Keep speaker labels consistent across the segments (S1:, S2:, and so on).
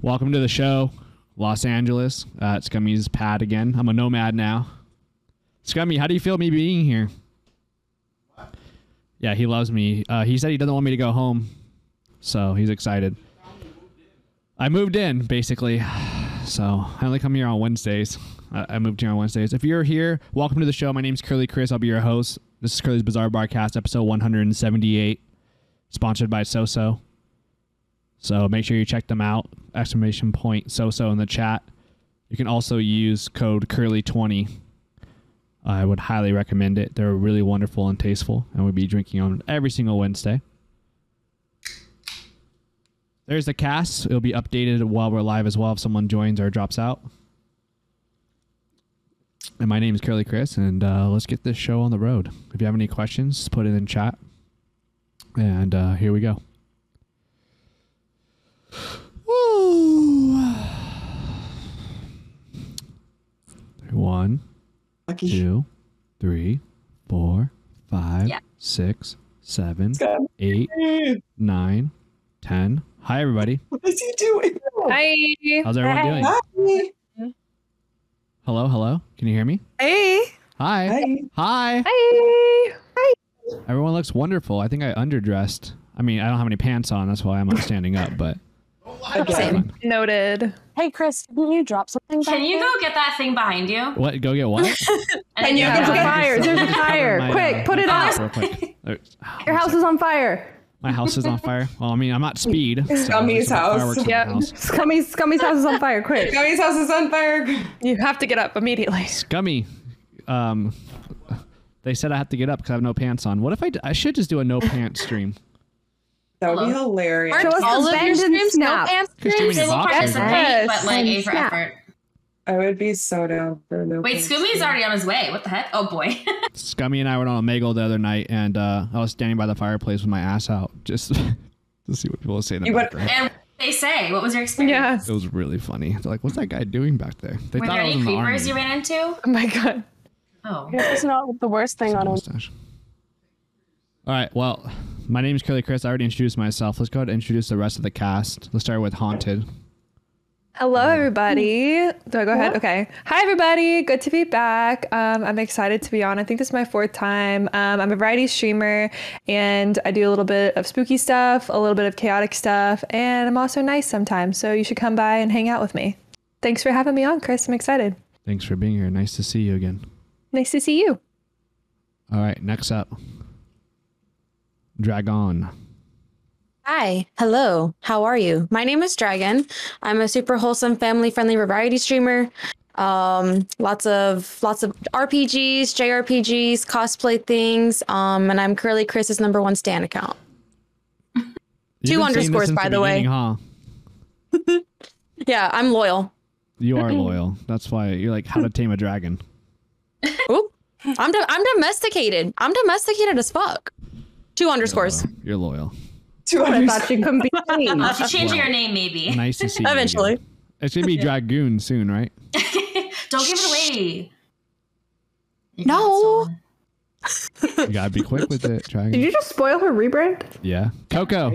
S1: Welcome to the show, Los Angeles. Uh, Scummy's Pat again. I'm a nomad now. Scummy, how do you feel me being here? Yeah, he loves me. Uh, he said he doesn't want me to go home, so he's excited. I moved in basically, so I only come here on Wednesdays. I, I moved here on Wednesdays. If you're here, welcome to the show. My name's Curly Chris. I'll be your host. This is Curly's Bizarre Barcast, episode 178, sponsored by SoSo. So make sure you check them out. Exclamation point SoSo in the chat. You can also use code Curly20 I would highly recommend it. They're really wonderful and tasteful, and we'll be drinking on every single Wednesday. There's the cast. It'll be updated while we're live as well if someone joins or drops out. And my name is Curly Chris, and uh, let's get this show on the road. If you have any questions, put it in chat. And uh, here we go. Woo! One
S2: Lucky.
S1: two, three, four, five,
S3: Yeah.
S1: six, seven,
S2: go.
S1: eight, nine, ten. Hi, everybody.
S2: What is he doing?
S3: Hi.
S1: How's everyone doing?
S2: Hi.
S1: Hello, hello. Can you hear me?
S4: Hey.
S1: Hi.
S2: Hi.
S1: Hi.
S3: Hi.
S1: Everyone looks wonderful. I think I underdressed. I mean, I don't have any pants on. That's why I'm not standing up, but it's
S2: Again.
S1: fine.
S4: Noted.
S5: Hey, Chris, can you drop something? back
S3: Can you
S5: there?
S3: go get that thing behind you?
S1: What? Go get what?
S3: And
S4: you
S3: yeah.
S4: go
S5: There's a
S4: get-
S5: fire. There's a
S1: Just cover my,
S5: fire.
S1: uh,
S5: Quick, put it
S1: my
S5: out.
S1: face real quick. There- oh, one
S5: Your house
S1: sec.
S5: is on fire.
S1: My house is on fire. Well, I mean, I'm not speed. So there's
S2: Scummy's
S1: some
S2: house.
S1: fireworks in my
S4: Yep.
S1: house.
S5: Scummy's, Scummy's house is on fire. Quick.
S2: Gummy's house is on fire.
S4: You have to get up immediately.
S1: Gummy, um, they said I have to get up because I have no pants on. What if I? d- I should just do a no pants stream.
S2: That would be
S3: Hello.
S2: hilarious.
S5: Show us the bend and snap.
S1: Because Jimmy
S3: They will
S1: Bob is
S3: participate,
S1: there.
S4: Yes.
S3: but like A for
S5: Yeah.
S3: effort.
S2: I would be so down for no.
S3: Wait,
S2: pants.
S3: Scooby's already on his way. What the heck? Oh boy.
S1: Scummy and I went on a Omegle the other night, and uh, I was standing by the fireplace with my ass out just to see what people would say. In the
S2: You went-
S1: background.
S3: and what did they say, what was your experience?
S4: Yeah.
S1: It was really funny. They're like, "What's that guy doing back there?" They
S3: Were
S1: thought
S3: there
S1: I was
S3: any
S1: in the army.
S3: creepers you ran into?
S4: Oh my god.
S3: Oh.
S5: It's not the worst thing on him.
S1: Mustache. All right. Well, my name is Curly Chris. I already introduced myself. Let's go ahead and introduce the rest of the cast. Let's start with Haunted.
S4: Hello,
S3: Mm.
S4: everybody. Do I go ahead? Okay. Hi, everybody. Good to be back. Um, I'm excited to be on. I think this is my fourth time. Um, I'm a variety streamer and I do a little bit of spooky stuff, a little bit of chaotic stuff, and I'm also nice sometimes. So you should come by and hang out with me. Thanks for having me on, Chris. I'm excited.
S1: Thanks for being here. Nice to see you again.
S4: Nice to see you.
S1: All right. Next up, Dragon.
S6: Hi, hello, how are you? My name is Dragon. I'm a super wholesome, family-friendly variety streamer. Um, lots of lots of RPGs, JRPGs, cosplay things. Um, and I'm Curly Chris's number one stan account.
S1: You've
S6: Two
S1: been saying this
S6: underscores,
S1: since
S6: by the way.
S1: beginning, Huh?
S6: Yeah, I'm loyal.
S1: You are loyal. That's why you're like how to tame a dragon.
S6: Ooh, I'm do- I'm domesticated. I'm domesticated as fuck. Two underscores.
S1: You're loyal.
S2: Two
S5: I
S2: hundred.
S5: thought you couldn't be seen.
S3: You should change your name maybe.
S1: Nice to see you.
S6: Eventually.
S1: again. It's gonna be dragoon soon, right?
S3: Don't give it away. You
S6: No.
S3: got stolen.
S1: You gotta be quick with it, dragon.
S5: you just spoil her rebrand?
S1: Yeah. Coco,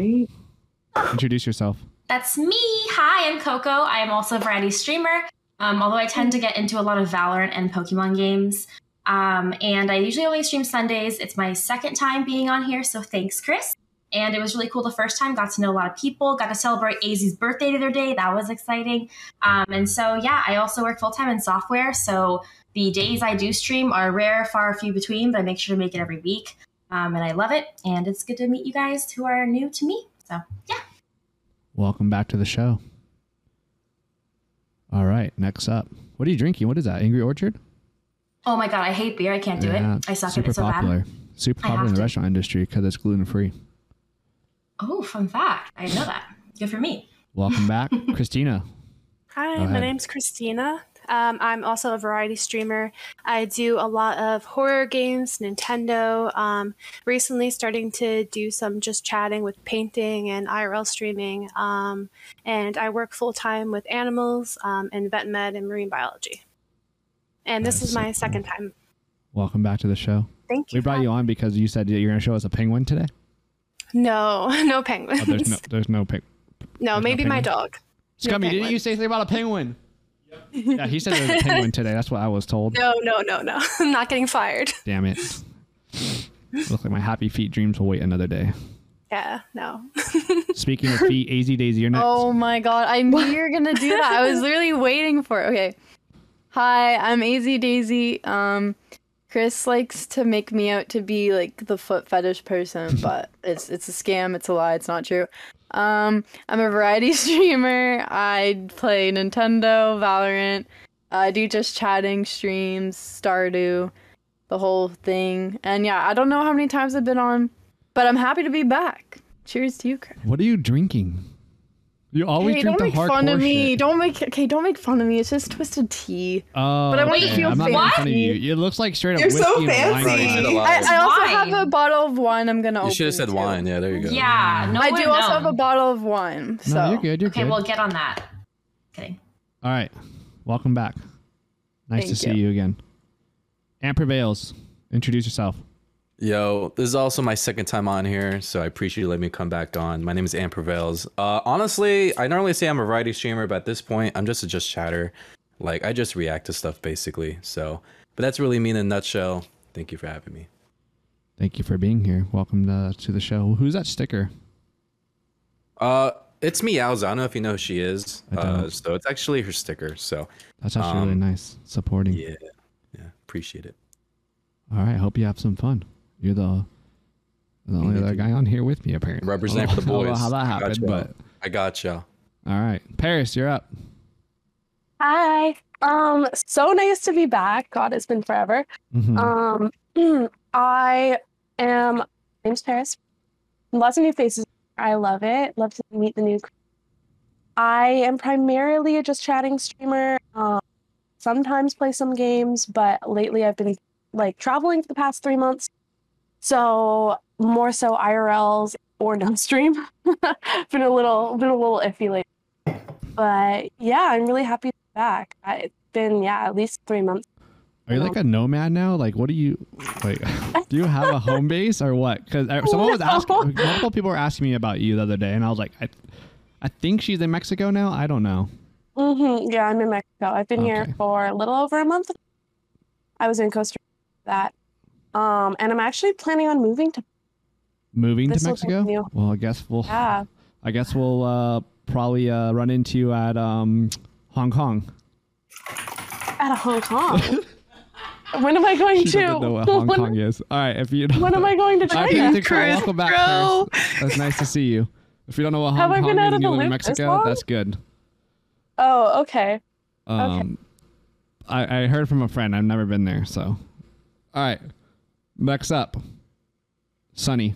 S1: introduce yourself.
S3: That's me. Hi, I'm Coco. I am also a variety streamer. Um, although I tend to get into a lot of Valorant and Pokemon games. Um, and I usually only stream Sundays. It's my second time being on here, so thanks, Chris. And it was really cool the first time. Got to know a lot of people. Got to celebrate AZ's birthday the other day. That was exciting. Um, and so, yeah, I also work full time in software. So the days I do stream are rare, far few between, but I make sure to make it every week. Um, and I love it. And it's good to meet you guys who are new to me. So, yeah.
S1: Welcome back to the show. All right, next up. What are you drinking? What is that? Angry Orchard?
S3: Oh my god, I hate beer. I can't do it. I suck at
S1: super
S3: it so
S1: popular.
S3: bad.
S1: Super
S3: I
S1: popular
S3: have
S1: in the
S3: to.
S1: restaurant industry because it's gluten free.
S3: Oh, fun fact. I know that. Good for me.
S1: Welcome back, Christina.
S7: Hi,
S1: Go
S7: my
S1: ahead.
S7: name's Christina. Um, I'm also a variety streamer. I do a lot of horror games, Nintendo. Um, recently, starting to do some just chatting with painting and IRL streaming. Um, and I work full time with animals um, and vet med and marine biology. And this
S1: That's
S7: is
S1: so
S7: my
S1: cool.
S7: second time.
S1: Welcome back to the show.
S7: Thank you.
S1: We brought you on because you said that you're gonna show us a penguin today.
S7: No, no
S1: Oh, there's
S7: penguins.
S1: no, there's no pig.
S7: no,
S1: there's no
S7: maybe my
S1: penguins?
S7: dog.
S1: Scummy, didn't you say something about a penguin? Yeah, he said there was a penguin today. That's what I was told.
S7: No, no, no, no. I'm not getting fired.
S1: Damn it. Looks like my happy feet dreams will wait another day.
S7: Yeah, no.
S1: Speaking of feet, AZ Daisy, you're next.
S8: Oh my god, I knew you were gonna do that. I was literally waiting for it. Okay. Hi, I'm AZ Daisy. Um Chris likes to make me out to be like the foot fetish person, but it's it's a scam, it's a lie, it's not true. Um I'm a variety streamer. I play Nintendo, Valorant, I do just chatting streams, Stardew, the whole thing. And yeah, I don't know how many times I've been on, but I'm happy to be back. Cheers to you, Chris.
S1: What are you drinking? You always
S8: Hey,
S1: drink
S8: don't
S1: the
S8: make
S1: hardcore
S8: fun of me.
S1: shit.
S8: Don't make okay. Don't make fun of me. It's just twisted tea.
S1: Oh,
S8: But I want you to
S1: okay.
S8: feel
S1: I'm not making fun of
S8: fancy.
S1: you. It looks like straight up
S2: You're
S1: whiskey
S2: so
S1: and wine
S2: fancy.
S1: glass.
S2: Right.
S8: I, I also have a
S3: Wine.
S8: bottle of wine. I'm gonna.
S9: You should have said
S8: open, too.
S9: wine. Yeah, there you go.
S3: Yeah, no
S8: I
S3: one
S8: do also
S3: known.
S8: have a bottle of wine. So
S1: No, you're good. You're
S3: Okay,
S1: good.
S3: we'll get on that. Kidding.
S1: All right. Welcome back. Nice to
S8: Thank
S1: see
S8: you.
S1: you again. Aunt Prevails, introduce yourself.
S9: Yo, this is also my second time on here, so I appreciate you letting me come back on. My name is Ann Prevails. Uh, honestly, I normally say I'm a variety streamer, but at this point, I'm just a just chatter. Like, I just react to stuff basically. So, but that's really me in a nutshell. Thank you for having me.
S1: Thank you for being here. Welcome to, to the show. Who's that sticker?
S9: Uh, it's Meowza. I don't know if you know who she is.
S1: I don't.
S9: Uh, so it's actually her sticker. So
S1: That's actually really
S9: Um,
S1: nice. Supporting.
S9: yeah, yeah, appreciate it.
S1: All right. Hope you have some fun. You're the the only other guy on here with me, apparently.
S9: Represent
S1: I
S9: for the
S1: don't know
S9: boys.
S1: how that happened,
S9: Gotcha. I got y'all.
S1: but all right. Paris, you're up.
S5: Hi. Um, so nice to be back. God, it's been forever.
S1: Mhm.
S5: Um, I am. My name's Paris. Lots of new faces. I love it. Love to meet the new. cr- I am primarily a just chatting streamer. Um, sometimes play some games, but lately I've been like traveling for the past three months, so more so IRLs or no stream. been a little, been a little iffy lately, but yeah, I'm really happy to be back. I, it's been yeah at least three months.
S1: Are you like a nomad now? Like, what do you like? Do you have a home base or what? Because someone was asking, multiple people were asking me about you the other day, and I was like, I, I think she's in Mexico now. I don't know.
S5: Mm-hmm. Yeah, I'm in Mexico. I've been here
S1: Okay.
S5: for a little over a month. I was in Costa Rica for that. Um, and I'm actually planning on moving to
S1: Moving
S5: This
S1: to
S5: looks like
S1: Mexico?
S5: new.
S1: Well, I guess we'll,
S5: yeah.
S1: I guess we'll uh, probably uh, run into you at um, Hong Kong.
S5: out of Hong Kong. when am I going
S1: She
S5: to?
S1: doesn't know what Hong
S5: when,
S1: Kong is. All right, if you don't,
S5: when am I going to
S1: All right,
S5: China?
S1: Peter, welcome back,
S8: bro.
S1: Paris. That's nice to see you. If you don't know what
S5: Have
S1: Hong
S5: I
S1: Kong
S5: been out
S1: is
S5: of
S1: and you
S5: the
S1: live in
S5: loop this
S1: Mexico,
S5: long?
S1: that's good.
S5: Oh, okay.
S1: Um, I, I heard from a friend. I've never been there, so. All right. Next up, Sunny.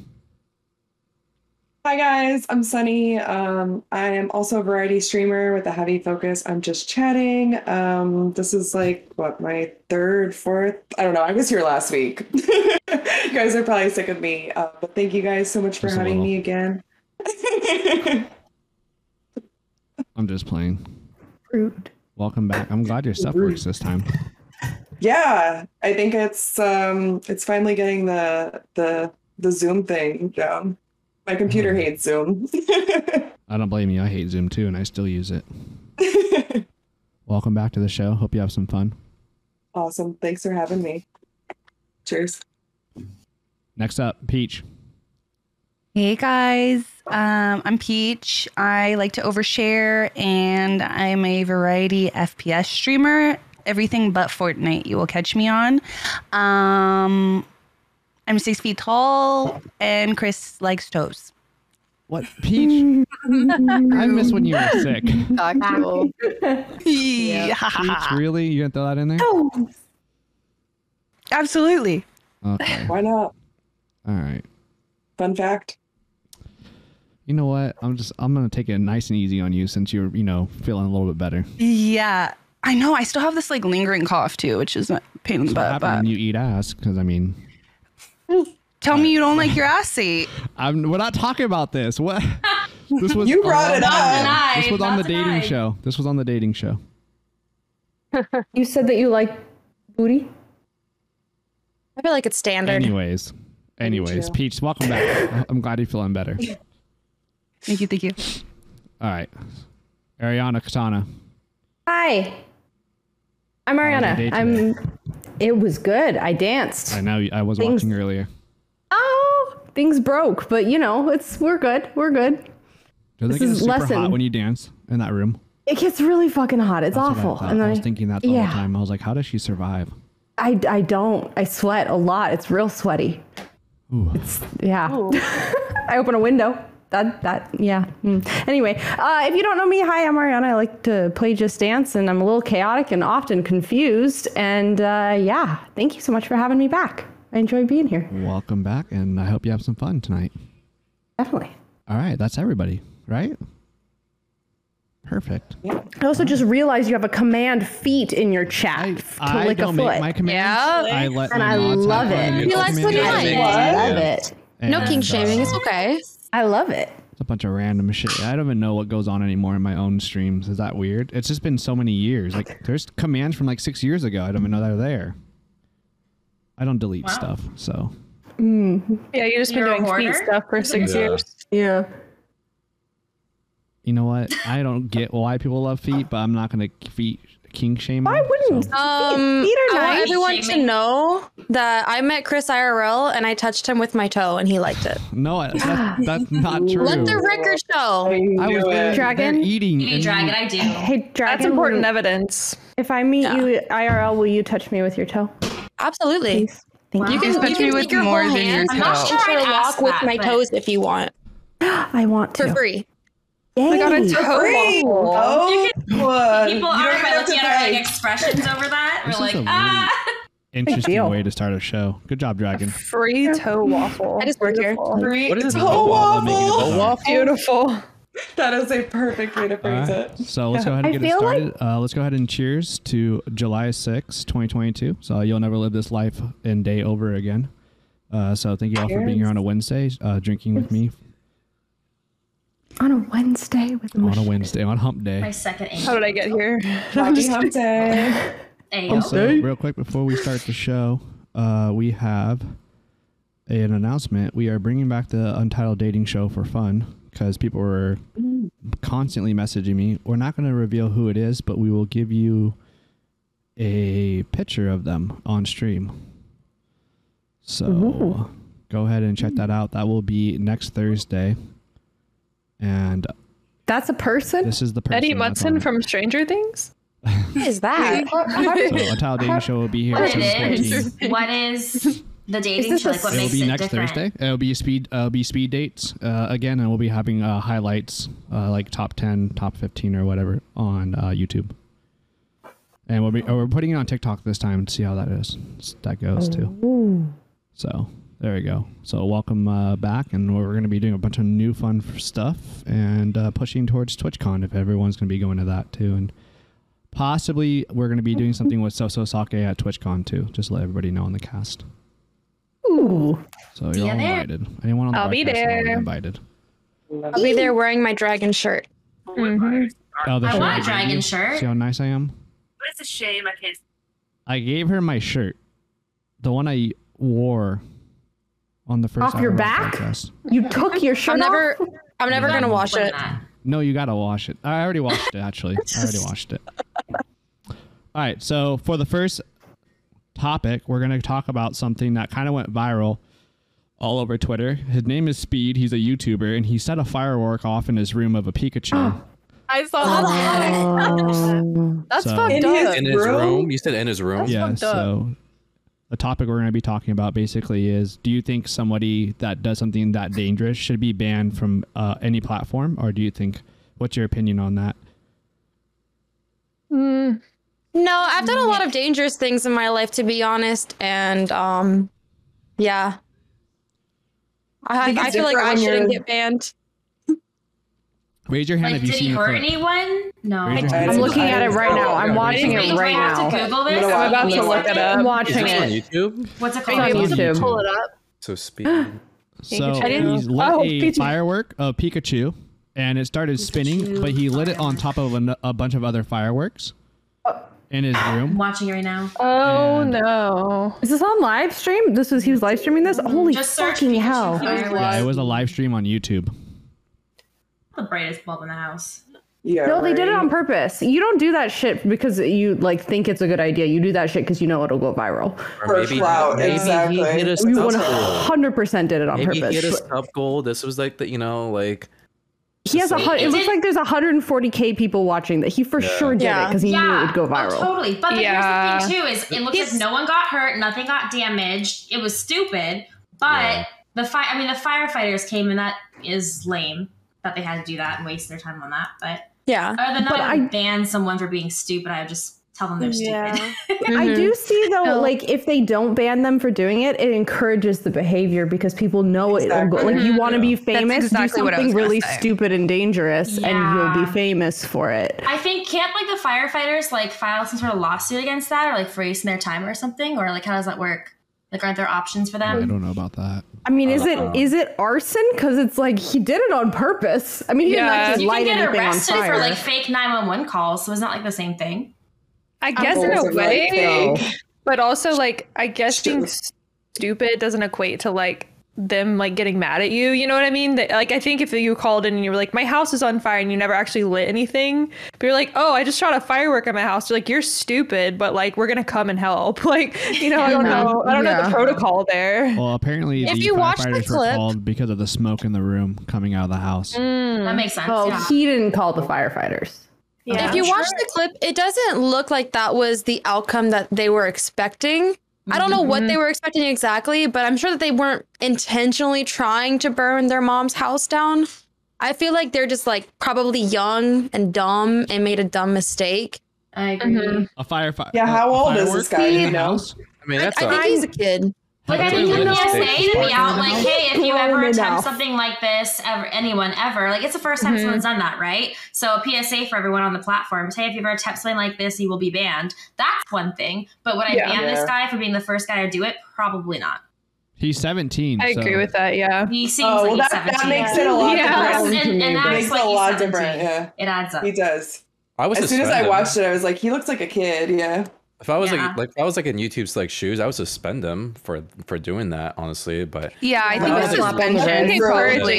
S2: Hi guys, I'm Sunny. Um, I am also a variety streamer with a heavy focus on just chatting. Um, this is like what my third, fourth. I don't know. I was here last week. you guys are probably sick of me, uh, but thank you guys so much for
S1: Just a
S2: having
S1: little.
S2: me again.
S1: I'm just playing. Welcome back. I'm glad your stuff works this time.
S2: yeah, I think it's um, it's finally getting the the the Zoom thing down. My computer
S1: Mm-hmm.
S2: hates Zoom.
S1: I don't blame you. I hate Zoom too, and I still use it. Welcome back to the show. Hope you have some fun.
S2: awesome. Thanks for having me. Cheers.
S1: Next up, Peach.
S10: Hey guys, um, I'm Peach. I like to overshare and I'm a variety FPS streamer. Everything but Fortnite, you will catch me on. Um, I'm six feet tall and Chris likes toes.
S1: What? Peach? I miss when you were sick.
S8: Factual.
S1: Peach, really? You gonna throw that in there?
S10: Absolutely.
S1: Okay.
S2: Why not?
S1: All right.
S2: Fun fact.
S1: You know what? I'm just I'm gonna take it nice and easy on you since you're you know feeling a little bit better.
S10: Yeah, I know. I still have this like lingering cough too, which is a pain in the
S1: That's what happened
S10: butt.
S1: when
S10: Uh, But
S1: you eat ass, because I mean,
S10: tell me you don't like your ass ate.
S1: I'm, we're not talking about this. What? This was
S2: You brought
S1: on-
S2: it up.
S3: Denied,
S1: This was on
S3: not
S1: the dating
S3: denied.
S1: show. This was on the dating show.
S11: You said that you like booty.
S6: I feel like it's standard.
S1: Anyways, anyways,
S2: too.
S1: Peach, welcome back. I'm glad you're feeling better.
S10: Thank you, thank you.
S1: All right, Ariana Katana.
S11: Hi. I'm
S1: day
S11: Ariana. I'm. It was good. I danced.
S1: I know I was
S11: Things-
S1: watching earlier.
S11: Oh, things broke, but you know, it's we're good. We're good.
S1: Doesn't
S11: This
S1: it get
S11: is
S1: super hot
S11: lesson.
S1: when you dance in that room?
S11: It gets really fucking hot. It's
S1: That's what
S11: awful.
S1: I, thought.
S11: and
S1: I
S11: then
S1: was thinking that the
S11: yeah,
S1: whole time. I was like, how does she survive?
S11: I I don't. I sweat a lot. It's real sweaty.
S1: Ooh.
S11: It's yeah. I open a window. That that yeah. Mm. Anyway, uh, if you don't know me, hi, I'm Ariana. I like to play Just Dance, and I'm a little chaotic and often confused. And uh, yeah, thank you so much for having me back. I enjoy being here.
S1: Welcome back, and I hope you have some fun tonight.
S11: Definitely.
S1: All right, that's everybody, right? Perfect.
S11: I also just realized you have a command feet in your chat f- to
S1: I
S11: lick
S1: don't
S11: a foot.
S1: make my commands. I let
S11: and
S1: my
S11: I
S1: mods have
S11: love
S1: fun and
S11: it.
S1: make their commands.
S11: I love it.
S1: And, uh,
S6: It's okay.
S11: I love it.
S1: It's a bunch of random shit. I don't even know what goes on anymore in my own streams. Is that weird? It's just been so many years. Like there's commands from like six years ago. I don't even know they're there. I don't delete stuff, so
S4: Yeah, you've just
S3: Mm. You're a
S4: been doing feet
S3: hoarder?
S4: stuff for six
S9: Yeah.
S4: years.
S11: Yeah.
S1: you know what? I don't get why people love feet, but I'm not gonna feet king shame.
S11: Why
S1: them,
S11: wouldn't
S1: so-
S6: Um,
S11: feet
S6: I
S11: are
S6: want
S11: nice?
S6: everyone to know that I met Chris IRL and I touched him with my toe and he liked it.
S1: No, I- that, that's not true.
S6: Let the record show.
S1: I was there,
S11: Dragon?
S1: there eating.
S3: You
S1: and-
S3: need dragon, I do.
S11: Hey, Dragon.
S4: That's important
S11: will-
S4: evidence.
S11: If I meet you IRL, will you touch me with your toe?
S6: Absolutely.
S11: Thank
S3: Wow.
S11: you.
S3: You
S6: You
S3: can
S6: can,
S10: touch
S6: you
S10: me
S6: can
S10: with
S6: take your
S10: more
S6: whole
S10: than your
S6: hand. I'm not
S10: toe.
S6: sure
S3: Sure, I'd
S6: I'd
S3: ask
S6: walk with
S3: that,
S6: my
S3: but-
S6: toes if you want.
S11: I want to.
S6: For free.
S11: Yay.
S4: We got a toe
S2: Free.
S4: waffle.
S2: Oh, blood.
S3: People
S2: you don't
S3: are
S2: even
S3: by
S2: have to
S3: looking at our like
S2: pay.
S3: expressions over that.
S1: This
S3: We're like,
S1: is a really-
S3: ah.
S1: Interesting
S11: deal.
S1: way to start a show. Good job, Dragon.
S4: Free toe waffle.
S6: I just work here.
S4: Beautiful.
S2: Free
S9: What is this?
S2: toe
S9: Waffle making
S2: waffle.
S9: a waffle?
S4: Beautiful.
S2: That is a perfect way to
S1: All
S2: phrase
S1: right,
S2: it.
S1: So let's go ahead and
S11: I
S1: get it
S11: feel like-
S1: started. uh, let's go ahead and cheers to July sixth, 2022. So you'll never live this life and day over again. Uh, so thank you all for being here on a Wednesday, uh, drinking with me
S11: On a Wednesday with
S1: on a Wednesday, on hump
S3: My
S1: day.
S3: second aim.
S4: How did I get here?
S2: Happy hump day.
S3: Ayo.
S1: So real quick before we start the show, uh, we have an announcement. We are bringing back the Untitled Dating Show for fun because people were constantly messaging me. We're not going to reveal who it is, but we will give you a picture of them on stream. So go ahead and check that out. That will be next Thursday. And
S11: That's a person?
S1: this is the person.
S4: Eddie
S1: that's on
S4: Munson
S1: it.
S4: from Stranger Things?
S6: What is that?
S1: So Untitled Dating Show will be here.
S3: What
S1: September
S3: it
S1: 14th.
S3: is? What is the dating?
S11: this
S3: show?
S11: a
S3: Like, what
S1: It will
S3: makes
S1: be
S3: it
S1: next
S3: different?
S1: Thursday. It'll be speed. Uh, be speed dates uh, again, and we'll be having uh, highlights uh, like top ten, top fifteen, or whatever on uh, YouTube. And we'll be oh, we're putting it on TikTok this time to see how that is that goes too. So there we go. So welcome uh, back, and we're going to be doing a bunch of new fun f- stuff and uh, pushing towards TwitchCon if everyone's going to be going to that too, and possibly we're going to be doing something with Soso Sake at TwitchCon too. Just to let everybody know on the cast.
S11: Ooh.
S1: So you're
S3: you
S1: all
S3: there.
S1: invited. Anyone on the
S4: I'll be
S1: broadcast is already
S4: there.
S1: Invited.
S6: I'll be there wearing my dragon shirt.
S1: Oh, the
S3: I
S1: shirt
S3: want a
S1: gave
S3: dragon
S1: you.
S3: shirt.
S1: See how nice I am. But it's a shame I can't. I gave her my shirt, the one I wore on the first.
S11: Off your
S1: Outlaws
S11: back?
S1: podcast.
S11: You took your shirt
S6: I'm
S11: off?
S6: never I'm never gonna wash
S3: Explain
S6: it.
S3: that.
S1: No, you gotta wash it. I already washed it. Actually, I already washed it. All right. So for the first topic, we're gonna talk about something that kind of went viral all over Twitter. His name is Speed. He's a YouTuber, and he set a firework off in his room of a Pikachu.
S8: I saw that.
S4: Oh.
S8: That's
S1: So-
S8: fucked
S2: In
S8: up.
S2: his
S9: In his
S2: room?
S9: room? You said in his room?
S1: yeah,
S8: fucked up.
S1: so the topic we're going to be talking about basically is do you think somebody that does something that dangerous should be banned from uh, any platform or do you think what's your opinion on that
S6: Mm. No, I've done a lot of dangerous things in my life, to be honest, and um, yeah.
S2: I
S6: I,
S2: think
S6: I,
S2: it's
S6: feel like
S2: different
S6: I
S2: when you're-
S6: shouldn't get banned.
S1: raise your hand
S3: Like,
S1: if you
S3: did
S1: see
S3: he
S1: seen the
S3: hurt
S1: clip.
S3: anyone? No.
S1: Raise your
S2: I-
S1: hand.
S11: I'm looking at it right now. I'm
S9: Yeah.
S11: watching
S3: Wait,
S11: it
S3: do I
S11: right
S3: have to
S11: now.
S3: Google
S2: I'm
S3: this?
S2: gonna
S4: I'm about
S2: watch
S3: Wait a
S4: to look it
S3: second.
S11: I'm
S4: up.
S9: Is
S11: watching
S9: this on
S11: it.
S9: YouTube?
S3: What's it
S4: Are
S3: called?
S4: you
S1: It's
S4: able
S1: on
S4: to
S1: YouTube.
S4: pull it up?
S9: So speed.
S1: so
S4: Pikachu.
S1: he lit
S4: Oh,
S1: a
S4: Pikachu.
S1: firework of Pikachu and it started spinning but he lit it on top of an, a bunch of other fireworks in his
S3: I'm
S1: room
S3: watching it right now.
S4: Oh
S1: And-
S4: no.
S11: Is this on live stream? This was he was live streaming this? Holy
S3: Mm-hmm. Just search
S11: fucking
S3: Pikachu
S4: Oh
S11: hell.
S3: fireworks.
S1: yeah it was a live stream on YouTube
S3: The brightest bulb in the house.
S2: Yeah.
S11: no, they did it
S2: right.
S11: on purpose. You don't do that shit because you like think it's a good idea. You do that shit because you know it'll go viral.
S9: Or
S2: For clout,
S9: maybe
S2: exactly.
S9: he hit us
S11: You
S9: up
S11: one
S9: goal.
S11: hundred percent did it on
S9: Maybe he hit
S11: purpose.
S9: us up goal. This was like the you know like
S11: He has a. hun-
S3: It
S11: It looks
S3: did-
S11: like there's 140k people watching that. He for
S9: Yeah.
S11: sure did it
S7: Yeah.
S11: because he knew it would go
S3: Oh,
S11: viral.
S3: totally. But then
S4: Yeah.
S3: here's the thing too: is it looks
S4: He's-
S3: like no one got hurt, nothing got damaged. It was stupid, but
S9: Yeah.
S3: the fire. I mean, the firefighters came, and that is lame that they had to do that and waste their time on that. But
S6: Yeah.
S3: other than that,
S11: But
S3: I would
S11: I-
S3: ban someone for being stupid. I would just tell them they're stupid.
S7: Yeah.
S3: Mm-hmm.
S11: I do see though,
S8: No.
S11: like if they don't ban them for doing it, it encourages the behavior because people know it.
S2: Exactly.
S11: Like you want to be famous,
S10: exactly
S11: do
S10: what I
S11: something
S10: was gonna
S11: really
S10: say.
S11: stupid and dangerous, and you'll
S3: Yeah.
S11: be famous for it.
S3: I think can't like the firefighters like file some sort of lawsuit against that, or like for wasting their time or something, or like how does that work? Like, aren't there options for
S1: I
S3: them?
S1: don't know about that.
S11: I mean, is
S9: Uh-huh.
S11: it is it arson? Because it's like he did it on purpose. I mean, he
S4: Yeah.
S11: didn't
S3: Because
S11: actually
S3: you can
S11: light
S3: get
S11: anything on
S3: arrested
S11: fire.
S3: for like fake 911 calls, so it's not like the same thing.
S4: I guess in
S2: goals
S4: a
S2: are really
S4: way,
S2: big.
S4: but also like I guess being
S2: Sure.
S4: stupid doesn't equate to like them like getting mad at you. You know what I mean? That, like I think if you called in and you were like, "My house is on fire," and you never actually lit anything, but you're like, "Oh, I just shot a firework at my house," you're like, "You're stupid," but like we're gonna come and help. Like you know, I don't know, I don't know
S11: Yeah.
S4: the protocol there.
S1: Well, apparently
S8: If
S1: the
S8: you watch the
S1: firefighters were
S8: clip-
S1: called because of the smoke in the room coming out of the house.
S3: Mm, That makes sense.
S11: oh,
S3: yeah.
S11: he didn't call the firefighters.
S7: Yeah.
S6: If you watch the clip, it doesn't look like that was the outcome that they were expecting. I don't know
S2: Mm-hmm.
S6: what they were expecting exactly, but I'm sure that they weren't intentionally trying to burn their mom's house down. I feel like they're just like probably young and dumb and made a dumb mistake.
S3: I agree.
S2: Mm-hmm.
S1: A firefighter.
S2: Yeah, how old is this guy, you know?
S9: I mean
S6: Mm. I,
S9: that's
S6: I
S9: all
S6: think
S9: right.
S6: he's a kid.
S3: Like I
S9: That's
S3: think
S9: a
S3: the
S9: really
S3: PSA
S9: big
S3: to be
S9: part.
S3: out like, hey, if you ever
S11: Grown
S3: attempt
S11: enough.
S3: something like this, ever anyone ever, like it's the first
S2: Mm-hmm.
S3: time someone's done that, right? So a PSA for everyone on the platform: is, hey, if you ever attempt something like this, you will be banned. That's one thing. But would I
S4: Yeah.
S3: ban
S2: Yeah.
S3: this guy for being the first guy to do it? Probably not.
S1: He's 17.
S4: I agree with that. Yeah.
S3: He seems
S2: Oh, well,
S3: like
S2: that,
S3: he's
S2: that
S3: 17.
S2: makes it a lot
S4: Yeah.
S3: And, and,
S2: different.
S3: and
S11: It
S2: It
S3: that's
S2: makes it
S3: like
S2: a
S3: he's
S2: lot
S3: 17.
S2: different. Yeah,
S3: It adds up.
S2: he does.
S9: I was
S2: As soon as I
S9: suspended.
S2: watched it, I was like, he looks like a kid. Yeah.
S9: If I was
S3: Yeah.
S9: like like if I was like in YouTube's like shoes, I would suspend him for for doing that honestly. But
S10: Yeah, I
S2: Not
S10: think
S2: a
S10: it's
S2: full
S10: suspended,
S2: ban.
S10: probably,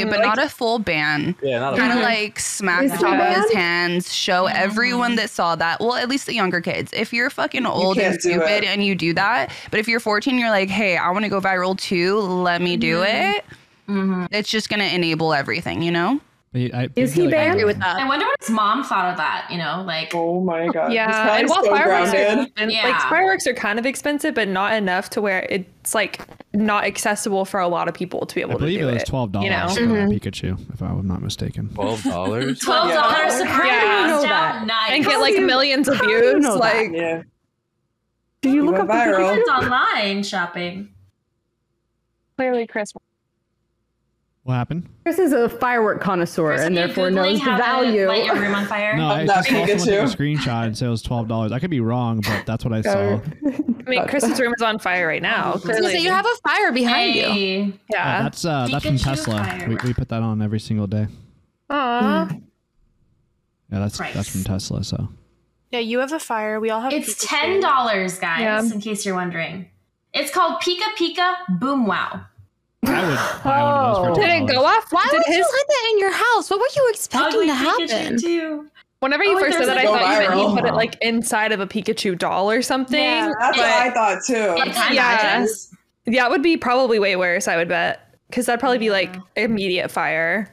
S4: Encouraging,
S10: but
S4: like-
S10: not a full ban.
S9: yeah, not
S10: Kind of like smack
S11: Is
S10: the
S11: it
S10: top of
S11: bad?
S10: his hands, show
S8: Mm.
S10: everyone that saw that. Well, at least the younger kids. If you're fucking old and
S2: can't do
S10: stupid
S2: it.
S10: and you do that, but if you're 14, you're like, hey, I want to go viral too. Let me do
S8: Mm-hmm.
S10: it.
S3: Mhm.
S10: It's just gonna enable everything, you know.
S1: He- I think
S11: Is he
S1: like-
S11: banned? I agree
S6: with
S3: I
S6: that.
S3: wonder what his mom thought of that. You know, like
S2: Oh my god.
S4: Yeah, and
S2: He's
S4: while
S2: probably so
S4: fireworks are
S2: grounded.
S4: expen- like
S3: Yeah.
S4: fireworks are kind of expensive, but not enough to where it's like not accessible for a lot of people to be
S1: I
S4: able to
S1: believe
S4: do
S1: it was
S4: it.
S1: twelve dollars
S4: you know?
S1: for a Pikachu, if I'm not mistaken.
S9: twelve dollars.
S3: twelve dollars to
S4: How do you
S3: yeah.
S11: know
S3: down.
S11: that?
S3: Nice.
S4: and get like
S11: do you-
S4: millions of
S11: how do you
S4: views.
S11: know that?
S4: Like,
S2: Yeah.
S11: Did you
S2: He
S11: look up
S2: went
S11: the
S2: viral.
S11: Pikachu?
S3: It's online shopping.
S5: Clearly, Chris.
S1: What happened?
S11: Chris is a firework connoisseur
S3: Chris,
S11: and
S3: are you
S11: therefore
S3: Googling
S11: knows the
S3: how to
S11: value.
S3: Light your room on fire.
S1: No, I
S2: that
S1: just saw someone take a
S2: Pikachu.
S1: screenshot and say it was twelve dollars. I could be wrong, but that's what I saw. Oh,
S4: I mean, Chris's room is on fire right now.
S6: I was gonna
S4: Clearly,
S6: say, you have a fire behind you.
S3: Hey.
S4: yeah.
S1: that's uh, that's from
S3: Pikachu
S1: Tesla.
S3: fire.
S1: We, we put that on every single day.
S4: Aw.
S1: Yeah, that's
S3: Price.
S1: that's from Tesla. So
S7: yeah, you have a fire. We all have.
S3: It's
S7: Pikachu.
S3: ten dollars, guys.
S4: Yeah.
S3: In case you're wondering, it's called Pika Pika Boom Wow.
S1: I
S11: Oh.
S1: would buy one of those for
S4: Did
S1: $12.
S4: it go off?
S6: Why
S4: Did
S6: would
S4: his,
S6: you let that in your house? What were you expecting
S3: Ugly
S6: to
S3: Pikachu
S6: happen?
S3: too.
S4: Whenever you
S3: Oh,
S4: first
S3: there's
S4: said that,
S3: a
S4: I thought you meant
S2: viral.
S4: you put it like inside of a Pikachu doll or something.
S7: Yeah.
S2: That's what I thought
S3: It
S2: too.
S3: kind of
S4: yeah.
S3: matches.
S4: Yeah, it would be probably way worse. I would bet because that'd probably be like immediate fire.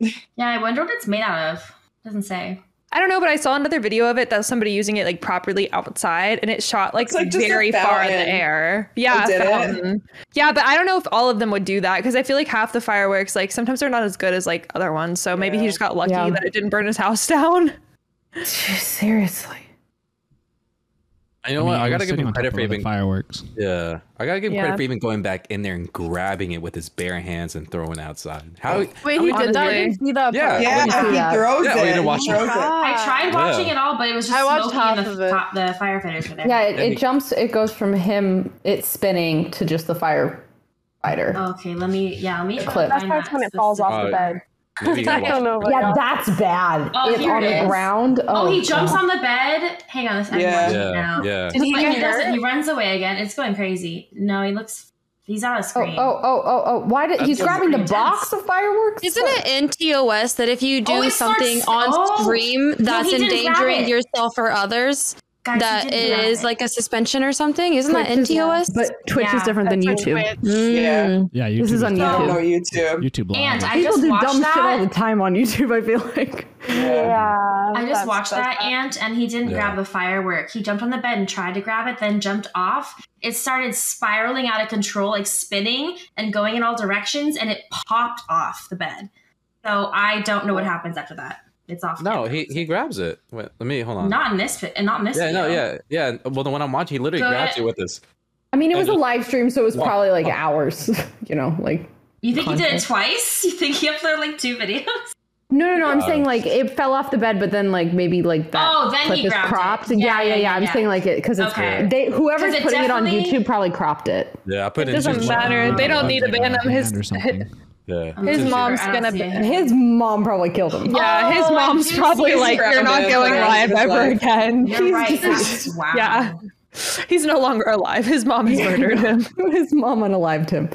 S3: Yeah, I wonder what it's made out of. Doesn't say.
S4: I don't know, but I saw another video of it that was somebody using it like properly outside, and it shot like,
S2: It's like just a
S4: very far in the
S2: fountain.
S4: air. Yeah,
S2: Oh, did it?
S4: fountain. yeah, but I don't know if all of them would do that because I feel like half the fireworks like sometimes they're not as good as like other ones. So maybe he
S2: Yeah.
S4: just got lucky
S11: Yeah.
S4: that it didn't burn his house down.
S11: Seriously.
S9: You know what?
S1: mean,
S9: I
S1: it
S9: gotta
S1: was
S9: give
S1: sitting
S9: him
S1: on
S9: credit
S1: top
S9: for
S1: of the
S9: even
S1: fireworks.
S9: yeah. I gotta give him
S4: Yeah.
S9: credit for even going back in there and grabbing it with his bare hands and throwing it outside. How?
S7: Wait, he did that. I
S4: Honestly.
S7: didn't see that.
S9: Yeah.
S7: part.
S2: Oh, Yeah,
S11: see that.
S2: he throws
S9: Yeah,
S2: it.
S9: oh, you didn't
S2: He
S9: watch it.
S2: throws
S7: Ah.
S2: it.
S3: I tried watching it all, but it was just
S7: I watched
S3: smoky
S7: half
S3: and the,
S7: of it.
S3: top- the firefighters were there.
S11: Yeah, it,
S9: Maybe.
S11: it jumps. It goes from him it spinning to just the firefighter.
S3: Okay, let me. Yeah, let me. try to
S11: Clip.
S5: That's
S3: find
S5: that's
S3: that
S5: when it falls off
S9: Uh,
S5: the bed.
S9: Maybe you
S5: I
S9: gotta watch
S5: don't know. What
S11: yeah,
S5: yeah,
S11: that's bad.
S3: Oh,
S11: it
S3: here
S11: on
S3: it
S11: the
S3: is.
S11: ground.
S3: Oh, he jumps
S11: God.
S3: on the bed. Hang on, this. I'm
S2: Yeah.
S3: watching it
S9: Yeah,
S3: now.
S9: yeah.
S3: But he doesn't. He runs away again. It's going crazy. No, he looks He's on a
S11: Oh,
S3: screen.
S11: oh, oh, oh, oh. Why did
S3: That
S11: he's
S3: feels
S11: grabbing the
S3: pretty
S11: box of fireworks?
S6: Isn't it in TOS that if you do
S3: Oh, it starts-
S6: something on
S3: oh.
S6: stream
S3: No, he
S6: that's
S3: didn't grab
S6: endangering
S3: it.
S6: yourself or others,
S3: Guys, he
S6: that
S3: didn't grab
S6: is like a suspension or something? Isn't that
S12: Twitch
S6: in
S12: is not-
S6: TOS?
S12: But Twitch is different than YouTube.
S6: Mm.
S1: Yeah,
S12: This is on YouTube.
S2: No, YouTube.
S1: YouTube
S3: Live. And I
S12: People
S3: just
S12: do
S3: watched
S12: dumb shit all
S3: that.
S12: the time on YouTube. I feel like.
S5: Yeah.
S3: I just
S5: that's-
S3: watched
S5: that's-
S3: that ant and he didn't
S12: Yeah.
S3: grab the firework. He jumped on the bed and tried to grab it, then jumped off. It started spiraling out of control, like spinning and going in all directions, and it popped off the bed. So I don't know what happens after that. It's off.
S9: No, he he grabs it. Wait, let me hold on.
S3: Not in this fit and not in this
S9: yeah, no,
S3: video.
S9: yeah, yeah. Well, the one I'm watching, he literally
S3: Go
S9: grabs
S3: ahead.
S9: it with us.
S11: I mean, it was a
S9: just-
S11: live stream, so it was
S9: Wow.
S11: probably like hours. You know, like.
S3: You think he did it
S11: content.
S3: twice? You think he uploaded like two videos?
S11: No, no, no. I'm
S3: Uh,
S11: saying like it fell off the bed, but then like maybe like that
S3: Oh, then
S11: clip
S3: he
S11: is
S3: grabbed it.
S11: cropped. Yeah, yeah, yeah. I'm
S3: yeah.
S11: saying like it because it's
S3: Okay.
S11: they whoever's
S3: 'Cause it
S11: putting it on
S3: definitely-
S11: YouTube probably cropped it.
S9: Yeah, I put
S11: It
S9: in.
S11: doesn't
S9: just-
S11: matter. They don't need to ban him. His-
S9: Yeah.
S11: his
S9: Just-
S11: mom's
S3: I don't
S11: gonna
S3: see it.
S11: His mom probably killed him.
S4: Yeah, his
S3: Oh, I
S4: mom's
S3: do
S4: probably
S3: see
S4: like,
S3: his
S4: "You're not
S3: grandmother
S4: going
S3: like,
S4: live
S3: she's
S4: ever
S3: like,
S4: again."
S3: "You're right, that's- wow.
S4: Yeah, he's no longer alive. His mom has murdered him.
S11: His mom unalived him.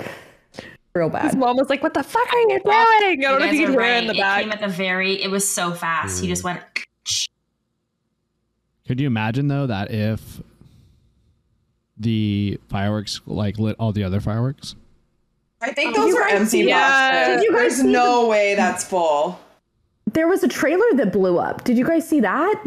S11: Real bad.
S4: His mom was like, "What the fuck are you doing?" I
S3: You
S4: don't know if
S3: guys
S4: you
S3: are
S4: can hear it in the
S3: right.
S4: back.
S3: It came at the very. It was so fast. He
S1: Mm.
S3: just went.
S1: Could you imagine though that if the fireworks like lit all the other fireworks?
S2: I think
S11: Oh,
S2: those
S11: you
S2: are
S11: guys
S2: empty
S11: see- Yeah.
S2: boxes.
S11: Did you guys
S2: There's
S11: see the-
S2: no way that's full.
S11: There was a trailer that blew up. Did you guys see that?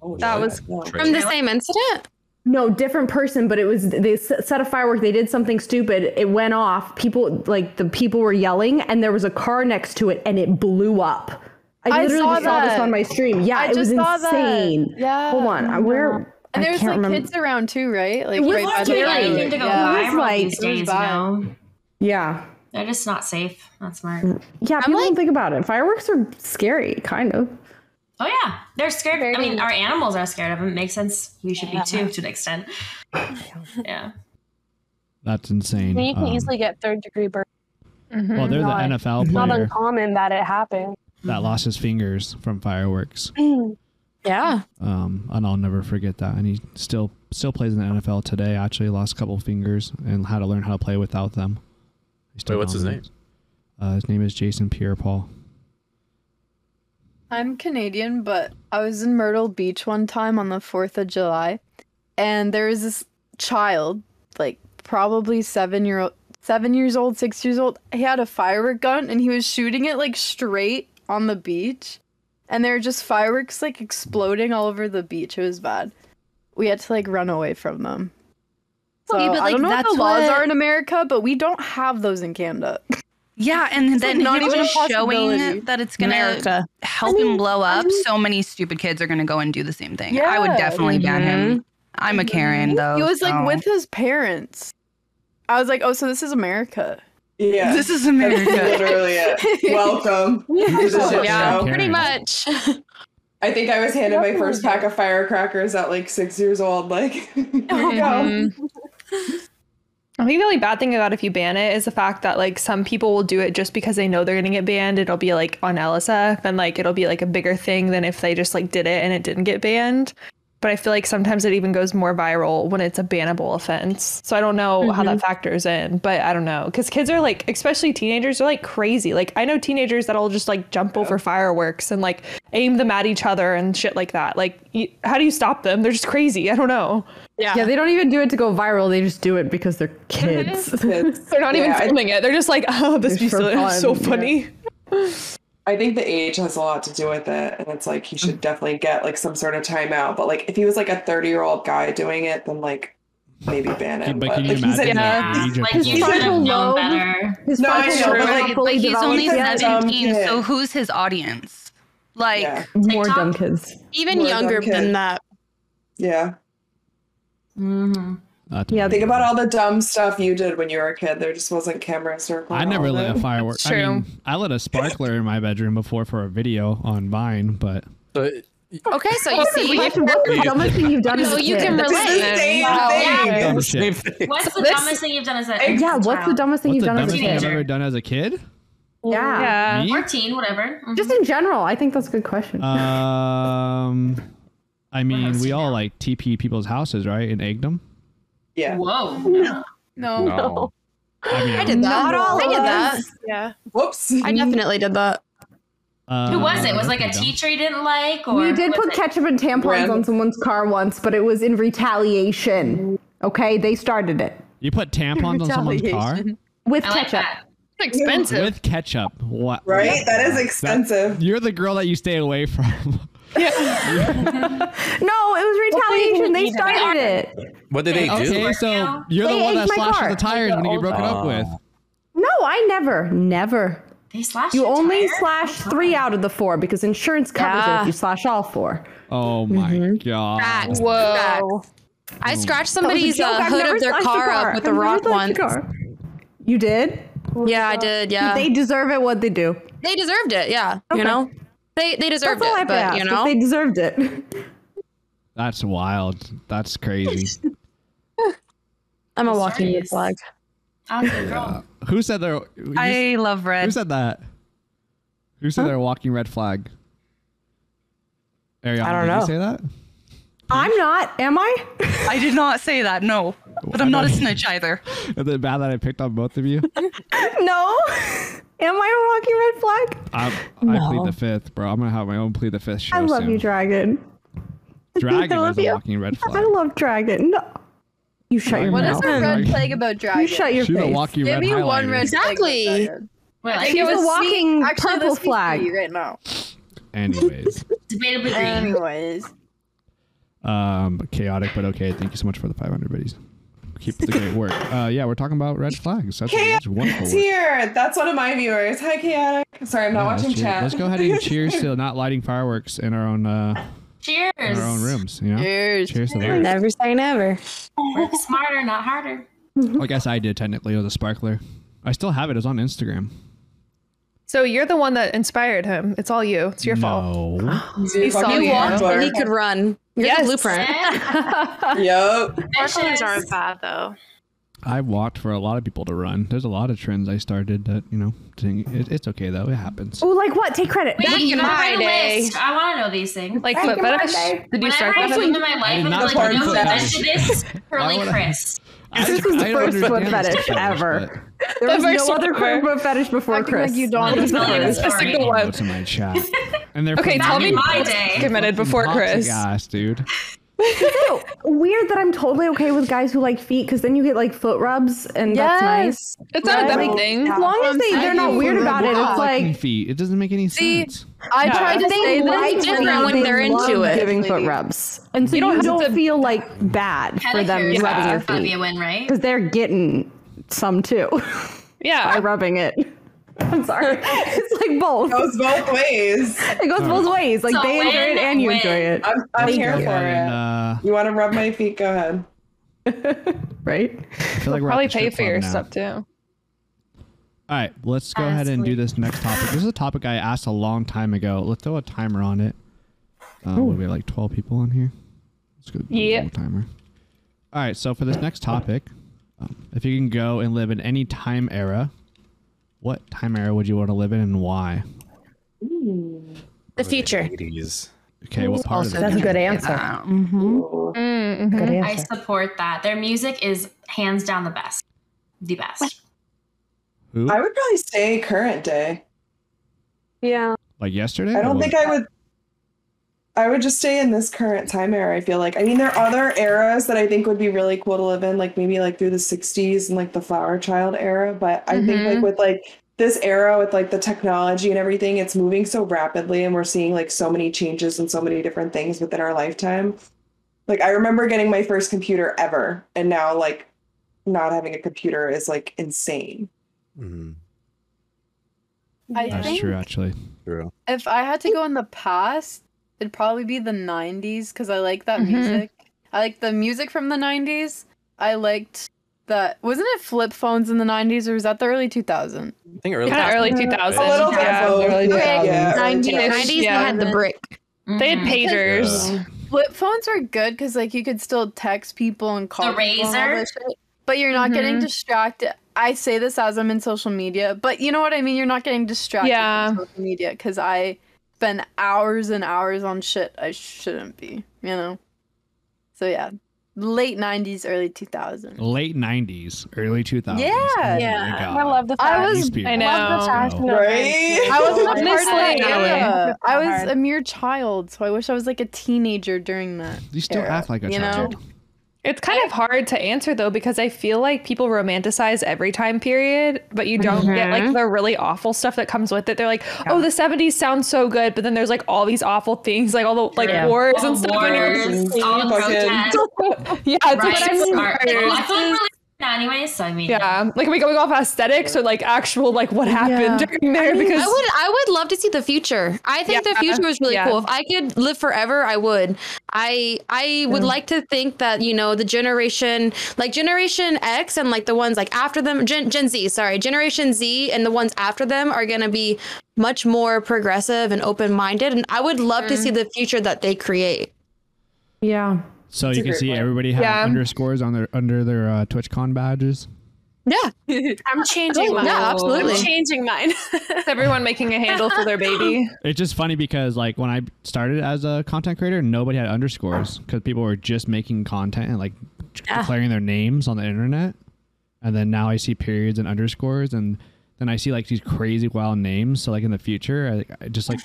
S4: Oh,
S2: That
S11: was
S6: From the same incident?
S11: No, different person, but it was they s- set a firework. They did something stupid. It went off. People like the people were yelling, and there was a car next to it, and it blew up. I
S8: I
S11: literally
S8: saw
S11: just saw this
S8: that.
S11: on my stream. Yeah,
S8: I
S11: it was
S8: just saw that.
S11: insane.
S8: Yeah.
S11: hold on, I- where?
S8: And there
S11: I
S8: was
S11: can't
S8: like
S11: remember.
S8: kids around too, right? Like
S11: It was
S8: right by the
S11: scary.
S8: fireworks.
S11: Anything to go
S8: yeah.
S11: viral It was
S3: these days, you
S11: bad.
S3: know?
S11: Yeah,
S3: They're just not safe. Not smart.
S11: yeah. People don't think about it. Fireworks are scary, kind of.
S3: Oh yeah, they're scared. I mean, our animals are scared of them. It makes sense. We should be too, to an extent. Yeah.
S1: That's insane.
S5: you can
S1: Um,
S5: easily get third degree burn. Mm-hmm.
S1: Well, they're the Not- NFL
S5: It's Not
S1: player.
S5: uncommon that it happens.
S1: that lost his fingers from fireworks.
S6: Yeah.
S1: Um, and I'll never forget that. And he still still plays in the NFL today. Actually, lost a couple fingers and how to learn how to play without them. He still
S9: Wait, what's his name?
S1: dominates. Uh, his name is Jason Pierre-Paul.
S8: I'm Canadian, but I was in Myrtle Beach one time on the 4th of July, and there was this child, like probably seven year old, seven years old, six years old. He had a firework gun and he was shooting it like straight on the beach, and there were just fireworks like exploding all over the beach. It was bad. We had to like run away from them. So
S10: Okay, but,
S8: I
S10: like,
S8: don't know what
S10: that's
S8: the laws
S10: what-
S8: are in America, but we don't have those in Canada.
S10: Yeah, and
S8: It's, like,
S10: then
S8: not
S10: him
S8: even a
S10: just showing
S8: possibility.
S10: that it's gonna
S8: America.
S10: help him blow up. so many stupid kids are gonna go and do the same thing. I would
S8: Yeah.
S10: definitely ban him. I'm a Karen though.
S8: He was like
S10: so-
S8: with his parents. I was like, oh, so this is America.
S2: Yeah.
S10: This is America.
S2: That's literally it. Welcome. This is it now.
S6: much.
S2: I think I was handed my first pack of firecrackers at like six years old. Like, here you go.
S4: I think the only bad thing about if you ban it is the fact that like some people will do it just because they know they're gonna get banned. It'll be like on LSF and like it'll be like a bigger thing than if they just like did it and it didn't get banned. But I feel like sometimes it even goes more viral when it's a bannable offense. So I don't know how that factors in, but I don't know because kids are like, especially teenagers, are like crazy. Like I know teenagers that'll just like jump over fireworks and like aim them at each other and shit like that. Like, y- how do you stop them? They're just crazy. I don't know.
S11: Yeah. they don't even do it to go viral. They just do it because they're kids.
S4: They're not even
S2: Yeah, I-
S4: filming it. They're just like, oh, this
S11: Just
S4: piece
S11: for
S4: is so
S11: fun,
S4: funny.
S2: I think the age has a lot to do with it. And it's like, he
S1: Mm.
S2: should definitely get like some sort of timeout. But like, if he was like a 30 year old guy doing it, then like maybe ban him.
S1: But can you
S2: like, he's
S1: imagine
S2: an
S1: that
S2: ass.
S1: age of
S2: Like,
S1: people-
S2: he's such a
S3: Known
S2: low-
S3: better.
S11: His
S2: No,
S11: frontal
S2: it's true.
S11: lobe
S2: But,
S11: is not
S2: like-
S10: But
S11: fully
S10: he's
S11: developed
S10: only
S11: yet.
S10: seventeen,
S11: Yeah.
S10: so who's his audience? Like
S2: Yeah.
S11: More dumb kids.
S6: Even
S2: More dumb
S6: younger
S2: kid.
S6: than that.
S2: Yeah.
S1: Mm-hmm.
S11: Yeah.
S2: Think about all the dumb stuff you did when you were a kid. There just wasn't cameras circling.
S1: I never
S2: all
S1: lit a
S2: day.
S1: firework. I mean, I lit a sparkler in my bedroom before for a video on Vine, but
S6: Okay, so
S11: Oh
S6: you see.
S11: What's the dumbest thing you've done as
S6: So
S11: a
S6: you
S11: kid?
S6: can relate. Wow.
S3: Yeah.
S1: dumb shit.
S3: What's the dumbest thing you've done as a
S11: Yeah,
S3: as a
S11: what's the
S3: child?
S11: dumbest thing
S1: What's
S11: you've
S1: the
S11: done as
S1: dumbest
S11: a
S1: thing I've
S11: kid?
S1: ever done as a kid?
S11: Yeah.
S1: Me?
S3: or teen, whatever? Mhm.
S11: Just in general, I think that's a good question.
S1: Um, I mean, we all like TP people's houses, right? And egged them.
S2: Yeah.
S3: Whoa.
S8: No.
S1: I mean,
S6: I did that.
S3: Not all
S6: I
S3: of
S6: did that.
S3: us. Yeah.
S2: Whoops.
S6: I definitely did that.
S1: Uh,
S3: Who was it? Was it like a
S1: dumb.
S3: teacher you didn't like? Or
S11: We did
S3: was
S11: put
S3: it-
S11: ketchup and tampons on someone's car once, but it was in retaliation. Okay, they started it
S1: You put tampons on someone's car
S11: with
S3: I like
S11: ketchup.
S3: that.
S1: with ketchup. What?
S2: Right? That is
S1: expensive. you're the girl that you stay away from.
S11: no, it was retaliation. They started it.
S5: What did they do?
S1: Okay, so you're the
S11: They
S1: one
S11: ate
S1: that
S11: my
S1: slashed
S11: car.
S1: the tires when you get broken up
S5: Oh.
S1: with.
S11: No, I never, never.
S3: They slash
S11: you only slash three out of the four because insurance covers it
S6: Yeah.
S11: if you slash all four.
S1: Oh my god.
S6: Facts. Facts. I scratched
S11: That was a
S6: somebody's
S11: joke.
S6: uh,
S11: I've
S6: hood
S11: never
S6: of their
S11: slashed a
S6: car up with a
S11: I've never
S6: rock once.
S11: slashed a car. You did?
S6: Yeah, I did. Yeah,
S11: They deserve it what they do.
S6: They deserved it. Yeah, you know, they they deserved
S11: That's all I
S6: it. But
S11: asked,
S6: you
S11: if
S6: know,
S11: They deserved it.
S1: That's wild. That's crazy.
S6: I'm a walking red flag.
S3: I was a girl.
S1: Who said they're? you-
S10: I love
S1: Who
S10: red.
S1: said that? Who said they're a walking red flag? Ariana,
S6: I don't
S1: did
S6: know.
S1: You say that?
S11: I'm not, am I?
S10: I did not say that. No, but I'm not a snitch either.
S1: Is it bad that I picked on both of you?
S11: no. Am I a walking red flag?
S1: I, I plead the fifth, bro. I'm gonna have my own plead the fifth show.
S11: I love
S1: soon.
S11: you, Dragon.
S1: Dragon
S11: I love
S1: is a
S11: you.
S1: walking red
S11: I
S1: flag.
S11: love Dragon. No. You shut your
S1: What
S11: mouth.
S1: is a red
S11: You
S8: Plague about dragon.
S11: shut your
S1: She's a
S11: face.
S1: walking
S8: Give
S1: red
S8: me one
S1: highlighter.
S8: red flag about
S6: Exactly.
S8: dragon.
S3: Wait,
S8: I
S3: like,
S8: think it
S11: She's a
S8: was
S11: walking
S8: sweet- actually,
S11: purple
S8: let's be
S11: flag.
S8: sweet right now.
S1: Anyways,
S3: debatably green.
S8: Anyways,
S1: um, chaotic but okay. Thank you so much for the 500 biddies. Keep the great work. Uh, yeah, we're talking about red flags. That's, that's wonderful.
S2: It's
S1: work.
S2: here. That's one of my viewers. Hi, Chaotic. Sorry, I'm not
S1: Yeah, let's
S2: watching
S1: cheer-
S2: chat.
S1: Let's go ahead and cheers to not lighting fireworks in our own uh,
S3: Cheers.
S1: in our own rooms. You know,
S8: cheers.
S1: cheers to that.
S6: Never say never.
S3: Work smarter, not harder.
S1: I guess I did technically with a sparkler. I still have it. It's on Instagram.
S4: So you're the one that inspired him. It's all you. It's your fault.
S1: No.
S2: You
S4: saw me
S6: Walked and he could run. You're
S4: Yes.
S6: the blueprint.
S2: Yep.
S13: Sparklers aren't bad though.
S1: I walked for a lot of people to run. There's a lot of trends I started that you know. didn't- It, it's okay though. It happens.
S11: Oh, like what? Take credit.
S3: Wait, you know,
S8: my
S3: my
S8: day.
S3: list. I want to know these things.
S4: Like foot fetish? Did you
S3: Whenever
S4: start
S3: I
S4: with
S3: swim
S4: him?
S3: in my
S1: I
S3: life,
S1: did
S3: I'm
S1: not
S3: like,
S1: start
S3: no,
S1: foot
S3: this
S1: fetish.
S3: is curly
S1: would I-
S11: Chris.
S3: Chris.
S1: I,
S11: This was the
S1: I don't
S11: first foot
S1: understand this
S11: fetish
S1: fetish,
S11: ever.
S1: but
S11: There was
S4: first
S11: no other
S4: one ever.
S11: quote fetish before
S4: Acting like
S11: Chris.
S4: you don't.
S11: That was the
S3: Tell you the
S11: first.
S3: story.
S4: a single
S1: I'll
S4: one.
S1: go to my chat. And they're
S4: Okay,
S1: fucking
S4: tell me
S3: in my day.
S4: committed before
S1: toxic
S4: Chris.
S1: ass, dude.
S11: So weird that I'm totally okay with guys who like feet because then you get like foot rubs and that's nice.
S4: It's not a
S11: Right?
S4: bad thing.
S11: As long as they,
S1: Um, I
S11: they're not
S1: think
S11: weird
S1: we're
S11: about it,
S1: all
S11: it's
S1: fucking
S11: like
S1: feet. It doesn't make any
S8: See,
S1: sense.
S8: I tried to say
S11: they
S8: this.
S11: like
S6: it's different
S11: when
S6: when they're into it.
S11: giving foot rubs, and so you don't,
S4: have to-
S11: feel like bad for them
S3: Pedicures
S11: rubbing your
S3: are gonna be a
S11: feet
S3: win, right?
S11: because they're getting some too by
S4: Yeah.
S11: rubbing it. I'm sorry, it's like both.
S2: Goes both ways.
S11: It goes both ways. Like
S3: So
S11: they enjoy it
S3: when-
S11: and you
S3: when-
S11: enjoy it,
S2: I'm, I'm here for
S1: Fucking,
S2: it.
S1: uh,
S2: you want to rub my feet? Go ahead.
S11: right?
S1: I feel like we're at
S4: Probably
S1: the
S4: pay
S1: strip
S4: for
S1: club
S4: your
S1: now.
S4: stuff too.
S1: All right, let's go ahead and do this next topic. This is a topic I asked a long time ago. Let's throw a timer on it. Um, what do we have like 12 people on here. Let's go. do a
S4: Yeah.
S1: little timer. All right, so for this next topic, um, if you can go and live in any time era, what time era would you want to live in and why?
S4: Mm.
S6: The future.
S5: 80s.
S1: Okay, what part of
S11: That's
S1: it?
S11: a good answer.
S5: Mm-hmm.
S3: Mm,
S11: Good
S3: I
S11: answer.
S3: support that. Their music is hands down the best. The best.
S1: Who?
S2: I would probably say current day.
S14: Yeah.
S1: Like yesterday?
S2: I
S1: or
S2: don't
S1: what?
S2: think I would. I would just stay in this current time era. I feel like. I mean, there are other eras that I think would be really cool to live in, like maybe like through the '60s and like the flower child era. But I think like with like this era with like the technology and everything, it's moving so rapidly, and we're seeing like so many changes and so many different things within our lifetime. Like I remember getting my first computer ever, and now like not having a computer is like insane.
S5: Mm,
S8: I
S1: That's
S8: think
S1: true, actually.
S5: true.
S8: if I had to go in the past, it'd probably be the 90s because I like that
S4: Mhm.
S8: music. I like the music from the 90s. I liked that. Wasn't it flip phones in the 90s or was that the early 2000s?
S5: I think early.
S4: Kind of early 2000s.
S2: A little bit
S4: yeah.
S2: of both.
S4: early
S2: Okay.
S4: 2000s.
S2: Yeah, early
S6: 90s,
S2: 2000s.
S6: 90s
S4: Yeah.
S6: they had the brick.
S4: They had
S3: Mhm.
S4: pagers.
S8: Flip phones were good because like you could still text people and call
S3: The
S8: people and all
S3: razor?
S8: that shit, but you're not getting
S4: Mhm.
S8: distracted. I say this as I'm in social media, but you know what I mean. You're not getting distracted
S4: Yeah.
S8: from social media because I spend hours and hours on shit I shouldn't be. You know. So yeah, late 90s, early 2000s.
S1: Late 90s, early 2000s.
S8: Yeah.
S1: Oh my
S8: Yeah.
S1: God.
S8: I love the
S1: I
S8: fashion.
S1: was,
S8: I know.
S7: Right?
S8: I was
S7: Honestly,
S8: honestly,
S7: yeah.
S8: yeah. I was a mere child, so I wish I was like a teenager during that.
S1: You still
S8: era,
S1: act like a
S8: you know?
S1: child.
S4: It's kind of hard to answer though because I feel like people romanticize every time period, but you don't get like
S8: Mhm.
S4: the really awful stuff that comes with it. They're like, "Oh, the '70s sounds so good," but then there's like all these awful things, like all the like
S3: Yeah.
S4: wars
S3: All
S4: and
S3: the
S4: stuff. and you're
S3: wars,
S4: just-
S3: all the
S4: yeah,
S3: Right.
S4: it's what I mean.
S3: Smart. Like, well, that's what I'm really now anyway, so I mean,
S4: Yeah, like are we going off aesthetics or like actual like what happened during there? because
S6: I would I would love to see the future. I think the
S4: Yeah.
S6: future was really
S4: Yeah.
S6: cool. If I could live forever, I would. I I would like to think that, you know, the generation like generation X and like the ones like after them Gen, Gen Z, sorry, generation Z and the ones after them are going to be much more progressive and open-minded and I would love to see the future that they create.
S11: Yeah.
S1: So
S6: It's
S1: you
S6: a
S1: can
S6: great
S1: see
S6: one.
S1: everybody have
S6: Yeah.
S1: underscores on their under their uh, TwitchCon badges.
S6: Yeah.
S7: I'm changing
S4: Oh,
S7: mine.
S4: yeah, absolutely.
S7: I'm changing mine.
S4: everyone making a handle for their baby.
S1: It's just funny because like when I started as a content creator, nobody had underscores because people were just making content and like
S15: Ah.
S1: declaring their names on the internet. And then now I see periods and underscores, and then I see like these crazy wild names. So like in the future, I, like, I just like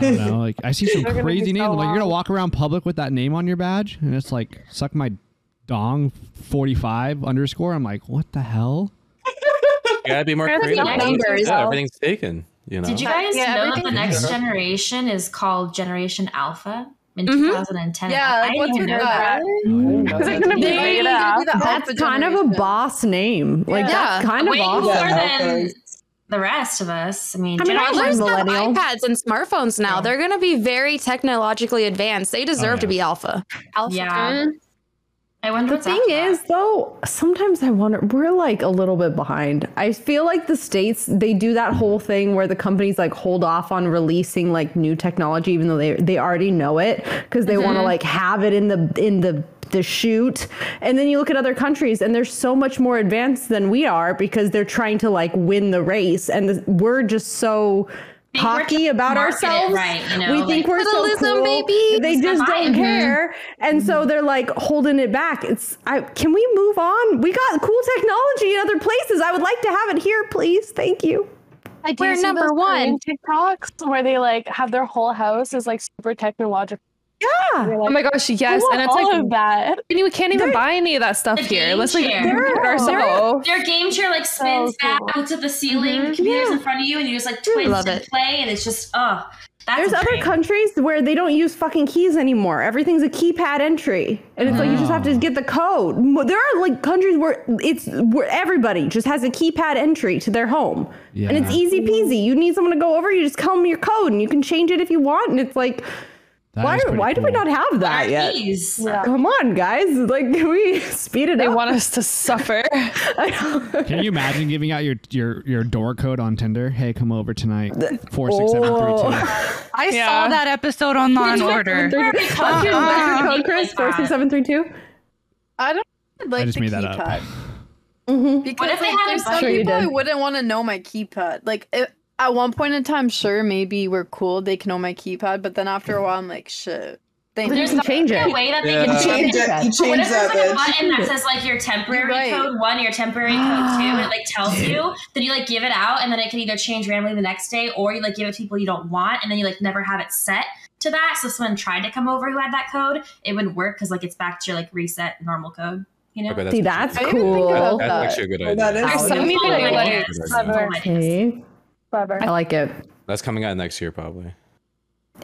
S1: I don't know, like I see some
S15: They're gonna be
S1: crazy names.
S15: so
S1: I'm like you're gonna
S15: wild.
S1: walk around public with that name on your badge, and it's like suck my dong forty five underscore. I'm like, what the hell?
S9: You gotta be more
S3: That's
S9: creative.
S3: not numbers.
S9: Yeah, everything's taken. You know.
S3: Did you guys
S8: Yeah,
S3: know that the
S8: everything-
S3: next
S9: Yeah.
S3: generation is called Generation Alpha in
S6: Mhm.
S3: 2010?
S8: Yeah, like,
S3: I
S8: what's
S3: didn't
S8: with
S3: know
S11: Oh,
S8: that?
S3: that.
S8: gonna be They- made they're gonna up? be the
S11: That's kind of a boss name. Like that's kind of
S3: Way
S11: awesome.
S3: more than the rest of us. I mean,
S6: I mean,
S3: Gen-
S6: toddlers have iPads and smartphones now. They're going to be very technologically advanced. They deserve to be alpha.
S3: Alpha. Yeah. I wonder
S11: the
S3: what's
S11: thing is though sometimes i wonder we're like a little bit behind i feel like the states they do that whole thing where the companies like hold off on releasing like new technology even though they they already know it because they want
S8: Mm-hmm.
S11: to
S16: Mhm.
S11: like have it in the in the the shoot and then you look at other countries and they're so much more advanced than we are because they're trying to like win the race and the, we're just so cocky about
S3: market it
S11: ourselves
S3: right, you know,
S11: we
S3: like-
S11: think we're so
S3: Capitalism,
S11: cool
S3: baby.
S11: they
S3: It's Mm-hmm.
S11: just
S3: not
S11: don't
S3: mine.
S11: care and so they're like holding it back. It's I can we move on? We got cool technology in other places. I would like to have it here, please. Thank you.
S5: I do see those Korean TikToks where they like have their whole house is like super technological.
S11: Yeah.
S4: oh my gosh, yes, and it's
S5: all
S4: like
S5: of that.
S4: And you can't even
S5: They're-
S4: buy any of that stuff
S3: The
S4: here.
S3: game
S4: Let's like
S3: chair.
S4: look at ourselves.
S3: Their game chair like spins back out to the ceiling.
S11: Mm-hmm.
S3: The computer's in front of you, and you just like twist
S11: love
S3: and
S11: it.
S3: play, and it's just oh, that's
S11: There's
S3: a
S11: other
S3: dream.
S11: countries where they don't use fucking keys anymore. Everything's a keypad entry, and it's like you just have to
S1: Oh.
S11: get the code. Mo- There are like countries where it's where everybody just has a keypad entry to their home, and it's
S1: Yeah.
S11: easy peasy. You need someone to go over, you just tell them your code, and you can change it if you want. And it's like,
S1: That
S11: why
S1: is pretty
S11: why do we
S1: cool.
S11: not have that
S1: Our
S11: yet?
S3: keys.
S11: Come on, guys! Like, can we speed it
S4: They
S11: up?
S4: want us to suffer.
S1: Can you imagine giving out your your your door code on Tinder? Hey, come over tonight. Four six seven three two.
S10: I saw that episode on Law and Order. Uh-uh.
S11: What's your what's your code, Chris? Four six seven three two.
S8: I don't I'd like
S1: I just
S8: the
S1: made that up.
S8: keypad.
S11: Mm-hmm.
S8: Because
S3: if they
S8: like,
S3: had
S8: there's
S3: a
S8: some
S3: budget? Sure you
S8: people I
S3: did.
S8: wouldn't want to know my keypad. Like if, at one point in time, sure, maybe we're cool. They can know my keypad, but then after a while, I'm like, shit. They
S3: But you
S8: there's
S3: can
S8: not-
S3: change it.
S8: way that
S3: Yeah. You change it.
S8: keypad.
S3: You But what if change there's, that like, a bitch. button that
S8: Change it.
S3: says, like, your temporary
S8: You're right.
S3: code one, your temporary code two, and it like tells you. Then you like give it out, and then it can either change randomly the next day, or you like give it to people you don't want, and then you like never have it set to that. So if someone tried to come over who had that code, it wouldn't work because like it's back to your like reset normal code. You know?
S9: Okay, that's See,
S11: that's
S9: I
S11: cool.
S9: That- that's actually a good idea.
S3: There's some people that like-
S11: Okay.
S5: Clever.
S11: I like it.
S9: That's coming out next year probably.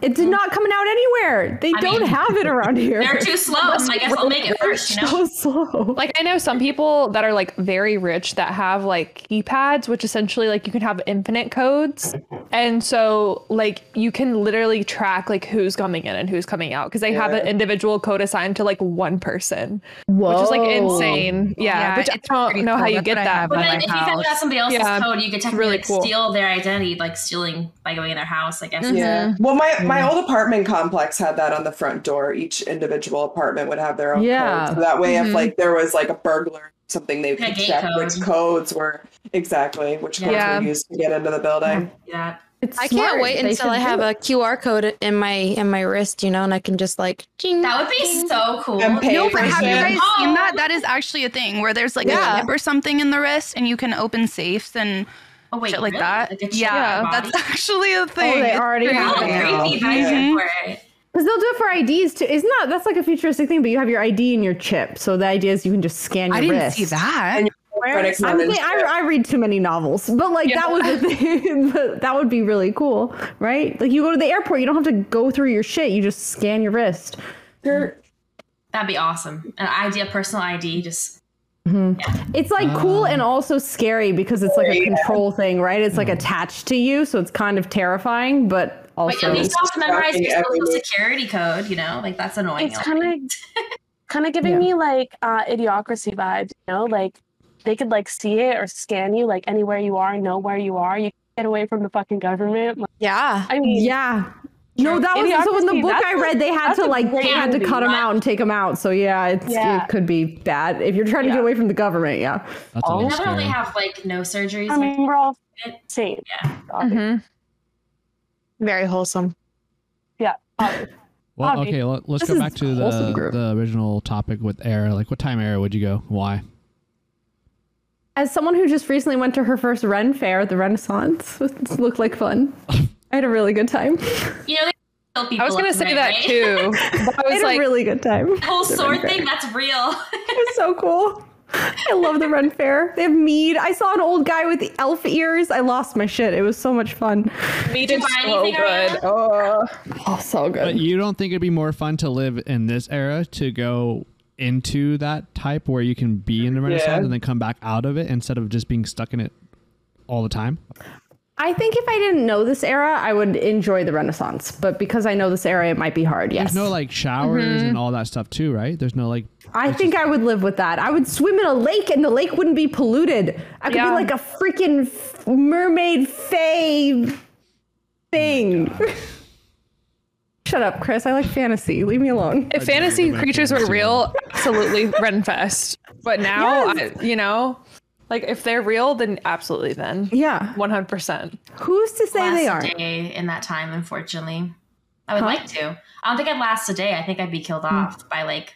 S11: It's not coming out anywhere. They
S3: I
S11: don't
S3: mean,
S11: have it around here.
S3: they're too slow, so I guess I'll make it first, you know?
S11: So slow.
S4: Like I know some people that are like very rich that have like keypads, which essentially like you can have infinite codes, and so like you can literally track like who's coming in and who's coming out because they have an
S11: Yeah.
S4: individual code assigned to like one person, which is like
S11: Whoa.
S4: insane. Yeah,
S11: Yeah,
S4: which I
S11: it's
S4: don't
S11: pretty
S4: know how
S11: cool.
S4: you
S11: That's
S4: get
S11: what I
S4: that.
S11: have
S3: But
S11: on
S3: then if you found out somebody else's
S4: Yeah,
S3: code, you could
S4: it's
S3: technically
S4: really
S3: like,
S4: cool.
S3: steal their identity, like stealing by going in their house. I guess.
S2: Yeah.
S13: Mm-hmm.
S11: Mm-hmm.
S2: Well, my my
S3: Yeah.
S2: old apartment complex had that on the front door. Each individual apartment would have their own
S3: Yeah.
S2: code. So that way,
S3: Mhm.
S13: Mm-hmm.
S2: if like there was like a burglar or something, they
S3: Yeah,
S2: could
S3: gate
S2: check
S3: code.
S2: which codes were exactly which codes
S3: Yeah.
S2: were used to get into the building.
S3: Yeah.
S6: I can't
S3: smart.
S6: wait
S3: They
S6: until I
S3: should
S6: have
S3: do
S6: a QR code in my in my wrist, you know, and I can just like
S3: That would be so cool.
S10: No, but have you guys
S3: Oh,
S10: seen that? That is actually a thing where there's like
S3: Yeah.
S10: a chip or something in the wrist, and you can open safes and
S3: Oh, wait,
S10: shit like
S3: really?
S10: that.
S3: Like a chip
S10: yeah,
S3: in the
S10: that's
S3: body?
S10: actually a
S11: Oh,
S10: thing.
S11: they
S10: It's
S11: already
S10: pretty
S11: have
S10: cool.
S11: it now.
S10: Mhm.
S11: Because they'll do it for IDs too. It's not that's like a futuristic thing, but you have your ID and your chip. So the idea is you can just scan your
S10: I didn't
S11: wrist.
S10: see that.
S11: I'm saying- I, I read too many novels, but like that was the thing. but that would be really cool, right? Like you go to the airport, you don't have to go through your shit. You just scan your wrist.
S3: That'd be awesome. An ID, a personal ID, just
S11: Mhm.
S5: Mm-hmm.
S11: It's like cool
S5: Ah.
S11: and also scary because it's like a
S3: Yeah.
S11: control thing, right? It's
S5: Mm.
S11: like attached to you, so it's kind of terrifying, but also.
S3: wait. At least you have to memorize your social security code. You know, like that's annoying.
S5: It's kind of kind of giving me like uh, idiocracy vibes, you know, like they could like see it or scan you like anywhere you are, know where you are. You can get away from the fucking government. Like,
S6: yeah.
S5: I mean,
S11: yeah. No, that was so. In the
S5: Idiocracy,
S11: book
S5: that's
S11: I
S5: a-
S11: read, they had
S5: that's
S11: to
S5: a
S11: like
S5: great
S11: they had to
S5: movie.
S11: cut them out and take them out. So yeah, it's,
S3: Yeah.
S11: it could be bad if you're trying to get away from the government. Yeah.
S3: That's oh, never they have like no surgeries.
S5: I mean, we're all same.
S3: Yeah.
S11: Mm-hmm.
S6: Very wholesome.
S5: Yeah.
S1: Well,
S5: Bobby.
S1: okay, let, let's
S5: This
S1: go
S5: is
S1: back to the,
S5: wholesome group.
S1: the original topic with era. Like, what time era would you go? Why?
S11: As someone who just recently went to her first Ren fair, the Renaissance it looked like fun. I had a really good time.
S3: You know, they kill people
S11: I was gonna
S3: left and
S11: say
S3: right,
S11: that
S3: right?
S11: too. I had a really good time.
S3: The whole
S11: The Ren
S3: sword
S11: Fair.
S3: thing, that's real.
S11: It was so cool. I love the Ren Fair. They have mead. I saw an old guy with elf ears. I lost my shit. It was so much fun.
S3: Mead Did you is buy so anything, good.
S11: Oh, so good.
S1: But you don't think it'd be more fun to live in this era to go into that type where you can be in the Renaissance
S11: Yeah.
S1: and then come back out of it instead of just being stuck in it all the time?
S11: I think if I didn't know this era, I would enjoy the Renaissance. But because I know this era, it might be hard. Yes.
S1: There's no like showers
S11: Mhm.
S1: and all that stuff too, right? There's no like
S11: I think I would live with that. I would swim in a lake and the lake wouldn't be polluted. I could
S1: Yeah.
S11: be like a freaking f- mermaid fae thing. Shut up, Chris. I like fantasy. Leave me alone.
S4: If fantasy creatures were real, absolutely Renfest. But now, I, you know, like if they're real, then absolutely then.
S11: Yeah.
S4: 100%.
S11: Who's to say
S3: last a day in that time, unfortunately. I would
S4: Huh?
S3: like to. I don't think I'd last a day. I think I'd be killed
S5: Hmm.
S3: off by like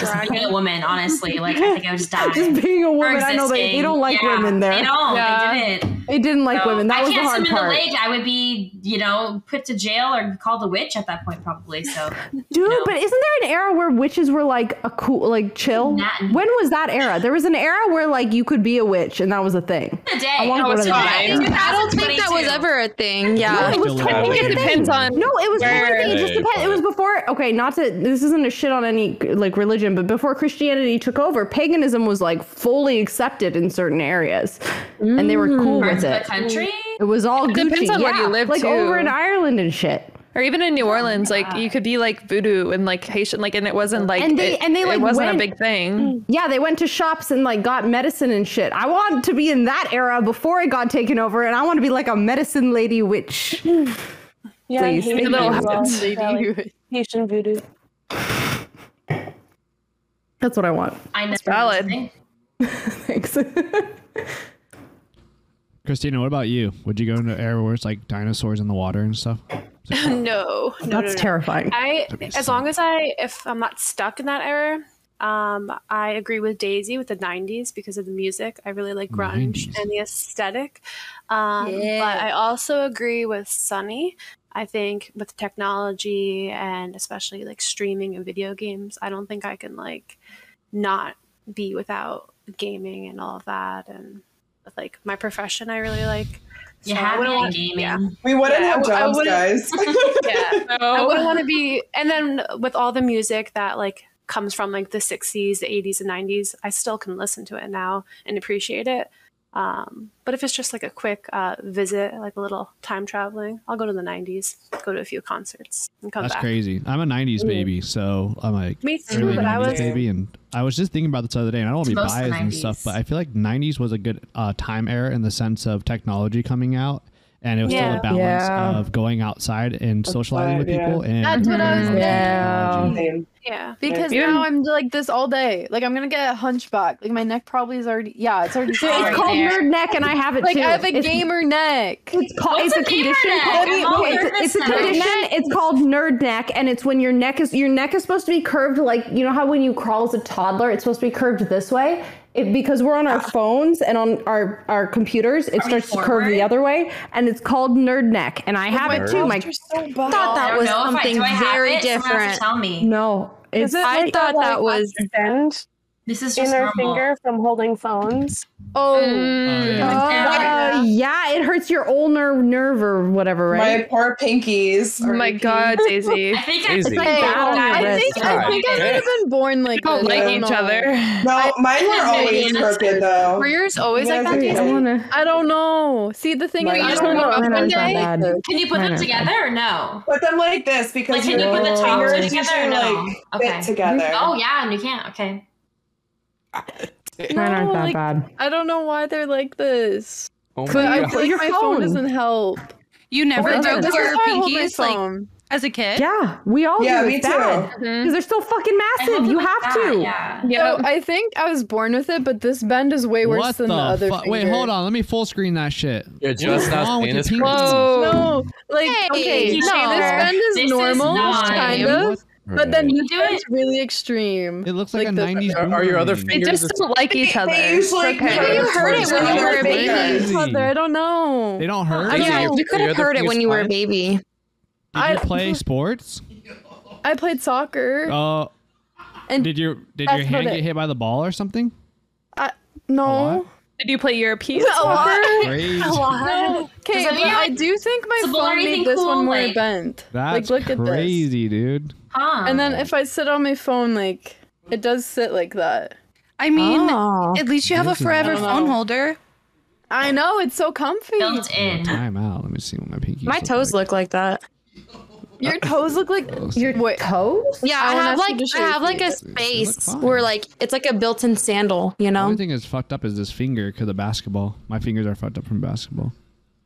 S3: just being a woman. Honestly, like I think I would just die.
S11: Just being a
S3: for
S11: woman, I know they, they
S3: existing.
S11: don't like
S3: Yeah,
S11: women there.
S3: They don't. They didn't.
S11: They didn't like
S3: So,
S11: women. That
S3: I
S11: was the
S3: can't
S11: hard
S3: swim in
S11: part.
S3: the lake. I would be, you know, put to jail or called a witch at that point, probably. So
S11: Dude, but isn't there an era where witches were like a cool, like chill? When was that era? There was an era where like you could be a witch and that was a thing.
S3: The day.
S11: I wanna
S6: Oh,
S11: go
S6: it's
S11: to that
S6: fine.
S11: era.
S6: I don't think that was ever a thing. Yeah.
S11: No, it was totally a thing. No, it was totally a thing. It just depends. It was before. Okay, not to. This isn't a shit on any like religion, but before Christianity took over, paganism was like fully accepted in certain areas, and they were cool
S4: Mm. Parts
S11: with
S4: of
S11: it.
S4: the country?
S11: It was all
S4: It depends
S11: Gucci,
S4: on where
S11: yeah.
S4: you live,
S11: Like
S4: too.
S11: over in Ireland and shit.
S4: Or even
S3: Oh
S4: in New Orleans, like you could be like voodoo and like Haitian, like and it wasn't like
S11: And they-
S4: it,
S11: and they,
S4: it
S11: like,
S4: wasn't
S11: went- Mm.
S4: a big thing.
S11: Yeah, they went to shops and like got medicine and shit. I want to be in that era before it got taken over, and I want to be like a medicine lady witch.
S4: Mm.
S5: Yeah,
S11: Please.
S5: Haitian voodoo. Yeah, like, Haitian voodoo.
S11: That's what I want.
S3: I know.
S4: Valid.
S11: Thanks.
S1: Christina, what about you? Would you go into an era where it's like dinosaurs in the water and stuff?
S13: no, no, no,
S1: That's
S13: no.
S1: terrifying.
S13: I,
S1: That'd be
S13: as long as I, if I'm not stuck in that era, um, I agree with Daisy with the '90s because of the music. I really like grunge
S17: 90s.
S13: and the aesthetic. Um, But I also agree with Sunny. I think with technology and especially like streaming and video games, I don't think I can like not be without gaming and all of that and with, like my profession I really like.
S3: You
S13: So I
S3: had me
S13: wouldn't
S3: at
S13: want-
S3: gaming.
S2: We wouldn't
S13: Yeah, I
S2: have
S13: w- I
S2: jobs,
S13: wouldn't-
S2: guys.
S13: yeah, I wouldn't want to be. And then with all the music that like comes from like the '60s, the '80s, and '90s, I still can listen to it now and appreciate it. Um, but if it's just like a quick uh, visit, like a little time traveling, I'll go to the '90s, go to a few concerts, and come
S1: That's
S13: back.
S1: crazy. I'm a '90s baby, so I'm like
S13: Me too,
S1: early
S13: but I
S1: 90s
S13: was-
S1: baby, and I was just thinking about this the other day, and I don't want to be
S13: It's most the
S1: biased and stuff,
S13: 90s.
S1: but I feel like '90s was a good uh, time era in the sense of technology coming out, and it was still
S13: Yeah.
S1: a balance
S13: Yeah.
S1: of going outside and socializing
S13: right,
S1: with people.
S13: yeah.
S1: And
S13: That's what I was
S1: technology.
S13: thinking.
S1: Technology.
S7: Yeah.
S8: Because
S7: Even-
S8: now I'm like this all day. Like I'm gonna get a hunchback. Like my neck probably is already yeah, it's already.
S11: It's
S8: scarred
S11: called
S8: there.
S11: nerd neck, and I have it
S8: Like
S11: too.
S8: I have a
S11: It's-
S8: gamer neck.
S11: It's called. It's a condition. called- wait, it's, it's a condition. It's called nerd neck, and it's when your neck is your neck is supposed to be curved like you know how when you crawl as a toddler, it's supposed to be curved this way. It, because we're on our phones and on our, our computers, it starts to curve the other way, and it's called nerd neck. And I
S8: Oh
S6: Like,
S11: have
S6: my
S11: it too. My
S6: palms are so bald. Thought that I don't was know if I- something do I have very it? Someone has to different. tell me.
S11: No, it's,
S6: I thought that was
S5: bend
S3: this is
S5: in
S11: just
S5: their
S11: normal.
S5: finger from holding phones.
S8: Oh,
S11: Mm, oh, yeah. it hurts your ulnar nerve or whatever, right?
S2: My poor pinkies.
S11: Oh
S2: my
S11: God,
S2: Daisy.
S11: I think
S2: I-
S8: It's
S2: Daisy.
S8: like
S2: Hey,
S8: that. I
S2: guys.
S8: think I think I would have been born like
S2: don't
S8: this.
S2: like
S8: I don't
S2: each
S8: know.
S2: other. No, mine were always crooked though.
S8: Were yours always like that?
S2: Yeah,
S8: Daisy?
S11: wanna-
S8: I don't know. See the thing
S2: Mine
S8: is, I
S2: is
S8: don't know.
S2: not-
S8: if
S2: mine
S8: One
S2: is not
S8: day,
S2: bad.
S3: Can you put
S2: Mine
S3: them
S2: are-
S3: together or no?
S2: Put them like this because
S3: Like, can you
S2: your
S3: put the top two
S2: fingers
S3: together or
S2: usually,
S3: no?
S2: like,
S3: okay.
S2: fit together.
S3: Oh yeah, and you can't. Okay.
S11: Mine aren't
S8: No,
S11: that
S8: like,
S11: bad.
S8: I don't know why they're like this.
S9: Oh
S8: but
S10: my
S8: I
S10: God.
S8: feel like
S10: Your
S8: my phone.
S10: phone.
S8: doesn't help.
S10: You never
S8: Or-
S10: broke
S8: this is
S10: your
S8: how I hold my
S10: pinkies, like,
S8: phone.
S10: as a kid? Mm-hmm.
S11: Yeah, we all
S10: Yeah,
S11: do.
S10: me
S11: It's
S10: too.
S11: bad because
S8: Mhm.
S11: they're still fucking massive. You have to.
S8: So I think I was born with it, but this bend is way worse
S1: what
S8: than
S1: the,
S8: the, other.
S1: fu- Wait,
S8: finger.
S1: hold on. Let me full screen that shit.
S9: You're just
S1: What's
S9: not
S1: wrong with
S9: penis
S1: your pinky?
S8: No, like okay,
S6: Hey,
S8: no,
S6: Chandler.
S8: this bend is
S6: This is
S8: normal,
S6: not-
S8: kind
S6: What?
S8: of. But then you do it really extreme. It
S1: looks like,
S8: a
S1: '90s.
S8: Are,
S9: your other
S8: They
S9: fingers?
S8: just
S9: is-
S8: don't like each other.
S2: They usually
S8: Okay.
S2: curve
S8: Maybe you heard it
S2: towards
S8: when you
S2: their
S8: were a baby.
S2: fingers.
S8: Each other, I don't know.
S1: They don't hurt.
S8: I don't know.
S6: you could have heard it when you were a baby.
S1: Did you play sports?
S8: I played soccer.
S1: Uh,
S8: and
S1: did your did
S8: that's
S1: your
S8: about
S1: hand
S8: it.
S1: get hit by the ball or something?
S8: I, no.
S15: Did you play European?
S8: A lot.
S1: Crazy.
S8: No. Okay,
S15: Does that
S8: but
S15: mean
S8: I
S15: like-
S8: do think my
S15: Sybil,
S8: phone
S15: anything
S8: made this
S15: cool?
S8: one more
S15: Like-
S8: bent.
S1: That's
S8: like, look at this.
S1: crazy, dude.
S8: And then if I sit on my phone, like it does sit like that.
S10: I mean,
S3: Oh.
S10: at least you have a forever phone holder.
S8: I know it's so comfy.
S3: Built in.
S1: Time out. Let me see what my pinky.
S6: My toes look like that.
S8: Your toes look like your
S11: toes.
S6: Yeah, I,
S8: I wanna ask
S6: have
S8: you
S6: like
S8: to
S6: I
S8: show
S6: have
S8: me.
S6: like a space where like it's like a built-in sandal. You
S1: The
S6: know.
S1: only thing that's fucked up is this finger because of basketball. My fingers are fucked up from basketball.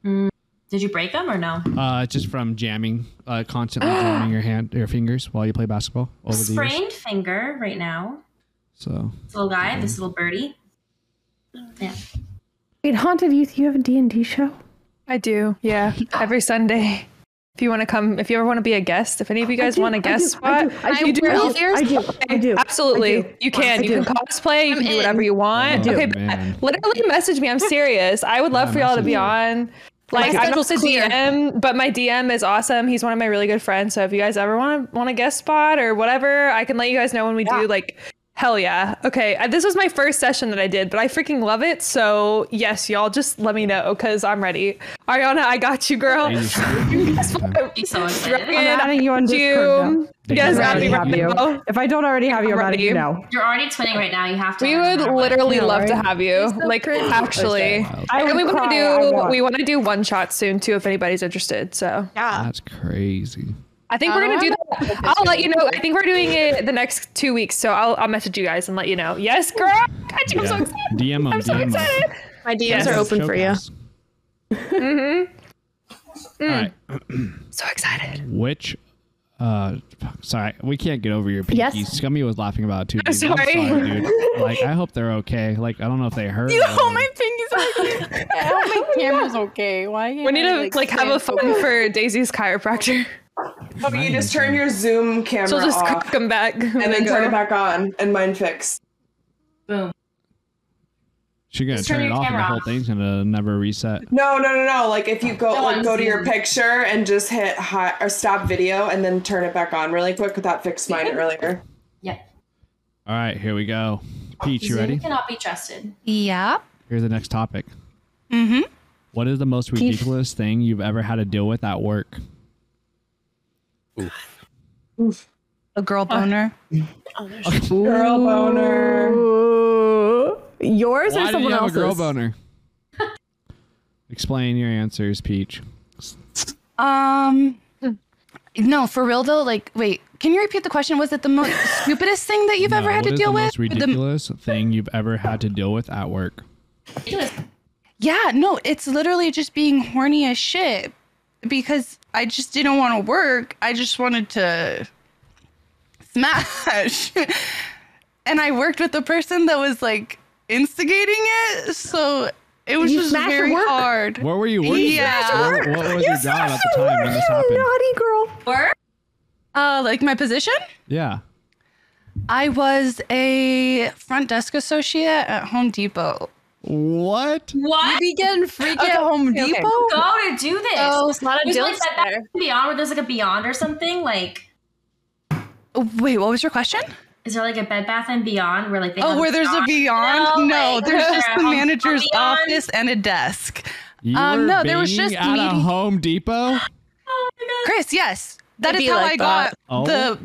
S3: Mm. Did you break them or no?
S1: Uh, it's just from jamming, uh, constantly jamming your hand, your fingers while you play basketball over the years.
S3: Sprained finger right now.
S1: So
S3: This little guy,
S1: Mm-hmm.
S3: this little birdie. Yeah.
S11: Wait, haunted youth. You have a D and D show.
S4: I do. Yeah, every Sunday. If you want to come, if you ever want to be a guest, if any of you guys
S11: do,
S4: want
S11: I
S4: to
S11: do,
S4: guest
S11: I do,
S4: spot,
S11: I do,
S4: you
S11: I do,
S4: Elf ears?
S11: I do, I do,
S4: Absolutely,
S11: I do.
S4: you can.
S11: I
S4: you
S11: do.
S4: can cosplay. You can do whatever you want.
S1: Oh,
S4: okay, but
S1: man.
S4: literally message me. I'm serious. I would love
S1: Yeah,
S4: for y'all to be on. Like I'm not
S6: schedule's
S4: the DM, but my DM is awesome. He's one of my really good friends. So if you guys ever want to want a guest spot or whatever, I can let you guys know when we do. Like hell yeah. Okay, I, this was my first session that I did, but I freaking love it. So yes, y'all just let me know because I'm ready. Ariana, I got you, girl. Dragon,
S11: I'm adding you on
S4: I got
S11: Discord. now.
S4: You guys
S11: I
S4: gotta
S11: already
S4: be
S11: have
S4: ready.
S11: you. If I don't already have you, I'm adding you
S4: Ready.
S11: now.
S3: You're already twinning right now. You have to.
S4: We would literally
S11: Yeah,
S4: love to
S11: right?
S4: have you. Like actually,
S11: I
S4: and
S11: would
S4: we want
S11: cry, I
S4: to do
S11: want.
S4: we want to do one shot soon too if anybody's interested. So
S6: yeah,
S1: that's crazy.
S4: I think we're
S8: Oh,
S4: gonna do
S8: I'm
S4: that. I'll let you know. I think we're doing it the next two weeks. So I'll I'll message you guys and let you know. Yes, girl. Got you. I'm so
S1: Yeah.
S4: excited.
S1: DM them.
S4: I'm so
S1: DM them.
S4: excited.
S6: My DMs
S4: Yes.
S6: are open for you.
S4: Mm-hmm.
S1: All
S4: Mm.
S1: right.
S4: So excited.
S1: Which, uh, fuck, sorry, we can't get over your pinkies.
S4: Yes.
S1: Scummy was laughing about it too.
S4: I'm
S1: dude.
S4: sorry.
S1: dude. Like, I hope they're okay. Like, I don't know if they hurt.
S8: You
S1: or whatever.
S8: hold my fingers like this. I hope my camera's okay. Why?
S4: We need to like have a fun for Daisy's chiropractor.
S2: Oh, you just turn your Zoom camera
S4: She'll just
S2: off
S4: crack them back
S2: and then turn it back on, and mine fixed.
S3: Boom.
S1: She's gonna
S2: Just
S1: turn,
S2: turn
S1: it
S2: your
S1: off, and the
S2: camera
S1: whole
S2: off.
S1: thing's gonna never reset.
S2: No, no, no, no. Like if you go,
S3: No,
S2: like
S3: on
S2: go to your
S3: Zoom.
S2: picture and just hit hi- or stop video, and then turn it back on really quick. That fixed mine earlier.
S1: All right, here we go. Peach, you
S3: Zoom
S1: ready?
S3: cannot be trusted.
S10: Yeah.
S1: Here's the next topic.
S10: Mm-hmm.
S1: What is the most ridiculous thing you've ever had to deal with at work?
S10: A girl
S1: Oh.
S10: boner.
S2: Girl
S11: boner. Yours
S1: Why did
S11: or
S1: you
S11: someone
S1: have a
S11: else's?
S1: girl boner? Explain your answers, Peach.
S10: Um,
S1: Hmm.
S10: no, for real though. Like, wait, can you repeat the question? Was it the most stupidest thing that you've ever
S1: No,
S10: had
S1: Uh, what
S10: to
S1: is
S10: deal
S1: the
S10: with?
S1: most
S10: Or the-
S1: ridiculous thing you've ever had to deal with at work?
S10: yeah, no, it's literally just being horny as shit because I just didn't want to work. I just wanted to smash. and I worked with the person that was like instigating it, so it was
S11: You
S10: just
S11: smash at
S10: very
S11: work.
S10: hard.
S1: What were you working?
S10: Yeah. You smash at
S1: What,
S10: work.
S1: what was
S10: You
S1: your job
S10: smash
S1: at
S10: at
S1: the time
S10: work,
S1: when this
S10: you
S1: happened?
S11: naughty girl.
S3: Work?
S10: Uh, like my position?
S1: Yeah.
S10: I was a front desk associate at Home Depot.
S1: What?
S3: What?
S8: You be getting freaky
S10: Okay,
S8: at Home
S10: okay, okay.
S8: Depot?
S3: Go to do this.
S8: Oh, it's not a
S3: There's
S8: deal
S3: like that,
S8: center.
S3: that beyond where there's like a beyond or something. Like,
S10: Wait, what was your question?
S3: is there like a Bed Bath and Beyond where like they have
S10: Oh, where there's a beyond?
S3: No,
S10: No,
S3: like,
S10: there's
S3: where
S10: just
S3: a
S10: the
S3: Home Depot
S10: manager's
S3: Beyond?
S10: office and a desk.
S1: You
S10: Um,
S1: were
S10: no, there was
S1: banging
S10: just
S1: at a
S10: meeting-
S1: Home Depot.
S10: Chris, yes. that
S6: It'd
S10: is
S6: be
S10: how
S6: like
S10: I got
S6: that.
S1: Oh.
S10: the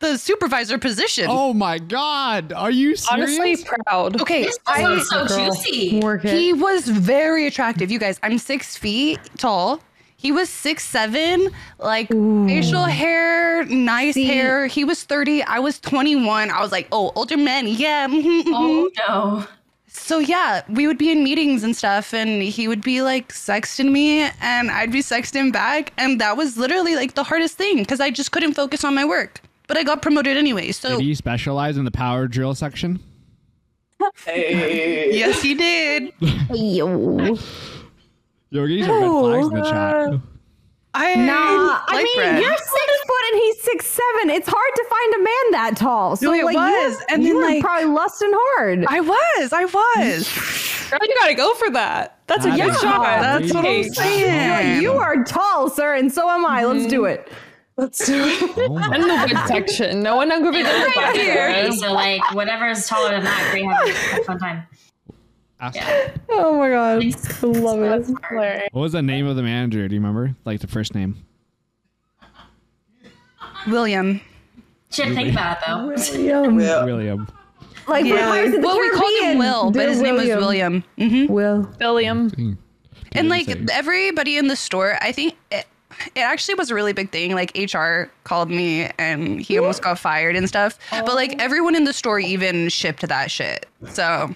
S10: the supervisor position.
S1: Oh my God! Are you serious?
S10: proud. Okay,
S3: This sounds so juicy.
S11: Work it.
S10: He was very attractive. You guys, I'm six feet tall. He was six seven, like facial hair, nice hair. He was 30. I was 21. I was like, oh, older men. Yeah. mhm, mhm.
S3: Oh no.
S10: So yeah, we would be in meetings and stuff, and he would be like sexting me, and I'd be sexting back, and that was literally like the hardest thing because I just couldn't focus on my work. But I got promoted anyway, so
S1: Did you specialize in the power drill section?
S2: Hey.
S10: yes, he did.
S11: Yo.
S1: Yo, we're getting some red flags in the chat.
S10: Oh, uh, I
S11: Nah, I
S10: like
S11: mean,
S10: Brad.
S11: you're six foot and he's six seven. It's hard to find a man that tall. So
S10: No, it
S11: like, you-
S10: was. And
S11: you
S10: then,
S11: were
S10: like-
S11: probably lusting hard.
S10: I was, I was.
S4: Girl, you gotta go for that. That's a
S1: That
S4: good
S1: is
S4: shot.
S1: hard.
S10: That's what I'm
S1: Wow.
S10: saying. Mm-hmm.
S11: You're like, you are tall, sir, and so am I. Let's do it.
S2: Let's do it.
S1: Oh my
S4: In the good section. No one over the
S3: Right
S4: here.
S3: here. So like whatever is taller than that, great having a fun time.
S1: ass-
S11: Oh my god, I love it.
S1: What was the name of the manager? Do you remember? Like the first name?
S10: William.
S3: She had to think about it though.
S1: William.
S11: Like, where is it? The
S10: Well, we called him
S11: Caribbean?
S10: Will, but
S11: Dear
S10: his name was William. hmm
S11: Will.
S4: William.
S10: And
S1: Yeah,
S10: like
S1: same.
S10: everybody in the store, I think it, it actually was a really big thing. Like HR called me and he almost got fired and stuff. But
S3: Oh.
S10: like everyone in the store even shipped that shit. So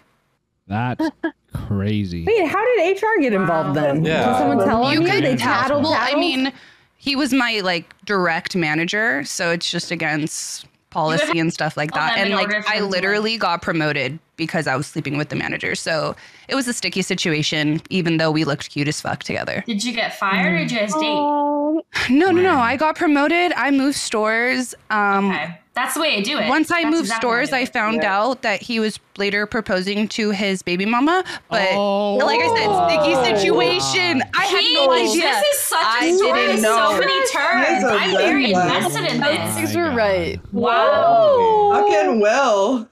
S1: That's crazy.
S11: Wait, how did HR get involved then?
S9: Yeah.
S11: Did someone tell
S10: you
S11: you?
S10: could
S11: They
S10: tell.
S11: tattled.
S10: Well, I
S11: tattled?
S10: mean, he was my like direct manager, so it's just against policy and stuff like
S3: Oh,
S10: that.
S3: that'd
S10: And
S3: be
S10: like
S3: harder for
S10: I
S3: him to, like-
S10: literally got promoted because I was sleeping with the manager. So it was a sticky situation, even though we looked cute as fuck together.
S3: Did you get fired
S10: Mm.
S3: or did you guys date?
S5: Oh,
S10: No, no, no. I got promoted. I moved stores. Um,
S3: Okay. That's the way to do it.
S10: Once I
S3: That's
S10: moved
S3: exactly the way
S10: stores,
S3: to
S10: I
S3: do it.
S10: found out that he was later proposing to his baby mama. But
S1: Oh.
S10: like I said, sticky situation. I had no
S3: Peach,
S10: idea.
S3: Oh. This is such a
S10: I
S3: story.
S10: didn't
S3: So
S10: know.
S3: many turns.
S2: That's a
S3: I'm very
S2: good one.
S3: invested in
S1: My
S3: this.
S8: Things were
S1: God.
S8: right.
S3: Wow.
S2: Fucking Will.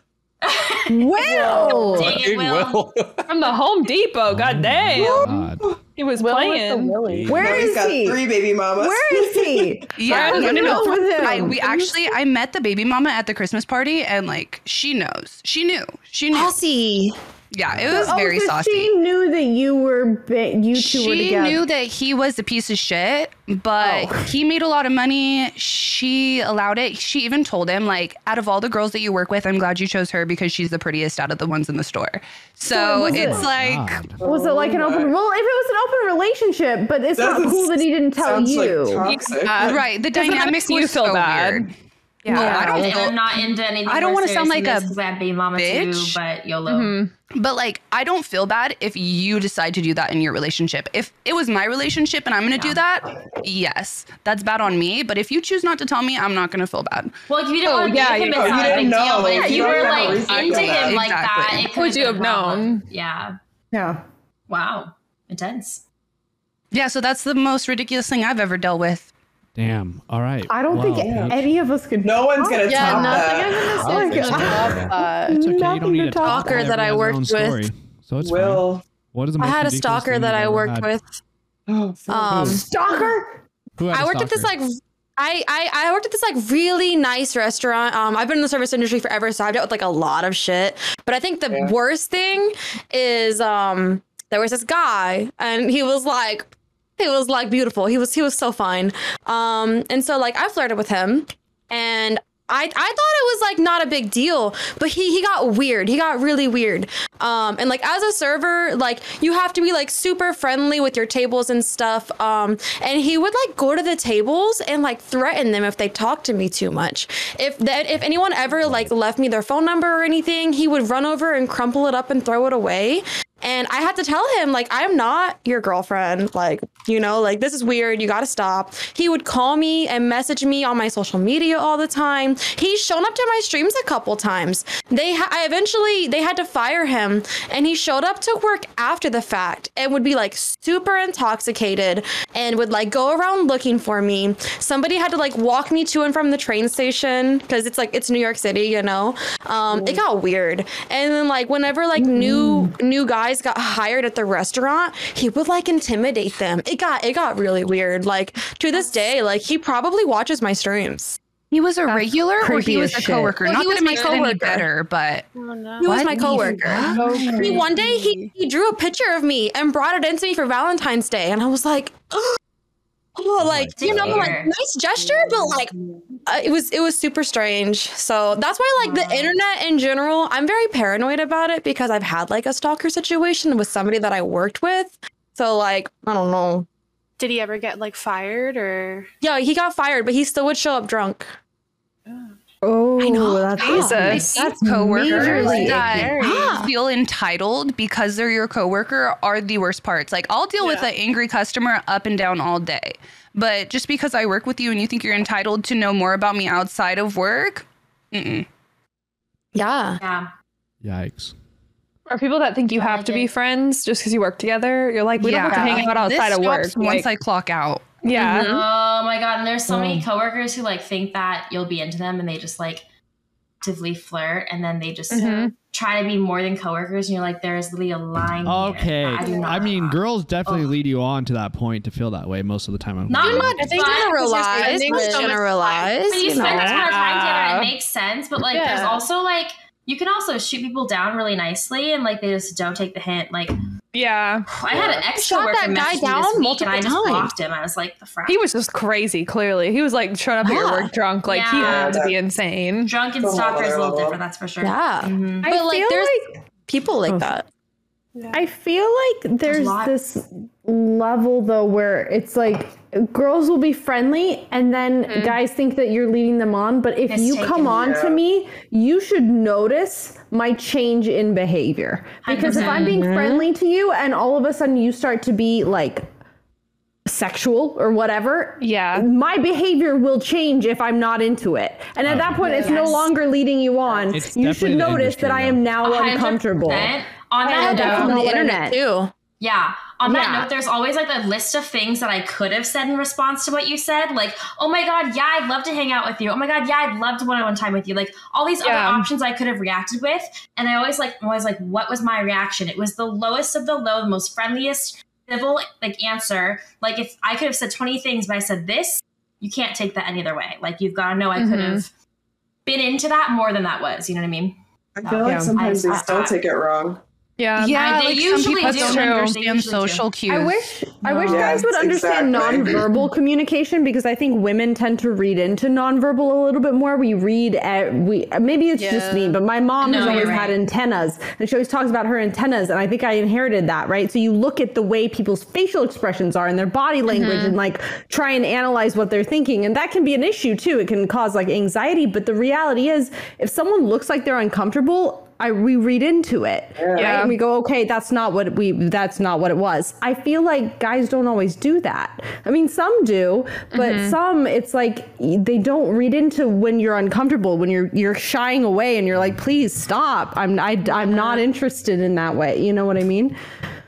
S11: Will.
S3: Dang it, Will.
S4: From the Home Depot. God damn.
S1: God.
S4: He was playing.
S11: Where
S2: Now he's
S11: is
S2: got
S11: he?
S2: three baby mamas.
S11: Where is he?
S10: Yeah,
S4: I
S10: no, no,
S11: know
S10: no.
S11: with him.
S10: I, we actually, I met the baby mama at the Christmas party, and like she knows, she knew, she knew.
S6: Aussie.
S10: Yeah, it was very
S11: Oh, so
S10: saucy.
S11: She knew that you were ba- you two were
S10: she
S11: together. Oh.
S10: knew that he was a piece of shit, but he made a lot of money. She allowed it. She even told him, like, out of all the girls that you work with, I'm glad you chose her because she's the prettiest out of the ones in the store. So
S11: was
S10: it's
S11: it-
S10: like,
S1: God.
S11: was it like an open? Well, if it was an open relationship, but it's
S2: Doesn't
S11: not cool that he didn't tell
S2: Sounds
S11: you.
S2: like toxic.
S10: uh, right, the dynamic
S4: makes you
S10: was
S4: feel
S10: so
S4: bad.
S10: weird. Yeah, I don't
S3: And
S10: feel-
S3: I'm not into anything.
S10: I don't
S3: want
S10: wanna
S3: to
S10: sound like a
S3: I'd be mama
S10: bitch. Mm-hmm.
S3: too, but YOLO.
S10: But like, I don't feel bad if you decide to do that in your relationship. If it was my relationship and I'm gonna do that, yes, that's bad on me. But if you choose not to tell me, I'm not gonna feel bad.
S3: Well, if you didn't
S4: Oh,
S3: want to
S4: yeah,
S3: date him,
S4: you-
S3: it's
S2: oh, you
S3: not a
S2: didn't
S3: big deal.
S2: know.
S3: But if
S2: You
S3: you
S2: don't
S3: were
S2: have a
S3: like
S2: reason to
S3: into
S2: do that.
S3: him like that,
S10: Exactly.
S3: it could
S4: Would you
S3: been
S4: have
S3: a problem.
S4: known?
S3: Yeah.
S11: Yeah.
S3: Wow. Intense.
S10: Yeah, so that's the most ridiculous thing I've ever dealt with.
S1: Damn. All right.
S11: I don't
S1: Wow,
S11: think
S1: Paige.
S11: any of us could.
S2: No one's gonna
S8: Yeah,
S2: top
S8: nothing
S2: that.
S8: I'm gonna say is gonna top that.
S1: It's okay. You
S11: Nothing
S1: don't need
S11: to
S1: to talk.
S11: talk
S6: Stalker that I
S1: Everyone has their
S6: worked
S1: own
S6: with.
S1: story. So it's fine.
S2: Will.
S1: What is the
S6: I
S1: most
S6: had a
S1: ridiculous
S6: stalker
S1: thing
S6: that
S1: you've
S6: I
S1: ever
S6: worked
S1: had?
S6: with.
S2: Oh,
S6: Um,
S11: Stalker.
S1: Who had a
S6: I worked at this
S1: stalker?
S6: like I, I I worked at this like really nice restaurant. Um, I've been in the service industry forever, so I've dealt with like a lot of shit. But I think the
S2: Yeah.
S6: worst thing is um there was this guy and he was like he was like beautiful. He was he was so fine. Um, and so like I flirted with him and I, I thought it was like not a big deal, but he, he got weird. He got really weird. Um, and like as a server, like you have to be like super friendly with your tables and stuff. Um, and he would like go to the tables and like threaten them if they talked to me too much. If that if anyone ever like left me their phone number or anything, he would run over and crumple it up and throw it away. And I had to tell him, like, I'm not your girlfriend. Like, you know, like, this is weird. You got to stop. He would call me and message me on my social media all the time. He's shown up to my streams a couple times. They, ha- I eventually, they had to fire him. And he showed up to work after the fact and would be like super intoxicated and would like go around looking for me. Somebody had to like walk me to and from the train station because it's like, it's New York City, you know? Um, it got weird. And then, like, whenever like new, new guys got hired at the restaurant, he would like intimidate them. It got it got really weird. Like to this day, like he probably watches my streams.
S10: He was a regular or he was a coworker?
S6: No,
S10: Not
S6: he was
S10: that it
S6: my
S10: makes it any
S6: coworker.
S10: better, but
S6: He was
S10: What?
S6: my
S10: He's
S6: coworker.
S10: so
S6: He, one day he, he drew a picture of me and brought it into me for Valentine's Day, and I was like, oh, like you know, like
S3: dear.
S6: nice gesture, but like uh, it was it was super strange. So that's why like the internet in general, I'm very paranoid about it because I've had like a stalker situation with somebody that I worked with. So like I don't know.
S13: Did he ever get like fired or?
S6: Yeah, he got fired, but he still would show up drunk.
S11: Oh,
S6: I know. that's
S10: Jesus. That's coworkers
S11: majorly
S10: that
S11: ignorant.
S10: feel entitled because they're your coworker are the worst parts. Like I'll deal with
S13: Yeah.
S10: an angry customer up and down all day. But just because I work with you and you think you're entitled to know more about me outside of work, mm-mm.
S6: Yeah.
S3: Yeah.
S1: Yikes.
S4: Are people that think you have to be friends just because you work together? You're like, we don't have to hang out
S10: This
S4: outside of work.
S10: stops Once I
S4: Like,
S10: clock out.
S4: yeah.
S3: Mm-hmm. Oh my god, and there's so
S10: Mm.
S3: many coworkers who like think that you'll be into them and they just like actively flirt and then they just
S4: Mhm.
S3: try to be more than coworkers and you're like there is literally a line. here.
S1: Okay.
S3: I do
S1: I,
S3: not.
S1: mean, girls definitely lead you on to that point to feel that way most of the time. I'm
S3: Not much,
S6: I think
S3: but-
S6: generalize,
S3: They spend so much
S6: generalize,
S3: When you,
S6: you
S3: spend
S6: know.
S3: that much time together,
S4: Yeah.
S3: it makes sense. But like, there's
S4: Yeah.
S3: also like, you can also shoot people down really nicely, and like they just don't take the hint. Like,
S4: Yeah.
S3: I had an ex
S6: Shot
S3: coworker
S6: that guy
S3: message me
S6: down
S3: this week, and
S6: multiple
S3: I just
S6: times.
S3: blocked him. I was like, the frat.
S4: He was just crazy, clearly. He was like showing up at your
S6: Yeah.
S4: work drunk. Like, he
S3: Yeah.
S4: had to be insane.
S3: drunk and
S2: Come on,
S3: stalker is a little
S2: Lola.
S3: different. That's for sure.
S6: Yeah.
S3: Mhm.
S6: But like
S11: feel
S6: there's people like that.
S11: I feel like there's
S3: lot.
S11: this level though where it's like girls will be friendly and then guys think that you're leading them on, but if you
S3: Mistaken.
S11: come on to me, you should notice my change in behavior. Because if I'm being friendly to you and all of a sudden you start to be like sexual or whatever,
S4: Yeah.
S11: my behavior will change if I'm not into it. And at that point, it's no longer leading you on.
S1: It's
S11: you
S1: definitely
S11: should
S1: the
S11: notice
S1: industry,
S11: that I
S1: though.
S11: am now
S3: 100%.
S11: uncomfortable.
S3: On that
S11: And
S3: note,
S11: that's
S6: From
S11: not
S6: the
S11: what I
S6: internet
S11: meant.
S6: too.
S3: Yeah. On that
S11: Yeah.
S3: note, there's always like a list of things that I could have said in response to what you said. Like, oh my God, yeah, I'd love to hang out with you. Oh my God, yeah, I'd love to one on one time with you. Like, all these
S4: Yeah.
S3: other options I could have reacted with. And I always like, I'm always like, what was my reaction? It was the lowest of the low, the most friendliest, civil like answer. Like, if I could have said 20 things, but I said this, you can't take that any other way. Like, you've got to know I could
S11: Mm-hmm.
S3: have been into that more than that was. You know what I mean?
S2: I feel like sometimes
S3: I-
S2: they still take it wrong.
S4: Yeah.
S10: Yeah,
S3: they
S10: like some
S3: usually
S10: people
S3: do.
S10: don't
S3: They usually do.
S10: understand social cues.
S11: I wish I wish
S2: No.
S11: guys would
S2: Yes,
S11: understand
S2: exactly.
S11: nonverbal communication because I think women tend to read into nonverbal a little bit more. We read at, we maybe it's just me, but my mom has
S3: No,
S11: always
S3: you're right.
S11: had antennas, and she always talks about her antennas, and I think I inherited that, right? So you look at the way people's facial expressions are and their body language, and like try and analyze what they're thinking, and that can be an issue too. It can cause like anxiety, but the reality is, if someone looks like they're uncomfortable. I we read into it, right?
S4: Yeah.
S11: And we go, okay, that's not what we that's not what it was. I feel like guys don't always do that. I mean, some do, but
S8: Mm-hmm.
S11: some it's like y- they don't read into when you're uncomfortable, when you're you're shying away and you're like, please stop. I'm I, I'm not interested in that way. You know what I mean?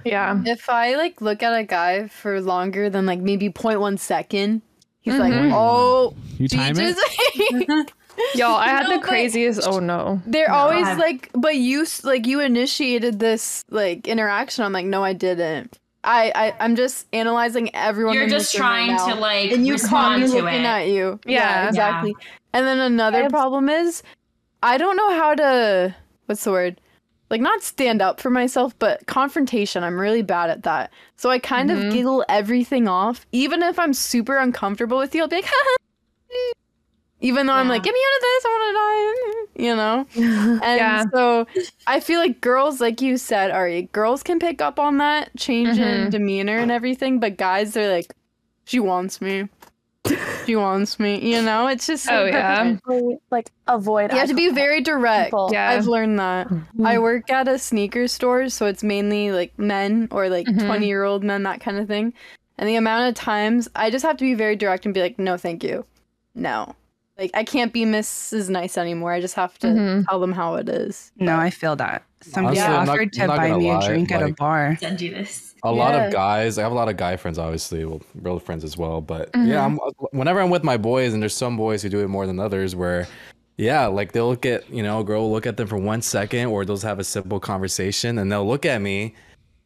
S4: Yeah.
S8: If I like look at a guy for longer than like maybe 0.1 second, he's like, oh,
S1: You time it?
S8: Jesus.
S4: Y'all, I had
S8: No,
S4: the
S8: but-
S4: craziest. Oh, no.
S8: They're always
S3: I've-
S8: like, but you s- like you initiated this like interaction. I'm like, no, I didn't. I, I I'm just analyzing everyone.
S3: You're
S8: in this
S3: just
S8: room right
S3: trying
S8: now.
S3: to, like,
S8: and you
S3: respond
S8: caught me
S3: to
S8: looking
S3: it.
S8: at you.
S4: Yeah. Yeah.
S8: exactly. And then another problem is, I don't know how to what's the word, like not stand up for myself, but confrontation. I'm really bad at that. So I kind
S4: Mm-hmm.
S8: of giggle everything off, even if I'm super uncomfortable with you. I'll be like, Even though I'm like, give me out of this, I want to die, you know? And
S4: Yeah.
S8: so I feel like girls, like you said, Ari, girls can pick up on that change in
S5: Mm-hmm.
S4: Mhm.
S8: demeanor and everything, but guys, they're like, she wants me. She wants me, you know? It's just so
S5: Oh, yeah.
S8: perfectly,
S5: like avoid.
S8: You have to be very direct. Mm-hmm.
S5: people.
S8: Yeah.
S5: Yeah.
S8: I've learned that. I work at a sneaker store, so it's mainly like men or like 20
S5: Mhm.
S8: year old men, that kind of thing. And the amount of times I just have to be very direct and be like, no, thank you. No. Like, I can't be Mrs. Nice anymore. I just have to
S10: Mhm.
S8: tell them how it is.
S10: No, I feel that. Somebody
S9: Honestly, I'm not-
S10: offered
S9: I'm
S10: to
S9: not
S10: buy
S9: gonna
S10: me a
S9: lie,
S10: drink at a
S9: like-
S10: bar.
S3: Send you this.
S9: a lot
S8: Yeah.
S9: of guys i have a lot of guy friends obviously well real friends as well but
S8: Mhm.
S9: yeah I'm, whenever i'm with my boys and there's some boys who do it more than others where yeah like they'll look at you know a girl will look at them for one second or they'll just have a simple conversation and they'll look at me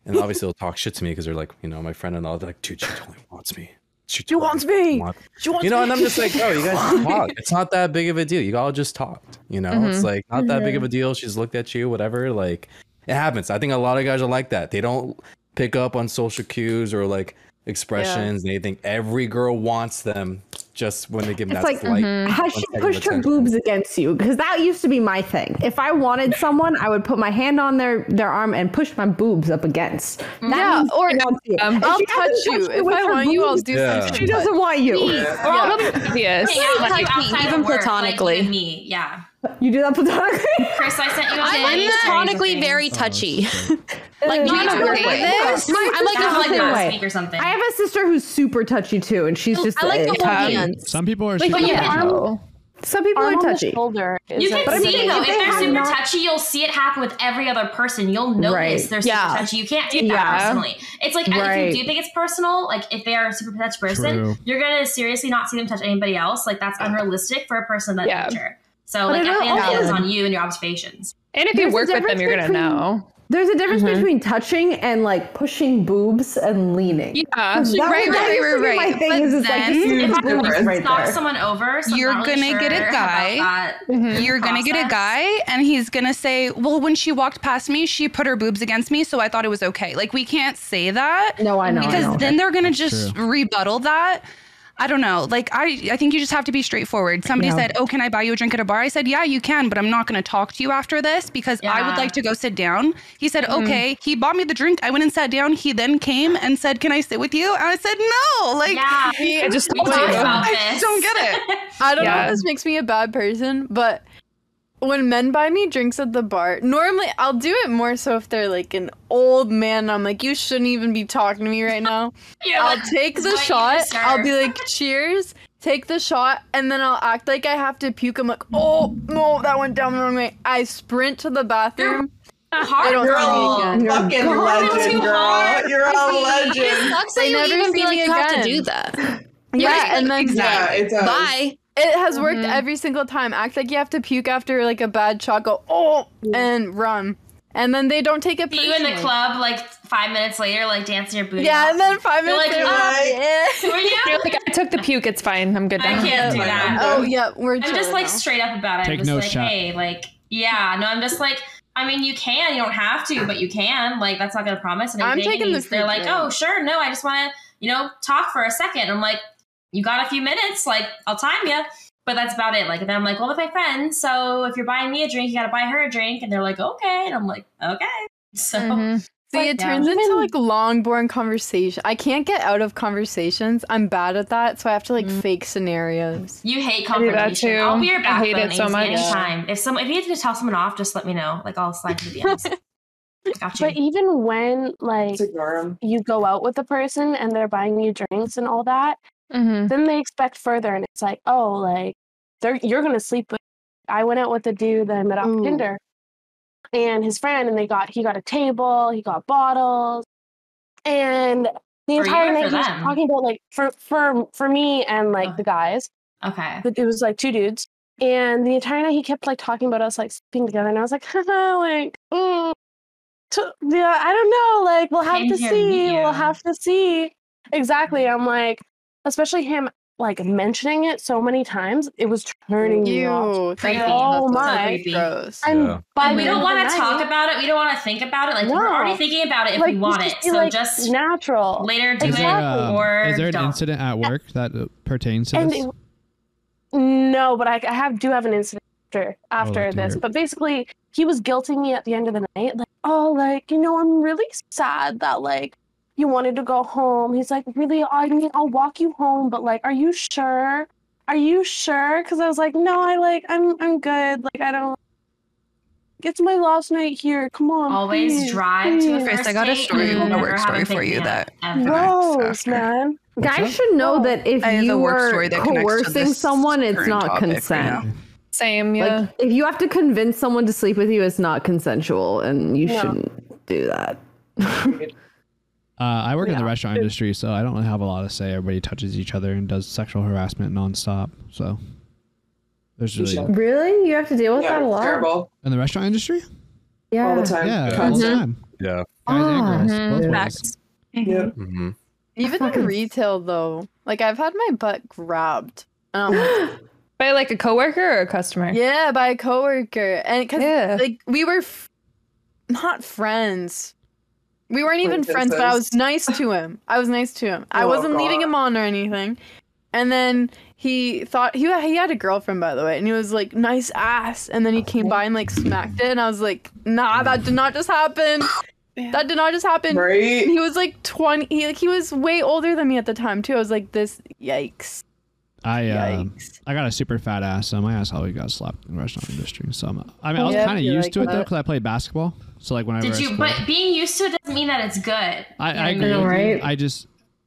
S9: and obviously they'll talk shit to me because they're like you know my friend and all they're like dude she totally wants me she, totally wants me
S8: she wants
S9: you know and i'm
S8: me.
S9: just like oh you guys just talk it's not that big of a deal you all just talked you know it's
S16: Mm-hmm.
S8: Mhm.
S9: like not that big
S8: Mhm.
S9: of a deal she's looked at you whatever like it happens. I think a lot of guys are like that. They don't pick up on social cues or like expressions. and They think every girl wants them just when they give them
S16: It's
S9: that
S16: like,
S9: slight.
S8: Mm-hmm.
S11: Mm-hmm.
S16: has
S9: one
S16: she
S9: second of
S16: pushed her
S9: attention.
S16: boobs against you? Because that used to be my thing. If I wanted someone, I would put my hand on their, their arm and push my boobs up against. That
S8: Yeah,
S16: means
S8: or
S16: she wants you.
S8: um,
S16: If
S8: I'll
S16: she
S8: touch
S16: doesn't
S8: you. If
S16: with
S8: I
S16: her
S8: want you, I'll
S16: boobs,
S8: do Yeah. something.
S16: She doesn't want you.
S8: Or I'll Yeah. be
S3: Please, like,
S6: touch me,
S3: outside of
S6: even
S3: work, like,
S6: platonically.
S3: you me, yeah.
S16: You do that platonically?
S3: Chris, I sent you a
S6: I'm
S3: video
S6: like
S3: series of
S6: platonically
S3: things.
S6: very touchy. like, do
S3: Not
S6: you
S3: in a
S6: agree
S3: good way.
S6: with this?
S3: No,
S6: I'm like,
S3: that's
S6: no,
S3: like
S6: like
S3: last
S6: that.
S3: week or something.
S16: I have a sister who's super touchy too, and she's
S6: I
S16: just
S6: like to
S16: a
S6: hold
S16: touchy-
S6: hands.
S1: Some people are
S16: Like,
S1: super
S16: but yeah,
S1: touchy.
S16: I'm- Some people
S5: Arm
S16: are
S5: on the
S16: touchy.
S5: shoulder.
S3: You
S5: is
S3: can
S5: a-
S3: see though, if
S16: they
S3: they're
S16: have
S3: super
S16: not-
S3: touchy, you'll see it happen with every other person. You'll notice
S16: Right.
S3: they're
S16: Yeah.
S3: super touchy. You can't take
S16: Yeah.
S3: that personally. It's like
S16: Right.
S3: if you do think it's personal, like if they are a super touchy person,
S16: True.
S3: you're gonna seriously not see them touch anybody else. Like that's unrealistic for a person of that nature. So
S11: But
S3: like
S11: it
S3: at the end of the day, it's
S11: also-
S3: on you and your observations.
S11: And if you
S16: There's a
S11: work with them,
S16: difference
S11: you're gonna
S16: between-
S11: know.
S16: There's a difference
S3: Mm-hmm.
S11: Mhm.
S16: between touching and like pushing boobs and leaning.
S11: Yeah.
S16: That-
S11: Right,
S16: that
S11: right,
S16: used to
S11: right,
S16: be
S11: right.
S16: My thing
S11: But
S16: is, it's like
S10: then-
S16: this huge
S10: If I
S16: boobs
S10: was
S16: right
S10: knocked
S16: there.
S3: Someone over, so I'm
S10: You're
S3: not really
S10: gonna get
S3: sure
S10: a
S3: about
S10: guy.
S3: that
S16: Mm-hmm.
S10: You're gonna get a
S3: process.
S10: guy, and he's gonna say, "Well, when she walked past me, she put her boobs against me, so I thought it was okay." Like we can't say that.
S16: No, I know, I
S10: Because
S16: know.
S10: then they're gonna
S16: That's
S10: just
S16: true.
S10: rebuttal that. I don't know. Like I, I think you just have to be straightforward. Somebody
S16: Yeah.
S10: said, "Oh, can I buy you a drink at a bar?" I said, "Yeah, you can, but I'm not gonna talk to you after this because I
S16: Yeah.
S10: would like to go sit down." He said,
S16: Mm.
S3: Mm-hmm.
S10: "Okay." He bought me the drink. I went and sat down. He then came and said, "Can I sit with you?" And I said, "No." Like
S3: Yeah. I just
S10: What?
S3: talked about
S10: I
S3: this.
S10: just don't get it.
S8: I don't know
S10: Yeah.
S8: if this makes me a bad person, but when men buy me drinks at the bar, normally I'll do it more so if they're like an old man. and I'm like, you shouldn't even be talking to me right now.
S3: Yeah,
S8: I'll
S3: like,
S8: take the
S3: what you
S8: shot.
S3: deserve.
S8: I'll be like, cheers. Take the shot, and then I'll act like I have to puke. I'm like, oh no, that went down the wrong way. I sprint to the bathroom.
S3: Hard
S8: They don't
S3: girl.
S8: see me again.
S3: You're
S15: Fucking
S3: God,
S15: legend,
S3: too
S15: girl.
S3: hard.
S15: You're a
S3: It
S15: legend.
S3: sucks
S8: They
S3: that you
S8: never
S3: even
S8: see
S3: feel
S8: me
S3: like you have to
S8: again.
S3: do that.
S8: Yeah, and then
S15: Yeah, it does. Bye.
S8: It has worked every single time. Act like you have to puke after like a bad shot. Go oh and run, and then they don't take it.
S3: See you in the
S8: personally.
S3: club like five minutes later, like dancing your booty.
S8: Yeah,
S3: off.
S8: and then five
S3: You're
S8: minutes.
S3: like,
S8: later,
S3: "Ah,
S8: yeah.
S3: who are you?
S11: You're like, I took the puke. It's fine. I'm good.
S3: I
S11: now."
S3: can't do that.
S8: Oh yeah, we're
S3: I'm just
S8: chill
S3: like
S8: now.
S3: straight up about it.
S11: Take
S3: I'm just
S11: no
S3: like,
S11: shot.
S3: hey, like, yeah, no, I'm just like, I mean, you can, you don't have to, but you can. Like, that's not gonna promise anything.
S8: I'm taking
S3: And
S8: the free
S3: They're like,
S8: drink.
S3: oh, sure, no, I just want to, you know, talk for a second. I'm like, you got a few minutes, like, I'll time you. But that's about it. Like, and then I'm like, well, with my friend, so if you're buying me a drink, you gotta buy her a drink, and they're like, okay, and I'm like, okay. So,
S8: Mm-hmm. See, it turns into like long, boring conversation. I can't get out of conversations. I'm bad at that, so I have to like fake scenarios.
S3: You hate
S8: Mm. I do that
S3: confrontation.
S8: too.
S3: I'll be your
S8: I hate
S3: backbone
S8: it so
S3: Ainsley,
S8: much.
S3: anytime. If some, if you have to tell someone off, just let me know. Like I'll slide to the DMs. Got you.
S5: But even when like you go out with a person and they're buying you drinks and all that,
S3: Mm-hmm.
S5: then they expect further, and it's like, oh, like they're you're gonna sleep with. I went out with a dude that I met
S3: Mm.
S5: off Tinder, and his friend, and they got he got a table, he got bottles, and the
S3: For you
S5: entire
S3: or
S5: night
S3: for
S5: he was
S3: them?
S5: talking about like for for for me and like the guys.
S3: Okay.
S5: But it was like two dudes. And the entire night he kept like talking about us like sleeping together. And I was like, haha, like, mm, t- yeah, I don't know. Like, we'll have
S3: Came
S5: to
S3: here to meet
S5: see.
S3: you.
S5: We'll have to see. Exactly. I'm like, especially him like mentioning it so many times, it was turning me
S8: Ew,
S5: off.
S8: creepy. That's so
S5: Oh my.
S8: creepy. Gross.
S5: And
S8: Yeah.
S5: by
S3: And
S5: the
S3: we
S5: end
S3: don't
S5: of
S3: want
S5: the
S3: to
S5: night-
S3: talk about it. We don't want to think about it. Like we're already thinking about it if
S5: Like,
S3: we
S5: you
S3: want
S5: should
S3: it.
S5: be
S3: So
S5: like
S3: just
S5: natural.
S3: later do
S1: Is
S3: it
S1: there, um,
S3: or
S1: is there an
S3: don't.
S1: incident at work that uh, pertains to
S5: uh, And
S1: this?
S5: it- No, but I, I have do have an incident after
S1: Oh,
S15: dear.
S5: after this. But basically, he was guilting me at the end of the night, like, oh, like you know, I'm really sad that like you wanted to go home. He's like, really, I mean, I'll walk you home, but like, are you sure? Are you sure? Because I was like, no, I like, I'm I'm good. Like, I don't. It's my last night here. Come on.
S3: Always
S5: please,
S3: drive to a
S5: please."
S3: first
S10: I got a
S3: date
S10: story,
S3: and
S10: a
S3: never
S10: work
S3: have
S10: story
S3: big
S10: for you
S3: man
S10: that
S3: ever.
S5: Gross, man.
S11: Guys should know that if
S10: I have a
S11: you
S10: work
S11: are
S10: story that connects to
S11: coercing
S10: this
S11: someone, it's
S10: current
S11: not
S10: topic right
S11: consent.
S10: now.
S4: Same,
S11: yeah. Like, if you have to convince someone to sleep with you, it's not consensual, and you
S5: No.
S11: shouldn't do that.
S1: Uh, I work in the restaurant industry, so I don't really have a lot to say. Everybody touches each other and does sexual harassment nonstop. So there's really
S11: Really, you have to deal with
S1: Yeah,
S11: that a lot.
S1: terrible. in the restaurant industry.
S11: Yeah, Ah, hmm.
S2: All the time.
S1: Yeah, all the
S2: Constant.
S1: time.
S9: Yeah.
S1: Guys and girls, both ways.
S9: Mm-hmm.
S8: Even in retail, though, like I've had my butt grabbed. Um,
S4: by like a coworker or a customer?
S8: Yeah, by a coworker, and because like we were f- not friends. We weren't even friends, but I was nice to him. I was nice to him. I
S4: Oh,
S8: wasn't leading
S4: God.
S8: him on or anything. And then he thought he he had a girlfriend by the way, and he was like nice ass. And then he came by and like smacked it, and I was like, nah, that did not just happen. That did not just happen.
S2: Right?
S8: He was like twenty. He like he was way older than me at the time too. I was like, this yikes.
S1: I uh, I got a super fat ass, so my ass always got slapped in the restaurant industry. So I'm, I mean, I was
S3: Yeah, I
S1: kind of
S3: feel
S1: used
S3: like
S1: to it though
S3: that.
S1: because I played basketball. So like whenever
S3: Did
S1: I
S3: you?
S1: scored-
S3: But being used to it doesn't mean that it's good.
S1: I,
S3: You know
S1: I
S3: what
S1: agree. with you.
S3: mean?
S1: I just,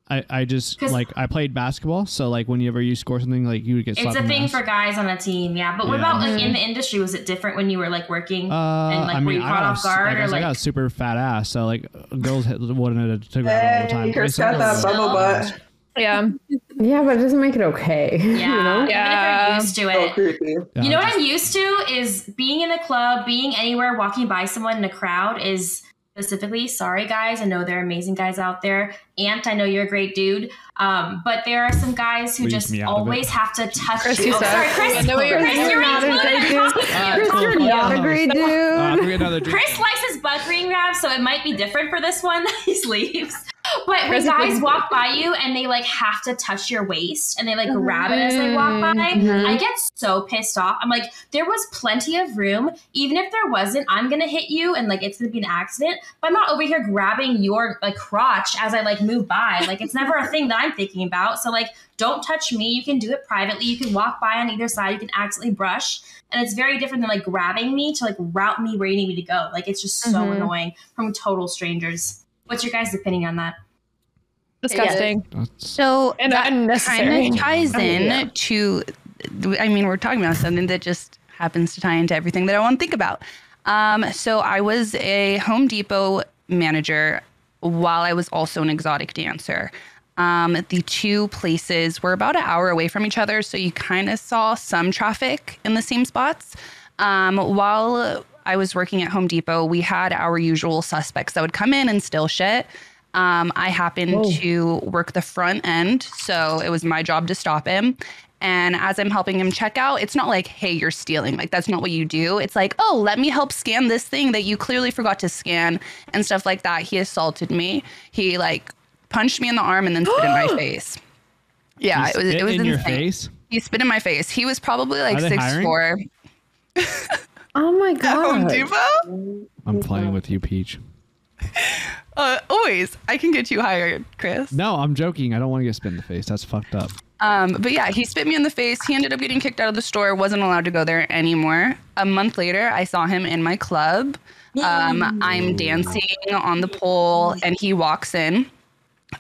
S1: I, I just
S3: 'Cause-
S1: like I played basketball, so like whenever you score something, like you would get
S3: It's
S1: slapped.
S3: a
S1: in the
S3: thing
S1: ass.
S3: for guys on a team, yeah. But what
S1: Yeah.
S3: about like in
S8: Mm-hmm.
S1: Mhm.
S3: the industry? Was it different when you were like working
S1: Uh,
S3: and like
S1: I
S3: were
S1: mean,
S3: you
S1: I
S3: caught
S1: got a
S3: off
S1: s-
S3: guard
S1: I, guess
S3: or
S1: I
S3: like?
S1: got a super fat ass, so like girls hit, wanted to grab it all the time.
S11: Hey, Chris
S1: It's not
S11: got that
S1: really-
S11: bubble butt.
S4: Yeah.
S11: Yeah, but it doesn't make it okay. you know?
S3: Yeah, even if you're used to it.
S11: Yeah.
S3: You know what I'm used to is being in the club, being anywhere, walking by someone in a crowd is specifically sorry guys. I know there are amazing guys out there. Ant, I know you're a great dude, um, but there are some guys who
S1: Leaves
S3: just
S1: me out of it.
S3: always have to touch
S1: Chris,
S3: you.
S1: you
S3: Oh,
S1: suck.
S3: sorry, Chris.
S1: I know what you're
S3: Chris,
S1: saying.
S3: you're
S1: Not a
S3: included.
S1: great dude.
S3: Alright,
S1: Chris,
S3: cool.
S1: you're
S3: Fuck
S1: not a
S3: you.
S1: great dude. Uh, I'm gonna get another drink.
S3: Chris likes his butt green grab, so it might be different for this one that he sleeves. But when
S15: Chris is
S3: guys
S15: like-
S3: walk by you and they like have to touch your waist and they like
S15: Mhm.
S3: grab it as they walk
S1: Mm-hmm.
S3: by,
S15: Mhm.
S3: I get so pissed off. I'm like, there was plenty of room. Even if there wasn't, I'm gonna hit you and like it's gonna be an accident. But I'm not over here grabbing your like crotch as I like move by. Like it's never a thing that I'm thinking about. So like, don't touch me. You can do it privately. You can walk by on either side. You can accidentally brush. And it's very different than like grabbing me to like route me where you need me to go. Like it's just so
S4: Mhm.
S3: annoying from total strangers. What's your guys' opinion on that?
S4: Disgusting.
S10: So
S4: And unnecessary.
S10: kind of ties in
S4: Yeah.
S10: to, I mean, we're talking about something that just happens to tie into everything that I want to think about. Um, so I was a Home Depot manager while I was also an exotic dancer. Um, the two places were about an hour away from each other, so you kind of saw some traffic in the same spots. Um, while I was working at Home Depot, we had our usual suspects that would come in and steal shit. Um, I happened to work the front end, so it was my job to stop him. And as I'm helping him check out, it's not like, hey, you're stealing. Like, that's not what you do. It's like, oh, let me help scan this thing that you clearly forgot to scan and stuff like that. He assaulted me. He, like, punched me in the arm and then spit in my face. Yeah,
S1: He
S10: it was,
S1: spit
S10: it was
S1: in your
S10: insane.
S1: face?
S10: He spit in my face. He was probably like
S1: Are they
S10: six
S1: hiring?
S10: four.
S11: oh my
S10: Home
S1: God.
S10: Depot?
S1: I'm playing with you, Peach.
S10: Uh, always. I can get you hired, Chris.
S1: No, I'm joking. I don't want to get spit in the face. That's fucked up.
S10: Um, but yeah, he spit me in the face. He ended up getting kicked out of the store. wasn't allowed to go there anymore. A month later, I saw him in my club. Um, I'm dancing on the pole, and he walks in,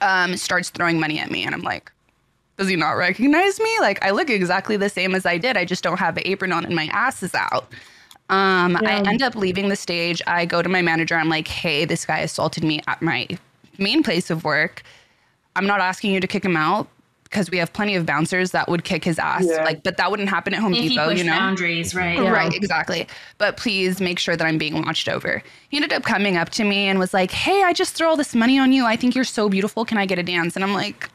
S10: um, starts throwing money at me, and I'm like, "Does he not recognize me? Like, I look exactly the same as I did. I just don't have an apron on, and my ass is out." Um, I end up leaving the stage. I go to my manager. I'm like, "Hey, this guy assaulted me at my main place of work. I'm not asking you to kick him out." Because we have plenty of bouncers that would kick his ass,
S3: Yeah.
S10: like, but that wouldn't happen at Home
S3: if
S10: Depot,
S3: you push
S10: you know.
S3: boundaries, right?
S10: Right, exactly. But please make sure that I'm being watched over. He ended up coming up to me and was like, Hey, I just threw all this money on you. I think you're so beautiful. Can I get a dance? And I'm like,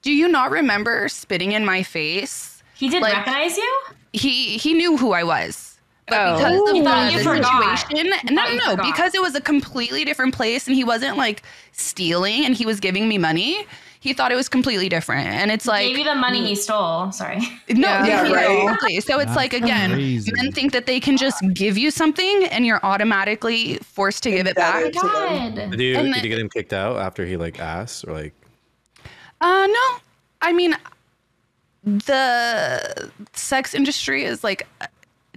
S10: Do you not remember spitting in my face?
S3: He didn't recognize you?
S10: He he knew who I was. But
S3: Oh.
S10: because
S3: Ooh,
S10: of
S3: thought
S10: the,
S3: you
S10: the
S3: forgot.
S10: situation,
S3: Thought
S10: no,
S3: you
S10: no,
S3: forgot.
S10: because it was a completely different place and he wasn't like stealing and he was giving me money. He thought it was completely different, and it's like
S3: Maybe the money he stole. Sorry.
S10: No,
S3: Yeah. Yeah,
S10: yeah,
S3: right.
S10: exactly. So it's
S3: That's
S10: like again,
S3: crazy.
S10: men think that they can just give you something, and you're automatically forced to give it back.
S9: Did you,
S10: And
S9: did
S10: the-
S9: you get him kicked out after he like asked or like?
S10: Uh, no. I mean, the sex industry is like a-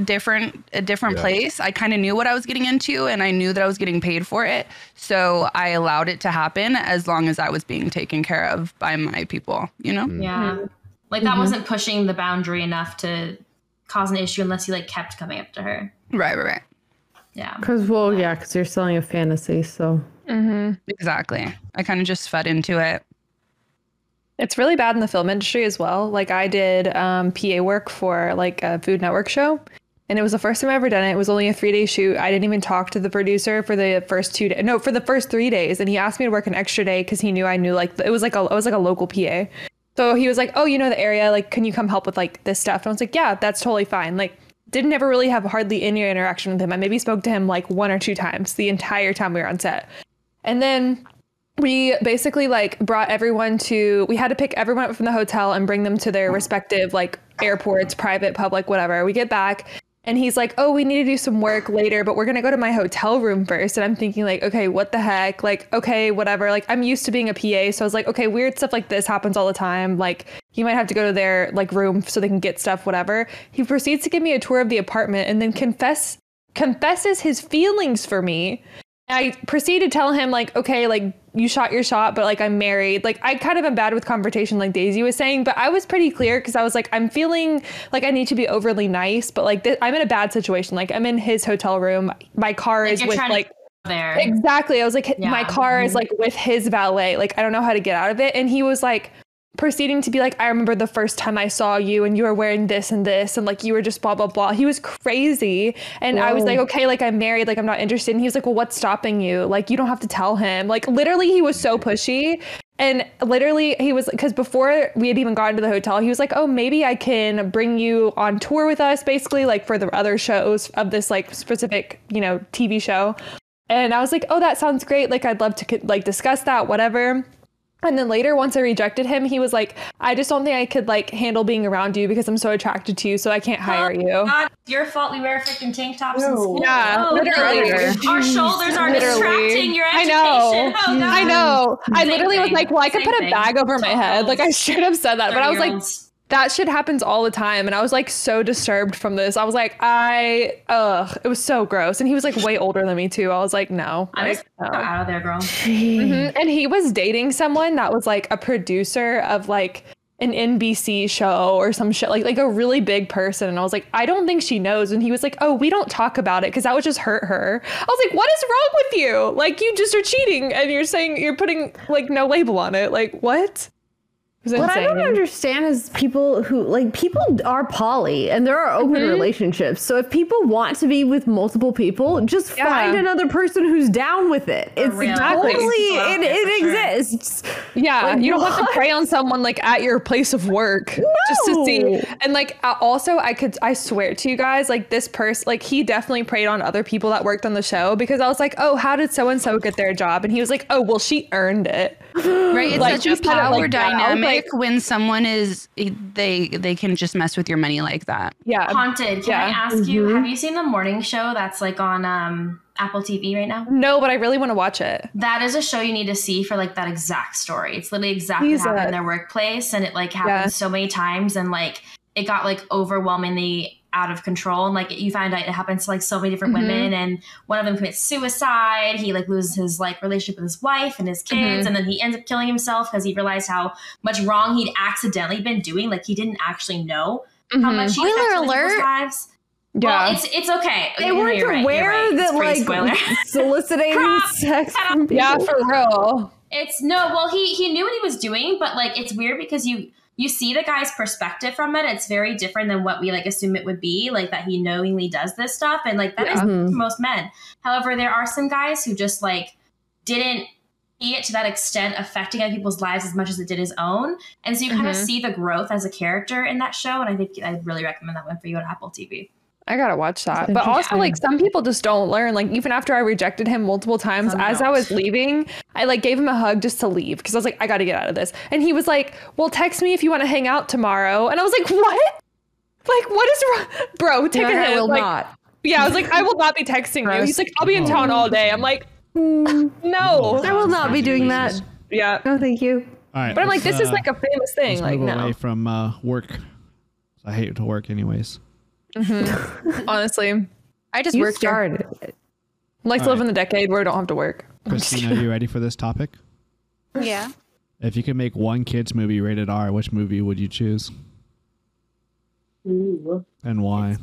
S10: different, a different
S9: Yeah.
S10: place. I kind of knew what I was getting into and I knew that I was getting paid for it. So I allowed it to happen as long as I was being taken care of by my people, you know?
S3: Yeah. Like that
S10: Mhm.
S3: wasn't pushing the boundary enough to cause an issue unless he like kept coming up to her.
S10: Right, right, right.
S3: Yeah.
S11: Because, well, yeah, because you're selling a fantasy, so.
S4: Mm-hmm.
S10: Exactly. I kind of just fed into it.
S4: It's really bad in the film industry as well. Like I did um, PA work for like a Food Network show, and it was the first time I ever done it. It was only a three day shoot. I didn't even talk to the producer for the first two days. No, for the first three days, and he asked me to work an extra day because he knew I knew like it was like a I was like a local PA. So he was like, "Oh, you know the area. Like, can you come help with like this stuff?" And I was like, "Yeah, that's totally fine." Like, didn't ever really have hardly any interaction with him. I maybe spoke to him like one or two times the entire time we were on set, and then we basically like brought everyone to we had to pick everyone up from the hotel and bring them to their respective like airports private public whatever we get back and he's like oh we need to do some work later but we're going to go to my hotel room first and i'm thinking like okay what the heck like okay whatever like i'm used to being a pa so i was like okay weird stuff like this happens all the time like you might have to go to their like room so they can get stuff whatever he proceeds to give me a tour of the apartment and then confess confesses his feelings for me I proceed to tell him like, okay, like you shot your shot, but like I'm married. Like I kind of am bad with confrontation, like Daisy was saying, but I was pretty clear because I was like, I'm feeling like I need to be overly nice, but like th- I'm in a bad situation. Like I'm in his hotel room. My car
S3: Like
S4: is
S3: you're
S4: with
S3: trying to
S4: like
S3: there.
S4: Exactly. I was like, h- my
S3: Yeah.
S4: car is
S3: Mhm.
S4: like with his valet. Like, I don't know how to get out of it. And he was like, proceeding to be like, I remember the first time I saw you and you were wearing this and this and like you were just blah, blah, blah. He was crazy. And I was
S11: Whoa.
S4: like, okay, like I'm married, like I'm not interested. And he was like, well, what's stopping you? Like, you don't have to tell him. Like, literally, he was so pushy. And literally, he was because before we had even gotten to the hotel, he was like, "Oh, maybe I can bring you on tour with us, basically, like for the other shows of this like specific, you know, TV show." And I was like, "Oh, that sounds great. Like, I'd love to co- like discuss that, whatever." And then later, once I rejected him, he was like, "I just don't think I could like handle being around you because I'm so attracted to you, so I can't hire you."
S3: God, it's your fault we wear freaking tank tops in school.
S4: Yeah,
S3: Oh,
S4: literally.
S3: Our shoulders are distracting your education.
S4: I know.
S3: Oh, God.
S4: I know. I
S3: Same
S4: literally was
S3: thing.
S4: like, well, I could
S3: Same
S4: put a
S3: thing.
S4: bag over my head. Like, I should have said that. But I was like,
S3: 30-year-olds.
S4: that shit happens all the time. And I was like, so disturbed from this. I was like, I, ugh, it was so gross. And he was like way older than me, too. I was like, no.
S3: I was
S4: Like, no.
S3: out of there, girl.
S4: Mhm. And he was dating someone that was like a producer of like an NBC show or some shit, like like a really big person. And I was like, I don't think she knows. And he was like, Oh, we don't talk about it because that would just hurt her. I was like, What is wrong with you? Like you just are cheating and you're saying you're putting like no label on it. Like what? It was
S11: What I don't
S4: insane.
S11: understand is people who like people are poly and there are
S4: Mm-hmm.
S11: open relationships. So if people want to be with multiple people, just
S4: Yeah.
S11: find another person who's down with it. It's
S4: real.
S11: totally it,
S4: Exactly.
S11: it exists.
S4: Yeah,
S11: Like,
S4: you don't have
S11: what?
S4: to prey on someone like at your place of work just to see. And like I- also, I could I swear to you guys, like this person, like he definitely preyed on other people that worked on the show because I was like, oh, how did so and so get their job? And he was like, oh, well, she earned it.
S10: Right, it's
S4: Like, he
S10: such a
S4: said it like
S10: power
S4: that. I was
S10: dynamic
S4: like,
S10: when someone is eh, they they can just mess with your money like that.
S4: yeah,
S3: Haunted. Can I
S4: Yeah. Mm-hmm.
S3: ask you? Have you seen the morning show that's like on um, Apple TV right now?
S4: no, but I really want to watch it.
S3: That is a show you need to see for like that exact story. It's literally exactly what happened in
S4: Jesus.
S3: their workplace, and it like happened
S4: Yeah.
S3: so many times, and like it got like overwhelmingly out of control. And like you find out it happens to like so many different
S4: Mhm.
S3: women, and one of them commits suicide. He like loses his like relationship with his wife and his kids,
S4: Mhm.
S3: and then he ends up killing himself because he realized how much wrong he'd accidentally been doing. Like he didn't actually know how
S6: Mhm.
S3: much. he
S6: Spoiler
S3: affected other people's
S6: alert.
S3: Lives.
S4: Mm-hmm. Yeah.
S3: Well, it's it's okay.
S11: They
S3: You know,
S11: weren't
S3: you're right, you're
S11: aware
S3: right. It's
S11: that
S3: pretty
S11: like
S3: spoiler.
S11: soliciting sex from people.
S4: Yeah, for real.
S3: It's no, well, he he knew what he was doing, but like it's weird because you you see the guy's perspective from it. It's very different than what we like assume it would be, like that he knowingly does this stuff, and like that is
S11: Yeah. Mhm.
S3: to most men. However, there are some guys who just like didn't see it to that extent, affecting other people's lives as much as it did his own, and so you kind of
S4: Mhm.
S3: see the growth as a character in that show. And I think I really recommend that one for you on Apple TV.
S4: I gotta watch that. But also, like some people just don't learn. Like even after I rejected him multiple times, as I was leaving, I like gave him a hug just to leave because I was like, I gotta get out of this. And he was like, Well, text me if you want to hang out tomorrow. And I was like, What? Like what is wrong, bro? Take
S18: Like,
S4: a
S18: I
S4: hit.
S18: will
S4: Like,
S18: not.
S4: Yeah, I was like, I will not be texting you. He's like, I'll be in town
S1: Oh.
S4: all day. I'm like, No,
S18: Mm. I will not be doing that.
S4: Yeah.
S18: No, thank you.
S1: All right.
S4: But I'm like,
S1: let's,
S4: this is
S1: uh,
S4: like a famous thing.
S1: let's
S4: Like
S1: move
S4: no,
S1: away from uh, work. I hate to work, anyways.
S4: Mhm. honestly, I
S6: just You worked here. started
S4: Like to
S1: All
S4: live in the decade where I don't have to work.
S1: Christina, are you ready for this topic?
S13: Yeah.
S1: If you could make one kids movie rated R, which movie would you choose and why?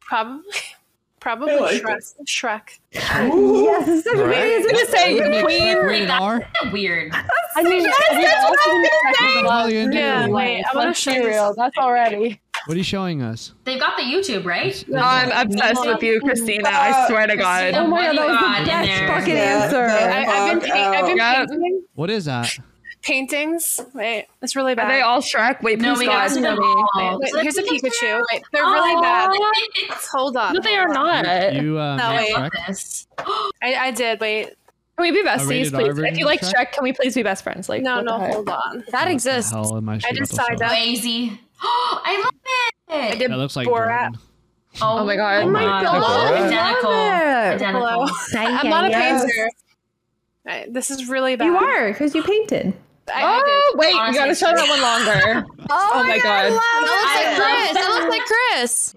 S13: Probably, probably
S19: I like
S13: Shrek. Shrek.
S11: Yes, this is
S13: Right?
S11: amazing.
S13: I was gonna say,
S11: Wait,
S13: Queen.
S11: wait, wait,
S13: Rated
S11: wait.
S3: Weird.
S5: I mean,
S11: Yes,
S5: I mean,
S11: that's
S5: also
S11: what I was
S5: the second
S11: gonna say.
S5: one.
S1: Million
S5: Yeah,
S1: dollars.
S5: wait, I want
S13: show
S5: to be
S13: you
S5: real. That's already.
S1: What are you showing us?
S3: They've got the YouTube, right?
S4: No, I'm obsessed with you, Christina. I swear to God.
S3: Oh my God, that was the best
S4: fucking answer.
S13: I, have been, paint, I've been
S4: Yeah.
S13: painting
S1: What is that?
S13: paintings. Wait, it's really bad.
S4: Are they all Shrek? Wait,
S13: No,
S4: please
S13: we
S4: God.
S13: got them all. Wait,
S4: Wait,
S13: here's a Pikachu. Wait, they're really bad.
S4: Aw.
S13: Hold on.
S4: Oh, No, they are not.
S1: You, uh,
S13: no,
S1: made
S13: wait.
S1: Shrek?
S13: I, I did. Wait.
S4: Can we be
S1: A
S4: besties,
S1: rated R
S4: please?
S1: version
S4: If you
S1: of
S4: like
S1: Shrek?
S4: Shrek, can we please be best friends? Like,
S13: No,
S4: what the
S13: no,
S4: heck?
S13: hold on.
S6: That exists.
S1: Hell, am I?
S13: I
S1: shit
S13: just
S1: about
S13: signed
S1: this?
S13: up.
S3: Lazy. Oh, I love it.
S13: I did
S1: That looks like
S13: Borat.
S3: Oh,
S4: my God. Oh
S1: my God.
S3: Identical.
S13: Hello.
S3: Identical.
S13: I'm not a
S11: Yes.
S13: painter. Right, this is really bad.
S11: You are, because you painted.
S13: I, I
S4: Oh,
S13: did.
S4: wait, you
S3: Honestly,
S4: gotta show that one longer.
S11: Oh,
S4: Oh my God.
S3: I
S6: Chris, it looks like Chris.
S4: Yes.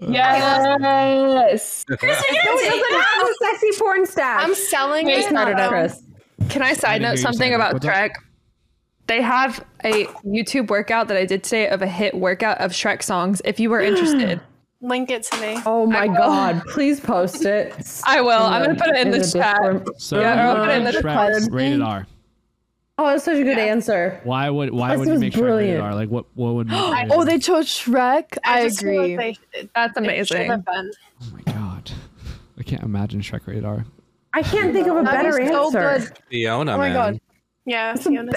S11: No, it doesn't have the sexy porn stash.
S13: I'm selling
S4: Wait,
S13: it.
S4: started up.
S11: Chris.
S4: Can I
S1: didn't
S4: side
S1: hear
S4: note
S1: you
S4: something
S1: side note.
S4: about
S1: What's up?
S4: Shrek? They have a YouTube workout that I did today of a hit workout of Shrek songs. If you were interested,
S13: Link it to me.
S11: Oh my god, please post it.
S4: I will. Oh, I'm gonna put it in the chat.
S11: Discord. Uh-huh.
S1: So
S4: Yeah,
S1: you
S4: I'll put it in
S1: would
S4: the
S1: make Shrek
S11: card.
S1: rated R.
S11: Oh, that's such a good answer.
S1: Why would why
S11: This
S1: would you
S11: was
S1: make Shrek rated
S11: brilliant.
S1: R? Like what what would make it rated
S8: Oh,
S1: R?
S8: they chose Shrek. I,
S13: just feel
S8: agree.
S13: like they-
S4: That's
S13: it should
S4: amazing.
S13: have been.
S1: Oh my god. I can't imagine Shrek rated R.
S11: I can't think of a better
S8: That was so
S11: answer.
S8: good.
S9: Fiona,
S8: my
S9: man.
S8: God.
S13: Yeah. Fiona.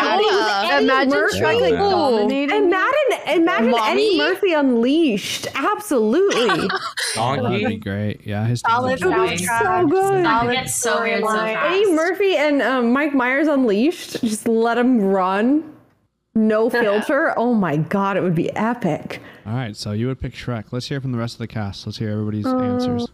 S8: Imagine Shrek like
S9: Yeah.
S8: dominating.
S11: And Madden, imagine
S6: Mommy?
S11: Eddie Murphy unleashed. Absolutely.
S1: That'd be
S9: Donkey.
S1: great. Yeah, his
S13: Solid
S1: things are
S13: soundtrack.
S1: great.
S11: so good.
S3: Solid It's so weird so
S13: storyline.
S3: fast.
S11: Eddie Murphy and um, Mike Myers unleashed. Just let him run. No filter. Oh my god, it would be epic.
S1: All right, so you would pick Shrek. Let's hear from the rest of the cast. Let's hear everybody's answers.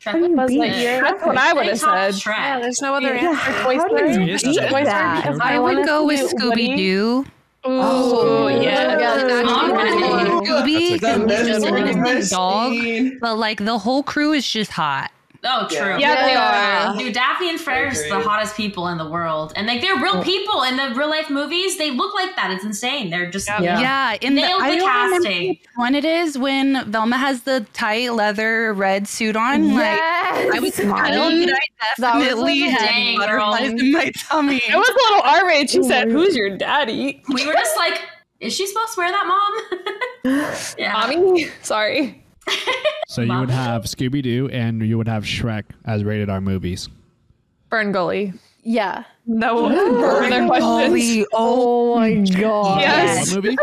S3: Shrek with
S11: Buzz
S3: Buzz
S11: Lightyear.
S4: That's what I would have
S3: Top
S4: said.
S13: Yeah,
S3: Shrek.
S13: there's no other
S11: Yeah,
S13: answer.
S11: how did
S1: Story.
S11: you
S1: Yes,
S11: beat
S1: that's
S11: that?
S1: Sure.
S5: I
S10: I would
S5: wanna
S10: go with
S5: see
S10: Scooby Doo.
S4: Ooh, Oh, yeah.
S3: Oh.
S10: Scooby,
S9: That's a
S10: 'cause
S9: good
S10: he's just
S3: one.
S10: an innocent
S19: That's
S10: dog.
S19: mean.
S10: But like the whole crew is just hot.
S3: Oh, true.
S4: Yeah, they are.
S3: Dude, Daphne and Fred are just the hottest people in the world. And like they're real people in the real life movies. They look like that. It's insane. They're just
S11: Yeah.
S10: Yeah, in the,
S3: Nailed
S10: I
S3: the
S10: don't remember
S3: casting.
S10: which one it is when Velma has the tight leather red suit on. Like I was smiling. I
S8: was
S10: definitely
S3: like a
S10: had
S3: dang,
S10: butterflies
S3: girl.
S10: in my tummy.
S4: It was a little R rated. She said, "Who's your daddy,
S3: we were just like, is she supposed to wear that, mom? yeah.
S4: mommy?" Sorry.
S1: So you would have Scooby Doo and you would have Shrek as rated R movies.
S4: Burn Gully.
S8: Yeah.
S4: No further
S10: Holy,
S4: questions.
S10: oh,
S11: Oh my god.
S4: Yes.
S1: What movie?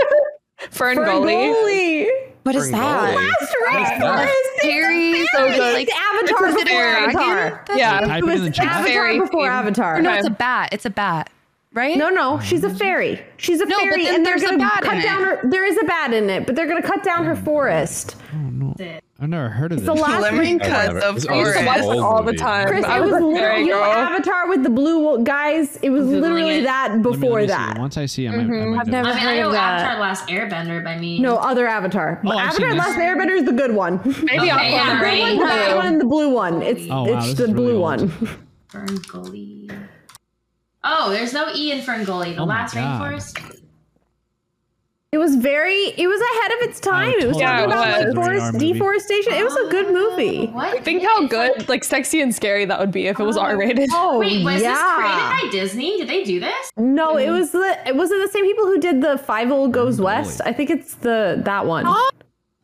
S4: Fern Gully.
S11: Ferngully.
S6: What is that?
S10: Harry, so good. Like
S11: Avatar
S10: is it a
S11: before
S10: dragon?
S11: Avatar.
S10: That's-
S4: Yeah.
S1: Type
S11: It
S1: it
S11: was
S1: in the chat.
S11: Avatar
S4: Fairy
S11: before
S4: theme.
S11: Avatar.
S10: No, it's a bat. It's a bat, right?
S11: No,
S1: Oh,
S11: no, she's a fairy. She's a
S10: No, but
S11: fairy,
S10: then
S11: and they're
S10: there's a
S11: gonna
S10: bat
S11: cut
S10: in
S11: down
S10: it.
S11: her. There is a bat in it, but they're gonna cut down her forest.
S1: I've never heard of Hmm. this.
S11: The last
S10: Lemon
S9: Oh, whatever.
S10: cuts, of
S9: It's
S4: I used
S10: course.
S4: to watch
S9: old
S4: it all the
S9: movie.
S4: time.
S11: Chris,
S4: I
S11: it was
S4: a fairy
S11: literally you know,
S4: girl.
S11: Avatar with the blue guys. It was
S3: Googling
S11: literally
S3: it.
S11: that
S1: Let me- let
S11: before
S1: me see.
S11: that.
S1: Once I see him, I-
S11: Mm-hmm.
S1: I might know.
S6: never-
S3: I mean, I
S6: heard of
S3: know
S6: that.
S3: Avatar Last Airbender by me.
S11: No, other Avatar.
S1: Oh, I've
S11: Avatar
S1: seen
S11: Last
S1: this.
S11: Airbender is the good one.
S4: Maybe
S3: Okay, yeah,
S4: I'll
S3: right.
S11: the black one and the blue one. It's
S1: Oh, wow,
S11: it's
S1: this
S11: the
S1: is really
S11: blue
S1: old.
S11: one.
S3: Fern Gully. Oh, there's no E in Fern Gully. The
S1: Oh my
S3: last
S1: God.
S3: rainforest.
S11: It was very. It was ahead of its time. it was
S1: totally
S11: talking
S4: watched
S11: about
S4: it
S11: like
S1: as a radar
S11: forest
S1: movie.
S11: deforestation. It was a good movie.
S3: What?
S4: Think how good, like sexy and scary that would be if it was R rated.
S11: Oh
S3: Wait, was
S11: yeah.
S3: this created by Disney? Did they do this?
S11: No,
S3: Mm-hmm.
S11: it was the. It was it the same people who did the Five Old Goes West. I think it's the that one.
S3: Oh,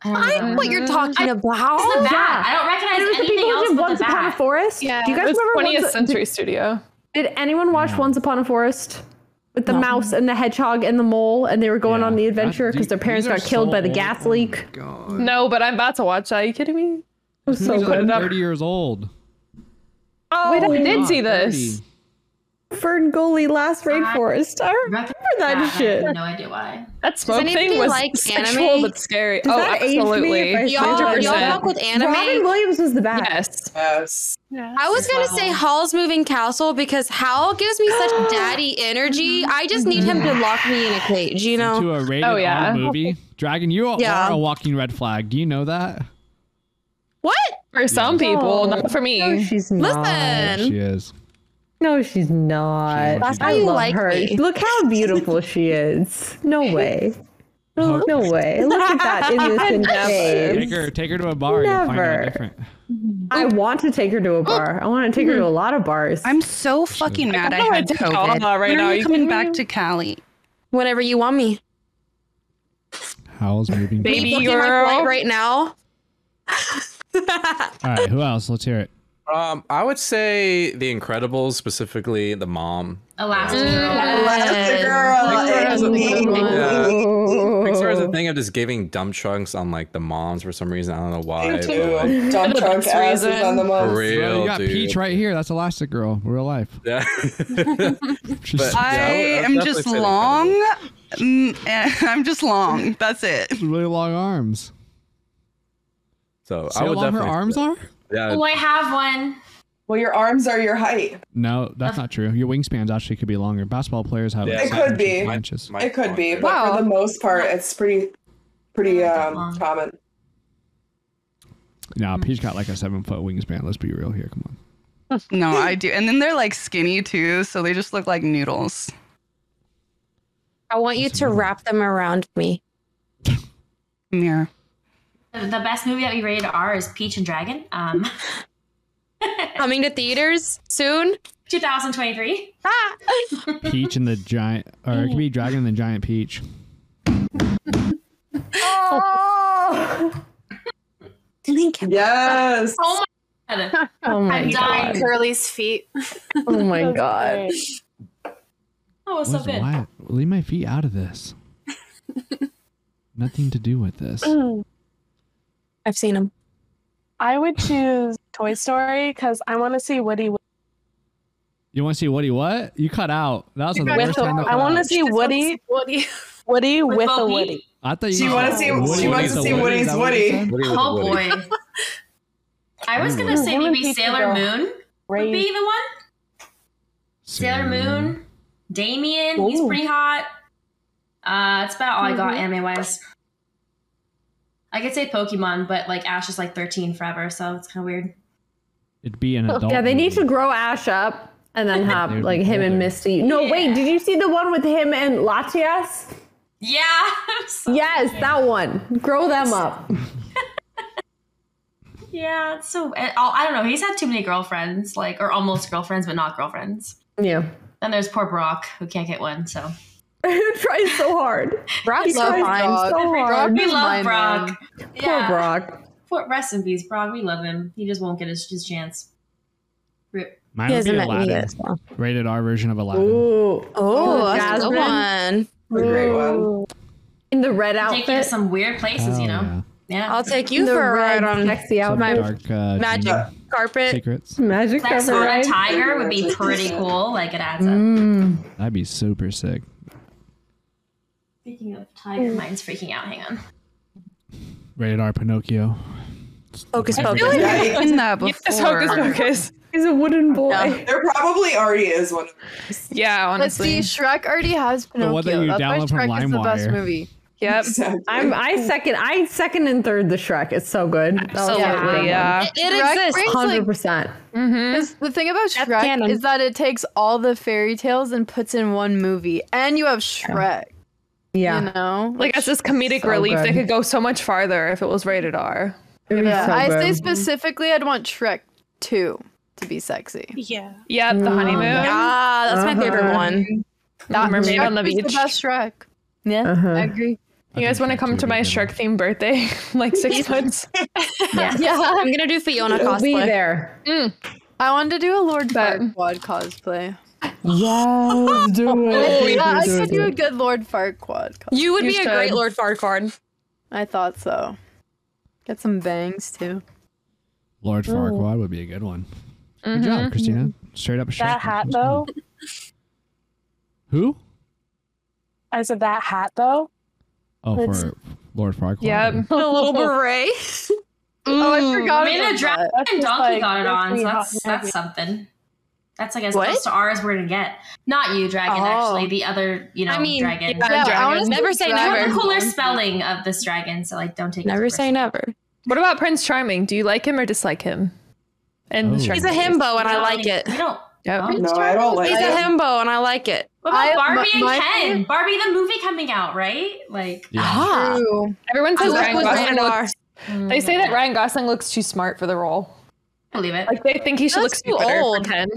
S11: Mm-hmm.
S6: I know what you're talking about.
S3: It's the bat.
S11: yeah.
S3: I don't
S11: It was
S3: recognize
S11: the people
S3: anything
S11: who
S3: else
S11: did
S3: but
S11: Once
S3: the
S11: Upon a
S3: bat.
S11: Forest.
S13: Yeah.
S11: Do you guys
S4: It was
S11: remember
S4: 20th
S11: Once,
S4: Century Studio.
S11: Did anyone watch Once Upon a Forest? with the mouse and the hedgehog and the mole, and they were going on the adventure
S16: do-
S11: because their parents
S16: these are
S11: got killed by the
S16: so-
S11: gas leak.
S6: Oh
S4: No, but I'm about to watch. that. Are you kidding me?
S11: was so
S1: These are
S11: good.
S1: Thirty years old.
S4: Oh, Wait, I did see
S1: this.
S11: Fern Gully Last Rainforest. I remember that shit.
S3: no idea why.
S4: That smoke
S6: anybody
S4: thing was
S6: like
S4: sexual
S6: anime?
S4: but scary.
S11: Does
S4: oh,
S11: that age me if
S4: absolutely.
S11: I say
S6: Y'all- y'all fuck with anime? Robin
S11: Williams was the best.
S4: Yes.
S2: Yes.
S6: I was gonna say Hall's moving castle because Hal gives me such daddy energy. I just need him
S3: Mm-hmm.
S6: to lock me in a cage, you know.
S1: To a rated
S6: Oh, yeah.
S1: R movie. Dragon, you are
S6: Yeah.
S1: a walking red flag. Do you know that?
S6: What?
S4: For some people,
S11: No.
S4: not for me.
S11: No, she's not.
S1: She is.
S11: No, she's not.
S1: That's
S11: I
S1: how you
S11: love
S1: like
S11: her.
S1: me.
S11: Look how beautiful she is. No way. No, no way. Look at that innocent
S1: Take
S11: face.
S1: her, take her to a bar. You'll find out
S11: Never.
S1: different.
S11: I want to take her to a bar. I want to take her to a lot of bars.
S10: I'm so fucking mad. I
S11: know I
S10: had
S11: did
S10: COVID.
S11: Colorado right
S10: when
S11: now.
S10: are
S11: Are
S10: you,
S11: you
S10: coming
S11: kidding
S10: back
S11: me?
S10: to Cali?
S6: Whenever you want me,
S1: Howl's moving.
S6: Me booking my flight right now.
S1: All right, who else? Let's hear it.
S9: Um, I would say The Incredibles, specifically the mom. Pixar has a thing of just giving dumb chunks on like the moms for some reason. I don't know why.
S2: You
S9: but,
S2: too.
S9: like-
S2: Dumb chunk asses on the
S9: For
S2: most.
S1: Well,
S9: real,
S1: you got
S9: dude.
S1: Peach right here. That's Elastic Girl, real life.
S9: Yeah.
S1: She's-
S10: I am just long. Mm, eh, I'm just long. That's it.
S1: Really long arms.
S9: So
S1: See
S9: I
S1: how
S9: would
S1: long her
S9: definitely-
S1: arms are?
S9: Yeah.
S3: Oh, I have one.
S2: Well, your arms are your height.
S1: No, that's not true. Your wingspans actually could be longer. Basketball players have.
S2: Yeah.
S1: like
S2: It could be.
S1: 7 Inches.
S2: it could be, but for the most part, it's pretty, pretty um, common.
S1: Nah, Peach got like a seven foot wingspan. Let's be real here. Come on.
S10: No, I do. And then they're like skinny too, so they just look like noodles.
S6: I want you to wrap them around me.
S10: Mirror.
S3: The the best movie that we rated R is Peach and Dragon. Um,
S6: Coming to theaters soon.
S3: 2023.
S1: Peach and the giant, or it could be Dragon and the giant Peach.
S11: Oh.
S6: Link.
S2: Yes.
S3: Oh my god.
S11: Oh my
S7: I'm dying.
S11: God.
S7: Curly's feet.
S11: Oh my god.
S7: Oh,
S1: What is Wyatt? Leave my feet out of this. Nothing to do with this.
S6: I've seen him.
S5: I would choose Toy Story because I want to see Woody. With,
S1: You want to see Woody? What you cut out? That was the
S5: with
S1: worst
S5: a-
S1: time to
S5: I
S1: cut
S5: want to
S1: out.
S5: see Woody.
S7: Woody.
S5: Woody with, a
S7: Bo-Peep?
S5: Woody.
S1: I thought you.
S2: She wanna see- she wants to see Woody's Woody.
S3: Oh boy. I was
S1: Mm.
S3: gonna say
S5: Women
S3: maybe
S5: people
S3: Sailor
S5: are
S3: Moon would be the one. Sailor Moon, Damien, he's
S5: Ooh.
S3: pretty hot. Uh, that's about all I got
S5: Mhm.
S3: anime wise. I could say Pokemon, but like Ash is like 13 forever, so it's kind of weird.
S1: It'd be an adult.
S11: Yeah, they need to grow Ash up and then have
S1: They would
S11: like
S1: be
S11: him and
S1: older.
S11: Misty. No, wait, did you see the one with him and Latias?
S3: Yeah.
S11: Yes, that one. Grow them up.
S3: Yeah, it's so I I don't know. He's had too many girlfriends, like or almost girlfriends, but not girlfriends.
S11: Yeah.
S3: Then there's poor Brock who can't get one. So
S11: Who tries so hard?
S6: Brock's
S11: He
S6: so
S11: tries
S6: fine.
S11: so hard.
S3: we love Brock.
S11: Poor
S3: Yeah.
S11: Brock.
S3: Poor- rest in peace, Brock. We love him. He just won't get his, his chance. Rip.
S1: Mine would be Aladdin. Rated R version of Aladdin.
S11: Ooh.
S6: Oh, that's a good
S11: Jasmine.
S6: one.
S2: Great one.
S11: In the red
S3: Take you to
S11: outfit.
S3: some weird places, you
S1: Hell
S3: know. Yeah.
S6: I'll take you
S11: The
S6: for a
S11: red
S6: ride on
S11: sexy
S1: Some
S11: outfit.
S1: dark uh,
S6: Magic
S1: Genie
S6: Carpet.
S1: secrets.
S11: Magic
S3: Sex
S11: cover,
S3: on a
S11: right?
S3: tiger would be pretty cool. Like it adds up.
S11: Mm.
S1: That'd be super sick.
S3: Speaking of tiger, mine's freaking out. Hang on.
S1: Rated R Pinocchio.
S6: Focus,
S1: I
S6: focus.
S1: feel like
S2: Yeah,
S10: In that
S4: Yes, hocus
S10: before.
S4: pocus.
S11: He's a wooden boy.
S6: Yeah.
S2: There probably already is one. of
S4: Yeah,
S8: Let's
S4: honestly.
S8: see, Shrek already has
S1: one
S8: Pinocchio.
S1: that you
S8: That's why
S1: download from
S8: Shrek is the best
S1: LimeWire.
S8: movie.
S4: Yep.
S2: those.
S11: I'm I second I second and third the Shrek. It's so good. That was a good one.
S4: Absolutely, yeah.
S6: It
S8: Shrek
S6: exists.
S8: brings, like,
S11: Hundred percent.
S6: Mm-hmm.
S8: This- the thing about Shrek
S6: canon.
S8: is that it takes all the fairy tales and puts in one movie, and you have Shrek.
S11: Yeah.
S8: You know,
S4: Like as this comedic relief, they
S11: good.
S4: could go so much farther if it was rated R.
S11: It was
S8: yeah.
S11: so
S8: I say
S11: good.
S8: specifically, I'd want Shrek two to be sexy.
S7: Yeah.
S4: Yep, the honeymoon.
S6: Ah, that's my favorite one.
S4: That mermaid on the
S8: He's
S4: beach.
S8: the best Shrek. Yeah, I agree.
S4: You guys want to come to my Shrek themed birthday? like six months?
S6: Yeah, I'm gonna do Fiona
S11: We'll
S6: cosplay.
S11: be there.
S8: I wanted to do a Lord
S4: But-
S8: Farquaad cosplay.
S16: Yes,
S11: Oh,
S16: do it.
S8: yeah, I could do a good Lord Farquaad. cos-
S6: Oh, You would
S8: You
S6: be a great
S8: should.
S6: Lord Farquaad.
S8: I thought so. Get some bangs too.
S1: Lord
S8: Ooh.
S1: Farquaad would be a good one. Good job, Christina. Straight up. shot.
S5: That hat though.
S1: Who?
S5: I said that hat though.
S1: Oh,
S5: Let's-
S1: for Lord Farquaad.
S5: the little beret. oh, I
S3: I mean, Hmm, the dragon
S5: That's
S3: and
S5: just
S3: donkey
S5: like-
S3: got it
S5: that's
S3: on, so
S5: really hot
S3: that's,
S5: and
S3: that's
S5: heavy.
S3: something. That's like as
S5: What?
S3: close to ours we're gonna get. Not you, dragon.
S6: Oh.
S3: Actually, the other, you know,
S6: I mean,
S3: dragon.
S6: yeah, Yeah, dragon. honestly, Never say
S3: You have
S6: never.
S3: The cooler spelling of this dragon, so like, don't take.
S6: Never say never.
S4: What about Prince Charming? Do you like him or dislike him? And
S6: Oh. He's a himbo and I like it.
S3: I don't.
S4: Yep.
S3: No, I don't like
S6: He's a
S3: him.
S6: himbo and I like it.
S3: What about
S6: I-
S3: Barbie
S6: my- my
S3: and Ken?
S6: favorite-
S3: Barbie the movie coming out, right? Like,
S6: Ah.
S4: Everyone
S6: I
S4: says
S6: love
S4: Ryan
S6: when
S4: Gosling
S6: men
S4: looks, They say
S6: Mm.
S4: that Ryan Gosling looks too smart for the role.
S3: believe it.
S4: Like they think he should look
S3: That's too
S4: stupider
S3: old.
S4: for Ken.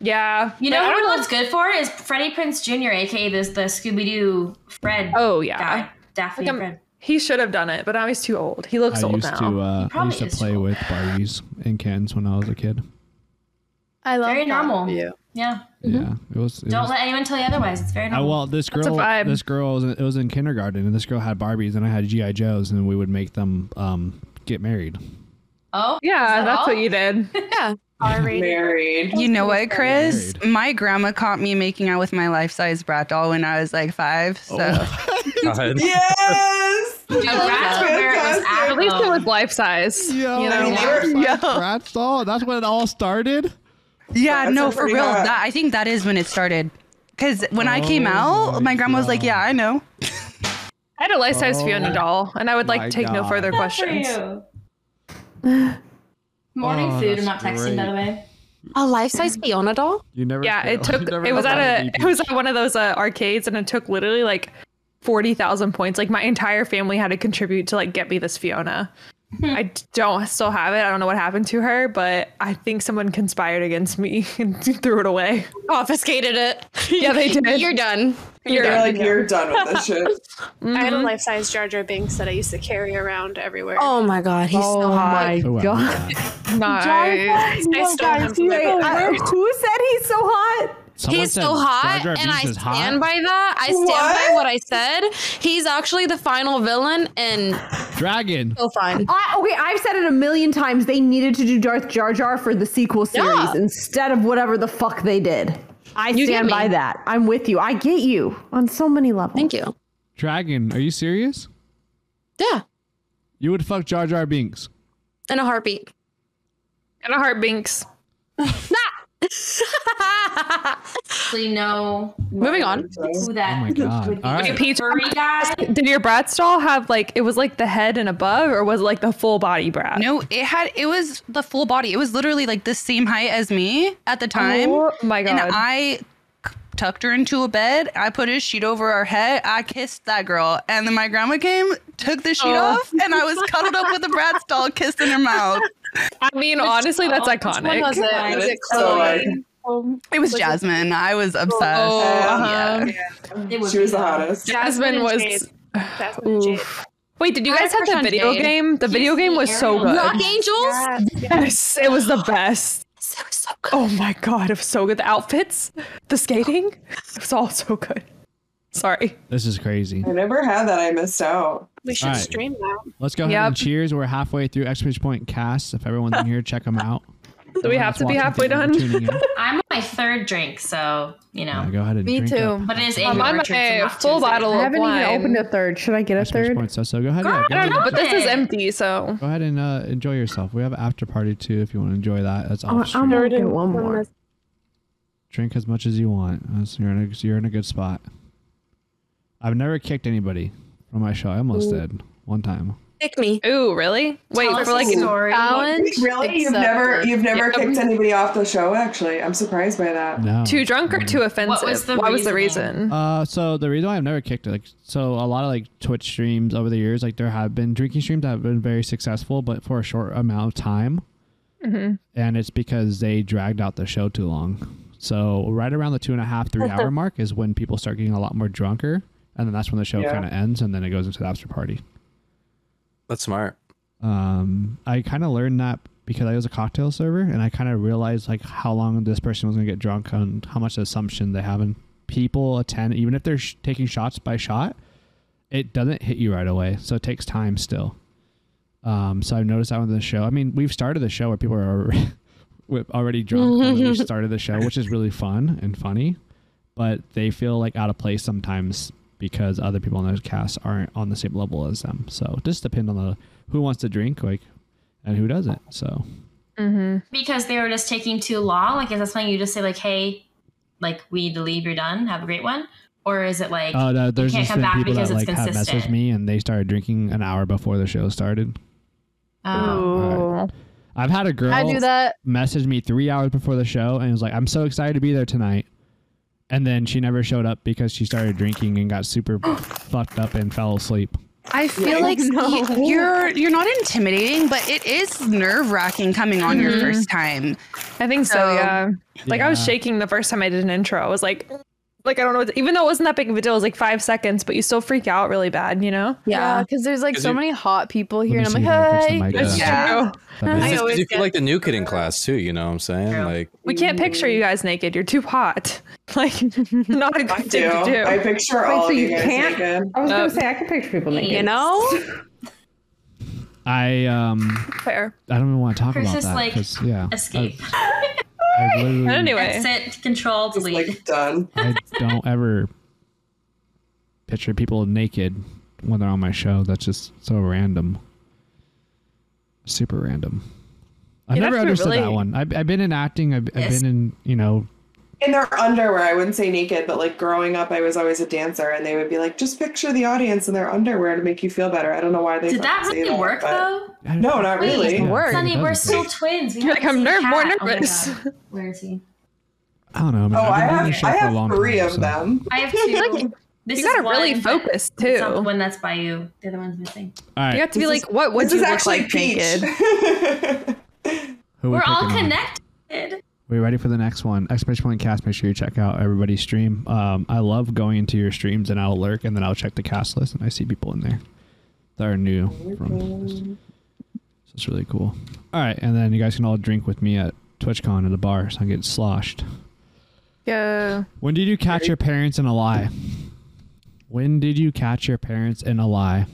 S4: Yeah.
S3: you
S4: But
S3: know
S4: I
S3: who
S4: don't
S3: looks good for is Freddie Prince Jr., aka this the Scooby Doo Fred.
S4: Oh yeah.
S3: guy, Daphne
S4: Like, I'm-
S3: Fred.
S4: He should have done it, but now he's too old. He looks
S1: I
S4: old
S1: used
S4: now.
S1: to. Uh, I
S4: probably
S1: used to
S4: is
S1: play with Barbies and Kens when I was a kid.
S8: I love
S3: very normal. Yeah.
S1: Yeah, it was. It
S3: Don't
S1: was
S3: let anyone tell you otherwise. It's very
S1: I,
S3: normal.
S1: well, this girl, this girl was in, it was in kindergarten, and this girl had Barbies, and I had GI Joes, and we would make them um, get married.
S3: Oh,
S4: yeah,
S10: that's what
S4: you did.
S6: Yeah.
S2: Married.
S10: You know what, Chris? My grandma caught me making out with my life size brat doll when I was like five. So
S2: Oh.
S9: God.
S2: Yes.
S3: Dude, that's where it was at.
S4: At least it
S3: though.
S4: was life size.
S1: Yo,
S4: you know?
S1: Bratz doll. Oh, That's when it all started.
S10: yeah,
S1: That's
S10: no,
S1: a
S10: for
S1: pretty
S10: real.
S1: hot-
S10: That, I think that is when it started. Because when I came
S1: Oh
S10: out,
S1: my
S10: my, grandma was like, "Yeah, I know."
S4: I had a life size Fiona
S10: Oh
S4: doll, and I would like
S10: my
S4: to take no
S10: God.
S4: further
S10: Good for
S4: questions.
S3: you. Morning
S1: Oh,
S3: food.
S1: that's
S3: I'm not texting, by the way.
S6: A life size Fiona doll?
S1: You never.
S4: Yeah, it took. It was at a. It was at one of those uh, arcades, and it took literally like forty thousand points. Like my entire family had to contribute to like get me this Fiona.
S3: Hmm.
S4: I d- don't still have it. I don't know what happened to her, but I think someone conspired against me and threw it away.
S6: Confiscated it.
S4: Yeah, they did.
S6: You're done.
S2: You're
S4: done.
S2: like you're done with this shit.
S7: I had a life size Jar Jar Binks that I used to carry around everywhere.
S6: Oh my god, he's so hot.
S1: Oh, wow.
S6: god.
S4: Nice.
S7: I
S16: No,
S7: stole him
S16: guys,
S7: from
S16: you
S7: my
S16: know,
S7: grandma.
S16: where- who said he's so hot?
S1: Someone
S6: he's
S1: said
S6: so hot,
S1: Jar Jar
S6: and I
S1: Binks is
S6: stand
S1: hot?
S6: by that. I stand by what I said. He's actually the final villain, and
S1: Dragon.
S6: so fine.
S16: I, okay, I've said it a million times. They needed to do Darth Jar Jar for the sequel series
S6: Yeah.
S16: instead of whatever the fuck they did. I stand
S6: me.
S16: by that. I'm with you. I get you on so many levels.
S6: Thank you.
S1: Dragon. Are you serious?
S6: Yeah,
S1: You would fuck Jar Jar Binks.
S6: in a heartbeat.
S4: And a heart binks.
S3: Actually, no.
S6: Moving on.
S3: Who that?
S1: Oh my god. All right.
S4: Peach,
S3: Furry guy.
S4: did your brat doll have like it was like the head and above, or was it like the full body brat?
S10: No, it had it was the full body. It was literally like the same height as me at the time.
S4: Oh my
S10: And
S4: God.
S10: I c- tucked her into a bed. I put a sheet over her head. I kissed that girl, and then my grandma came, took the sheet
S4: Oh.
S10: off, and I was cuddled up with a Bratz doll, kissed in her mouth.
S4: I mean, honestly, that's iconic.
S7: When was it? Was it
S2: So, like,
S7: Chloe? Um,
S10: It was Jasmine. I was obsessed.
S4: uh-huh.
S3: It would
S2: she was
S3: be
S2: the hottest.
S4: Jasmine
S7: and
S4: was.
S7: Jade. Jasmine and Jade.
S4: Wait, did you guys have the
S6: crush on
S4: video
S6: Jade.
S4: game? The video game was so good.
S6: Rock Angels.
S4: Yes, it was the best.
S6: It was so good.
S4: Oh my god, it was so good. The outfits, the skating, it was all so good. Sorry.
S1: This is crazy.
S2: I never had that. I missed out.
S7: We should
S1: Alright.
S7: stream that.
S1: Let's go ahead and
S4: Yep.
S1: cheers. We're halfway through Exclamation Point Cast. If everyone's in here, check them out.
S4: Do we have to be halfway done?
S3: I'm on my third drink, so you know.
S1: go ahead and
S8: Me
S1: drink
S8: too.
S1: up.
S3: But it is
S4: I'm on
S3: Amber
S4: my full bottle
S16: I
S4: of
S16: haven't
S4: wine.
S16: even opened a third. Should I get a
S1: Exclamation
S16: third?
S1: Point says so. Go ahead. Yeah,
S3: Girl,
S1: go,
S3: I
S1: ahead
S3: don't
S1: and,
S4: But this is
S3: Okay.
S4: empty, so
S1: go ahead and uh, enjoy yourself. We have an after party too if you want to enjoy that. That's
S16: Oh,
S1: off
S16: I'm
S1: stream.
S16: gonna get one more.
S1: Drink as much as you want. That's- You're in, a, you're in a good spot. I've never kicked anybody on my show. I almost did one time.
S6: Pick me.
S4: ooh, really? Wait
S3: Tell us
S4: for
S3: a
S4: like
S3: story.
S8: Challenge.
S2: Really? You've never
S8: accepted.
S2: you've never
S4: Yep.
S2: kicked anybody off the show, actually. I'm surprised by that.
S1: No.
S4: too drunk or too offensive.
S3: the
S4: What was the
S3: reasoning?
S16: Mm.
S4: reason?
S1: Uh, so the reason why I've never kicked it, like, so a lot of like Twitch streams over the years, like there have been drinking streams that have been very successful, but for a short amount of time,
S4: Mm-hmm.
S1: and it's because they dragged out the show too long. So right around the two and a half, three hour mark is when people start getting a lot more drunker, and then that's when the show
S2: Yeah.
S1: kind of ends, and then it goes into the after party.
S9: That's smart.
S1: Um, I kind of learned that because I was a cocktail server and I kind of realized like how long this person was going to get drunk and how much assumption they have. And people attend, even if they're sh- taking shots by shot, it doesn't hit you right away. So it takes time still. Um, so I've noticed that with the show. I mean, we've started the show where people are alre- wi- already drunk when we started the show, which is really fun and funny, but they feel like out of place sometimes because other people on those casts aren't on the same level as them. So it just depends on the who wants to drink, like, and who doesn't. So
S4: Mm-hmm.
S3: because they were just taking too long? Like, is that something you just say like, "Hey, like we need to leave. You're done. Have a great one," or is it like,
S1: Oh, no, there's
S3: you
S1: just
S3: can't come
S1: been
S3: back
S1: people
S3: because
S1: that
S3: it's
S1: like have
S3: consistent"?
S1: messaged me and they started drinking an hour before the show started.
S3: Oh.
S1: I've had a girl
S8: I do that.
S1: message me three hours before the show and was like, "I'm so excited to be there tonight," and then she never showed up because she started drinking and got super fucked up and fell asleep.
S10: I feel like y- you're you're not intimidating, but it is nerve wracking coming on your
S4: Mhm.
S10: first time.
S4: I think so, yeah. Like I was
S10: Yeah.
S4: shaking the first time I did an intro. I was like, like I don't know, what to- even though it wasn't that big of a deal, it was like five seconds, but you still freak out really bad, you know?
S8: Yeah, because there's like
S9: 'Cause
S8: so
S9: you-
S8: many hot people
S1: me
S8: here, and I'm
S1: see
S8: like,
S1: if I fix the
S8: hey,
S1: mic
S8: it's
S1: Yeah.
S8: true.
S9: It's
S4: I
S9: just 'cause
S4: always
S9: you feel like the new kid in class too. You know what I'm saying? Like
S4: We can't picture you guys naked. You're too hot. Like not a good thing to
S2: do.
S4: do.
S2: I picture Wait, all so of you you guys can't- naked.
S16: I was
S4: Um,
S16: gonna say I can picture people naked.
S4: you know?
S1: I um,
S4: Fair.
S1: I don't even want to talk
S3: Chris
S1: about
S3: is
S1: that.
S3: like,
S1: 'cause, yeah,
S3: escape.
S1: I, I literally,
S3: exit, control, delete.
S2: done.
S1: I don't ever picture people naked when they're on my show. That's just so random. Super random. I've
S2: You'd have
S1: never
S2: to be
S1: understood that
S2: really-
S1: one. I've, I've been in acting. I've, I've
S2: Yes.
S1: been in, you know,
S2: in their underwear. I wouldn't say naked, but like growing up, I was always a dancer, and they would be like, "Just picture the audience in their underwear to make you feel better." I don't know why they
S3: Did that
S2: fucking say
S3: really work,
S2: but-
S3: though?
S2: No, not
S3: Wait,
S2: really.
S3: Sunny, we're still twins. We
S4: You're like, I'm nerve-
S3: nervous.
S4: more
S6: Oh
S4: nervous.
S3: Where is he?
S1: I don't know. Man.
S2: Oh, I
S1: I've been doing
S2: have
S1: this show
S2: I
S1: for a
S2: have
S1: long
S2: three
S1: time,
S2: of
S1: so-
S2: them.
S3: I have two. This is
S4: you gotta really
S3: one, but
S4: focus
S3: It's not the
S4: too.
S3: one that's by you. The other one's missing.
S1: All right.
S4: You have to be
S3: This is-
S4: like, what would
S2: this is
S4: you look
S2: actually
S4: like
S2: Peach.
S4: naked?
S1: Who
S3: We're all
S1: picking on?
S3: connected.
S1: We ready for the next one? Exclamation point cast. Make sure you check out everybody's stream. Um, I love going into your streams and I'll lurk and then I'll check the cast list and I see people in there that are new. From, so it's really cool. All right, and then you guys can all drink with me at TwitchCon at the bar, so I get sloshed.
S4: Yeah.
S1: When did you catch your parents in a lie? When did you catch your parents in a lie?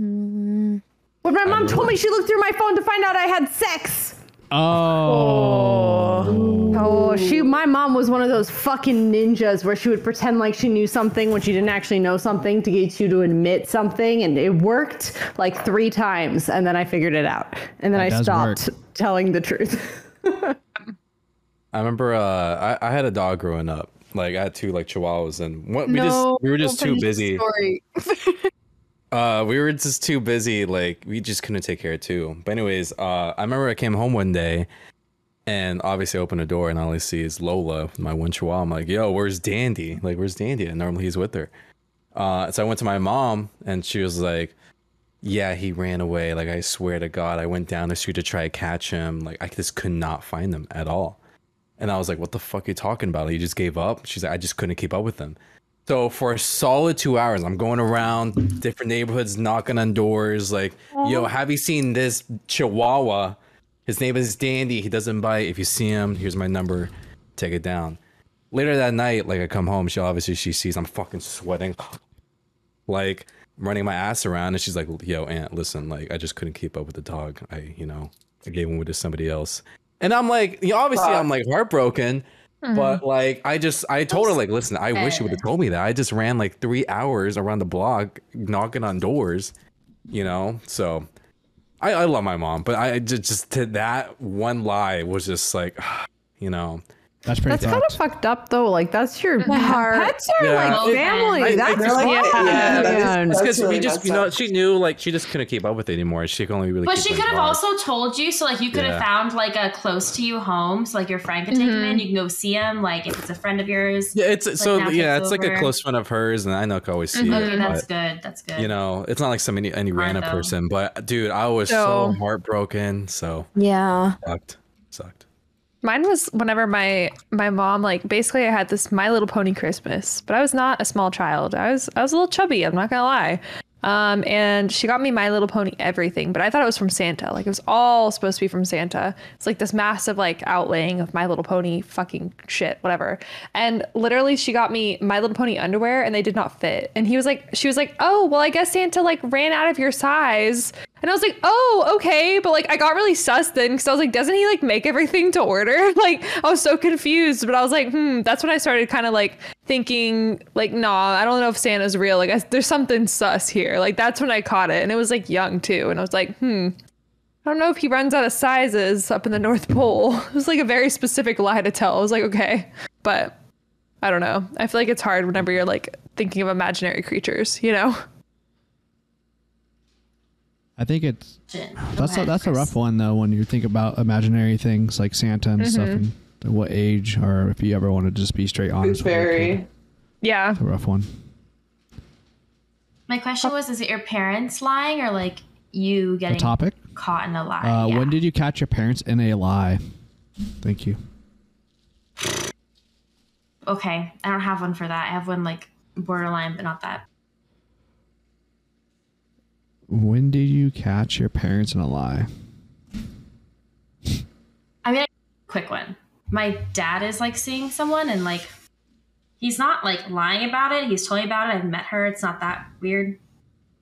S16: Mm-hmm. When my mom told me she looked through my phone to find out I had sex.
S1: Oh,
S16: Oh, she. My mom was one of those fucking ninjas where she would pretend like she knew something when she didn't actually know something to get you to admit something, and it worked like three times, and then I figured it out, and then
S9: That
S16: I
S9: does
S16: stopped telling the truth.
S9: I remember uh, I, I had a dog growing up. Like I had two like chihuahuas, and what we
S8: No,
S9: just we were just
S8: don't
S9: too
S8: finish the
S9: busy.
S8: story.
S9: Uh, we were just too busy. Like we just couldn't take care of two. But anyways, uh, I remember I came home one day, and obviously I opened the door, and all I see is Lola, my one chihuahua. I'm like, yo, where's Dandy? Like where's Dandy? And normally he's with her. Uh, so I went to my mom, and she was like, yeah, he ran away. Like I swear to God, I went down the street to try to catch him. Like I just could not find him at all. And I was like, what the fuck are you talking about? He just gave up. She's like, I just couldn't keep up with him. So for a solid two hours, I'm going around different neighborhoods, knocking on doors, like, yo, have you seen this chihuahua? His name is Dandy. He doesn't bite. If you see him, here's my number. Take it down. Later that night, like I come home, she obviously she sees I'm fucking sweating like running my ass around and she's like yo aunt listen like i just couldn't keep up with the dog i you know i gave him away to somebody else and i'm like you know, obviously i'm like heartbroken but like i just i told her like listen i wish you would have told me that i just ran like three hours around the block knocking on doors you know so i, I love my mom but i just, just to that one lie was just like you know
S1: that's
S16: That's kind of fucked up, though. Like that's your pets are like family. that's
S9: yeah,
S2: Um,
S16: fucked up.
S9: because we just you know she knew like she just couldn't keep up with it anymore. She can only really.
S3: But
S9: keep
S3: she
S9: it
S3: could have
S9: involved.
S3: also told you, so like you could have
S9: Yeah.
S3: found like a close to you home, so like your friend could take him in. You can go see him, like if it's a friend of yours.
S9: Yeah, it's
S3: like,
S9: so
S3: now
S9: yeah,
S3: takes
S9: it's like a
S3: over.
S9: close friend of hers, and I know I could always see
S3: Mhm.
S9: it.
S3: Okay, that's
S9: but,
S3: good. That's good.
S9: You know, it's not like some any, any random
S3: though.
S9: person, but dude, I was so
S4: No.
S9: heartbroken. So
S4: Yeah.
S9: sucked, sucked.
S4: Mine was whenever my my mom like basically I had this My Little Pony Christmas, but I was not a small child. I was I was a little chubby. I'm not gonna lie. Um, and she got me My Little Pony everything, but I thought it was from Santa. Like it was all supposed to be from Santa. It's like this massive like outlaying of My Little Pony fucking shit, whatever. And literally, she got me My Little Pony underwear, and they did not fit. And he was like, she was like, oh well, I guess Santa like ran out of your size. And I was like, oh, okay. But like, I got really sus then because I was like, doesn't he like make everything to order? Like, I was so confused. But I was like, hmm, that's when I started kind of like thinking, like, nah, I don't know if Santa's real. Like, I, there's something sus here. Like, that's when I caught it. And it was like young too. And I was like, hmm, I don't know if he runs out of sizes up in the North Pole. It was like a very specific lie to tell. I was like, okay. But I don't know. I feel like it's hard whenever you're like thinking of imaginary creatures, you know?
S1: I think it's
S3: Shit.
S1: that's
S3: Okay,
S1: a, that's a
S3: Chris.
S1: rough one though when you think about imaginary things like Santa and stuff
S4: Mhm.
S1: and what age or if you ever want to just be straight honest. with your kid.
S2: Very.
S4: Yeah.
S1: It's a rough one.
S3: My question was: Is it your parents lying or like you getting
S1: topic?
S3: caught in a lie?
S1: Uh, When did you catch your parents in a lie? Thank you.
S3: Okay, I don't have one for that. I have one like borderline, but not that.
S1: When did you catch your parents in a lie?
S3: I mean, quick one. My dad is like seeing someone and like he's not like lying about it. He's told me about it. I've met her. It's not that weird.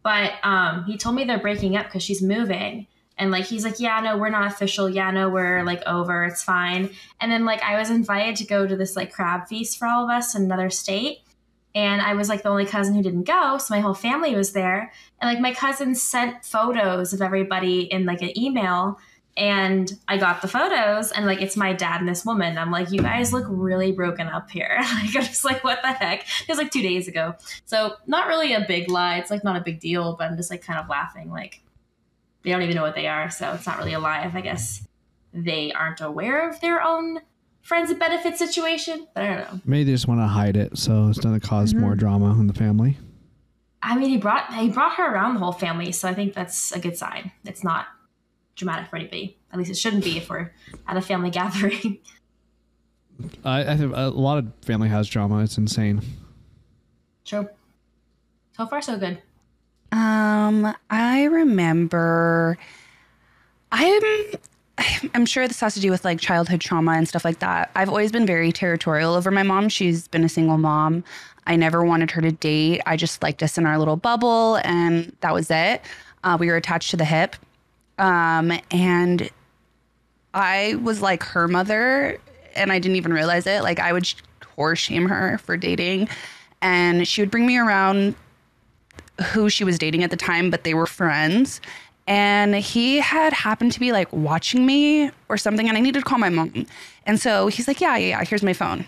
S3: But um, he told me they're breaking up because she's moving. And like he's like, yeah, no, we're not official. Yeah, no, we're like over. It's fine. And then like I was invited to go to this like crab feast for all of us in another state. And I was like the only cousin who didn't go, so my whole family was there. And like my cousin sent photos of everybody in like an email, and I got the photos, and like it's my dad and this woman. I'm like, you guys look really broken up here. like I'm just like, what the heck? It was like two days ago, so not really a big lie. It's like not a big deal, but I'm just like kind of laughing. Like they don't even know what they are, so it's not really a lie if I guess they aren't aware of their own friends and benefit situation. But I don't know.
S1: Maybe they just want to hide it so it's doesn't because
S3: Mhm.
S1: more drama in the family.
S3: I mean, he brought he brought her around the whole family, so I think that's a good sign. It's not dramatic for anybody. At least it shouldn't be if we're at a family gathering.
S1: I, I think a lot of family has drama. It's insane.
S3: True. So far, so good.
S10: Um, I remember. I'm. I'm sure this has to do with like childhood trauma and stuff like that. I've always been very territorial over my mom. She's been a single mom. I never wanted her to date. I just liked us in our little bubble, and that was it. Uh, we were attached to the hip, um, and I was like her mother, and I didn't even realize it. Like I would sh- whore shame her for dating, and she would bring me around who she was dating at the time, but they were friends. And he had happened to be like watching me or something, and I needed to call my mom. And so he's like, Yeah, yeah, yeah, here's my phone.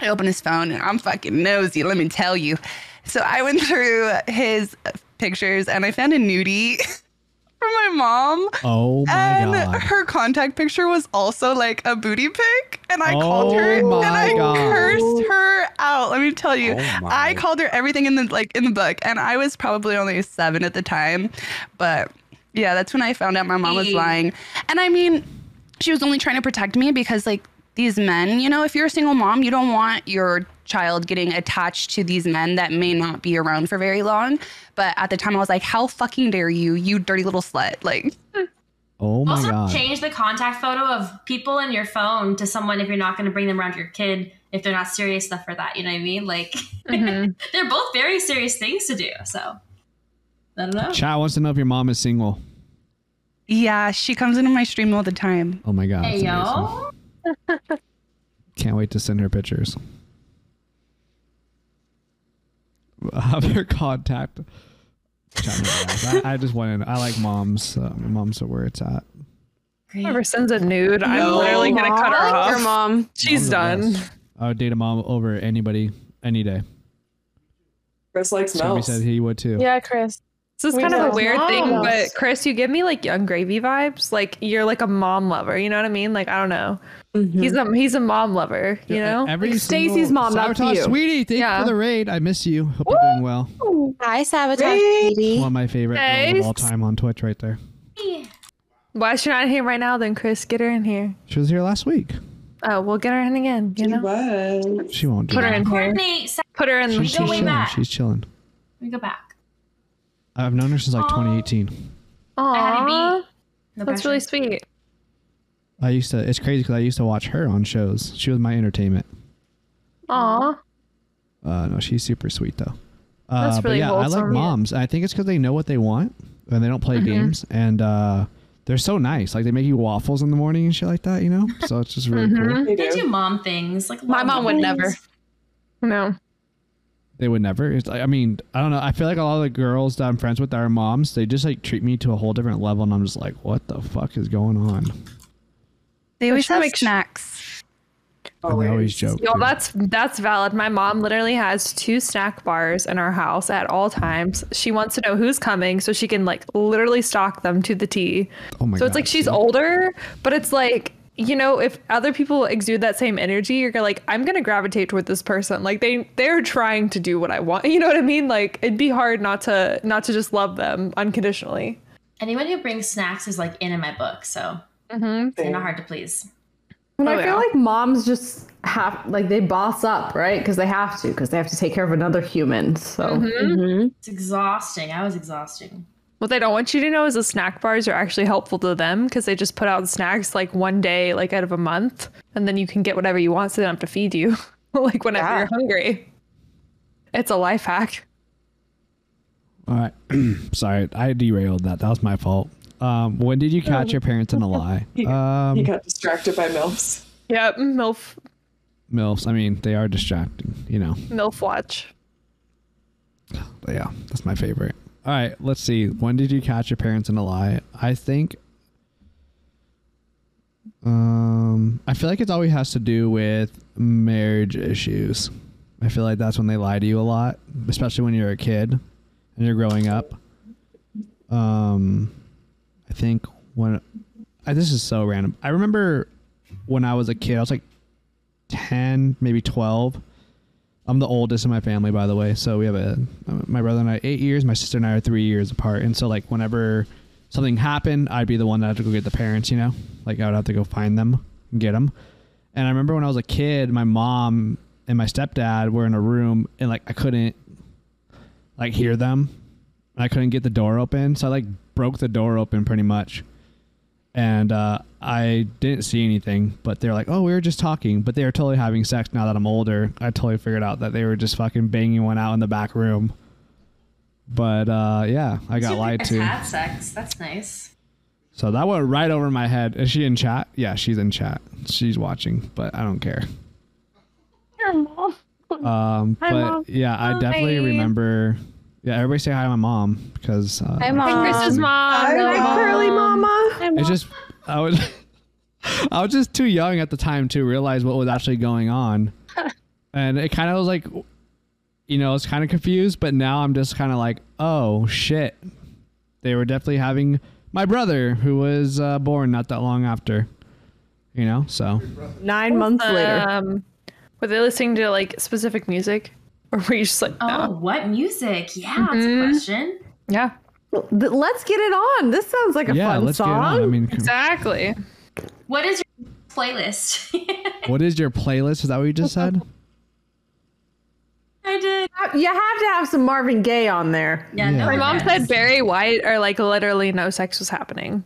S10: I open his phone and I'm fucking nosy, let me tell you. So I went through his pictures and I found a nudie from my mom.
S1: Oh my
S3: Uh,
S10: and
S1: god.
S10: her contact picture was also like a booty pic. And I called
S1: Oh
S10: her and
S1: my
S10: I
S1: God.
S10: cursed her out. Let me tell you.
S1: Oh my.
S10: I called her everything in the like in the book. And I was probably only seven at the time. But yeah, that's when I found out my mom was
S8: Ew.
S10: lying. And I mean, she was only trying to protect me because like these men, you know, if you're a single mom, you don't want your child getting attached to these men that may not be around for very long. But at the time I was like, How fucking dare you, you dirty little slut. Like
S1: Oh my
S3: also,
S1: god.
S3: change the contact photo of people in your phone to someone if you're not going to bring them around your kid if they're not serious enough for that. You know what I mean? Like
S6: Mm-hmm.
S3: they're both very serious things to do. So I don't know.
S1: Chat wants to know if your mom is single.
S10: Yeah, she comes into my stream all the time.
S1: Oh my god. that's amazing.
S3: yo.
S1: Can't wait to send her pictures. Have her contact. Chat me out. I, I just want to. I like moms. Uh, my mom's where it's at.
S4: Whoever sends a nude, I'm
S6: No.
S4: literally gonna cut her
S6: I like
S4: off.
S6: your mom.
S4: She's done.
S1: I would date a mom over anybody any day.
S2: Chris likes
S1: Sammy said he would too.
S5: Yeah, Chris.
S4: This is
S5: We
S4: kind of
S5: love
S4: a weird thing,
S5: moms.
S4: but Chris, you give me like young gravy vibes. Like you're like a mom lover. You know what I mean? Like I don't know. He's a he's a mom lover. You know.
S1: Every single- Sabotage, sweetie. Thank you for the raid. I miss you. Hope you're doing well.
S6: Hi, Sabotage
S1: One
S6: Baby.
S1: of my favorite girls of all
S4: Thanks.
S1: time on Twitch, right there.
S4: Why is she not here right now? Then Chris, get her in here.
S1: She was here last week.
S4: Oh, we'll get her in again. You know.
S1: She won't do
S4: Put her
S1: that.
S4: in here.
S3: Courtney, Sa-
S4: Put her in.
S1: She's, she's chilling. She's chilling.
S3: We go back.
S1: I've known her since like 2018.
S3: Aw.
S4: That's really sweet.
S1: I used to. It's crazy because I used to watch her on shows. She was my entertainment.
S4: Aw.
S1: Uh, no, she's super sweet though. Uh,
S4: That's
S1: but
S4: really
S1: yeah, I like
S4: wholesome.
S1: moms. I think it's because they know what they want and they don't play
S4: Mhm.
S1: games and uh, they're so nice. Like they make you waffles in the morning and shit like that. You know, so it's just really cool.
S3: They do mom things. Like
S6: Mm-hmm. My
S3: lots
S6: mom
S3: of things.
S6: would never.
S4: No.
S1: They would never. It's like, I mean, I don't know. I feel like a lot of the girls that I'm friends with that are moms. They just like treat me to a whole different level, and I'm just like, what the fuck is going on?
S10: They always have snacks.
S1: And they always joke.
S4: Yo, that's that's valid. My mom literally has two snack bars in our house at all times. She wants to know who's coming so she can like literally stock them to the T.
S1: Oh my
S4: so it's
S1: God,
S4: like she's
S1: see?
S4: older, but it's like you know, if other people exude that same energy, you're gonna like, I'm gonna gravitate toward this person. Like they they're trying to do what I want. You know what I mean? Like it'd be hard not to not to just love them unconditionally.
S3: Anyone who brings snacks is like in in my book, so
S16: Mm-hmm.
S3: they're not hard to please.
S16: And
S3: Oh,
S16: I feel
S3: yeah.
S16: like moms just have like they boss up, right? Because they have to, because they have to take care of another human. So
S3: It's exhausting. I was exhausting.
S4: What they don't want you to know is the snack bars are actually helpful to them because they just put out snacks like one day, like out of a month, and then you can get whatever you want so they don't have to feed you, like whenever you're hungry. It's a life hack.
S1: All right. Sorry, I derailed that. That was my fault. Um, when did you catch your parents in a lie?
S2: he
S1: Um,
S2: got distracted by MILFs.
S4: Yep, MILF,
S1: MILFs. I mean, they are distracting, you know.
S4: MILF watch.
S1: But yeah, that's my favorite. All right, let's see. When did you catch your parents in a lie? I think. Um, I feel like it always has to do with marriage issues. I feel like that's when they lie to you a lot, especially when you're a kid and you're growing up. Um, I think when I, this is so random. I remember when I was a kid, I was like 10, maybe 12. I'm the oldest in my family, by the way. So we have a my brother and I are eight years. My sister and I are three years apart. And so like whenever something happened, I'd be the one that had to go get the parents. You know, like I would have to go find them, and get them. And I remember when I was a kid, my mom and my stepdad were in a room, and like I couldn't like hear them. I couldn't get the door open, so I like broke the door open pretty much. And uh, I didn't see anything, but they're like, "Oh, we were just talking," but they were totally having sex. Now that I'm older, I totally figured out that they were just fucking banging one out in the back room. But uh, yeah, I got lied
S3: It's
S1: to.
S3: had sex. That's nice.
S1: So that went right over my head. Is she in chat? Yeah, she's in chat. She's watching, but I don't care.
S5: Your mom.
S1: Um,
S5: Hi,
S1: but
S5: Mom.
S1: yeah, I definitely
S5: Hi.
S1: remember. Yeah, everybody say hi to my mom because uh,
S5: Hi, Mom. Hi, Chris's
S4: mom.
S5: Hi,
S16: curly mama.
S1: It's just I was I was just too young at the time to realize what was actually going on, and it kind of was like, you know, I was kind of confused. But now I'm just kind of like, oh shit, they were definitely having my brother who was uh, born not that long after, you know. So
S16: Nine months later.
S4: Um, were they listening to like specific music, or were you just like,
S3: Oh, what music? Yeah,
S4: Mhm.
S3: that's a question.
S4: Yeah.
S16: Let's get it on. This sounds like a
S1: yeah,
S16: fun
S1: let's
S16: song.
S1: get on. I mean,
S4: Exactly.
S3: What is your playlist?
S16: Mm-hmm.
S1: what is your playlist? Is that what you just said?
S3: I did.
S16: You have to have some Marvin Gaye on there.
S3: Yeah,
S1: no
S4: My mom
S3: offense.
S4: said Barry White, or like literally no sex was happening.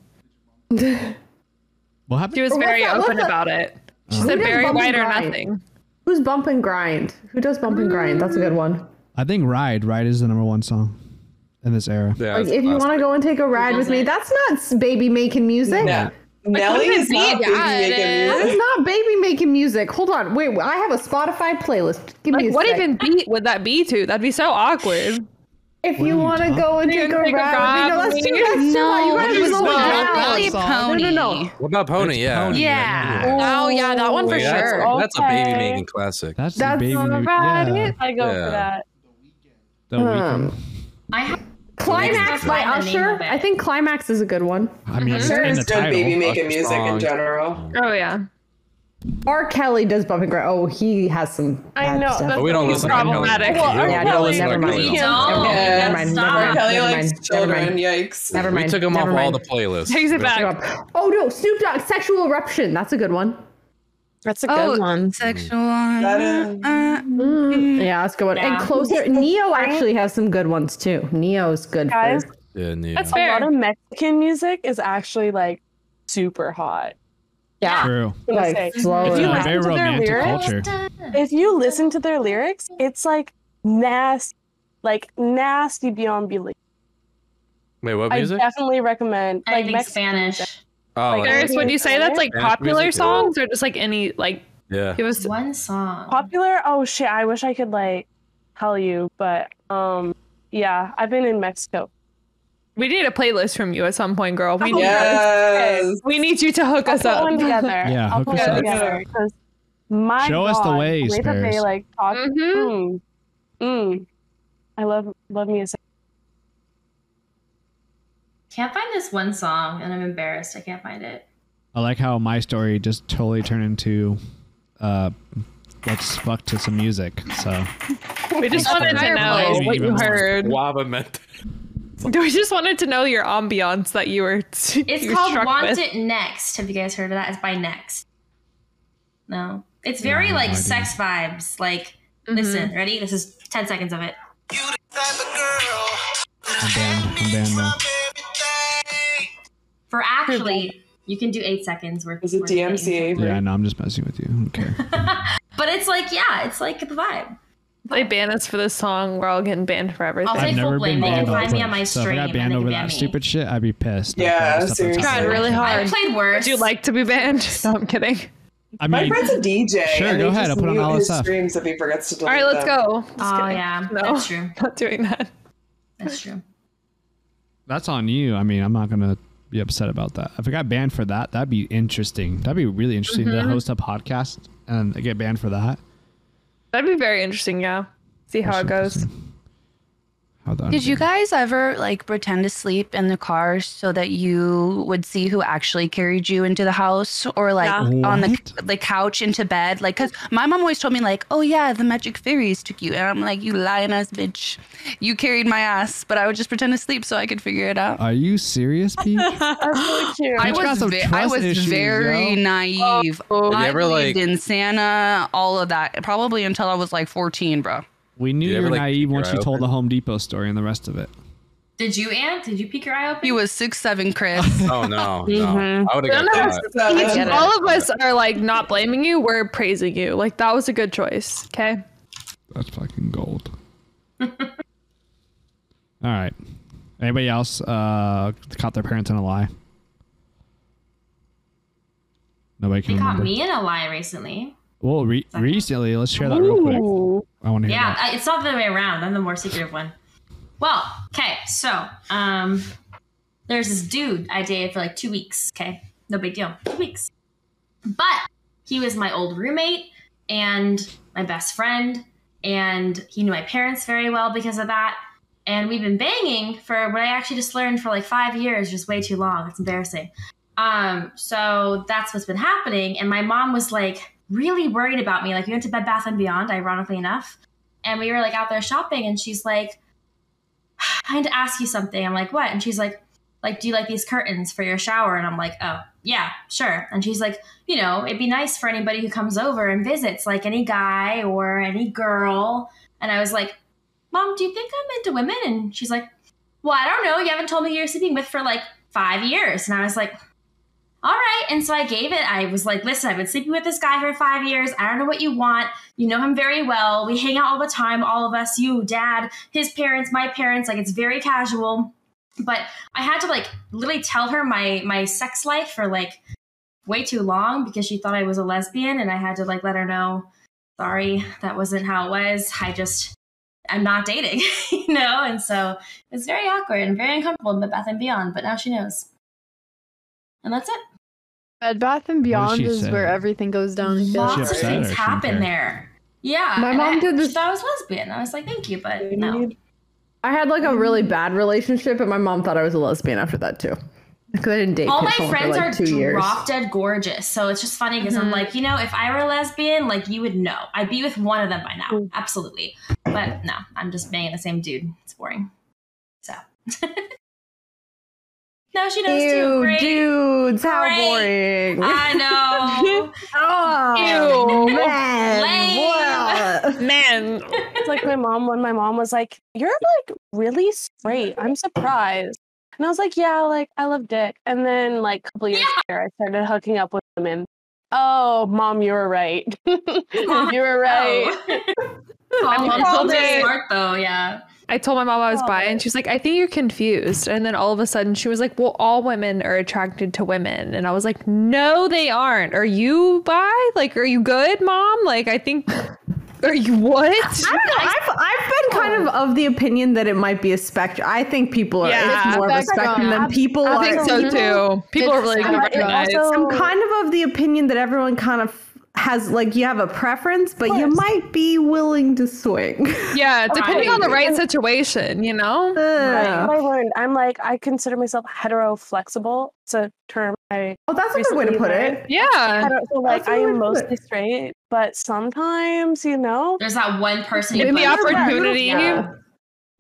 S1: What happened?
S4: She was
S16: What's
S4: very
S16: that- what's
S4: open
S16: that-
S4: about it. She
S16: Who
S4: said
S16: does
S4: Barry
S16: Bump
S4: White
S16: and
S4: or
S16: Grind?
S4: nothing.
S16: Who's Bump and Grind? Who does Bump and Grind? That's a good one.
S1: I think Ride. Ride is the number one song in this era.
S9: Yeah,
S16: Like, if you want to go and take a ride with me, that's not s- baby making music.
S1: No.
S16: what
S2: Nelly is not
S16: it?
S2: baby making
S16: That is
S2: music.
S16: not baby making music. Hold on. Wait, I have a Spotify playlist. Give me a
S4: Like, what
S16: sec.
S4: even beat would that be to? That'd be so awkward.
S16: If you want to go and take a
S4: Take a
S16: ride,
S4: ride
S16: with me,
S4: with
S16: no,
S4: me.
S16: let's do let's do
S6: No,
S16: it. You guys
S6: it was
S16: slow it
S6: definitely
S16: down. No, no, no.
S9: What about Pony? yeah.
S1: Pony,
S6: Yeah. Oh, yeah, that one for
S9: Wait, that's-
S6: sure.
S9: That's, a baby making classic.
S1: That's,
S16: That's
S1: the baby.
S16: not
S1: movie-
S16: bad.
S1: yeah.
S16: It-
S5: I go
S9: Yeah. Hmm.
S5: for that.
S1: The Weeknd.
S3: I have
S16: Climax by
S3: Find the name
S16: Usher.
S3: of it.
S16: I think Climax is a good one.
S1: I mean, it's
S2: There
S1: in
S2: is
S1: the
S2: good
S1: title.
S2: baby making music in
S9: Strong.
S2: general.
S4: Oh yeah.
S16: R. Kelly does bump and grind. Oh, he has some.
S5: I
S16: bad
S5: know.
S16: stuff.
S5: that's
S9: But we don't
S5: the
S9: listen to Kelly.
S4: Problematic.
S9: We
S5: Well,
S9: don't-
S5: R.
S9: we
S16: Yeah,
S9: don't
S16: no,
S9: listen to
S16: never mind.
S9: Kelly.
S16: Never
S3: don't.
S16: mind.
S2: Yeah,
S16: Never mind.
S3: stop.
S16: Never mind.
S2: Kelly
S16: Never
S2: likes
S16: mind. Never
S2: children.
S16: mind.
S2: Yikes.
S16: Never
S9: We
S16: mind.
S9: took him off
S16: Never
S9: all
S16: mind.
S9: the playlists.
S4: Takes it
S9: We don't-
S4: back.
S16: Oh no, Snoop Dogg, sexual eruption. That's a good one.
S6: That's a good one.
S10: Sexual.
S16: yeah, that's a good one.
S6: Yeah.
S16: And closer, Neo actually has some good ones too. Neo's good.
S5: Guys,
S16: for,
S9: Yeah, Neo.
S5: That's fair. A lot of Mexican music is actually like super hot.
S16: Yeah.
S1: True.
S5: I'm gonna
S16: Like,
S5: say.
S16: slower.
S5: If
S1: It's
S5: you
S1: a
S5: listen
S1: very
S5: to their
S1: romantic
S5: lyrics-
S1: culture.
S5: If you listen to their lyrics, it's like nasty, like nasty beyond belief.
S9: Wait, what
S5: I
S9: music?
S5: definitely recommend like
S3: Anything Spanish.
S9: oh,
S5: like,
S9: that's-
S5: there's-
S15: Paris, would you say that's like
S9: Spanish
S15: popular
S9: music, yeah.
S15: songs or just like any like
S9: yeah.
S15: give us
S3: one song?
S5: popular. Oh shit! I wish I could like tell you, but um, yeah, I've been in Mexico.
S15: We need a playlist from you at some point, girl. We
S5: Oh,
S15: need
S5: yes.
S15: we need you to hook us
S5: Put
S15: up.
S5: one together.
S1: Yeah,
S5: I'll
S1: hook
S5: put
S1: us
S5: one
S1: up.
S5: together, 'cause my
S1: Show us the
S5: God,
S1: ways,
S5: way that they
S1: Paris.
S5: like talk. Mm,
S15: Mm-hmm.
S5: mm. I love love music.
S3: Can't find this one song, and I'm embarrassed. I can't find it.
S1: I like how my story just totally turned into uh, let's fuck to some music. So
S15: We just wanted to know what you heard.
S9: Guava meant.
S15: We just wanted to know your ambiance that you were.
S3: It's
S15: you were
S3: called
S15: struck
S3: Want
S15: with.
S3: It Next. Have you guys heard of that? It's by Next. No. It's
S15: Yeah, I
S3: very
S15: have no
S3: like
S15: idea.
S3: sex vibes. Like, listen, ready? This is 10 seconds of it.
S1: I'm banned. I'm banned now.
S3: For actually, you can do eight seconds worth
S2: Is it
S3: worth of dating.
S2: DMCA?
S1: Yeah, no, I'm just messing with you. I don't care.
S3: But it's like, yeah, it's like the vibe.
S15: They ban us for this song. We're all getting banned for everything.
S1: I've never been banned.
S3: can
S1: over
S3: find me
S1: it.
S3: on my
S1: so if I
S3: stream
S1: got
S3: and
S1: banned
S3: they
S1: over
S3: can
S1: that
S3: ban me.
S1: stupid shit, I'd be pissed. I'd
S2: Yeah,
S1: probably stop on top of
S15: Tried
S1: it.
S15: really hard.
S3: I played worse.
S15: Would you like to be banned? No, I'm kidding.
S1: I
S2: My
S1: mean,
S2: friend's a DJ.
S1: Sure,
S2: and
S1: go
S2: he
S1: ahead.
S2: just
S1: I'll put on
S2: mute
S1: all this
S2: his
S1: stuff.
S2: streams if he forgets to
S15: All
S2: delete
S15: right, let's
S2: them.
S15: go. Just
S3: Oh,
S15: kidding.
S3: yeah.
S15: No,
S3: That's true.
S15: Not doing that.
S3: That's true.
S1: That's on you. I mean, I'm not gonna be upset about that. If I got banned for that, that'd be interesting. That'd be really interesting to
S3: Mm-hmm.
S15: Mhm.
S1: host a podcast and I get banned for that.
S15: That'd be very interesting. Yeah. See how it goes.
S1: How the
S10: Did you guys ever like pretend to sleep in the car so that you would see who actually carried you into the house or like
S1: Yeah.
S10: on the the couch into bed? Like, cause my mom always told me like, oh yeah, the magic fairies took you, and I'm like, you lying ass bitch, you carried my ass, but I would just pretend to sleep so I could figure it out.
S1: Are you serious, Pete?
S10: I
S1: Bitch got
S10: was,
S1: some
S10: ve- I
S1: trust
S10: was
S1: issues,
S10: very
S1: yo.
S10: naive.
S9: Have you
S10: I
S9: ever,
S10: believed
S9: like-
S10: in Santa, all of that, probably until I was like 14, bro.
S1: we knew
S9: you
S1: you,
S9: ever,
S1: were
S9: like,
S1: naive
S9: keep
S1: once
S9: your
S1: you
S9: eye
S1: told the Home Depot story and the rest of it.
S3: Did you, Anne? Did you peek your eye open?
S10: He was six seven, Chris.
S9: Oh no, no.
S3: Mm-hmm.
S1: Mm-hmm.
S10: Mhm.
S9: I would have
S15: None of
S9: got
S15: us-
S9: that.
S2: I
S15: Even-
S2: get it.
S15: all of us are like not blaming you. We're praising you. Like that was a good choice. Okay.
S1: That's fucking gold. All right. Anybody else uh, caught their parents in a lie? Nobody can
S3: They caught
S1: remember.
S3: me in a lie recently.
S1: Well, re- recently, let's share that real quick. I want to hear
S3: Yeah,
S1: that.
S3: I- it's not the other way around. I'm the more secretive one. Well, okay, so um, there's this dude I dated for like two weeks. Okay, no big deal, two weeks. But he was my old roommate and my best friend, and he knew my parents very well because of that. And we've been banging for what I actually just learned for like five years, just way too long. It's embarrassing. Um, so that's what's been happening. And my mom was like really worried about me. Like we went to Bed Bath and Beyond, ironically enough, and we were like out there shopping, and she's like, "I need to ask you something." I'm like, "What?" And she's like, "Like, do you like these curtains for your shower?" And I'm like, "Oh, yeah, sure." And she's like, "You know, it'd be nice for anybody who comes over and visits, like any guy or any girl." And I was like, "Mom, do you think I'm into women?" And she's like, "Well, I don't know. You haven't told me who you're sleeping with for like five years." And I was like all right. And so I gave it. I was like, listen, I've been sleeping with this guy for five years. I don't know what you want. You know him very well. We hang out all the time, all of us, you, dad, his parents, my parents. Like it's very casual. But I had to like literally tell her my my sex life for like way too long because she thought I was a lesbian and I had to like let her know, sorry, that wasn't how it was. I just I'm not dating, you know? And so it was very awkward and very uncomfortable in Bed Bath and Beyond, but now she knows. And that's it.
S8: Bed Bath and
S1: What did
S8: Beyond
S1: she
S8: is
S1: say?
S8: where everything goes down. I feel.
S1: She
S3: lots of
S1: upset or
S3: things
S1: she
S3: happen
S1: didn't care?
S3: there. Yeah.
S11: My
S3: and
S11: mom
S3: I,
S11: did this-
S3: She thought I was lesbian. I was like, thank you, but no.
S16: I had like a really bad relationship, and my mom thought I was a lesbian after that too, because I didn't date.
S3: All my
S16: people
S3: friends
S16: for like
S3: are
S16: two years.
S3: drop dead gorgeous. So it's just funny because I'm like, you know, if I were a lesbian, like you would know. I'd be with one of them by now. Absolutely. But no, I'm just banging the same dude. It's boring. So No, she knows too. Great.
S11: dudes, how
S3: Great.
S11: boring.
S3: I know.
S11: oh,
S3: Ew.
S11: man.
S3: Lame.
S5: Man, it's like my mom when my mom was like, "You're like really straight. I'm surprised." And I was like, "Yeah, like I love dick." And then like a couple years later, I started hooking up with women. Oh, mom, you were right. you were right.
S3: Oh. My
S5: mom
S3: told
S5: me-
S3: Smart though, yeah.
S4: I told my mom I
S5: Oh,
S4: was bi, and she was like, I think you're confused. And then all of a sudden, she was like, Well, all women are attracted to women. And I was like, No, they aren't. Are you bi? Like, are you good, mom? Like, I think, are you what?
S11: I don't know. I've, I've been kind of of the opinion that it might be a spectrum. I think people are
S4: Yeah,
S11: it's more of a
S4: spectrum.
S11: spectrum than people
S4: I
S11: are.
S4: think
S3: Mm-hmm.
S4: so, too. People are really It's- good at
S11: I'm-
S4: recognizing.
S11: I'm kind of of the opinion that everyone kind of has like you have a preference, but you might be willing to swing.
S4: Yeah, depending on the
S5: Right.
S4: right situation, you know?
S5: Right, I learned. I'm like, I consider myself hetero flexible. It's a term I.
S11: Oh, that's a good way to
S5: recently
S11: put
S5: learned.
S11: it.
S4: Yeah.
S5: Hetero- so, like,
S11: That's a
S5: I
S11: good way
S5: am
S11: to put it.
S5: mostly straight, but sometimes, you know.
S3: There's that one person
S4: Give me
S3: bunch of-
S4: opportunity.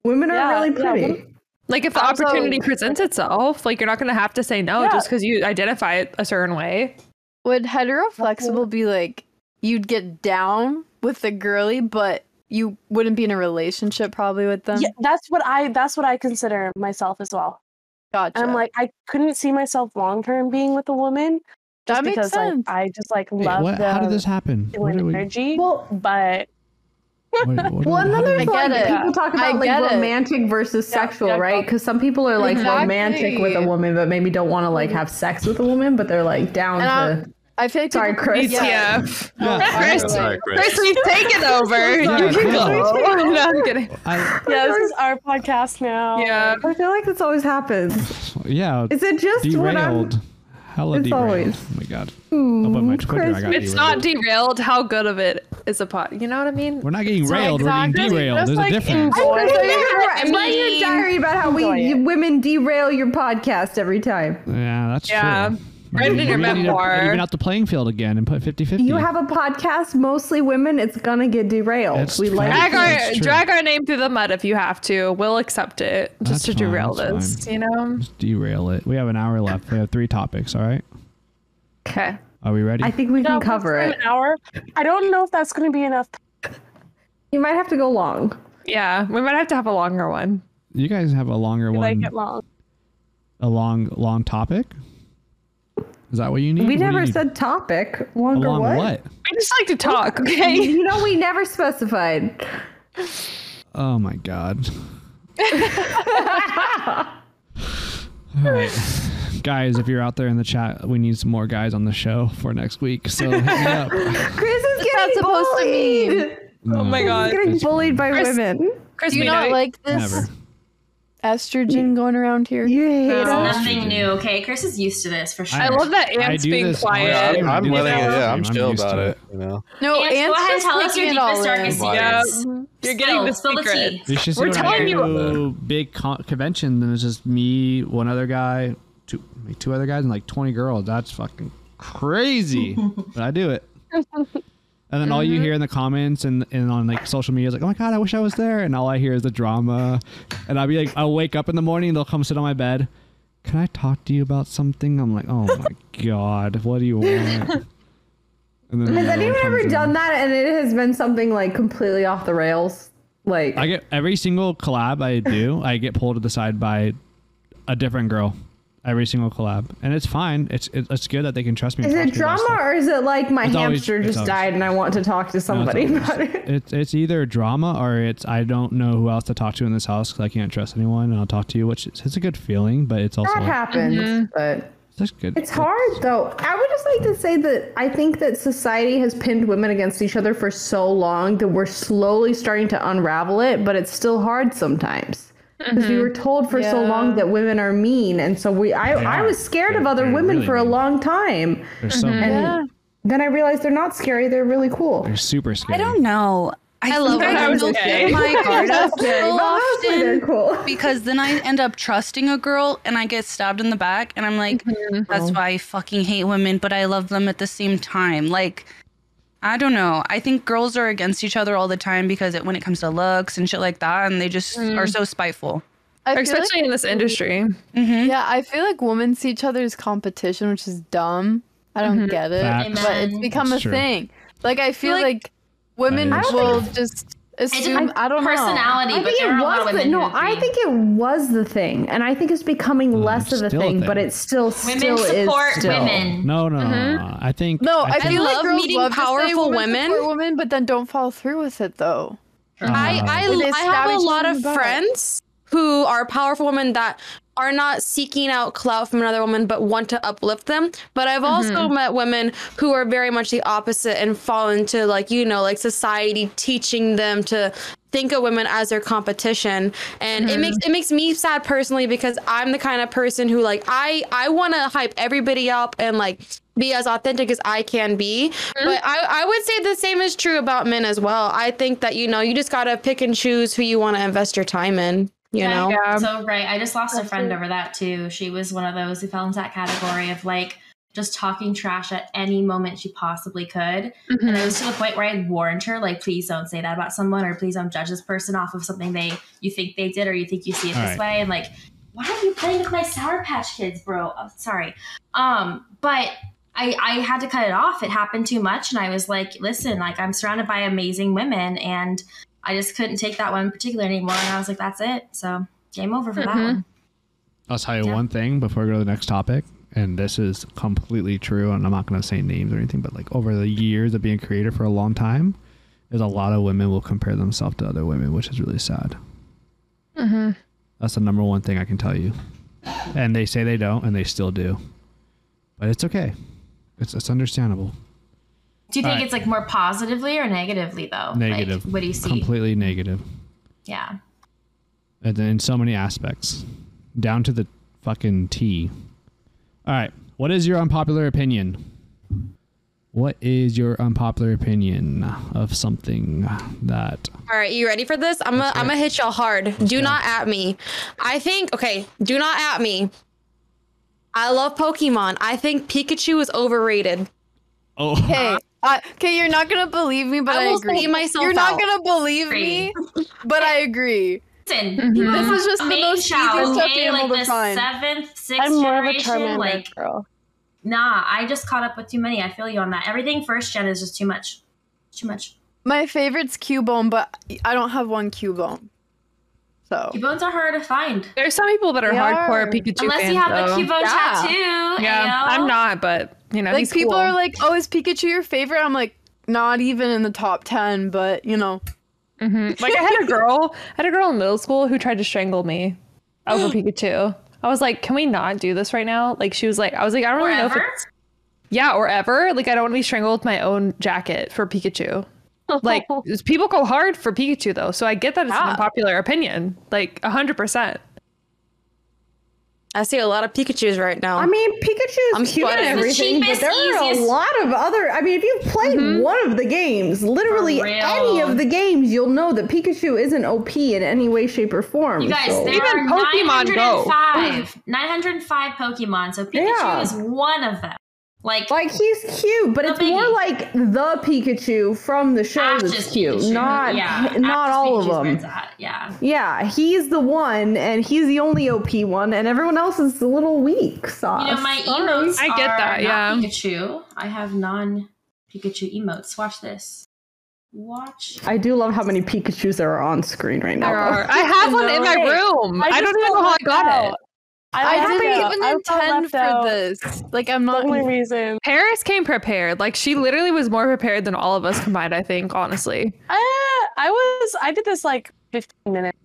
S11: Women
S5: are Yeah, really yeah, pretty.
S4: Like if the
S5: Also-
S4: opportunity presents itself, like you're not gonna have to say no
S8: Yeah.
S4: just because you identify it a certain way.
S8: Would hetero flexible be like you'd get down with the girly, but you wouldn't be in a relationship probably with them?
S5: Yeah, that's what I that's what I consider myself as well.
S8: Gotcha.
S5: I'm like I couldn't see myself long term being with a woman. Just
S8: That makes
S5: because
S8: sense.
S5: like I just like love
S1: what-
S5: the
S1: how did this happen? What
S5: masculine
S1: are we-
S5: energy. but
S11: Well, and then there's
S5: I
S11: like
S5: get it.
S11: people talk
S5: I
S11: about
S5: get
S11: like
S5: it.
S11: romantic versus sexual, right? Because some people are like romantic with a
S8: Exactly.
S11: woman, but maybe don't want to like have sex with a woman, but they're like down
S8: And
S11: to.
S8: I'm- I feel like
S11: Sorry,
S8: people-
S11: Chris.
S8: Yeah.
S4: Chris,
S8: Sorry,
S4: Chris. we've taken over.
S11: Yeah,
S4: you can
S11: yeah.
S4: go. No, I'm kidding.
S5: yeah, this is our podcast now.
S4: Yeah.
S11: I feel like this always happens.
S1: Yeah.
S11: Is it just when I'm-
S1: derailed? Hella
S11: It's
S1: derailed.
S11: always-
S1: Oh my god. I'll put my Twitter. I got
S4: It's
S1: derailed.
S4: not derailed. How good of it is a pot? You know what I mean?
S1: We're not getting railed. We're getting derailed. There's a difference.
S11: I
S4: Enjoy
S11: am
S4: it.
S11: writing your diary about how we you women derail your podcast every time.
S1: Yeah, that's
S11: Yeah.
S1: true.
S11: Write it in your
S1: we need to
S11: memoir.
S1: Even out the playing field again and put 50 50.
S11: You have a podcast, mostly women. It's gonna get derailed. we like
S4: Drag our,
S1: That's true.
S4: drag our name through the mud if you have to. We'll accept it
S1: That's
S4: just to
S1: fine,
S4: derail
S1: that's
S4: this. You know?
S1: Derail it. We have an hour left. We have three topics, all right?
S4: Okay.
S1: Are we ready?
S11: I think we
S5: No,
S11: can
S5: but
S11: cover
S5: for
S11: it.
S5: An hour. I don't know if that's going to be enough.
S11: You might have to go long.
S4: Yeah, we might have to have a longer one.
S1: You guys have a longer one.
S5: Like it long.
S1: A long, long topic? Is that what you need?
S11: We
S1: What do you
S11: never
S1: need?
S11: said topic. Longer
S1: Along
S11: what?
S1: what?
S4: I just like to talk, okay?
S11: You know, we never specified.
S1: Oh my god. All right. Guys, if you're out there in the chat, we need some more guys on the show for next week. So hit me up.
S11: Chris is getting
S8: supposed to
S11: bullied.
S1: Oh
S4: my God.
S11: getting bullied by
S4: Chris-
S11: women.
S4: Chris,
S8: Do you
S4: we
S8: not
S4: know-
S8: like this
S1: Never.
S8: estrogen going around here?
S11: You hate
S3: It's
S11: us.
S3: nothing new, okay? Chris is used to this for sure.
S4: I love that
S1: I
S4: Ant's
S1: do
S4: being
S1: this all the
S4: quiet.
S1: time. I
S9: I'm
S1: do this
S9: willing.
S1: all the
S9: Yeah,
S1: time.
S9: I'm chill
S1: used to
S9: about it. You know.
S8: No,
S3: Ants, go
S8: Ant's
S3: ahead and
S8: just
S3: tell us your
S8: taking it all
S3: deepest, darkest
S8: in.
S4: Yeah. mm-hmm.
S3: secrets.
S4: You're getting the
S3: Spill- spill the
S4: secret.
S3: tea.
S1: You should see
S4: We're
S1: when I
S4: telling
S1: go
S4: you-
S1: to a big con- convention. Then it's just me, one other guy, two, like, two other guys, and like twenty girls. That's fucking crazy, but I do it. And then all you
S11: Mm-hmm.
S1: hear in the comments and, and on like social media is like, oh my god, I wish I was there. And all I hear is the drama. And I'll be like, I'll wake up in the morning. They'll come sit on my bed. Can I talk to you about something? I'm like, oh my god, what do you want? And then
S11: Has anyone
S1: comes
S11: ever
S1: in.
S11: done that and it has been something like completely off the rails? Like,
S1: I get every single collab I do, I get pulled to the side by a different girl. Every single collab, and it's fine. It's it, it's good that they can trust me. and
S11: is
S1: talk
S11: it
S1: to me about
S11: drama or is it like my
S1: It's always-
S11: hamster
S1: it's
S11: just
S1: always-
S11: died and I want to talk to somebody
S1: always-
S11: about it?
S1: stuff. It's it's either drama or it's I don't know who else to talk to in this house because I can't trust anyone, and I'll talk to you, which is it's a good feeling, but it's also
S11: That happens, but
S1: it's just good.
S11: It's hard though. I would just like to say that I think that society has pinned women against each other for so long that we're slowly starting to unravel it, but it's still hard sometimes. Because we were told for so long that women are mean, and so we
S1: They
S11: I, I
S1: are.
S11: was scared of
S1: They're-
S11: other
S1: they're
S11: women
S1: really
S11: for a
S1: mean.
S11: long time.
S1: They're so
S11: And then I realized they're not scary, they're really cool.
S1: they're super scary.
S10: I don't know. I,
S8: love
S10: think
S8: when I
S10: I
S8: was
S10: don't
S8: okay.
S10: get my guard up so
S11: Mostly they're
S10: often
S11: cool.
S10: because then I end up trusting a girl and I get stabbed in the back and I'm like, that's why I fucking hate women, but I love them at the same time. Like, I don't know. I think girls are against each other all the time because it, when it comes to looks and shit like that, and they just are so spiteful.
S8: I
S4: Or
S8: feel like
S4: especially in this
S8: we-
S4: industry.
S20: Mm-hmm.
S8: Yeah, I feel like women see each other's competition, which is dumb. I don't
S4: Mhm.
S8: get it,
S4: Facts.
S8: but it's
S4: Amen.
S8: become a
S4: That's true.
S8: thing. Like I feel
S4: Like,
S8: like, women
S4: I don't
S8: will
S4: think-
S8: just
S4: just
S8: assume. I don't know.
S3: personality,
S20: I think it was the, no. I think it was the thing, and I think it's becoming less of a
S1: Mm, still a
S20: thing,
S1: thing.
S20: but it still
S3: Women
S20: still
S3: support
S20: is still.
S3: women.
S1: No, no, no,
S3: Mhm.
S1: no, no. I think
S8: No, I, feel like
S6: love
S8: girls
S6: meeting
S8: love to say
S6: powerful
S8: women,
S6: women.
S8: support women, but then don't follow through with it though.
S6: I I,
S8: It
S6: I have a
S8: establishes
S6: lot
S8: who
S6: of
S8: you are.
S6: friends who are powerful women that are not seeking out clout from another woman but want to uplift them. But I've also
S8: Mhm.
S6: met women who are very much the opposite and fall into like, you know, like society teaching them to think of women as their competition and it makes it makes me sad personally because I'm the kind of person who like I I want to hype everybody up and like be as authentic as I can be.
S8: Mm-hmm.
S6: But I, I would say the same is true about men as well. I think that, you know, you just got to pick and choose who you want to invest your time in, you know?
S3: So right, I just lost a friend over that too. She was one of those who fell into that category of like just talking trash at any moment she possibly could. And it was to the point where I had warned her, like, please don't say that about someone, or please don't judge this person off of something they you think they did or you think you see it
S21: All right.
S3: this way. And like, why are you playing with my Sour Patch Kids, bro? Oh, sorry. Um, but I, I had to cut it off. It happened too much. And I was like, listen, like I'm surrounded by amazing women and I just couldn't take that one in particular anymore. And I was like, that's it. So game over for that
S1: Mhm.
S3: one.
S1: I'll tell you one thing before we go to the next topic, and this is completely true, and I'm not going to say names or anything, but like over the years of being a creator for a long time, is a lot of women will compare themselves to other women, which is really sad.
S4: Mm-hmm.
S1: That's the number one thing I can tell you. And they say they don't, and they still do. But it's okay. It's it's understandable.
S3: Do you think
S1: Alright.
S3: it's like more positively or negatively though?
S1: Negative.
S3: Oh, Like, what do you see?
S1: Completely negative.
S3: yeah.
S1: And then uh, in so many aspects, down to the fucking T. All right. What is your unpopular opinion? What is your unpopular opinion of something that
S6: All right, you ready for this? I'm gonna I'm gonna hit y'all hard. do not at me. I think okay, do not at me. I love Pokemon. I think Pikachu is overrated.
S1: Oh.
S8: Okay. uh, okay, you're not gonna believe me, but
S6: I
S8: I,
S6: will
S8: agree.
S6: say myself
S8: you're not
S6: out.
S8: gonna believe me, but I agree.
S11: Mm-hmm.
S3: Listen,
S8: This is just the
S3: Main
S8: most
S3: child,
S8: easy stuff
S3: okay,
S8: animal
S3: like the
S8: to find.
S3: seventh, sixth
S5: I'm more of a
S3: generation,
S5: Charmander
S3: like
S5: girl.
S3: Nah, I just caught up with too many. I feel you on that. Everything first gen is just too much. Too much.
S8: My favorite's Cubone, but I don't have one Cubone. So
S3: Cubones are hard to find.
S4: There's some people that are
S8: They are.
S4: hardcore Pikachu
S8: Unless you
S4: fans.
S8: have a
S4: though.
S8: Cubone
S4: yeah.
S8: tattoo,
S4: Yeah,
S8: Ayo.
S4: I'm not, but you know,
S8: like
S4: he's
S8: people
S4: cool.
S8: are like, "Oh, is Pikachu your favorite?" I'm like, not even in the top ten, but you know.
S4: Mhm. Like I had a girl, I had a girl in middle school who tried to strangle me over Pikachu. I was like, "Can we not do this right now?" Like she was like, "I was like, I don't really know if it's yeah or ever. Like I don't want to be strangled with my own jacket for Pikachu." Like people go hard for Pikachu though, so I get that it's an unpopular opinion, like hundred percent.
S6: I see a lot of Pikachu's right now.
S11: I mean, Pikachu's
S6: I'm
S11: cute
S6: spoiled.
S11: and
S6: It's the
S11: everything, but
S6: cheapest,
S11: there are a
S6: easiest-
S11: lot of other. I mean, if you've played one of the games, literally
S3: For real.
S11: any of the games, you'll know that Pikachu isn't OP in any way, shape, or form.
S3: You guys,
S11: so-
S3: there are 905. 905 Pokemon, so Pikachu
S11: Yeah.
S3: is one of them. Like,
S11: Like he's cute, but it's more like the Pikachu from the show that's cute, not
S3: yeah.
S11: not
S3: Ash's
S11: all
S3: Pikachu's
S11: of them.
S3: Red Dot, Yeah.
S11: Yeah, he's the one, and he's the only OP one, and everyone else is the little weak sauce.
S3: You know, my
S11: Sorry.
S3: emotes are not Pikachu. I have non Pikachu emotes. Watch this. Watch.
S11: I do love how many Pikachu's there are on screen right now.
S4: There
S11: though.
S4: are. I have one in my room. I,
S11: just
S4: don't even
S11: felt
S4: know how I
S11: left
S4: got
S11: out.
S4: it.
S8: I,
S4: I
S8: didn't
S4: haven't
S8: even
S4: even
S8: intend for
S4: out.
S8: this. Like I'm not.
S5: reason.
S4: Paris came prepared. Like she literally was more prepared than all of us combined. I think, honestly.
S5: Uh, I was I did this like 15 minutes.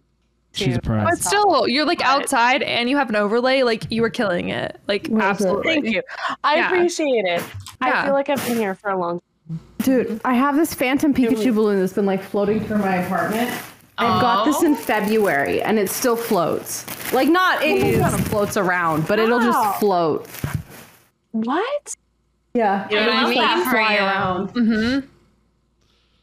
S1: She's a pro.
S4: But still, you're like outside and you have an overlay. Like you were killing it. Like absolutely.
S5: Thank you. I
S4: Yeah.
S5: appreciate it. I
S4: Yeah.
S5: feel like I've been here for a long
S11: Dude, I have this phantom Pikachu balloon that's been like floating through my apartment. I got this
S3: Oh.
S11: in February and it still floats. Like not
S4: Oh
S11: it kind of floats around, but it'll
S5: Wow.
S11: just float.
S5: What?
S11: Yeah.
S5: You know
S10: It'll
S5: what I
S10: just,
S5: mean?
S10: like,
S5: For
S10: fly
S5: you.
S10: around.
S4: Mm-hmm.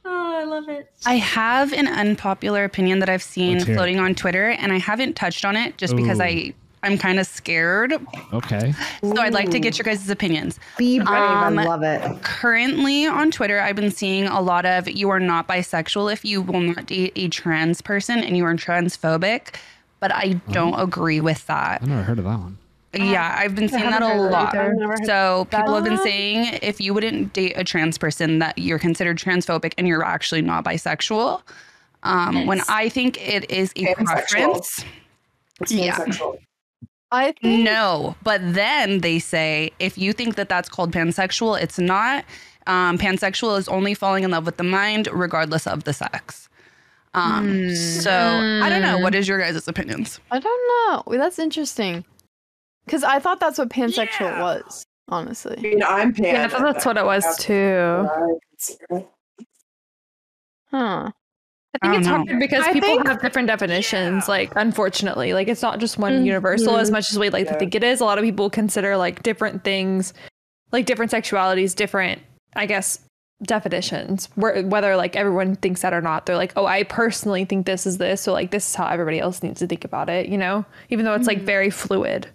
S3: Oh, I love it.
S10: I have an unpopular opinion that I've seen
S1: Let's hear it.
S10: floating on Twitter, and I haven't touched on it just because
S1: Ooh.
S10: I I'm kind of scared.
S1: okay?
S10: So I'd like to get your guys' opinions.
S11: Be brave, I
S10: Um,
S11: love it.
S10: Currently on Twitter, I've been seeing a lot of "you are not bisexual if you will not date a trans person and you are transphobic." but I
S1: Uh-huh.
S10: don't agree with that.
S1: I've never heard of that one.
S10: Yeah, I've been
S1: I
S10: seeing that
S1: haven't
S10: a
S1: heard that
S10: lot.
S1: either. I've never heard
S10: So
S1: that.
S10: people have been saying if you wouldn't date a trans person, that you're considered transphobic and you're actually not bisexual. Um, When
S8: Nice.
S10: I think it is a
S8: Pansexual.
S10: preference.
S8: It's
S10: Yeah.
S8: pansexual. I
S10: no, but then they say if you think that that's called pansexual, it's not. Um, pansexual is only falling in love with the mind, regardless of the sex. Um, So I don't know.
S1: Hmm.
S10: What is your guys' opinions?
S8: I don't know. Well, that's interesting. Because I thought that's what pansexual was, honestly. I
S2: mean, I'm pan.
S4: Yeah, I thought that's what it was too.
S8: Huh.
S4: I think
S8: I
S4: it's
S8: don't
S4: hard
S8: know.
S4: because
S8: I
S4: people
S8: think-
S4: have different definitions. Like, unfortunately, like it's not just one universal. As
S8: Mhm.
S4: much as we like to think it is, a lot of people consider like different things, like different sexualities, different, I guess, definitions. Where whether like everyone thinks that or not, they're like, oh, I personally think this is this, so like this is how everybody else needs to think about it. You know, even though it's
S8: Mm-hmm.
S4: like very fluid.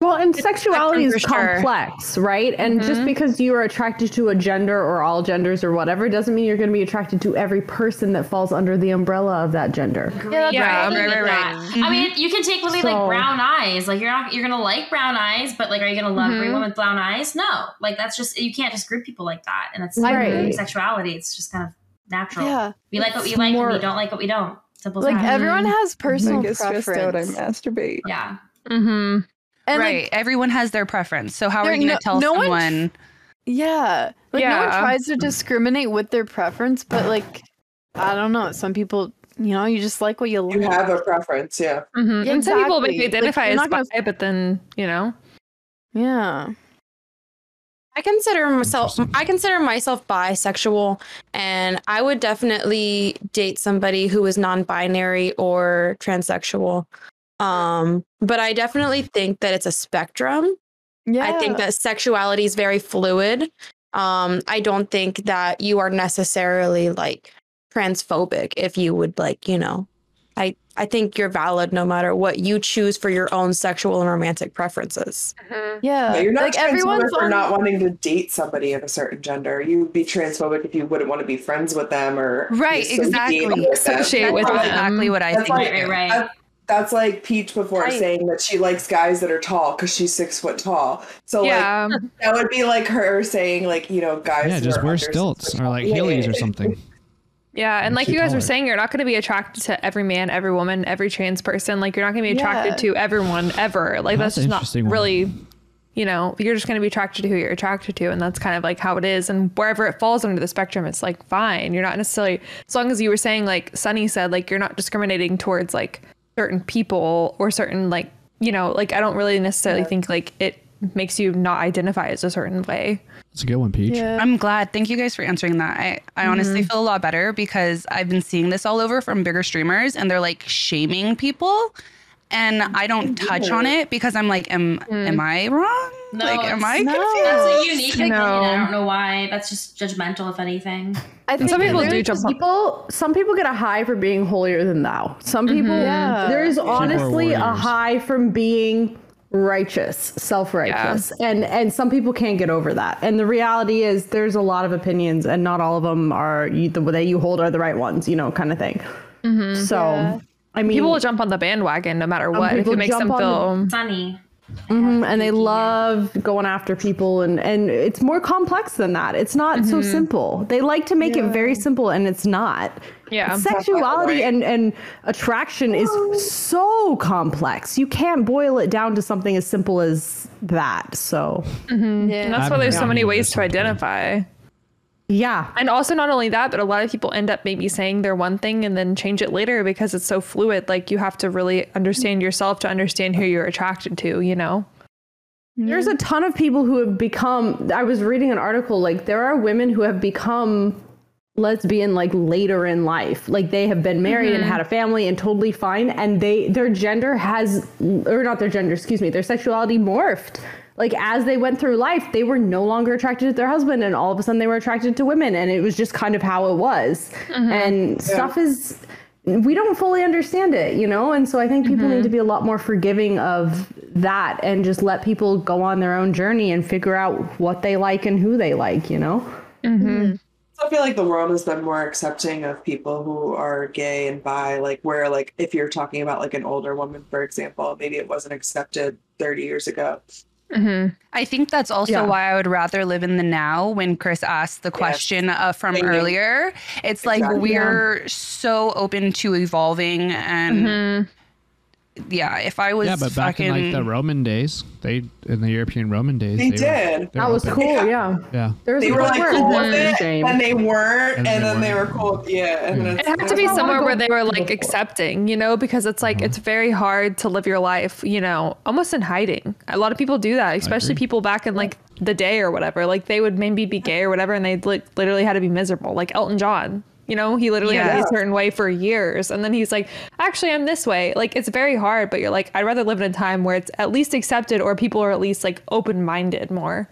S11: Well, and sexuality
S4: for
S11: is
S4: sure.
S11: complex, right? And just
S4: Mhm.
S11: because you are attracted to a gender or all genders or whatever doesn't mean you're going to be attracted to every person that falls under the umbrella of that gender.
S3: that's
S11: Yeah,
S3: right,
S11: right,
S3: with
S11: right,
S3: that.
S11: right.
S3: I mean, you can take literally like
S11: So-
S3: brown eyes. Like you're not you're gonna like brown eyes, but like are you gonna love
S8: Mhm.
S3: everyone with brown eyes? No. Like that's just you can't just group people like that. And that's like
S8: Right.
S3: sexuality. It's just kind of natural.
S8: Yeah.
S3: We like what we
S8: It's
S3: like, and
S8: more-
S3: we don't like what we don't. Simple
S8: Like
S3: as that.
S8: everyone has personal
S10: get
S8: preference.
S10: stressed out, I
S8: masturbate.
S3: Yeah.
S1: Hmm.
S4: Mm-hmm.
S8: And,
S10: right. Everyone has their preference. So how are
S8: There-
S10: you going to
S8: no-
S10: tell
S8: no one-
S10: someone?
S8: Yeah. Like no one
S10: Yeah.
S8: tries to discriminate with their preference, but like I don't know. Some people, you know, you just like what you,
S2: You have a preference, yeah.
S4: Mm-hmm. And some people maybe
S8: Exactly.
S4: identify
S8: Like, you're
S4: as bi,
S8: not
S4: but then you know.
S8: Yeah.
S6: I consider myself I consider myself bisexual and I would definitely date somebody who is non-binary or transsexual. Um but I definitely think that it's a spectrum.
S8: Yeah.
S6: I think that sexuality is very fluid. Um I don't think that you are necessarily like transphobic if you would like, you know. I I think you're valid no matter what you choose for your own sexual and romantic preferences.
S8: Yeah.
S2: Yeah, you're not
S6: Like,
S2: transphobic
S6: everyone's
S2: for
S6: on-
S2: not wanting to date somebody of a certain gender. You'd be transphobic if you wouldn't want to be friends with them or
S10: Right,
S2: associate
S10: exactly.
S2: with them.
S10: Associate That's with them. exactly what I
S2: That's
S10: think,
S2: Like,
S10: too. Right, right.
S2: that- That's like Peach before saying that she likes guys that are tall because she's six foot tall. So
S4: Yeah.
S2: like that would be like her saying like you know guys.
S1: Yeah,
S2: who
S1: just
S2: are
S1: wear
S2: under six
S1: stilts
S2: foot
S1: or
S2: tall.
S1: like
S2: Yeah, yeah,
S1: Heelys
S2: yeah.
S1: or something.
S4: Yeah, and like
S1: Makes
S4: you
S1: you
S4: guys were
S1: taller.
S4: saying, you're not going to be attracted to every man, every woman, every trans person. Like you're not going to be attracted
S8: Yeah.
S4: to everyone ever. Like
S1: That's
S4: that's,
S1: an
S4: just
S1: interesting
S4: not
S1: one.
S4: really, you know, you're just going to be attracted to who you're attracted to, and that's kind of like how it is. And wherever it falls under the spectrum, it's like fine. You're not necessarily as long as you were saying, like Sunny said, like you're not discriminating towards like certain people or certain like you know, like I don't really necessarily think like it makes you not identify as a certain way.
S1: It's a good one, Peach.
S10: I'm glad. Thank you guys for answering that. I, I honestly
S3: Mm-hmm.
S4: Mhm.
S10: feel a lot better because I've been seeing this all over from bigger streamers and they're like shaming people. And
S3: Mm-hmm.
S10: I don't touch on it because I'm like, am am I wrong?
S3: Mm. No,
S10: like, am I
S3: it's-
S10: confused?
S3: That's a unique opinion. I
S10: No.
S3: don't know why. That's just judgmental, if anything.
S8: I
S11: think people some people get a high for being holier than thou. Some people
S3: Mhm. Yeah.
S11: there is
S3: People are
S11: honestly a
S3: warriors.
S11: high from being righteous, self-righteous. And and some people can't get over that. And the reality is there's a lot of opinions and not all of them are you, the that you hold are the right ones, you know, kind of thing. So, I mean
S4: Mm-hmm. people will jump on the bandwagon no matter
S11: Some
S4: what if
S11: people
S4: it makes them
S11: jump on
S4: feel
S11: the-
S3: Sunny.
S11: Mhm, and they love going after people and and it's more complex than that it's not so
S4: Mhm.
S11: simple they like to make it very simple and it's not
S4: Yeah.
S11: sexuality and and attraction is so complex you can't boil it down to something as simple as that so
S4: Yeah. Mm-hmm. And that's why there's so many ways to identify.
S11: Yeah.
S4: And also not only that, but a lot of people end up maybe saying they're one thing and then change it later because it's so fluid. Like you have to really understand yourself to understand who you're attracted to, you know?
S11: There's a ton of people who have become. I was reading an article like there are women who have become lesbian like later in life. Like they have been married and
S4: Mhm.
S11: had a family and totally fine, and they their gender has or not their gender, excuse me, their sexuality morphed. Like as they went through life, they were no longer attracted to their husband, and all of a sudden they were attracted to women, and it was just kind of how it was. And stuff is we don't fully understand it, you know? And so I think people need to be a lot more forgiving of that and just let people go on their own journey and figure out what they like and who they like, you know?
S2: It's I feel like the world has been more accepting of people who are gay and bi, like where like if you're talking about like an older woman, for example, maybe it wasn't accepted 30 years ago.
S10: mm-hmm. I think that's also
S2: Yeah.
S10: why I would rather live in the now. When Chris asked the question uh, from
S2: Thank you.
S10: earlier, it's
S2: Exactly.
S10: like we're so open to evolving, and
S3: Mm-hmm.
S10: yeah, if I was
S1: yeah, but back
S10: fucking,
S1: in like the Roman days, they in the European Roman days,
S10: They
S1: were-
S10: did.
S1: they
S10: That
S1: were
S10: was
S1: open.
S10: cool, Yeah.
S11: yeah.
S1: Yeah.
S11: There was
S2: they
S11: a
S2: were
S11: good
S2: like
S11: word.
S2: cool with it,
S11: Shame.
S2: and they weren't, and,
S11: And they
S2: then they were cool. Yeah, and then
S4: It
S2: it's-
S4: had to be somewhere where they were like accepting, you know, because it's like it's very hard to live your life, you know, almost in hiding. A lot of people do that, especially people back in like the day or whatever. Like they would maybe be gay or whatever, and they like literally had to be miserable. Like Elton John, you know, he literally had to
S8: Yeah.
S4: be a certain way for years, and then he's like, actually, I'm this way. Like it's very hard, but you're like, I'd rather live in a time where it's at least accepted or people are at least like open minded more.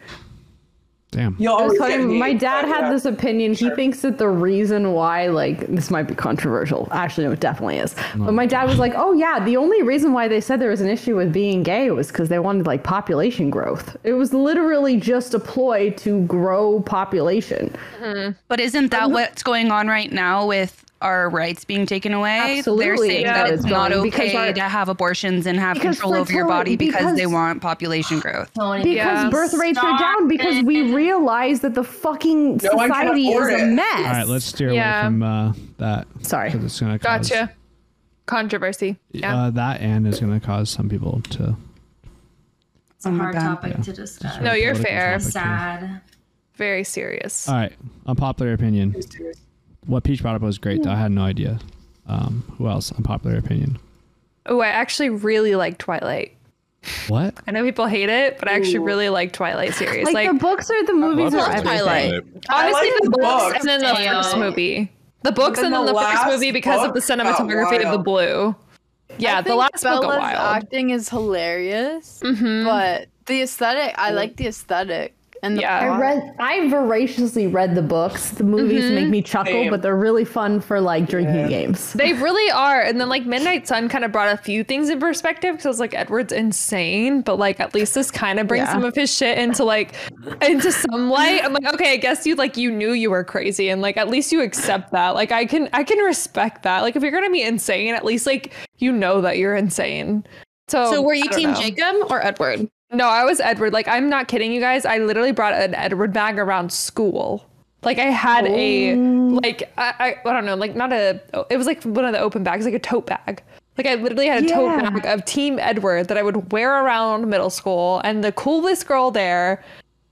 S1: Damn.
S11: You'll
S4: always get hate.
S11: my dad
S4: Oh,
S11: had
S4: yeah.
S11: this opinion. He thinks that the reason why, like, this might be controversial. Actually, no, it definitely is. But my dad was like, "Oh yeah, the only reason why they said there was an issue with being gay was because they wanted like population growth. It was literally just a ploy to grow population." Mm-hmm.
S10: But isn't that what's going on right now with our rights being taken away? They're
S11: Absolutely,
S10: saying
S11: yeah,
S10: that
S11: it's
S10: it's not
S11: going because
S10: okay
S11: our-
S10: to have abortions and have
S11: Because
S10: control over your body
S11: fertility-
S10: because, they
S11: because-
S10: want population growth.
S11: Because birth rates are down because we realize that the fucking
S10: No one can
S11: society is
S10: afford
S11: a
S10: it.
S11: mess.
S1: All right, let's steer
S4: Yeah.
S1: away from uh, that.
S11: Sorry,
S1: it's gonna cause,
S4: Gotcha. Controversy. Yeah.
S1: Uh, that and is gonna cause some people to.
S3: It's
S11: Oh
S3: a hard topic to discuss.
S4: No, you're
S1: Political
S4: fair.
S1: topic, too.
S4: Sad. Very serious.
S1: All right, unpopular opinion. What peach brought up was great. Though I had no idea. Um, who else? Unpopular opinion.
S4: Oh, I actually really like Twilight.
S1: What?
S4: I know people hate it, but I actually
S11: Ooh.
S4: really like Twilight series.
S11: Like,
S4: Like,
S11: the books or the movies
S4: love
S11: are everything.
S4: Twilight. honestly,
S11: I like
S4: the
S11: the
S4: books,
S11: books.
S4: and then the
S11: Damn.
S4: first movie. The books
S11: Even
S4: and then
S11: the
S4: the, first
S11: last
S4: movie because of the
S11: book got
S4: cinematography of the
S11: wild.
S4: blue. Yeah, the last
S8: Bella's
S4: book got wild. Mm-hmm.
S8: acting is hilarious, but the aesthetic,
S4: Mm.
S8: I like the aesthetic and the
S11: I
S8: plot.
S11: read. I voraciously read the books. The movies
S4: Mhm.
S11: make me chuckle,
S4: Same.
S11: but they're really fun for like drinking games.
S4: They really are. And then like Midnight Sun kind of brought a few things in perspective because I was like, Edward's insane, but like at least this kind of brings
S11: Yeah.
S4: some of his shit into like into some light. I'm like, okay, I guess you like you knew you were crazy and like at least you accept that. Like I can I can respect that. Like if you're gonna be insane, at least like you know that you're insane. So
S6: So were you
S4: I don't
S6: team
S4: know.
S6: Jacob or Edward?
S4: No, I was Edward. Like, I'm not kidding you guys. I literally brought an Edward bag around school. Like, I had a,
S11: Mm.
S4: like, I, I, I don't know, like, not a, it was like one of the open bags, like a tote bag. Like, I literally had a tote
S11: Yeah.
S4: bag of Team Edward that I would wear around middle school. And the coolest girl there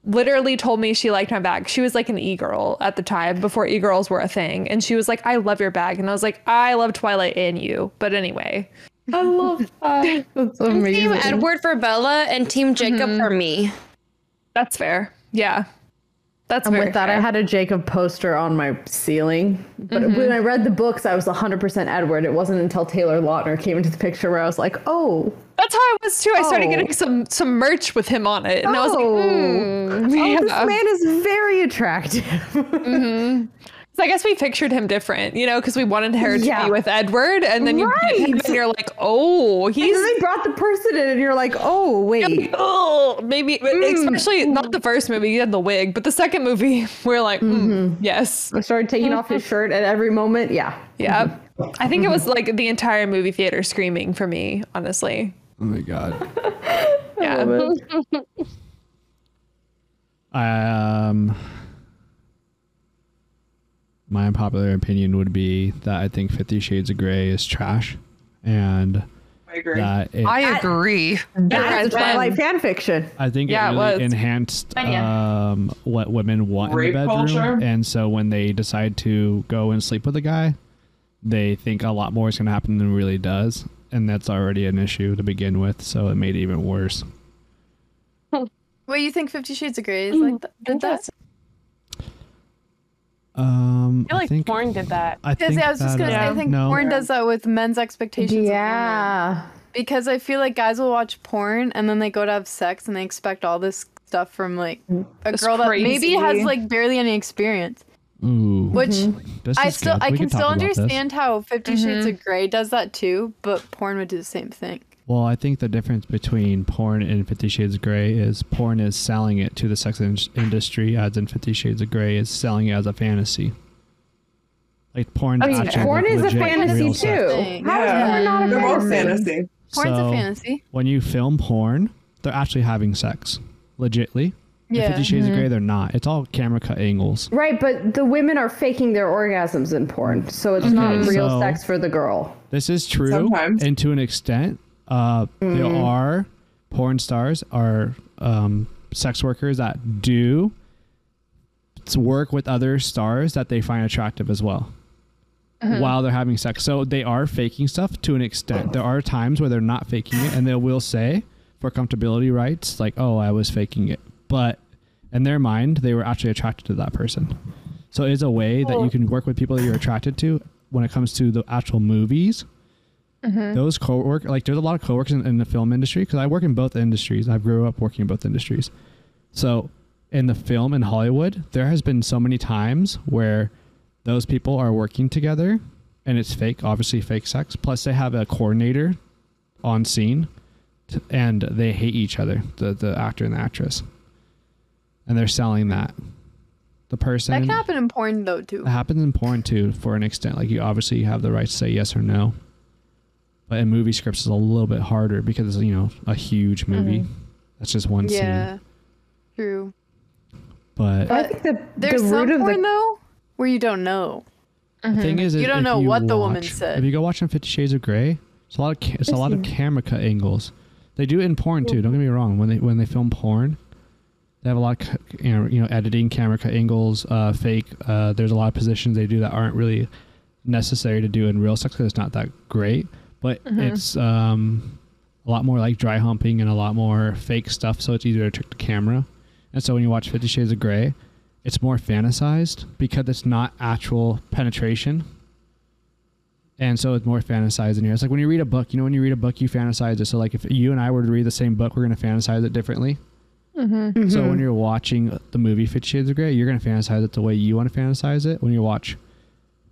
S4: literally told me she liked my bag. She was like an e girl at the time before e girls were a thing. And she was like, I love your bag. And I was like, I love Twilight and you. But anyway.
S11: I love that. That's
S6: Team Uh, Edward for Bella and Team Jacob
S15: Mm-hmm.
S6: for me.
S4: That's fair. Yeah. That's
S11: and
S4: very
S11: with that, I
S4: fair.
S11: had a Jacob poster on my ceiling. But
S4: Mhm.
S11: when I read the books, I was 100% Edward. It wasn't until Taylor Lautner came into the picture where I was like, oh,
S4: That's how I was too. I started
S11: Oh.
S4: getting some some merch with him on it, and I was like, hmm,
S11: oh, this
S4: yeah.
S11: man is very attractive.
S4: Mhm. So I guess we pictured him different, you know, because we wanted her to
S11: Yeah.
S4: be with Edward, and then you get him,
S11: Right.
S4: and you're like, oh,
S11: He's,
S4: he's
S11: and then they brought the person in, and you're like, oh, wait. Hmm.
S4: oh, maybe especially not the first movie. You had the wig, but the second movie, we're like, hmm, yes.
S11: Mm-hmm. I started taking off his shirt at every moment. Yeah. Mm-hmm.
S4: Yeah, I think it was like the entire movie theater screaming for me, honestly.
S1: Oh my god.
S4: Yeah.
S1: Um, my unpopular opinion would be that I think Fifty Shades of Grey is trash, and
S2: I agree.
S1: that it,
S10: I agree.
S11: That is Twilight fan fiction.
S1: I think
S11: Yeah,
S1: it
S11: it
S1: really
S11: was.
S1: enhanced
S11: Fun, yeah.
S1: um, what women want
S11: Rape
S1: in the bedroom,
S11: culture?
S1: and so when they decide to go and sleep with a guy, they think a lot more is going to happen than really does, and that's already an issue to begin with. So it made it even worse.
S8: Wait, you think Fifty Shades of Grey is like th- did that?
S1: Um, I, think
S8: porn did that.
S1: I think
S8: I was just
S1: that,
S8: gonna say,
S1: uh,
S8: I think
S1: no.
S8: porn does that with men's expectations.
S11: Yeah.
S8: Because I feel like guys will watch porn and then they go to have sex and they expect all this stuff from like a
S4: It's
S8: girl that maybe
S4: crazy.
S8: has like barely any experience.
S1: Ooh.
S8: Which
S1: This
S8: I
S1: Mm-hmm. is
S8: still
S1: good.
S8: I
S1: We
S8: can
S1: talk
S8: still
S1: about this.
S8: understand how 50 Shades
S4: Mhm.
S8: of Grey does that too, but porn would do the same thing.
S1: Well, I think the difference between porn and Fifty Shades of Grey is porn is selling it to the sex in- industry, as in Fifty Shades of Grey is selling it as a fantasy. Like porn's
S11: Oh, yeah.
S1: actually
S11: Porn is a
S1: legit
S11: fantasy
S1: real sex.
S11: too. How is porn not a They're both fantasy? fantasy.
S8: Porn's
S1: So,
S8: a fantasy.
S1: When you film porn, they're actually having sex, legitly. In
S11: Yeah.
S1: Fifty Shades
S8: mm-hmm.
S11: Mhm.
S1: of Grey, they're not. It's all camera cut angles.
S11: Right, but the women are faking their orgasms in porn, so it's not
S1: Okay,
S11: real
S1: so-
S11: sex for the girl.
S1: This is true,
S11: Sometimes.
S1: and to an extent, uh, there
S11: Mhm.
S1: are porn stars are um, sex workers that do s- work with other stars that they find attractive as well
S22: Mhm.
S1: while they're having sex. So they are faking stuff to an extent. There are times where they're not faking it, and they will say for comfortability rights, like, "Oh, I was faking it," but in their mind, they were actually attracted to that person. So it's a way that you can work with people that you're attracted to when it comes to the actual movies
S2: Mm-hmm.
S1: those co-work like there's a lot of co-workers in, in the film industry because i work in both industries i grew up working in both industries so in the film in hollywood there has been so many times where those people are working together and it's fake obviously fake sex plus they have a coordinator on scene t- and they hate each other the, the actor and the actress and they're selling that the person
S8: That can happen in porn though too.
S1: it happens in porn too, for an extent. Like you obviously have the right to say yes or no, but in movie scripts, it's a little bit harder because it's, you know a huge movie.
S8: Mhm.
S1: That's just one scene.
S8: yeah. Mm-hmm. True.
S1: But
S8: But there's
S1: the
S8: some
S1: root of the- Mm-hmm.
S8: porn though where you don't know.
S1: the thing is,
S8: you
S1: if-
S8: don't
S1: if
S8: know what the woman
S1: watch-
S8: said.
S1: If you go watch on Fifty Shades of Grey, it's a lot of ca- it's a lot of camera cut angles. They do it in porn too. Don't get me wrong. When they when they film porn, they have a lot of ca- you know, you know editing, camera cut angles, uh, fake. Uh, there's a lot of positions they do that aren't really necessary to do in real sex because it's not that great. But
S22: Mhm.
S1: it's um, a lot more like dry humping and a lot more fake stuff, so it's easier to trick the camera. And so when you watch Fifty Shades of Grey, it's more fantasized because it's not actual penetration. And so it's more fantasized in here. It's like when you read a book, you know, when you read a book, you fantasize it. So, like, if you and I were to read the same book, we're going to fantasize it differently.
S22: Mm-hmm.
S1: So when you're watching the movie Fifty Shades of Grey, you're gonna fantasize it the way you want to fantasize it. When you watch,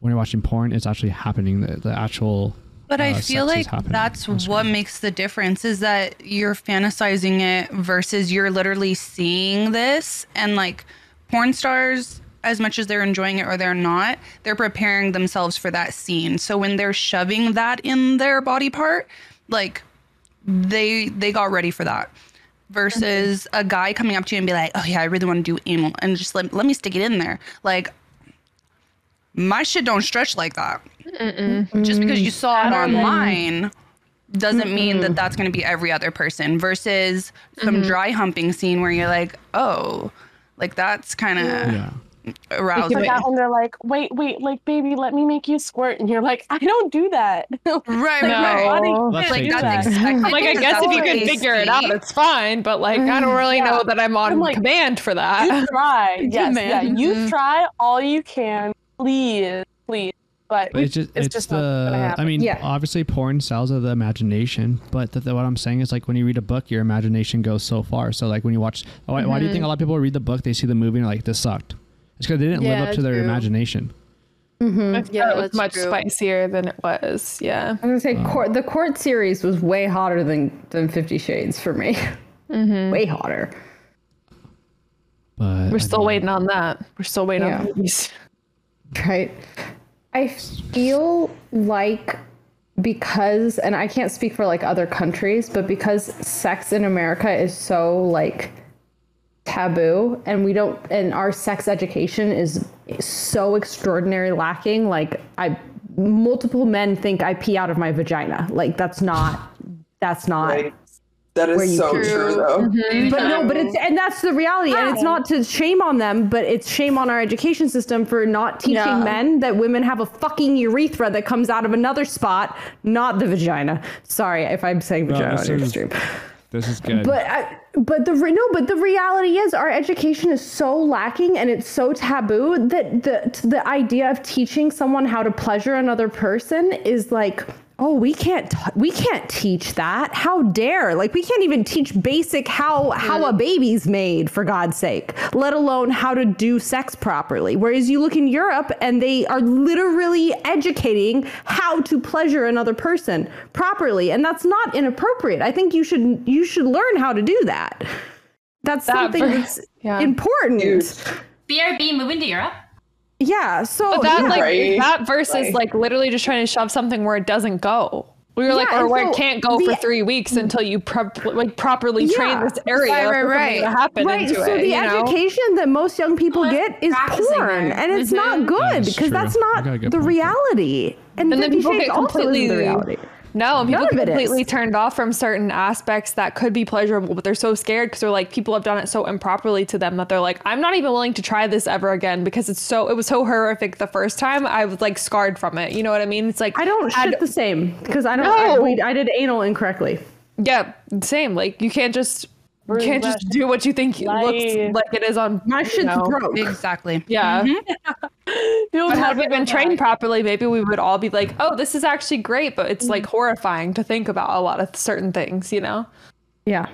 S1: when you're watching porn, it's actually happening. The, the actual.
S10: But I
S1: uh,
S10: feel
S1: sex is
S10: like
S1: happening.
S10: that's what makes the difference is that you're fantasizing it versus you're literally seeing this. And like porn stars, as much as they're enjoying it or they're not, they're preparing themselves for that scene. So when they're shoving that in their body part, like they they got ready for that. Versus a guy coming up to you and be like, "Oh yeah, I really want to do anal," and just let, let me stick it in there. Like my shit don't stretch like that.
S23: Mm-hmm.
S10: Just because you saw it
S8: Not really.
S10: online doesn't mean that that's going to be every other person versus some
S11: Mm-hmm.
S10: dry humping scene where you're like, oh, like that's kind of aroused
S5: Or
S10: me.
S5: that one, they're like, wait, wait, like, baby, let me make you squirt. And you're like, I don't do that. right,
S10: right,
S15: Like, that's expected like I
S5: because
S15: guess
S5: that's
S15: if you
S5: what
S15: could
S5: they
S15: figure it out, it's fine. But like, I don't really know that I'm on command for that.
S5: You try. yes, yeah,
S15: Command.
S5: you
S15: Mhm.
S5: try all you can. Please, please. But,
S1: But it's just it's, the I mean obviously porn sells of the imagination, but the, the- what I'm saying is like when you read a book, your imagination goes so far. So like when you watch, why, why do you
S22: Mhm.
S1: think a lot of people read the book, they see the movie and are like this sucked? It's because they didn't
S15: Yeah,
S1: live up to their
S15: true.
S1: imagination.
S11: Mm-hmm.
S15: Yeah, it was
S11: that's
S15: much
S11: true.
S15: spicier than it was. Yeah.
S11: I was gonna say
S1: Oh.
S11: court, the court series was way hotter than than Fifty Shades for me. Way hotter.
S1: But
S15: We're still waiting on that. We're still waiting
S11: Yeah.
S15: on movies.
S11: Right. I feel like because and I can't speak for like other countries, but because sex in America is so like taboo and we don't and our sex education is so extraordinary lacking like I multiple men think I pee out of my vagina. Like that's not that's not
S2: That
S11: where you Mm-hmm.
S2: is so
S11: can-
S2: true, though.
S11: But no, but it's and that's the reality, and it's not to shame on them, but it's shame on our education system for not teaching
S2: Yeah.
S11: men that women have a fucking urethra that comes out of another spot, not the vagina. Sorry if I'm saying vagina on your stream.
S1: this is good.
S11: But I, but the re- no, but the reality is our education is so lacking and it's so taboo that the the idea of teaching someone how to pleasure another person is like oh we can't t- we can't teach that how dare like we can't even teach basic how how
S4: Mm.
S11: a baby's made for god's sake let alone how to do sex properly whereas you look in europe and they are literally educating how to pleasure another person properly and that's not inappropriate i think you should you should learn how to do that that's
S3: That
S11: something
S3: for-
S11: that's important
S3: BRB moving to Europe.
S11: yeah so
S4: But that
S11: yeah.
S4: like that versus like literally just trying to shove something where it doesn't go. We were like,
S11: Yeah,
S4: or
S11: and
S4: where
S11: so
S4: it can't go for
S11: the-
S4: three weeks until you prep like properly train this area
S11: Right,
S4: for
S11: right,
S4: something to
S11: right.
S4: happen
S11: right.
S4: into
S11: so
S4: it.
S11: the
S4: you know?
S11: education that most young people get is porn, and it's not good
S4: That is
S11: because that's
S4: true. You
S11: not
S4: got a good
S11: the
S4: point
S11: reality. And,
S4: and then
S11: Fifty
S4: people
S11: Shades
S4: get
S11: also isn't
S4: completely
S11: the reality.
S4: No, and people
S11: None of
S4: get
S11: it
S4: completely
S11: is.
S4: turned off from certain aspects that could be pleasurable, but they're so scared because they're like people have done it so improperly to them that they're like, I'm not even willing to try this ever again because it's so it was so horrific the first time. I was like scarred from it. You know what I mean? It's like I
S11: don't shit the same because I don't. I, we, I did anal incorrectly.
S4: Yeah, same. Like you can't just you
S11: Rude
S4: can't just
S11: question.
S4: do what you think it looks
S11: Life.
S4: like it is on
S11: My
S4: you
S11: shit's
S4: know.
S11: broke. Mm-hmm.
S10: Exactly.
S4: Yeah.
S10: Mhm.
S4: But had we been trained properly, maybe we would all be like, "Oh, this is actually great," but it's
S11: Mm.
S4: like horrifying to think about a lot of certain things, you know.
S11: Yeah.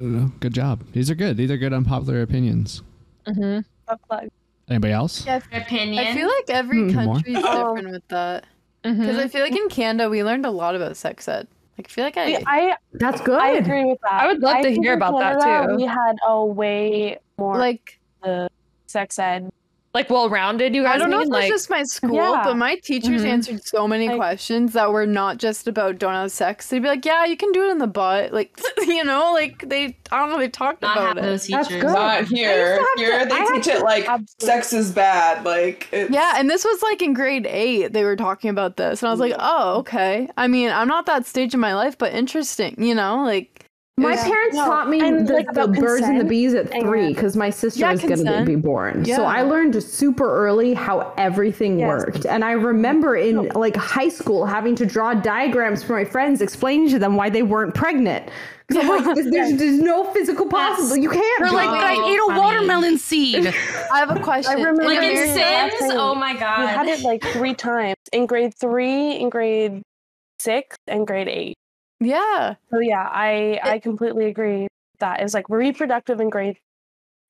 S1: Uh, Good job. These are good. These are good unpopular opinions.
S8: Mm-hmm.
S1: Anybody else?
S8: Yeah,
S3: opinion.
S8: I feel like every
S1: Hmm. More?
S8: country's different with that. Because I feel like in Canada we learned a lot about sex ed. Like I feel like I,
S5: I
S11: that's good.
S5: I agree with that.
S8: I would love to
S5: think
S8: hear
S5: in
S8: about that,
S5: Canada,
S8: too.
S5: We had a way more
S8: like
S5: the sex ed.
S4: Like well-rounded,
S8: I
S4: you guys
S8: don't know if it's
S4: mean, like-
S8: just my school,
S4: Yeah.
S8: but my teachers
S4: Mhm.
S8: answered so many questions that were not just about don't have sex. They'd be like, "Yeah, you can do it in the butt," like you know, like they I don't know. They talked about it.
S2: Not
S8: I
S2: here.
S8: used to have
S2: Here
S8: to-
S2: they
S8: I had
S2: teach it
S8: to-
S2: like sex is bad. Like it's
S8: Yeah, and this was like in grade eight. They were talking about this, and I was like, "Oh, okay." I mean, I'm not that stage in my life, but interesting, you know, like. it
S11: My
S8: was-
S11: parents taught me
S8: and,
S11: the,
S8: like,
S11: the
S8: about
S11: birds and the
S8: consent
S11: bees at three because my sister
S8: Yeah,
S11: was going to
S8: consent.
S11: be born. So I
S8: Yeah.
S11: learned super early how everything worked. And I remember in like high school having to draw diagrams for my friends explaining to them why they weren't pregnant. 'Cause I'm like, there's, there's, there's no physical possible. You can't.
S10: We're like,
S11: draw.
S10: but I ate a watermelon seed.
S8: I have a question.
S5: I remember
S10: Like in
S5: hearing that
S10: Sims?
S5: thing.
S10: Oh my
S5: We
S10: God.
S5: had it like three times in grade three, in grade six, and grade eight.
S8: Yeah.
S5: So yeah, I I completely agree with that. It was like reproductive in grade,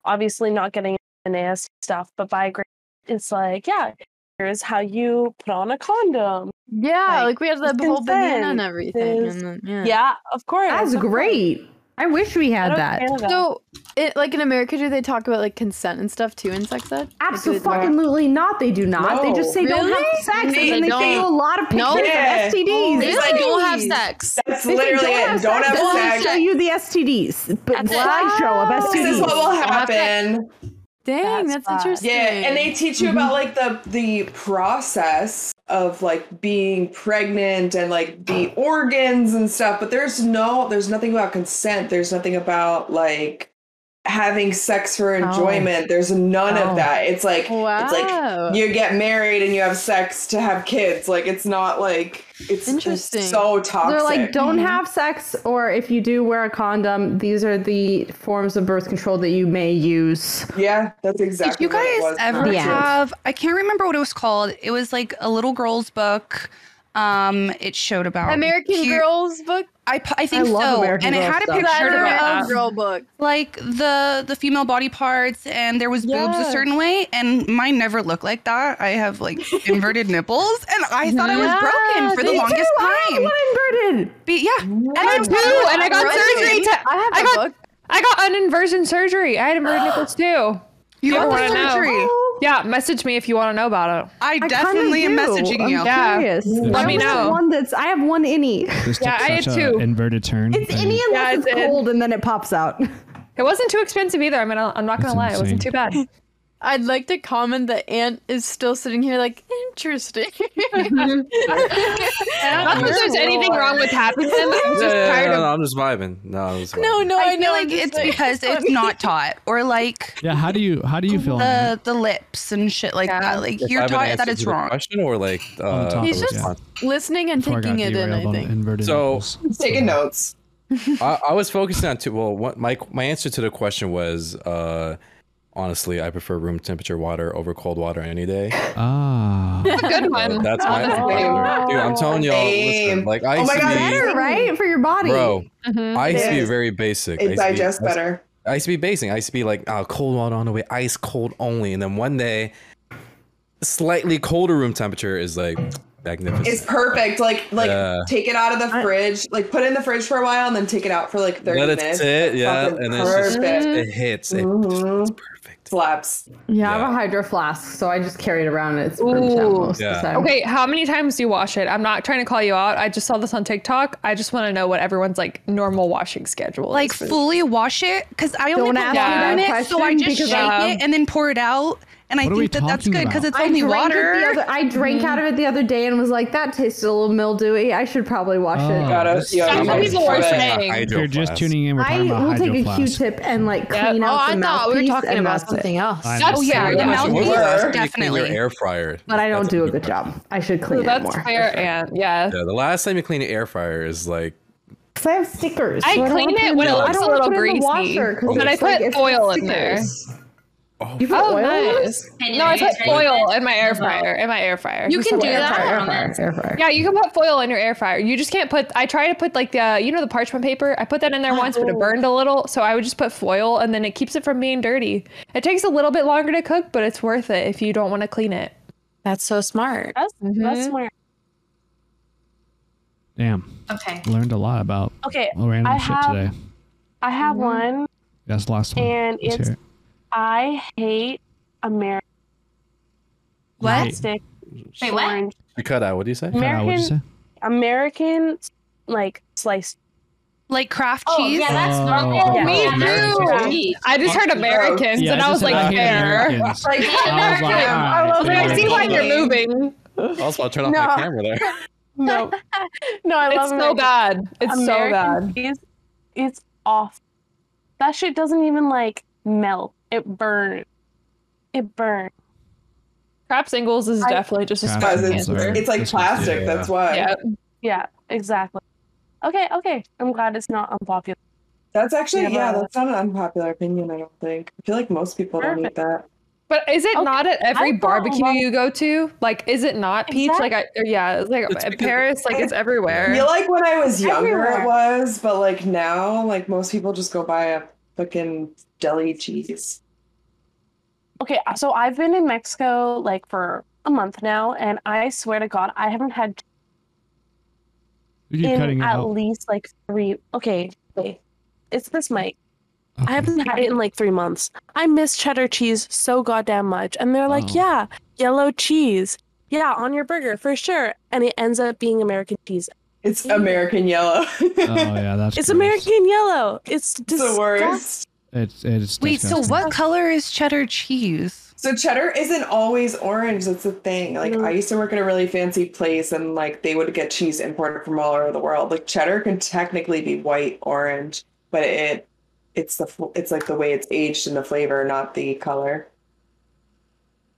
S5: obviously not getting the nasty stuff, but by grade, it's like yeah, here's how you put on a condom.
S8: Yeah, like, we had the
S5: this
S8: whole banana and
S5: consent,
S8: everything,
S5: this-
S8: and then- yeah.
S5: of course.
S11: That's
S5: of course.
S11: great. I wish we had that.
S8: So, it, like in America, do they talk about like consent and stuff too in sex ed? Like, do they talk-
S11: Absolutely not. They do not. They just say don't have
S8: Really?
S11: sex,
S8: They
S11: and then they show you
S8: don't.
S11: a lot of pictures
S8: No. Yeah.
S11: of STDs.
S8: They say don't have sex.
S11: They
S8: That's
S11: say
S8: literally it. Don't have
S11: They only
S8: sex.
S11: show you the STDs, but
S8: That's it.
S11: slideshow of STDs.
S2: This is what will happen.
S8: Dang,
S2: that's,
S8: interesting. Mm-hmm.
S2: Yeah, and they teach you
S11: Mm-hmm.
S2: about like the the process of like being pregnant and like the organs and stuff, but there's no there's nothing about consent. There's nothing about like having sex
S11: Oh.
S2: for enjoyment. There's none
S24: Oh.
S2: of that. It's like it's
S24: Wow.
S2: like you get married and you have sex to have kids. Like it's not like it's interesting. so toxic.
S11: They're like, don't
S8: Mm-hmm.
S11: have sex, or if you do wear a condom, these are the forms of birth control that you may use.
S2: Yeah, that's
S10: Did
S2: exactly.
S10: you guys ever
S11: The end.
S10: have? I can't remember what it was called. It was like a little girl's book. Um, it showed about
S8: American
S10: cute-
S8: Girls book.
S10: I, pu- I think so, and it had a picture of
S8: girl book.
S10: like the the female body parts, and there was boobs a
S8: Yes.
S10: certain way, and mine never looked like that. I have like inverted nipples, and I thought I was
S8: Yeah,
S10: broken for the
S8: me
S10: longest
S8: too. I
S10: time.
S11: inverted.
S10: yeah,
S4: I
S10: I
S4: had
S10: was
S4: two,
S10: probably
S4: and I got
S10: broken.
S4: surgery. To,
S10: I have
S4: I
S10: the
S4: got
S10: book.
S4: I got an inversion surgery. I had inverted nipples too.
S10: You
S4: If
S10: got the
S4: wanna know.
S10: surgery?
S4: Yeah, message me if you want to know about it.
S10: I kinda definitely am do. messaging I'm you.
S4: Yeah,
S10: curious.
S4: let
S10: I
S4: me
S10: was the
S4: know.
S11: One that's I have one innie.
S1: This took such a inverted turn.
S11: It's
S1: thing.
S11: innie unless it's cold, and then it pops out.
S4: It wasn't too expensive either. I mean, I'll- I'm not gonna
S1: That's
S4: lie, it wasn't
S1: insane.
S4: too bad.
S8: I'd like to comment that Ant is still sitting here, like interesting.
S4: Not that there's anything wrong with happiness. I'm just
S9: Yeah,
S4: tired
S9: no, no,
S4: of.
S9: I'm just vibing. No, I'm just vibing.
S10: No,
S8: no,
S10: I, know. Like it's because it's not taught, or like
S1: Yeah, how do you how do you feel? on that?
S10: the the lips and shit like that. Like
S9: If I
S10: you're
S9: have an
S10: taught
S9: answer
S10: that it's
S9: to the
S10: wrong.
S9: Question or like
S1: the
S9: uh,
S1: top
S8: He's
S9: the
S8: just
S9: response?
S8: listening and
S1: Before I
S8: taking
S1: got
S8: it in. I
S1: derailed on
S8: think.
S1: inverted
S9: So
S1: nipples.
S2: taking notes.
S9: I, I was focusing on two. Well, what, my my answer to the question was uh, honestly, I prefer room temperature water over cold water any day.
S1: Ah.
S4: Good
S9: one. That's my answer. dude. I'm telling y'all, listen, like I
S11: oh my
S9: see,
S11: god, better, right? For your body.
S9: bro.
S8: Mm-hmm.
S9: I used to be
S11: Yes.
S9: very basic.
S11: It
S9: I used to be-
S11: digests
S9: I used-
S11: better.
S9: I used to be basic. I used to be like oh, cold water on the way, ice cold only, and then one day, slightly colder room temperature is like magnificent.
S2: It's perfect. Like like
S9: Yeah.
S2: take it out of the fridge, like put it in the fridge for a while, and then take it out for like thirty
S9: Let it
S2: minutes.
S9: sit, yeah,
S2: Fucking
S9: and then it's just,
S2: perfect.
S9: it hits. It,
S2: Mhm.
S11: Slaps. Yeah, I have a hydro flask, so I just carry it around. And it's room temp
S4: Ooh.
S11: most of the time.
S4: Okay, how many times do you wash it? I'm not trying to call you out. I just saw this on TikTok. I just want to know what everyone's like normal washing schedule.
S10: Like
S4: is.
S10: fully wash it because I only
S4: Don't
S10: put
S4: ask
S10: water
S4: me that
S10: in it, so I
S4: question
S10: just
S4: because um,
S10: shake
S4: I-
S10: it and then pour it out, Oh, and I
S4: What are we
S10: think that that's
S4: talking
S10: good
S4: about?
S10: because it's
S11: I
S10: only
S11: drank
S10: water.
S11: It the other, I drank out of it the other day and was like, that tasted a little mildewy. I should probably wash it.
S1: Oh, that's- If you're just tuning in, we're
S11: I
S1: talking about
S11: will take a
S1: hydroflask.
S11: Q-tip and like clean
S13: Oh,
S11: out
S13: I
S11: the
S13: thought we were
S11: mouthpiece
S13: talking
S11: and
S13: about
S11: that's it.
S13: something else.
S11: I know.
S9: Oh, yeah,
S11: the
S9: What was
S11: mouthpiece.
S9: the last time you cleaned your
S11: Definitely.
S9: air fryer?
S11: But I don't do a good job. I should clean it
S4: that's
S11: more.
S4: fair, and yeah.
S9: Yeah, the last time you cleaned an air fryer is like
S11: Because I have stickers.
S4: I
S11: so don't
S4: clean
S11: put
S4: it
S11: in
S4: when it
S11: the-
S4: looks
S11: I
S4: a
S11: don't put it
S4: little
S11: in the
S4: greasy,
S11: washer 'cause
S4: but I
S11: it's like-
S4: put
S11: it's
S4: oil in there. Oh,
S11: stickers. You put oil in it?
S4: No, I put foil in my air fryer. In my air fryer.
S13: You
S4: Just
S13: can
S4: put
S13: do
S4: air
S13: that.
S4: fryer, air fryer. Yeah, you can put foil in your air fryer. You just can't put. I tried to put like the you know the parchment paper. I put that in there once, but it burned a little. So I would just put foil, and then it keeps it from being dirty. It takes a little bit longer to cook, but it's worth it if you don't want to clean it.
S13: That's so smart.
S5: That's,
S4: Mhm.
S8: Mm-hmm.
S5: that's smart.
S1: Damn.
S5: Okay.
S1: Learned a lot about
S5: Okay,
S1: random
S5: I
S1: shit
S5: have-
S1: today.
S5: I have
S8: Mm-hmm.
S5: one,
S1: That's the last one.
S5: and
S1: Let's
S5: it's
S1: hear it.
S5: I hate American
S9: What?
S5: plastic.
S3: Wait,
S5: what?
S9: you cut out. What do you say?
S5: American, American, like sliced,
S10: like craft
S5: cheese.
S4: yeah,
S9: that's Oh. normal.
S4: Me
S9: Yeah. American
S4: too.
S9: cheese.
S4: I just heard
S9: Fuck you.
S4: Americans,
S9: Yeah,
S4: and
S9: I
S4: I was
S9: just said I
S4: like,
S9: hate
S4: fair.
S9: Americans.
S4: Like, "Ah,
S9: I was like,
S4: Americans.
S9: alright,
S4: all over
S9: fair.
S4: I see why you're moving.
S9: Also, I'll turn off
S5: No.
S9: my camera there.
S5: No, no, I
S4: It's
S5: love
S4: so
S5: American-
S4: bad. It's so
S5: American
S4: bad.
S5: Cheese, it's awful. That shit doesn't even like melt. It burns. It burns.
S4: Crap singles is
S5: I-
S4: definitely just a
S5: Crap
S4: spam
S5: singles
S4: answer.
S5: are- it's like This is- plastic, yeah. that's why.
S4: Yeah.
S5: Yeah, exactly. Okay, okay. I'm glad it's not unpopular.
S2: That's actually
S5: Yeah,
S2: yeah,
S5: but-
S2: that's not an unpopular opinion, I don't think. I feel like most people don't eat that.
S4: But is it not at every
S2: I thought
S4: barbecue
S2: about-
S4: you go to? Like, is it not peach? Like, I or yeah, it's like in Paris, like it's everywhere.
S2: I feel like when I was younger
S4: Everywhere.
S2: it was, but like now, like most people just go buy a fucking deli cheese.
S5: Okay, uh, so I've been in Mexico like for a month now, and I swear to God, I haven't had
S1: You keep
S5: in
S1: cutting it
S5: at
S1: out.
S5: least like three. Okay, wait. It's this mic. I haven't had it in like three months. I miss cheddar cheese so goddamn much. And they're
S1: Oh.
S5: like, yeah, yellow cheese. Yeah, on your burger for sure. And it ends up being American cheese.
S2: It's American yellow. oh
S1: yeah, that's
S5: It's American yellow. It's
S2: the worst.
S1: It's it's
S10: Wait, so
S1: disgusting.
S10: what color is cheddar cheese?
S2: So cheddar isn't always orange. That's the thing. Like I used to work at a really fancy place, and like they would get cheese imported from all over the world. Like cheddar can technically be white orange, but it it's the fl- it's like the way it's aged and the flavor, not the color.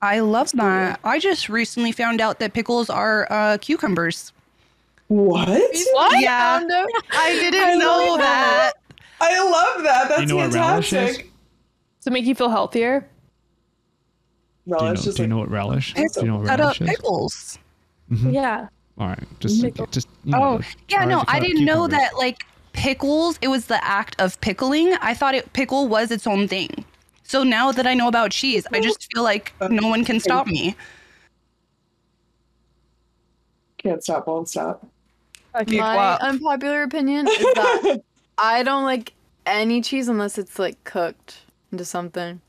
S10: I love that. I just recently found out that pickles are uh, cucumbers.
S2: What?
S4: What? Oh,
S10: Yeah.
S4: Found out?
S10: I didn't
S4: I
S10: know
S4: love
S10: that.
S4: that.
S2: I love that.
S1: Do you know what relish is?
S4: To make you feel healthier.
S1: Do you know, do you know what relish? Do you know what relish is?
S10: pickles.
S9: Mm-hmm.
S1: Mhm.
S5: Yeah.
S1: All right, just
S10: Pickle.
S1: just.
S10: Oh, yeah, no, I didn't know
S1: that.
S10: that like pickles, it was the act of pickling. I thought it pickle was its own thing. So now that I know about cheese, I just feel like no one can stop me.
S2: Can't stop, won't stop.
S10: Okay,
S8: My
S10: guap.
S8: unpopular opinion is that I don't like any cheese unless it's like cooked into something.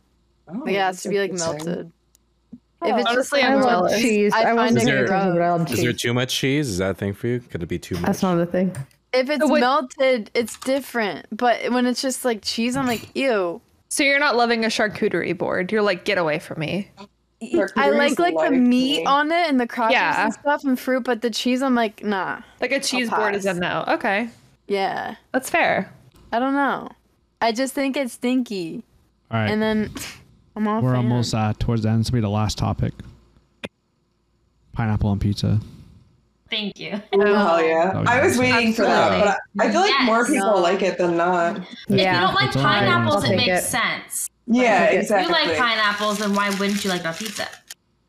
S8: like, it has to be like melted. if it's
S4: Oh, Honestly,
S8: just, like,
S4: I'm
S8: raw
S4: jealous.
S8: cheese, I find
S9: Is
S8: it
S9: there,
S8: gross.
S9: is there too much cheese? Is that a thing for you? Could it be too much?
S11: That's not the thing.
S8: If it's melted, it's different. But when it's just like cheese, I'm like, ew.
S4: So you're not loving a charcuterie board. You're like, get away from me.
S8: I
S4: Charcuterie
S8: like
S4: is
S8: like the
S4: life to
S8: meat
S4: me.
S8: on it and the crackers
S4: Yeah.
S8: and stuff and fruit, but the cheese, I'm like, nah.
S4: Like a cheese board is a no. Okay,
S8: yeah,
S4: that's fair.
S8: I don't know. I just think it's stinky,
S1: All right,
S8: and then I'm off.
S1: we're almost uh, towards the end. This will be the last topic. Pineapple on pizza.
S3: Thank you.
S2: Oh, hell yeah. I was waiting for that, but I, I feel like more
S3: Yes.
S2: people like it than not.
S3: If you don't like
S1: It's only one.
S3: pineapples,
S1: I'll
S3: it
S1: take
S3: makes
S1: it.
S3: sense.
S2: Yeah,
S3: Like,
S2: exactly.
S3: If you like pineapples, then why wouldn't you like our pizza?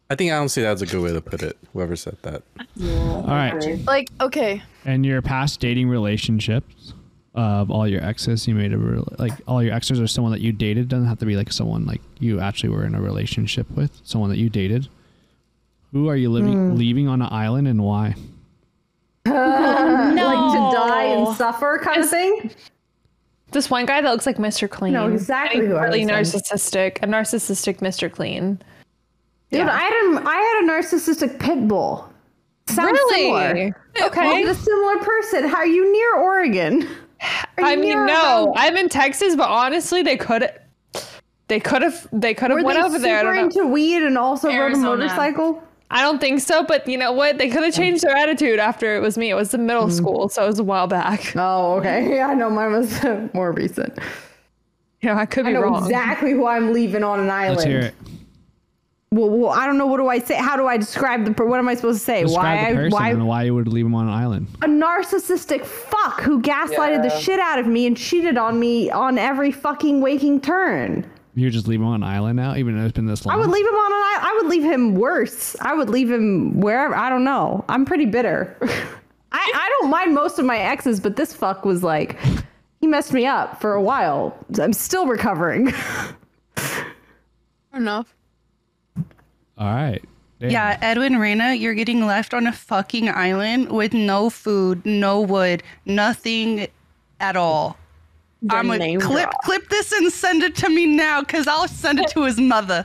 S9: I think honestly that's a good way to put it. Whoever said that. Uh,
S1: All right.
S8: Like, okay.
S1: And your past dating relationships of all your exes, you made a re- like all your exes are someone that you dated. Doesn't have to be like someone like you actually were in a relationship with. Someone that you dated. Who are you living
S11: Hmm.
S1: leaving on an island and why?
S11: Like to die and suffer kind of thing?
S15: This one guy that looks like Mr. Clean.
S11: know exactly
S15: And
S11: who I
S15: Really
S11: was thinking.
S15: narcissistic. A narcissistic Mr. Clean.
S11: Dude, I had a, I had a narcissistic pit bull. Sounds
S15: Really?
S11: similar.
S15: Okay.
S11: Well, a similar person. How are you near Oregon? Are you
S15: I mean,
S11: near
S15: no,
S11: Oregon?
S15: I'm in Texas, but honestly, they could, they could have, they could
S11: Were
S15: have went
S11: they
S15: over there. I
S11: super
S15: don't know.
S11: into weed and also
S15: Arizona.
S11: rode a motorcycle?
S15: I don't think so, but you know what? They could
S16: Oh.
S15: have changed their attitude after it was me. It was the middle
S16: Mm-hmm.
S15: school, so it was a while back.
S11: Oh, okay. Yeah, I know mine was more recent.
S15: Yeah, I could
S11: I
S15: be
S11: know
S15: wrong.
S11: exactly who I'm leaving on an island.
S1: Let's hear it.
S11: Well, well, I don't know. What do I say? How do I describe the? per- What am I supposed to say?
S1: Describe
S11: why?
S1: the person
S11: why?
S1: and why you would leave him on an island.
S11: a narcissistic fuck who gaslighted
S1: Yeah.
S11: the shit out of me and cheated on me on every fucking waking turn.
S1: You just leave him on an island now, even though it's been this long.
S11: I would leave him on an island. I would leave him worse. I would leave him wherever. I don't know. I'm pretty bitter. I, I don't mind most of my exes, but this fuck was like, he messed me up for a while. I'm still recovering.
S8: Enough.
S1: All right. Damn.
S10: Yeah, Edwin Reyna, you're getting left on a fucking island with no food, no wood, nothing at all.
S8: The
S10: I'm gonna
S8: name
S10: clip
S8: drop.
S10: clip this and send it to me now, cause I'll send it to his mother.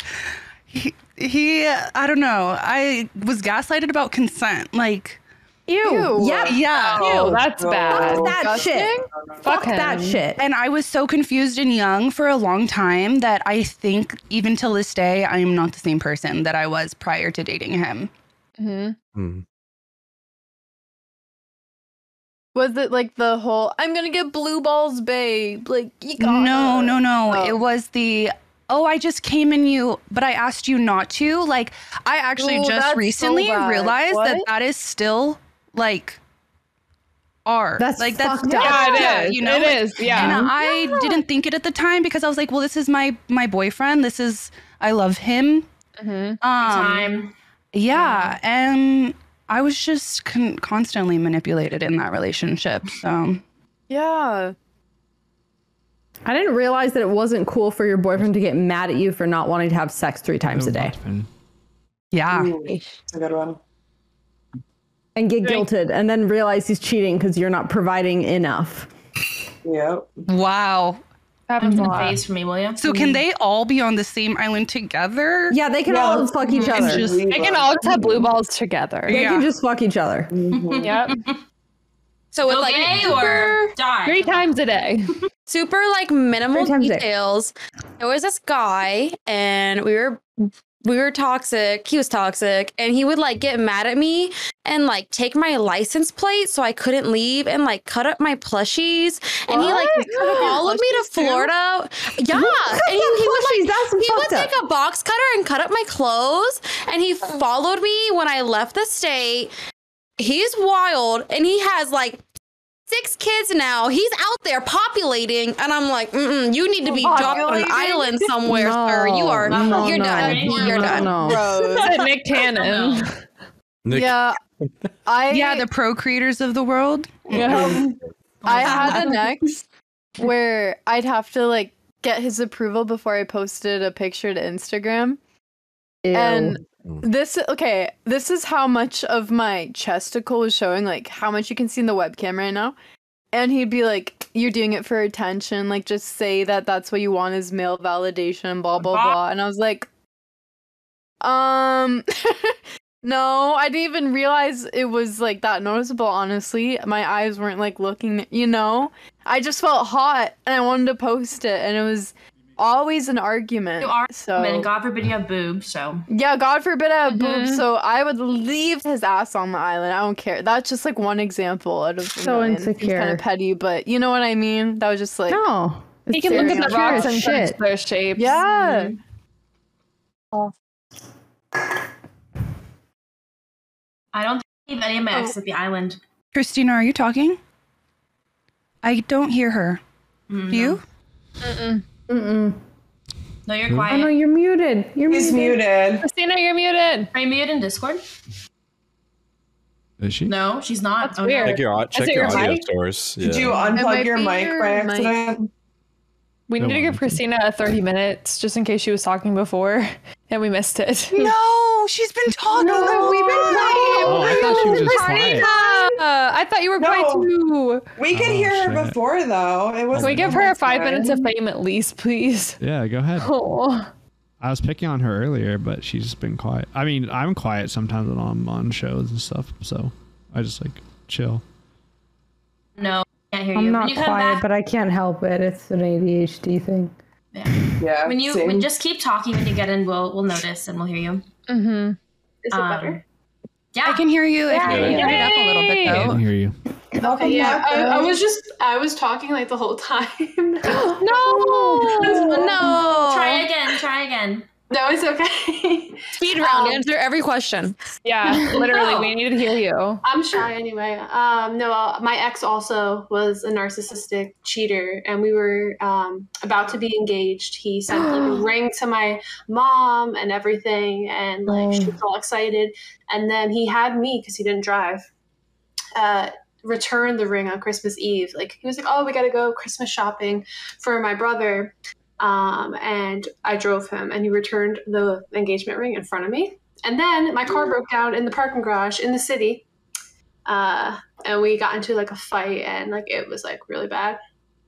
S10: He, he I don't know. I was gaslighted about consent. Like,
S15: Ew.
S10: Yeah, yeah. Oh,
S15: Ew, that's Fuck bad.
S10: that shit.
S15: Fuck that him. shit.
S10: And I was so confused and young for a long time that I think even till this day, I am not the same person that I was prior to dating him.
S4: Mm-hmm.
S8: hmm
S9: Hmm.
S8: Was it like the whole I'm gonna get blue balls, babe? Like you got
S10: No, no, no. It was the oh, I just came in you, but I asked you not to. Like I actually
S8: Ooh, that's
S10: just
S8: so
S10: recently
S8: bad.
S10: realized that
S8: What?
S10: that is still like R.
S8: That's
S10: like that's
S8: fucked up. Yeah, it is.
S10: You know,
S8: It
S10: like-
S8: is, yeah.
S10: And I
S8: Yeah.
S10: didn't think it at the time because I was like, well, this is my my boyfriend. This is I love him. Um,
S3: Mm-hmm. Time.
S10: Yeah, and I was just con- constantly manipulated in that relationship. So.
S8: Yeah.
S16: I didn't realize that it wasn't cool for your boyfriend to get mad at you for not wanting to have sex three times a day.
S10: Yeah.
S16: It's a good one. And get guilted and then realize he's cheating because you're not providing enough.
S2: Yep.
S10: Wow.
S15: Happens
S10: a
S3: Face for me, will you?
S10: So can they all be on the same island together?
S16: Yeah, they can all fuck each
S10: And
S16: other.
S10: just-
S15: They can all just have blue balls together. Mm-hmm.
S16: They can just fuck each other.
S4: Mm-hmm.
S15: yep.
S6: So it's
S15: Go
S6: like
S15: gay
S6: super,
S15: or die. Three times a day.
S6: super like minimal
S15: Three times a day.
S6: details. There was this guy, and we were we were toxic. He was toxic, and he would like get mad at me and like take my license plate so I couldn't leave, and like cut up my plushies, and he like
S3: What? Cut up your
S6: followed me to
S3: plushies too?
S6: Florida. Oh, Yeah,
S3: Who cuts
S6: and he,
S3: up
S6: he would
S3: plushies?
S6: like
S3: That's
S6: he would
S3: fucked up. Uh.
S6: take a box cutter and cut up my clothes, and he followed me when I left the state. He's wild, and he has like six kids now. He's out there populating, and I'm like, Mm-mm, you need to be dropped on an
S3: Populating?
S6: island somewhere, sir. You are,
S3: No,
S6: you're
S3: no,
S6: done.
S3: no,
S6: you're
S3: no,
S6: done.
S3: no.
S15: Nick Cannon.
S9: Nick.
S8: Yeah. I
S10: yeah, the procreators of the world.
S8: Yeah. I had
S10: God.
S8: an ex where I'd have to like get his approval before I posted a picture to Instagram. And this okay, this is how much of my chesticle was showing, like how much you can see in the webcam right now. And he'd be like, "You're doing it for attention. Like, just say that that's what you want is male validation. Blah blah blah." And I was like, um, no, I didn't even realize it was like that noticeable, honestly. My eyes weren't like looking, you know? I just felt hot and I wanted to post it, and it was always an argument.
S3: You are
S8: so.
S3: women. God forbid you have boobs. So
S8: Yeah, God forbid I have
S3: Mhm.
S15: Mm-hmm.
S8: boobs, so I would leave his ass on the island. I don't care. That's just like one example out of
S16: So
S8: kind
S16: insecure.
S8: of petty, but you know what I mean. That was just like
S16: no,
S15: He can look at the
S8: Serious.
S15: rocks and
S8: Shit.
S15: search their shapes.
S8: Yeah.
S3: I don't think any of my exes at the island.
S10: Christina, are you talking?
S11: Mm-hmm.
S10: I don't hear her. Do you?
S3: Mm-mm.
S16: Mm-mm.
S3: No, you're
S1: Who?
S3: quiet.
S11: Oh no, you're muted. You're
S3: He's muted.
S15: Christina, you're muted.
S3: Are you muted in Discord?
S1: Is she?
S3: No, she's not. That's oh,
S9: Check
S3: no.
S9: your, au- check your audio source.
S2: Did
S9: yeah.
S2: you unplug your
S15: be
S2: mic
S15: your
S2: by
S15: mic.
S2: accident?
S15: We
S9: Go
S15: need to give Christina a 30 minutes just in case she was talking before and we missed it.
S10: No, she's been talking.
S15: we've been talking.
S1: Oh, I thought she was just quiet.
S15: I thought you were quiet too.
S2: We could
S1: Oh,
S2: hear her
S1: shit. Oh,
S2: before though. It was.
S15: Can we give her five minutes of fame at least, please?
S1: Yeah, go ahead.
S15: Oh.
S1: I was picking on her earlier, but she's just been quiet. I mean, I'm quiet sometimes when I'm on shows and stuff, so I just like chill.
S3: No, I can't hear you.
S11: I'm
S3: when
S11: not
S3: you come
S11: quiet,
S3: back,
S11: but I can't help it. It's an ADHD thing.
S2: Yeah.
S3: when you when, just keep talking when you get in, we'll we'll notice and we'll hear you. Um,
S15: Mm-hmm.
S3: Is
S10: it better?
S3: Yeah, I
S10: can hear you.
S3: If
S10: you turn it up a little bit,
S1: I didn't
S10: though.
S1: hear you.
S13: Okay, yeah.
S15: back,
S13: I, I
S15: guys.
S13: was just I was talking like the whole time. no,
S6: No.
S3: Try again. Try again.
S13: No, it's okay. Um,
S6: Speed round. answer every question.
S15: Yeah, literally, we need to hear you.
S13: I'm shy anyway. Um, no, uh, my ex also was a narcissistic cheater, and we were um, about to be engaged. He sent like a ring to my mom and everything, and like she was all excited. And then he had me because he didn't drive. Uh, return the ring on Christmas Eve. Like he was like, "Oh, we gotta go Christmas shopping for my brother," um, and I drove him, and he returned the engagement ring in front of me. And then my car broke down in the parking garage in the city, uh, and we got into like a fight, and like it was like really bad.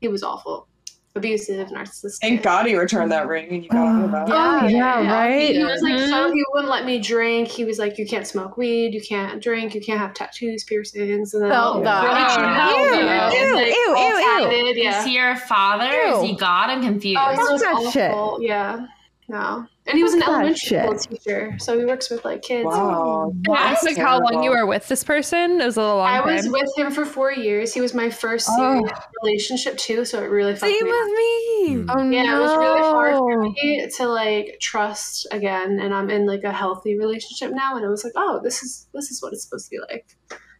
S13: He was awful, abusive, narcissistic.
S2: Thank God he returned that ring and you got out of that.
S13: Oh, Mm-hmm. He was like
S3: Mm-hmm.
S13: so he wouldn't let me drink. He was like, You can't smoke weed, you can't drink, you can't have tattoos, piercings, and then
S3: Oh,
S13: like,
S3: God.
S13: really
S3: Ew,
S13: cheated. And
S3: ew,
S13: it's, like,
S3: ew,
S13: all
S3: ew, ew.
S13: tatted, Yeah.
S3: Is he your father? Is
S13: Ew.
S3: he God? I'm confused.
S13: Oh, he
S3: Fuck
S13: was
S3: that
S13: awful. Yeah. No. And he was an
S3: Fuck that
S13: elementary
S3: shit.
S13: school teacher. So he works with like kids.
S15: Can I ask like how long you were with this person? It was a little long
S13: I was
S15: time.
S13: with him for four years. He was my first serious relationship too, so it really fucked me. up.
S11: Hmm.
S15: Oh
S13: yeah, it was really hard for
S15: no.
S13: me to like trust again, and I'm in like a healthy relationship now, and it was like, oh, this is this is what it's supposed to be like.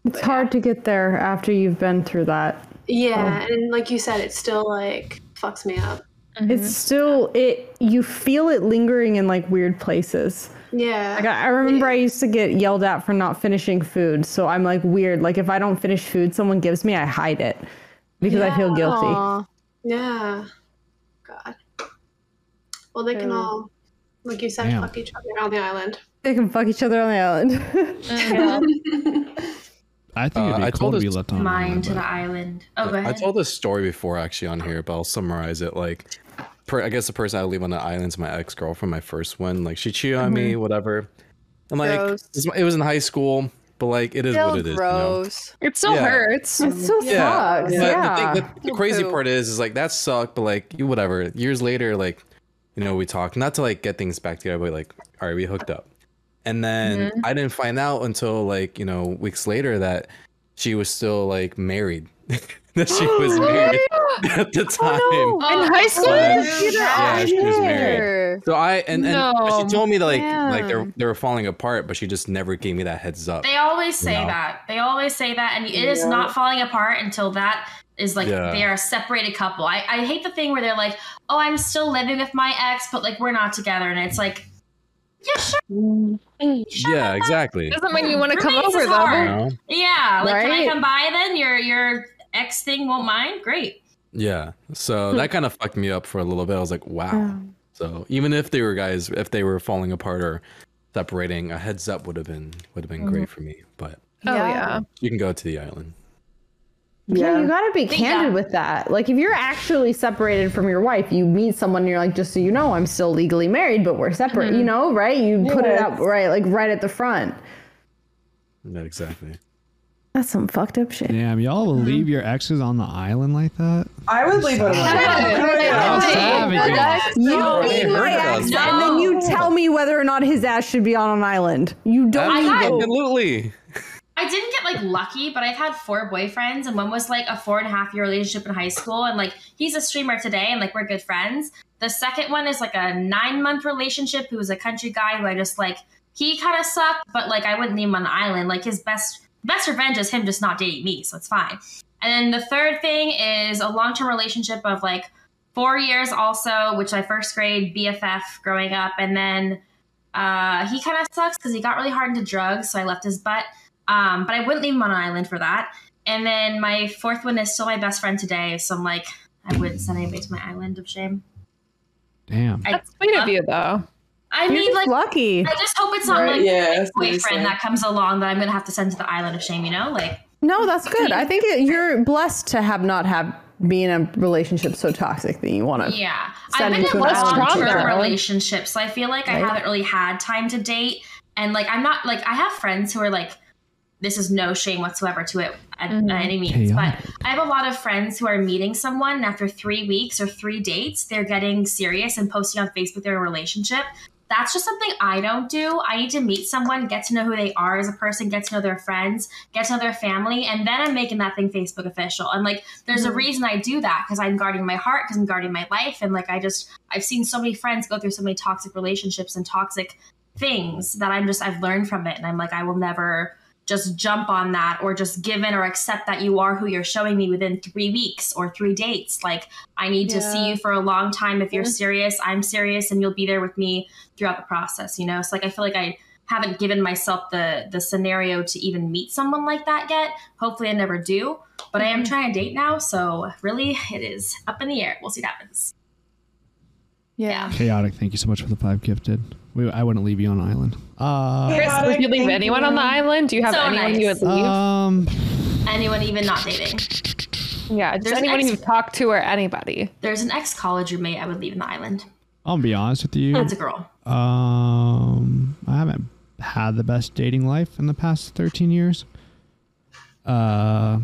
S11: It's hard to get there after you've been through that.
S13: Yeah, and like you said, it still like fucks me up.
S3: Mm-hmm.
S11: It's still it. You feel it lingering in like weird places.
S13: Yeah.
S11: Like I, I remember I used to get yelled at for not finishing food, so I'm like weird. Like if I don't finish food, someone gives me, I hide it because I feel guilty.
S13: Yeah. God. Well, they can all, like you said,
S11: Damn.
S13: fuck each other on the island.
S11: They can fuck each other on the island.
S1: I think it'd
S9: Uh,
S1: be
S9: I
S1: cool
S9: told
S1: to
S9: us-
S1: be left on.
S3: Mine to the island. Oh, go
S9: I
S3: ahead.
S9: told this story before actually on here, but I'll summarize it. Like, per, I guess the person I leave on the island's my ex girlfriend, my first one. Like, she cheated on
S3: Mm-hmm.
S9: me, whatever. And like,
S8: Gross.
S9: it's- it was in high school, but like, it is what it is. you know?
S15: It still
S9: Yeah.
S15: hurts. It
S11: still
S9: But The, thing, the, the crazy part is, is like that sucked, but like you whatever. Years later, like you know, we talked not to like get things back together, but like all right, we hooked up, and then
S3: Mm-hmm.
S1: Mhm.
S9: I didn't find out until like you know weeks later that she was still like married. that she was married at
S3: Oh,
S9: the time.
S15: In high school?
S9: Yeah, she was married. So I and, and but
S15: No,
S9: she told me that like like
S3: man.
S9: they they were falling apart, but she just never gave me that heads up.
S3: They always
S9: you
S3: say
S9: know?
S3: that. They always say that, and it is
S9: Yeah.
S3: not falling apart until that is like
S9: Yeah.
S3: they are a separated couple. I, I hate the thing where they're like, "Oh, I'm still living with my ex, but like we're not together," and it's like, "Yeah, sure."
S9: Yeah, exactly.
S3: Doesn't
S15: mean you wanna come
S3: Roommates
S15: over,
S3: is
S15: though.
S3: hard.
S9: You know?
S3: Yeah, like can I
S15: Right?
S3: come by then? Your your ex thing won't mind. Great.
S9: Yeah. So
S3: Hmm.
S9: that kind of fucked me up for a little bit. I was like, wow.
S3: Yeah.
S9: So even if they were guys, if they were falling apart or separating, a heads up would have been would have been great for me. But
S11: Mm-hmm. Oh, yeah.
S9: you can go to the island.
S11: Yeah, you gotta be
S3: Think
S11: candid
S3: that.
S11: with that. Like, if you're actually separated from your wife, you meet someone, and you're like, just so you know, I'm still legally married, but we're separate. You know, right? You put it up right, like right at the front.
S9: Not exactly.
S11: That's some fucked up shit.
S1: Damn, y'all will leave your exes on the island like that?
S2: I would leave it
S1: How savage.
S11: You
S1: They
S11: meet my
S1: hurt us.
S11: ex, and then you tell me whether or not his ass should be on an island. You don't even.
S9: Absolutely.
S3: I didn't get like lucky, but I've had four boyfriends, and one was like a four and a half year relationship in high school, and like he's a streamer today, and like we're good friends. The second one is like a nine month relationship who was a country guy who I just like he kind of sucked, but like I wouldn't leave him on the island. Like his best best revenge is him just not dating me, so it's fine. And then the third thing is a long term relationship of like four years also, which I first grade BFF growing up, and then uh, he kind of sucks because he got really hard into drugs, so I left his butt. Um, but I wouldn't leave him on an island for that. And then my fourth one is still my best friend today, so I'm like, I wouldn't send anybody to my island of shame.
S1: Damn.
S3: That's
S15: sweet of you, though.
S3: I
S15: You're
S3: mean,
S15: just
S3: like,
S15: lucky.
S3: I just hope it's not
S15: Right,
S3: like
S15: yeah,
S3: my
S15: that's what I'm
S3: boyfriend that comes along that I'm gonna have to send to the island of shame. You know, like
S16: No, that's good. I think it, you're blessed to have not have be in a relationship so toxic that you want to.
S3: yeah, I've
S16: Send
S3: been
S16: him to
S3: in
S16: an island
S3: long
S16: for
S3: term
S16: that.
S3: relationships, so I feel like I
S16: Right.
S3: haven't really had time to date. And like, I'm not like I have friends who are like, this is no shame whatsoever to it at,
S15: Mhm.
S3: at any means. But I have a lot of friends who are meeting someone, and after three weeks or three dates, they're getting serious and posting on Facebook their relationship. That's just something I don't do. I need to meet someone, get to know who they are as a person, get to know their friends, get to know their family, and then I'm making that thing Facebook official. And like, there's a
S15: Mhm.
S3: reason I do that because I'm guarding my heart, because I'm guarding my life. And like, I just, I've seen so many friends go through so many toxic relationships and toxic things that I'm just, I've learned from it. And I'm like, I will never just jump on that or just give in or accept that you are who you're showing me within three weeks or three dates. Like, I need to see
S15: Yeah.
S3: you for a long time. If you're
S15: Yeah.
S3: serious, I'm serious, and you'll be there with me throughout the process, you know? So, like, I feel like I haven't given myself the the scenario to even meet someone like that yet hopefully i never do but i am
S15: Mm-hmm.
S3: trying to date now so really it is up in the air we'll see what happens
S8: yeah
S1: Chaotic. Thank you so much for the five gifted. We, I wouldn't leave you on an island. Uh,
S15: Chris, would you leave anyone on the island? Do you have
S3: So
S15: anyone you would
S3: nice.
S15: leave?
S1: Um,
S3: anyone even not dating
S15: yeah, just
S3: there's an
S15: Uh, anyone
S3: ex-
S15: you've talked to or anybody.
S3: there's an ex-college roommate i would leave in the island
S1: I'll be honest with you.
S3: That's a girl.
S1: Um, I haven't had the best dating life in the past 13 years. Uh,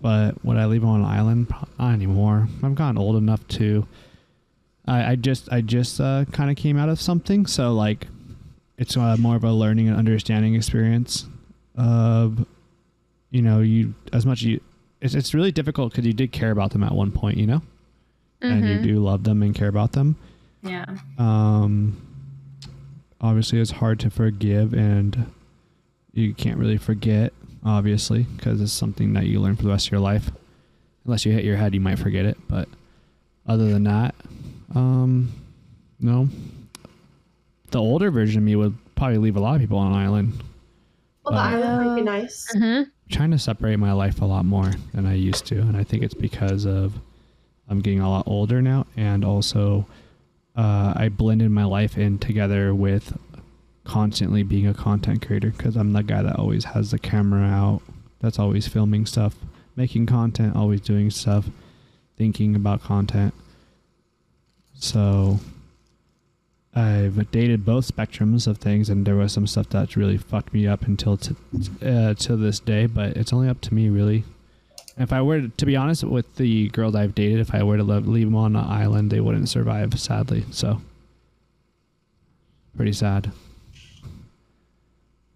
S1: but would I leave him on an island? Pro- Not anymore. I've gotten old enough to. I, I just I just uh, kind of came out of something, so like, it's uh, more of a learning and understanding experience. Of, you know, you as much you, it's it's really difficult because you did care about them at one point, you know, and
S3: Mhm.
S1: you do love them and care about them
S3: yeah
S1: um, obviously it's hard to forgive and you can't really forget obviously because it's something that you learn for the rest of your life unless you hit your head you might forget it but other than that um, no the older version of me would probably leave a lot of people on an island
S13: Well, the
S1: Wow.
S9: Uh-huh.
S13: island might be nice.
S1: trying to separate my life a lot more than I used to, and I think it's because of I'm getting a lot older now, and also uh, I blended my life in together with constantly being a content creator because I'm the guy that always has the camera out, that's always filming stuff, making content, always doing stuff, thinking about content. So I've dated both spectrums of things, and there was some stuff that really fucked me up until to uh, to this day. But it's only up to me, really. If I were to be honest with the girls I've dated, if I were to le- leave them on an island, they wouldn't survive, sadly. So, pretty sad.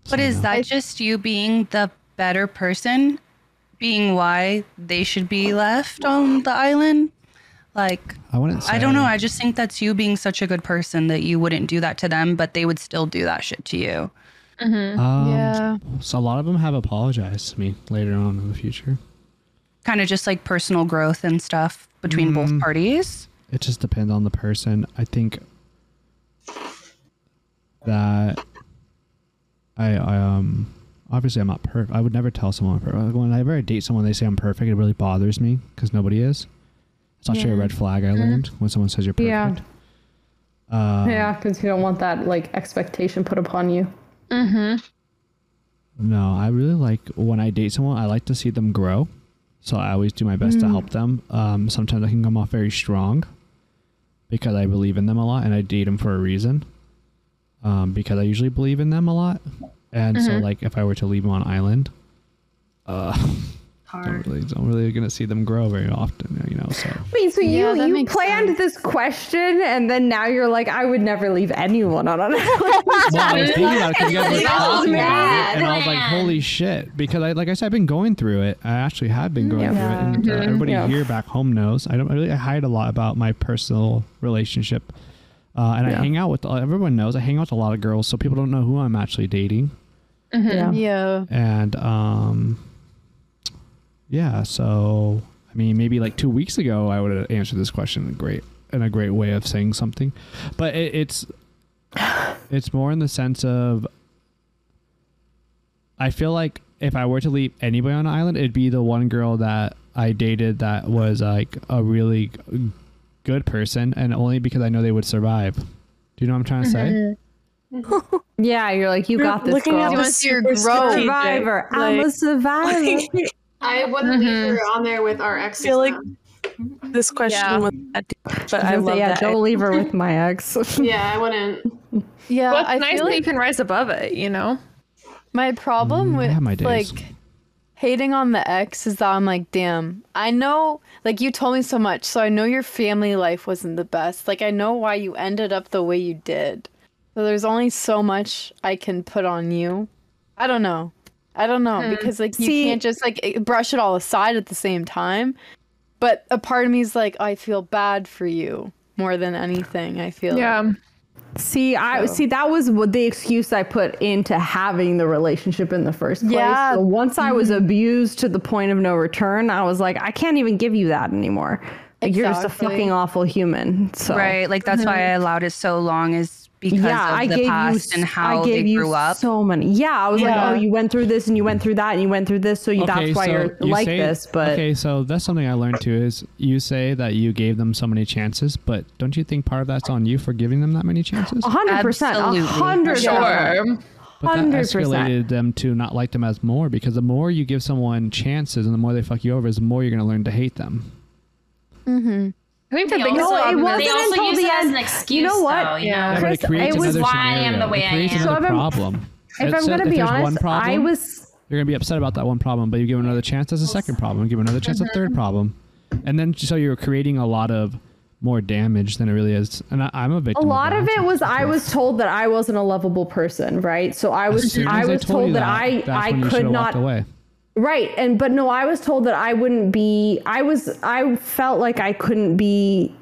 S10: But is that just you being the better person, being why they should be left on the island? Like,
S1: I wouldn't. Say
S10: I don't know. I just think that's you being such a good person that you wouldn't do that to them, but they would still do that shit to you.
S15: Mm-hmm.
S1: Um,
S15: yeah.
S1: So a lot of them have apologized to me later on in the future.
S10: Kind of just like personal growth and stuff between
S11: Mm-hmm.
S10: both parties.
S1: It just depends on the person. I think that I, I um obviously I'm not perfect. I would never tell someone I'm perfect. Whenever I date someone, they say I'm perfect. It really bothers me because nobody is. It's actually a
S11: Yeah.
S1: red flag I
S11: Mhm.
S1: learned when someone says you're perfect.
S11: Yeah.
S1: Uh,
S11: yeah, because you don't want that like expectation put upon you. Mm-hmm.
S1: No, I really like when I date someone, I like to see them grow. So I always do my best to
S11: Mm.
S1: help them. Um, sometimes I can come off very strong because I believe in them a lot and I date them for a reason. Um, because I usually believe in them a lot. And so,
S3: Mhm.
S1: like, if I were to leave them on an island, uh, don't really, don't really gonna see them grow very often, you know. So
S16: I mean, so you you planned this question, and then now you're like, I would never leave anyone on an island.
S1: well, I was thinking about it 'cause you guys
S16: That
S1: were
S16: was
S1: talking about
S16: mad.
S1: it, and I was like, "Holy shit!" Because I, like I said, I've been going through it. I actually have been going
S16: Yeah.
S1: through it, and uh,
S16: Mhm.
S1: everybody
S16: Yeah.
S1: here back home knows. I don't I really I hide a lot about my personal relationship, uh, and
S15: Yeah.
S1: I hang out with everyone knows. I hang out with a lot of girls, so people don't know who I'm actually dating
S15: Mm-hmm.
S1: Yeah.
S15: Yeah.
S1: and um yeah so I mean, maybe like two weeks ago, I would have answered this question great in a great way of saying something, but it, it's it's more in the sense of I feel like if I were to leave anybody on an island, it'd be the one girl that I dated that was like a really good person, and only because I know they would survive. Do you know what I'm trying to say?
S11: Mm-hmm. yeah, you're like, you
S16: You're
S11: got this.
S16: looking at
S11: girl.
S16: the You want to see her super grow.
S11: survivor. I'm a
S16: Like-
S11: survivor.
S13: I wouldn't leave her on there with our ex. feel like
S5: this question was, but I
S11: I was gonna say,
S5: love
S11: yeah,
S5: that.
S11: don't leave her with my ex.
S13: yeah, I wouldn't.
S8: Yeah,
S15: Well, it's
S8: I
S15: nice
S8: feel
S15: that
S8: like
S15: you can rise above it. You know.
S8: My problem
S15: Mm, I
S8: with
S15: have my days.
S8: like hating on the ex is that I'm like, damn, I know like you told me so much, so I know your family life wasn't the best. Like I know why you ended up the way you did. So there's only so much I can put on you. I don't know. I don't know
S15: Hmm.
S8: because like you
S15: See-
S8: can't just like i- brush it all aside at the same time. But a part of me is like, I feel bad for you more than anything. I feel
S11: Yeah. See, I
S8: So-
S11: see that was what the excuse I put into having the relationship in the first place.
S8: Yeah.
S11: So once I
S10: Mm-hmm.
S11: was abused to the point of no return, I was like, I can't even give you that anymore. Like, You're just a
S10: Exactly.
S11: fucking awful human. So. Mm-hmm.
S10: Right, like that's why I allowed it so long is because
S11: yeah,
S10: of
S11: I
S10: the
S11: gave
S10: past
S11: you,
S10: and
S11: s-
S10: how
S11: I gave
S10: they
S11: you
S10: grew up.
S11: So many. Yeah, I was
S10: Yeah.
S11: like, oh, you went through this and you went through that and you went through this, so you, that's why
S1: so
S11: you're
S1: you
S11: like
S1: say-
S11: this. But
S1: okay, so that's something I learned too. Is you say that you gave them so many chances, but don't you think part of that's on you for giving them that many chances?
S11: A hundred percent, a Absolutely. hundred percent.
S1: But that
S11: 100%.
S1: escalated them to not like them as more because the more you give someone chances and the more they fuck you over, is the more you're gonna lean to hate them.
S8: Mm-hmm.
S15: I think
S3: They also-
S11: no, it
S3: they
S11: wasn't
S3: also
S11: until
S3: use
S11: the
S3: it as
S11: end.
S3: an
S11: you know
S3: excuse,
S11: what?
S3: though, you know? Yeah,
S1: Yeah, but it creates
S11: it was
S1: another
S3: why I am
S1: scenario.
S3: the way
S1: it
S3: I
S1: creates
S3: am.
S1: another
S11: So if I'm-
S1: problem.
S11: if I'm
S1: so
S11: gonna
S1: if
S11: be
S1: there's one
S11: honest, I
S1: problem,
S11: was-
S1: You're gonna be upset about that one problem, but you give another chance. That's a second problem. Give another chance. A
S11: Mm-hmm.
S1: third problem, and then so you're creating a lot of more damage than it really is. And I, I'm a
S11: a
S1: victim.
S11: lot
S1: of,
S11: of it was I was told that I wasn't a lovable person, right? So I
S1: As
S11: was
S1: soon
S11: I
S1: as they
S11: was
S1: told you
S11: told that,
S1: that,
S11: I
S1: that's
S11: I
S1: when you
S11: could
S1: should've walked
S11: not
S1: away.
S11: Right. And but no, I was told that I wouldn't be I was I felt like I couldn't be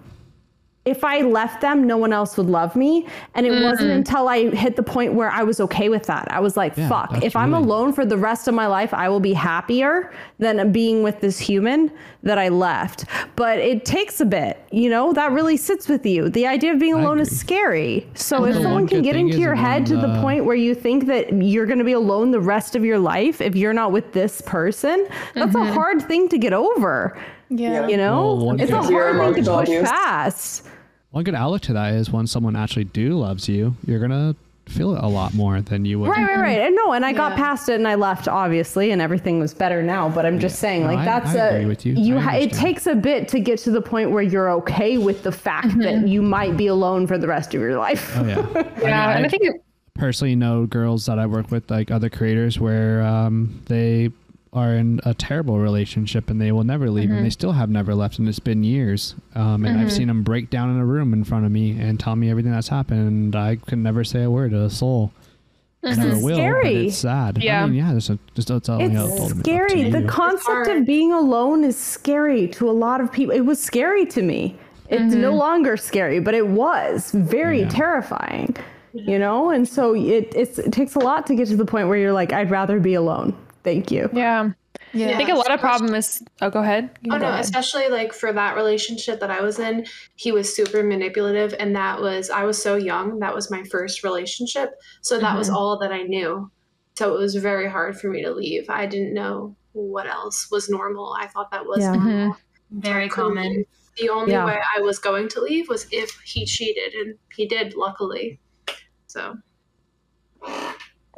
S11: if I left them, no one else would love me. And it wasn't
S16: Mm.
S11: until I hit the point where I was okay with that. I was like,
S16: Yeah,
S11: fuck,
S16: that's
S11: if I'm
S16: really-
S11: alone for the rest of my life, I will be happier than being with this human that I left. But it takes a bit, you know, that really sits with you. The idea of being alone is scary. So
S16: And
S11: if
S16: the
S11: someone
S16: one
S11: can
S16: good
S11: get
S16: thing
S11: into
S16: is
S11: your
S16: when,
S11: head to the
S16: uh,
S11: point where you think that you're going to be alone the rest of your life if you're not with this person, that's a
S15: Mm-hmm.
S16: Mhm.
S11: hard thing to get over.
S16: Yeah.
S11: You know,
S1: Well, one
S11: it's a
S1: good-
S11: hard thing to
S1: Emotional
S11: push
S1: abuse.
S11: past.
S1: One good outlet to that is when someone actually do loves you, you're gonna feel it a lot more than you would.
S11: Right, right, right. And no, and I got past it and I left, obviously, and everything was better now. But I'm just saying,
S1: No,
S11: like,
S1: I-
S11: that's
S1: I
S11: a
S1: agree with you. I
S11: ha- it takes a bit to get to the point where you're okay with the fact
S15: Mm-hmm.
S11: that you might be alone for the rest of your life.
S1: Oh yeah.
S15: Yeah, and I think it,
S1: personally know girls that I work with, like other creators, where um, they are in a terrible relationship and they will never leave,
S15: Mhm.
S1: and they still have never left, and it's been years. Um, and I've
S15: Mhm.
S1: seen them break down in a room in front of me and tell me everything that's happened, and I could never say a word to a soul. I
S11: Mhm.
S1: Never
S11: It's
S1: will, but
S11: scary.
S1: it's sad.
S11: Yeah.
S1: I mean, yeah, it's a, just it's all, you know,
S11: It's
S1: ultimate- up to
S11: scary. The
S1: you.
S11: concept of being alone is scary to a lot of people. It was scary to me. It's no longer scary, but it was very terrifying. You know, and so it it's, it takes a lot to get to the point where you're like, I'd rather be alone. Thank you.
S15: Yeah.
S13: Yeah.
S15: I think a lot of problem is. Oh, go ahead. You
S13: Oh
S15: can go
S13: no,
S15: ahead.
S13: especially like for that relationship that I was in, he was super manipulative and that was I was so young, that was my first relationship. So that was
S5: Mhm.
S13: all that I knew. So it was very hard for me to leave. I didn't know what else was normal. I thought that was
S3: Yeah. Mhm.
S11: Mm-hmm.
S13: normal.
S3: Very common.
S13: The only
S3: Yeah.
S13: way I was going to leave was if he cheated and he did luckily. So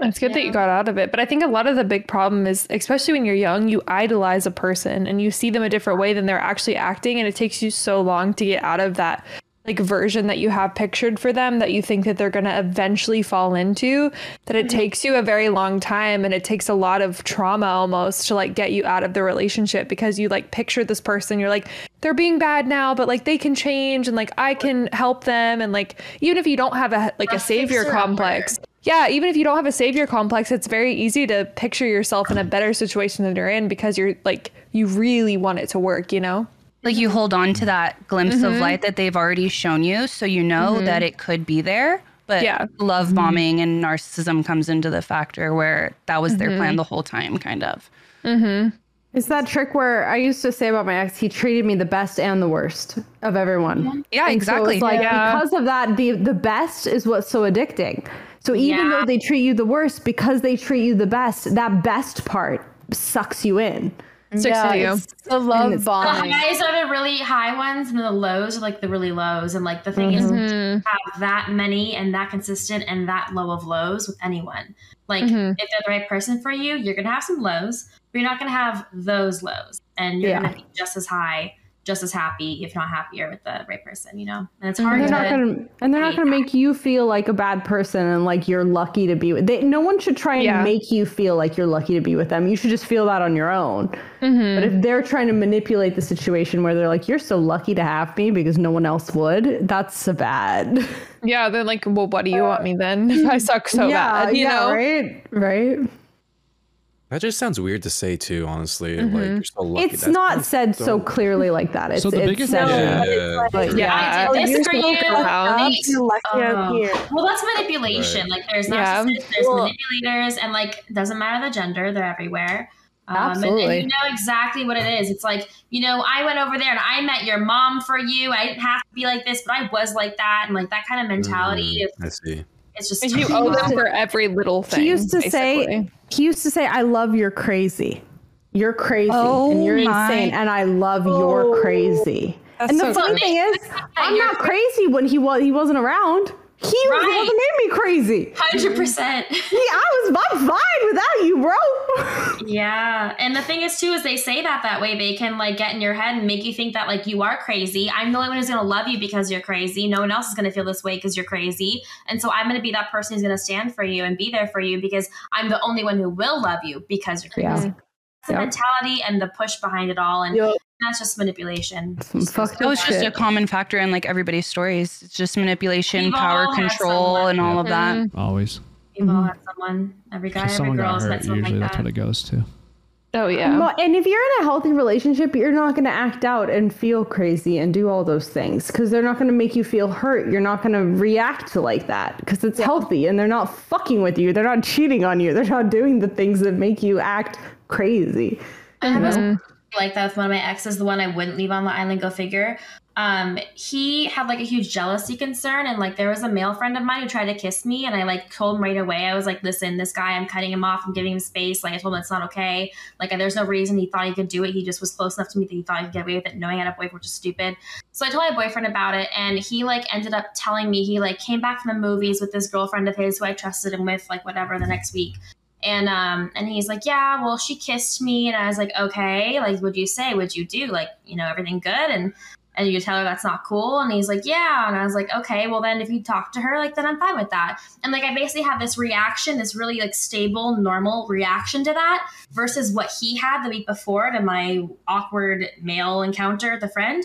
S15: It's good that you got out of it. But I think a lot of the big problem is, especially when you're young, you idolize a person and you see them a different way than they're actually acting. And it takes you so long to get out of that like version that you have pictured for them that you think that they're going to eventually fall into that it takes you a very long time and it takes a lot of trauma almost to like get you out of the relationship because you like picture this person you're like they're being bad now but like they can change and like I can help them and like even if you don't have a like a savior
S3: fixer-upper.
S15: complex yeah, even if you don't have a savior complex, it's very easy to picture yourself in a better situation than you're in because you're like you really want it to work, you know?
S10: Like you hold on to that glimpse
S15: Mhm.
S4: Mm-hmm.
S10: of light that they've already shown you, so you know
S15: Mhm.
S10: that it could be there. But
S15: Yeah.
S10: love bombing and narcissism comes into the factor where that was their
S15: Mhm.
S10: plan the whole time, kind of.
S15: Mm-hmm.
S11: It's that trick where I used to say about my ex, he treated me the best and the worst of everyone.
S10: Yeah,
S11: And so
S10: exactly.
S11: it's like
S10: Yeah.
S11: because of that, the the best is what's so addicting. So even though they treat you the worst, because they treat you the best, that best part sucks you in.
S6: Yeah, it's the love
S3: The
S6: bombing.
S3: highs are the really high ones, and the lows are like the really lows. And like the thing is,
S6: Mhm.
S11: Mm-hmm.
S3: to have that many and that consistent and that low of lows with anyone. Like,
S6: Mhm.
S11: Mm-hmm.
S3: if they're the right person for you, you're gonna have some lows, but you're not gonna have those lows, and you're
S11: Yeah.
S3: gonna be just as high, just as happy, if not happier, with the right person. You know, and it's hard
S11: And
S3: to.
S11: Mm-hmm. they're not gonna, and they're not gonna make you feel like a bad person and like you're lucky to be with. They, no one should try and
S3: Yeah.
S11: make you feel like you're lucky to be with them. You should just feel that on your own.
S3: Mm-hmm.
S11: But if they're trying to manipulate the situation where they're like, "You're so lucky to have me because no one else would," that's so bad.
S4: Yeah, they're like, well, what do you want me then? If I suck so
S11: yeah,
S4: bad, you
S11: Uh, yeah,
S4: know?
S11: right, right.
S9: That just sounds weird to say too, honestly. Like
S11: Mhm.
S9: you're so lucky.
S11: it's
S9: That
S11: not
S9: sounds
S11: said so,
S9: dumb.
S11: clearly like that. It's,
S9: So the
S11: it's
S9: biggest
S11: said-
S9: Yeah.
S11: but it's like-
S9: Like,
S11: yeah,
S3: I
S11: Oh,
S3: did
S11: you're
S3: this for
S11: so
S3: you.
S11: corrupt.
S3: Oh. Well, that's manipulation. Like there's
S4: Yeah.
S3: narcissists, there's
S4: Well-
S3: manipulators, and like it doesn't matter the gender, they're everywhere. Um, and- And,
S4: Absolutely.
S3: you know exactly what it is. It's like you know, I went over there and I met your mom for you. I didn't have to be like this, but I was like that, and like that kind of mentality. is
S9: I see.
S3: It's just
S4: You owe them for every little thing.
S11: He used to say,
S4: basically.
S11: he used to say, I love your crazy. You're crazy and you're
S4: Oh my- Oh,
S11: insane and I love your crazy.
S4: That's
S11: and the
S4: so
S11: funny
S4: good.
S11: thing is, I'm not crazy when he was he wasn't around. He was the one that made me crazy.
S3: 100%.
S11: Yeah, I was I'm fine without you, bro.
S3: Yeah. And the thing is too is they say that that way they can like get in your head and make you think that like you are crazy. I'm the only one who's going to love you because you're crazy. No one else is going to feel this way cuz you're crazy. And so I'm going to be that person who's going to stand for you and be there for you because I'm the only one who will love you because you're
S11: Yeah.
S3: crazy. That's the
S11: Yep.
S3: mentality and the push behind it all and that's just manipulation.
S11: Fuck
S10: That was just a common factor in like everybody's stories. It's just manipulation,
S3: We've
S10: power
S3: all had
S10: control, and all of that.
S1: Mm-hmm.
S3: Mhm.
S1: Always.
S3: People have someone, every guy, every
S1: someone
S3: girl
S1: got
S3: has met
S1: hurt.
S3: someone
S1: Usually
S3: like
S1: that's
S3: that.
S1: what it goes to.
S4: Oh
S11: Well, and if you're in a healthy relationship, you're not going to act out and feel crazy and do all those things because they're not going to make you feel hurt. You're not going to react to like that because it's healthy and they're not fucking with you. They're not cheating on you. They're not doing the things that make you act crazy.
S3: I was like that with one of my exes, the one I wouldn't leave on the island, go figure. Um, he had like a huge jealousy concern, and like there was a male friend of mine who tried to kiss me, and I like told him right away. I was like, "Listen, this guy, I'm cutting him off. I'm giving him space. Like I told him it's not okay. Like there's no reason he thought he could do it. He just was close enough to me that he thought he could get away with it, knowing I had a boyfriend, which is stupid." So I told my boyfriend about it, and he like ended up telling me he like came back from the movies with this girlfriend of his who I trusted him with, like whatever, the next week and um and he's like yeah well she kissed me and i was like okay like what'd you say what'd you do like you know everything good and and you tell her that's not cool and he's like yeah and i was like okay well then if you talk to her like then i'm fine with that and like i basically had this reaction this really like stable normal reaction to that versus what he had the week before to my awkward male encounter with a friend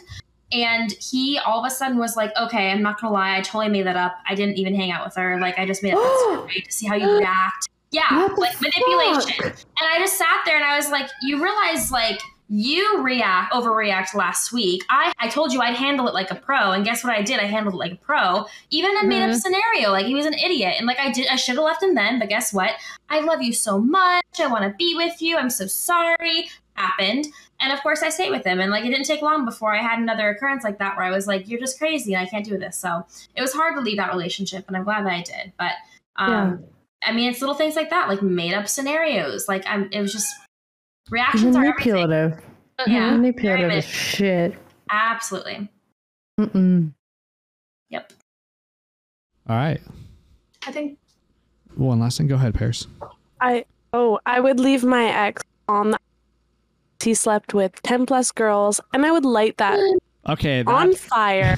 S3: and he all of a sudden was like okay i'm not gonna lie i totally made that up i didn't even hang out with her like i just made up that story to see how you react yeah
S13: What the
S3: like manipulation and i just sat there and i was like you realize like you react overreact last week i i told you i'd handle it like a pro and guess what i did i handled it like a pro even in a made up
S13: Mhm.
S3: scenario like he was an idiot and like i did i should have left him then but guess what i love you so much i want to be with you i'm so sorry happened and of course i stayed with him and like it didn't take long before i had another occurrence like that where i was like you're just crazy and i can't do this so it was hard to leave that relationship and i'm glad that i did but um I mean, it's little things like that, like made up scenarios. Like, I'm, it was just reactions are everything.
S11: Manipulative.
S3: Oh, Yeah,
S11: Manipulative
S3: very
S11: as shit.
S3: Absolutely.
S11: Mm-mm.
S3: Yep.
S1: All right.
S5: I think
S1: One last thing. Go ahead, Paris.
S5: I oh I would leave my ex on. The, he slept with ten plus girls, and I would light that
S1: Okay. That,
S5: on fire.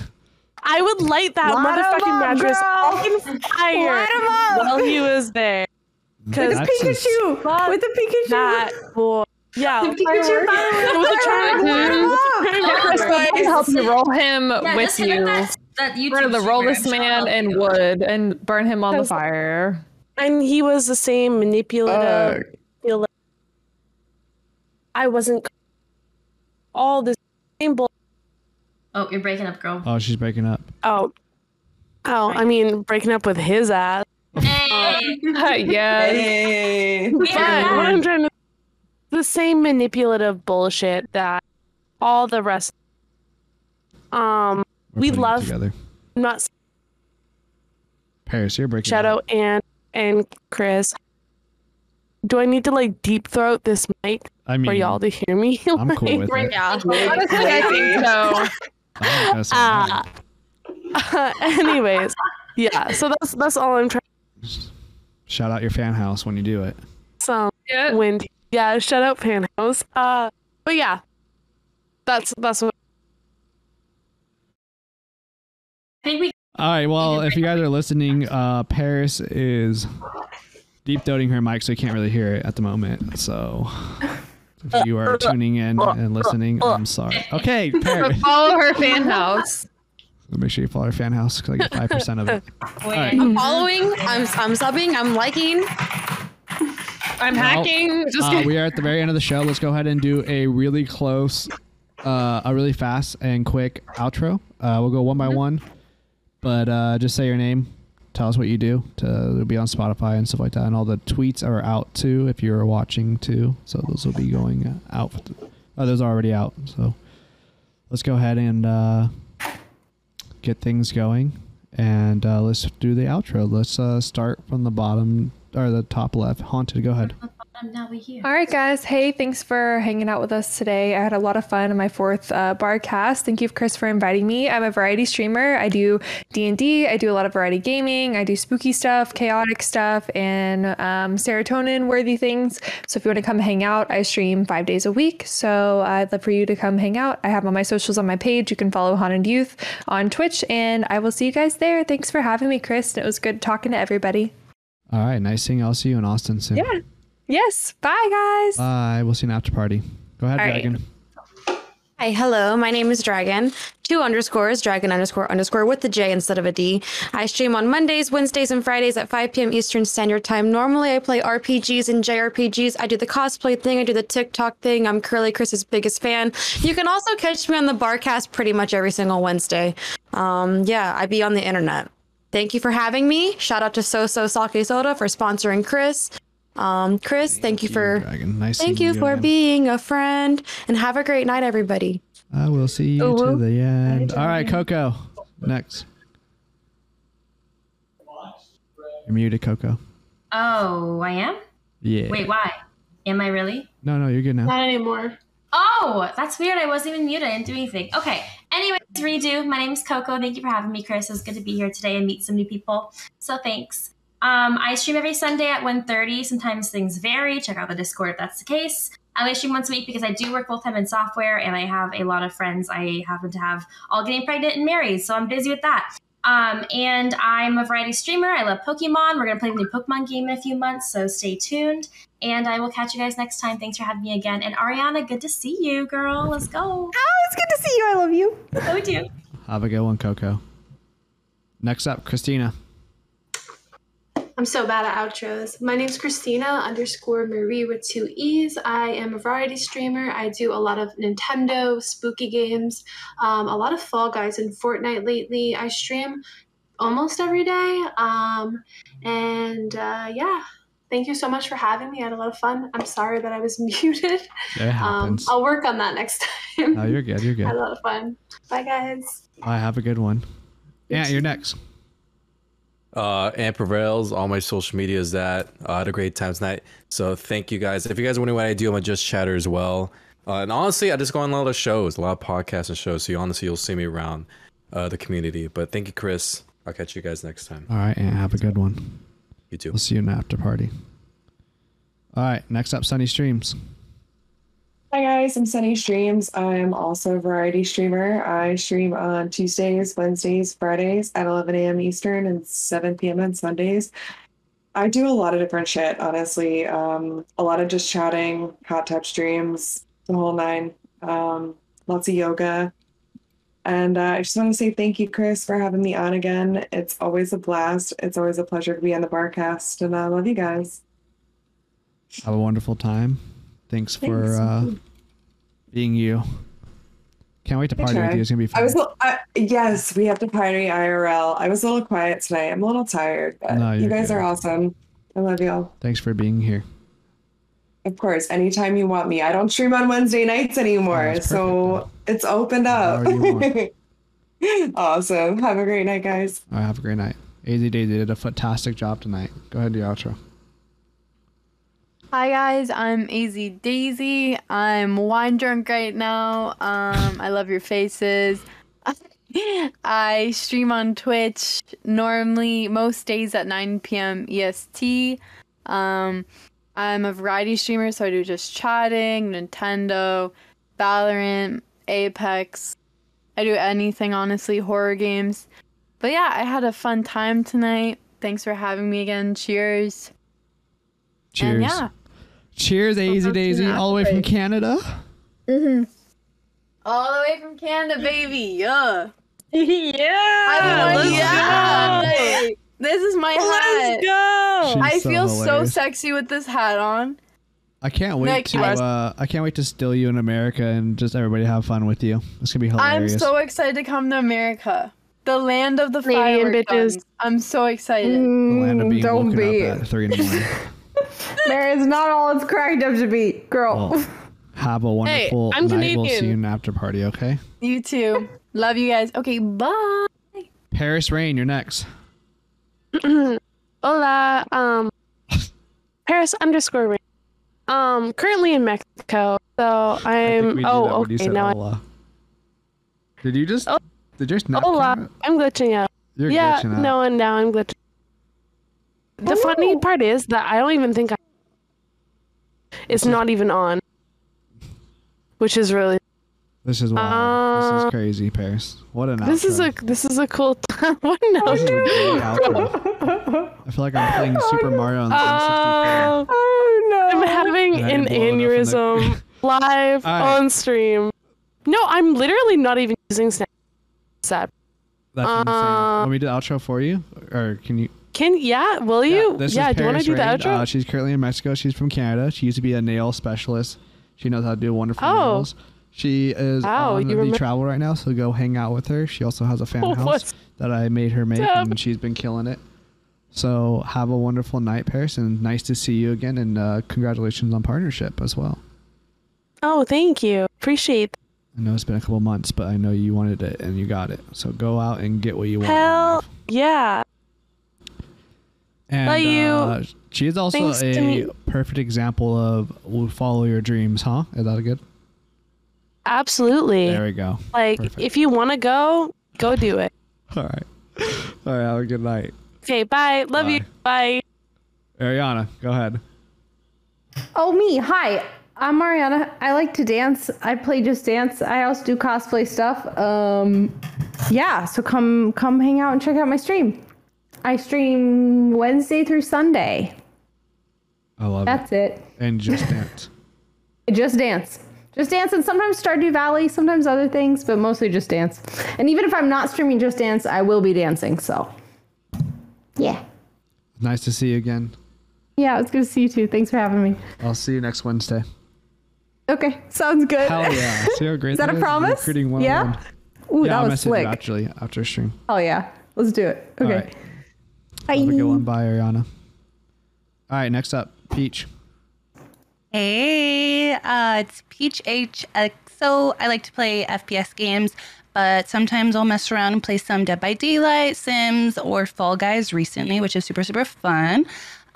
S5: I would light that
S13: Light 'em
S5: motherfucking
S13: up,
S5: mattress on fire
S13: Light 'em up.
S5: while he was there.
S13: With a That's just-
S5: Pikachu, with a Pikachu, that boy. Yeah,
S13: The Pikachu fireworks.
S5: It was a triangle.
S13: Light 'em
S5: It
S13: up.
S5: was a triangle.
S13: Yeah, Chris,
S4: I can help you roll him
S13: Yeah,
S4: with
S13: just hit up
S4: you.
S13: that-
S4: We're gonna
S5: YouTube
S4: roll
S5: streamer,
S4: this
S5: I'm sure
S4: man in wood and burn him on the
S5: That's-
S4: fire.
S5: And he was the same manipulative. manipula- I wasn't all this same bull.
S3: Oh, you're breaking up, girl.
S1: oh, she's breaking up.
S5: Oh, oh, I mean, breaking up with his ass.
S3: Hey.
S5: yes.
S3: We
S5: But
S3: had
S5: what
S3: that.
S5: I'm trying to the same manipulative bullshit that all the rest. Um,
S1: We're
S5: we
S1: putting it
S5: love.
S1: together.
S5: I'm not saying
S1: Paris, you're breaking.
S5: Shadow and and Chris. Do I need to like deep throat this mic
S1: I
S5: for
S1: mean,
S5: y'all to hear me?
S1: I'm cool with it.
S5: Yeah,
S22: Honestly, I think so.
S1: I'm not messing with
S5: Uh, anyways, yeah. So that's that's all I'm trying.
S1: you. Shout out your fan house when you do it.
S5: Some windy. Um, Yeah, shout out Panhouse. Uh, but yeah, that's that's what.
S3: I think we
S1: All right. Well, if you guys are listening, uh, Paris is deep throating her mic, so you can't really hear it at the moment. So if you are tuning in and listening, I'm sorry. Okay, Paris.
S15: Follow her fan house.
S1: Make sure you follow her fan house because I get five percent of it. All right.
S6: I'm following. I'm I'm subbing. I'm liking.
S15: I'm hacking. Just
S1: Uh,
S15: kidding.
S1: we are at the very end of the show. Let's go ahead and do a really close, uh, a really fast and quick outro. Uh, we'll go one
S15: Mm-hmm.
S1: by one, but uh, just say your name. Tell us what you do. To, it'll be on Spotify and stuff like that. And all the tweets are out too if you're watching too. So those will be going out. Oh, those are already out. So let's go ahead and uh, get things going. And uh, let's do the outro. Let's uh, start from the bottom or the top left. Haunted, go ahead.
S3: I'm now we here.
S15: All right, guys. Hey, thanks for hanging out with us today. I had a lot of fun in my fourth uh, barcast. Thank you, Chris, for inviting me. I'm a variety streamer. I do D and I do a lot of variety gaming. I do spooky stuff, chaotic stuff, and um, serotonin worthy things. So if you want to come hang out, I stream five days a week. So I'd love for you to come hang out. I have all my socials on my page. You can follow Haunted Youth on Twitch, and I will see you guys there. Thanks for having me, Chris. And it was good talking to everybody.
S1: All right, nice seeing you. I'll see you in Austin soon.
S15: Yeah. Yes. Bye, guys.
S1: Bye. We'll see you in after party. Go ahead,
S6: All right.
S1: Dragon.
S6: Hi, hello. My name is Dragon. Two underscores, Dragon underscore underscore with the J instead of a D. I stream on Mondays, Wednesdays, and Fridays at 5 p.m. Eastern Standard Time. Normally, I play RPGs and JRPGs. I do the cosplay thing. I do the TikTok thing. I'm Curly Chris's biggest fan. You can also catch me on the Barcast pretty much every single Wednesday. Um, yeah, I be on the internet. Thank you for having me. Shout out to So So Sake Soda for sponsoring Chris. Um, Chris, thank, you for
S1: Nice
S6: thank
S1: seeing
S6: you
S1: you
S6: for
S1: again.
S6: being a friend and have a great night, everybody.
S1: I will see you to
S6: Ooh.
S1: the end. All right, Coco. Next. You're muted, Coco.
S3: Oh, I am.
S1: Yeah.
S3: Wait, why? Am I really?
S1: No, no, you're good now.
S3: Not anymore. Oh, that's weird. I wasn't even muted. I didn't do anything. Okay. Anyways, redo. My name's Coco. Thank you for having me, Chris. It was good to be here today and meet some new people. So thanks. Um, I stream every Sunday at 1.30. Sometimes things vary. Check out the Discord if that's the case. I only stream once a week because I do work full time in software and I have a lot of friends I happen to have all getting pregnant and married. So I'm busy with that. Um, and I'm a variety streamer. I love Pokemon. We're going to play the new Pokemon game in a few months, so stay tuned. And I will catch you guys next time. Thanks for having me again. And Ariana, good to see you, girl. Let's go.
S16: Oh, it's good to see you. I love you.
S3: Oh, do.
S1: Have a good one, Coco. Next up, Christina.
S13: I'm so bad at outros. My name's Christina underscore Marie with two E's. I am a variety streamer. I do a lot of Nintendo, spooky games, um, a lot of Fall Guys and Fortnite lately. I stream almost every day. Um, and uh, yeah, thank you so much for having me. I had a lot of fun. I'm sorry that I was muted. Um,
S1: It happens.
S13: I'll work on that next time.
S1: No, Oh, you're good. You're good.
S13: I had a lot of fun. Bye, guys.
S1: I have a good one. Yeah, you're next.
S9: Uh, Amp Prevails, all my social media is that. Uh, I had a great time tonight. So thank you guys. If you guys are wondering what I do, I'm a Just Chatter as well. Uh, and honestly, I just go on a lot of shows, a lot of podcasts and shows. So you honestly, you'll see me around uh, the community. But thank you, Chris. I'll catch you guys next time.
S1: All right, and have a good one.
S9: You too.
S1: We'll see you in the after party. All right, next up, Sunny Streams.
S2: Hi guys, I'm Sunny Streams. I'm also a variety streamer. I stream on Tuesdays, Wednesdays, Fridays at 11 a.m. Eastern and 7 p.m. on Sundays. I do a lot of different shit, honestly. Um, a lot of just chatting, hot tub streams, the whole nine. Um, lots of yoga. And uh, I just want to say thank you, Chris, for having me on again. It's always a blast. It's always a pleasure to be on the barcast, and I love you guys.
S1: Have a wonderful time. Thanks for
S2: Thanks.
S1: uh, being you. Can't wait to party with you. It's gonna be fun.
S2: I was. a little- I, yes, we have to party IRL. I was a little quiet tonight. I'm a little tired, but
S1: No,
S2: you
S1: you're
S2: guys
S1: good.
S2: are awesome. I love y'all.
S1: Thanks for being here.
S2: Of course, anytime you want me. I don't stream on Wednesday nights anymore, so it's opened up. awesome. Have a great night, guys.
S1: All right, Oh, have a great night. AZ Daisy did a fantastic job tonight. Go ahead and do your outro.
S8: Hi guys, I'm AZ Daisy. I'm wine drunk right now. Um, I love your faces. I stream on Twitch normally most days at 9 p.m. EST. E Um, I'm a variety streamer, so I do just chatting, Nintendo, Valorant, Apex. I do anything, honestly, horror games. But yeah, I had a fun time tonight. Thanks for having me again. Cheers.
S1: Cheers.
S8: yeah.
S1: Cheers, AZ Daisy, all the way from Canada.
S8: Mm-hmm. All the way from Canada, baby. Yeah. yeah. I'm like,
S22: let's
S8: yeah.
S22: go.
S8: Like, This is my hat.
S22: Let's go.
S8: I
S1: She's so
S8: feel so
S1: hilarious.
S8: sexy with this hat on.
S1: I can't wait
S8: Nick,
S1: to.
S8: I-
S1: Uh, I can't wait to steal you in America and just everybody have fun with you. It's gonna be hilarious.
S8: I'm so excited to come to America, the land of the firework
S5: bitches.
S8: guns. I'm so excited.
S1: Land
S8: Mm,
S1: of being
S11: Mm, don't
S1: woken
S11: be.
S1: up at three in the morning.
S11: there is not all it's cracked up to be, girl.
S1: Well, have a
S8: Oh. Hey,
S1: wonderful
S8: I'm
S1: night. We'll see you
S8: Canadian.
S1: in an after party. Okay.
S8: You too. Love you guys. Okay, bye.
S1: Paris Rain, you're next.
S5: Hola, um, Paris underscore ring. Um, currently in Mexico, so I'm. oh, okay, now I'm.
S1: hola. Did you just? Did you just not?
S5: Hola, I'm glitching out.
S1: You're
S5: yeah,
S1: glitching out.
S5: no, and now I'm glitching. The funny part is that I don't even think I. It's not even on, which is really.
S1: This is wild. this
S5: Uh,
S1: is crazy, Paris. What an.
S5: This is
S1: outro.
S5: a this is a cool time. what no?
S1: This is a great outro. I feel like I'm playing Super Mario on the
S5: Oh,
S11: no!
S5: I'm having
S1: Yeah, you
S5: an
S1: blew it up in the-
S5: aneurysm live
S1: Alright.
S5: on stream. No, I'm literally not even using Snap. Sad.
S1: That's
S5: Uh,
S1: insane. Want me to do the outro for you, or can you?
S5: Can yeah? Will you?
S1: This
S5: yeah.
S1: is
S5: do you want
S1: Paris
S5: to do the
S1: Rain.
S5: outro?
S1: Uh, she's currently in Mexico. She's from Canada. She used to be a nail specialist. She knows how to do wonderful
S5: Oh.
S1: nails. She is
S5: Wow,
S1: on
S5: you
S1: the
S5: remem-
S1: travel right now, so go hang out with her. She also has a fan
S5: Oh,
S1: house
S5: what's
S1: that I made her make,
S5: up?
S1: and she's been killing it. So have a wonderful night, Paris, and nice to see you again. And uh, congratulations on partnership as well.
S5: oh, thank you. Appreciate.
S1: I know it's been a couple months, but I know you wanted it and you got it. So go out and get what you
S5: that.
S1: want.
S5: Hell yeah.
S1: And
S5: Love you.
S1: Uh, she is also
S5: Thanks to
S1: a
S5: me.
S1: perfect example of we'll follow your dreams, huh? Is that good?
S5: Absolutely.
S1: There we go.
S5: Like,
S1: Perfect.
S5: if you want to go, go do it.
S1: All right. All right. Have a good night.
S5: Okay. Bye. Love you. Bye.
S1: Ariana, go ahead.
S11: Oh, me. Hi. I'm Mariana. I like to dance. I play Just Dance. I also do cosplay stuff. Um, yeah, so come come hang out and check out my stream. I stream Wednesday through Sunday.
S1: I love
S11: That's
S1: it.
S11: it.
S1: And just dance.
S11: Just dance. Just dance and sometimes Stardew Valley, sometimes other things, but mostly just dance. And even if I'm not streaming Just Dance, I will be dancing, so. Yeah.
S1: nice to see you again.
S11: Yeah, it's good to see you too. Thanks for having me.
S1: I'll see you next Wednesday.
S11: Okay, sounds good.
S1: Hell yeah. See how great
S11: Is that a promise?
S1: Recruiting one
S11: Yeah? Ooh,
S1: yeah,
S11: that
S1: I'll
S11: was
S1: message you
S11: slick.
S1: actually after stream.
S11: Oh yeah, let's do it.
S1: All
S11: Okay.
S1: right.
S11: Bye.
S1: Have a good one. Bye, Ariana. All right. Next up, Peach.
S10: Hey, uh, it's Peach HXO. I like to play FPS games, but sometimes I'll mess around and play some Dead by Daylight, Sims, or Fall Guys recently, which is super, super fun.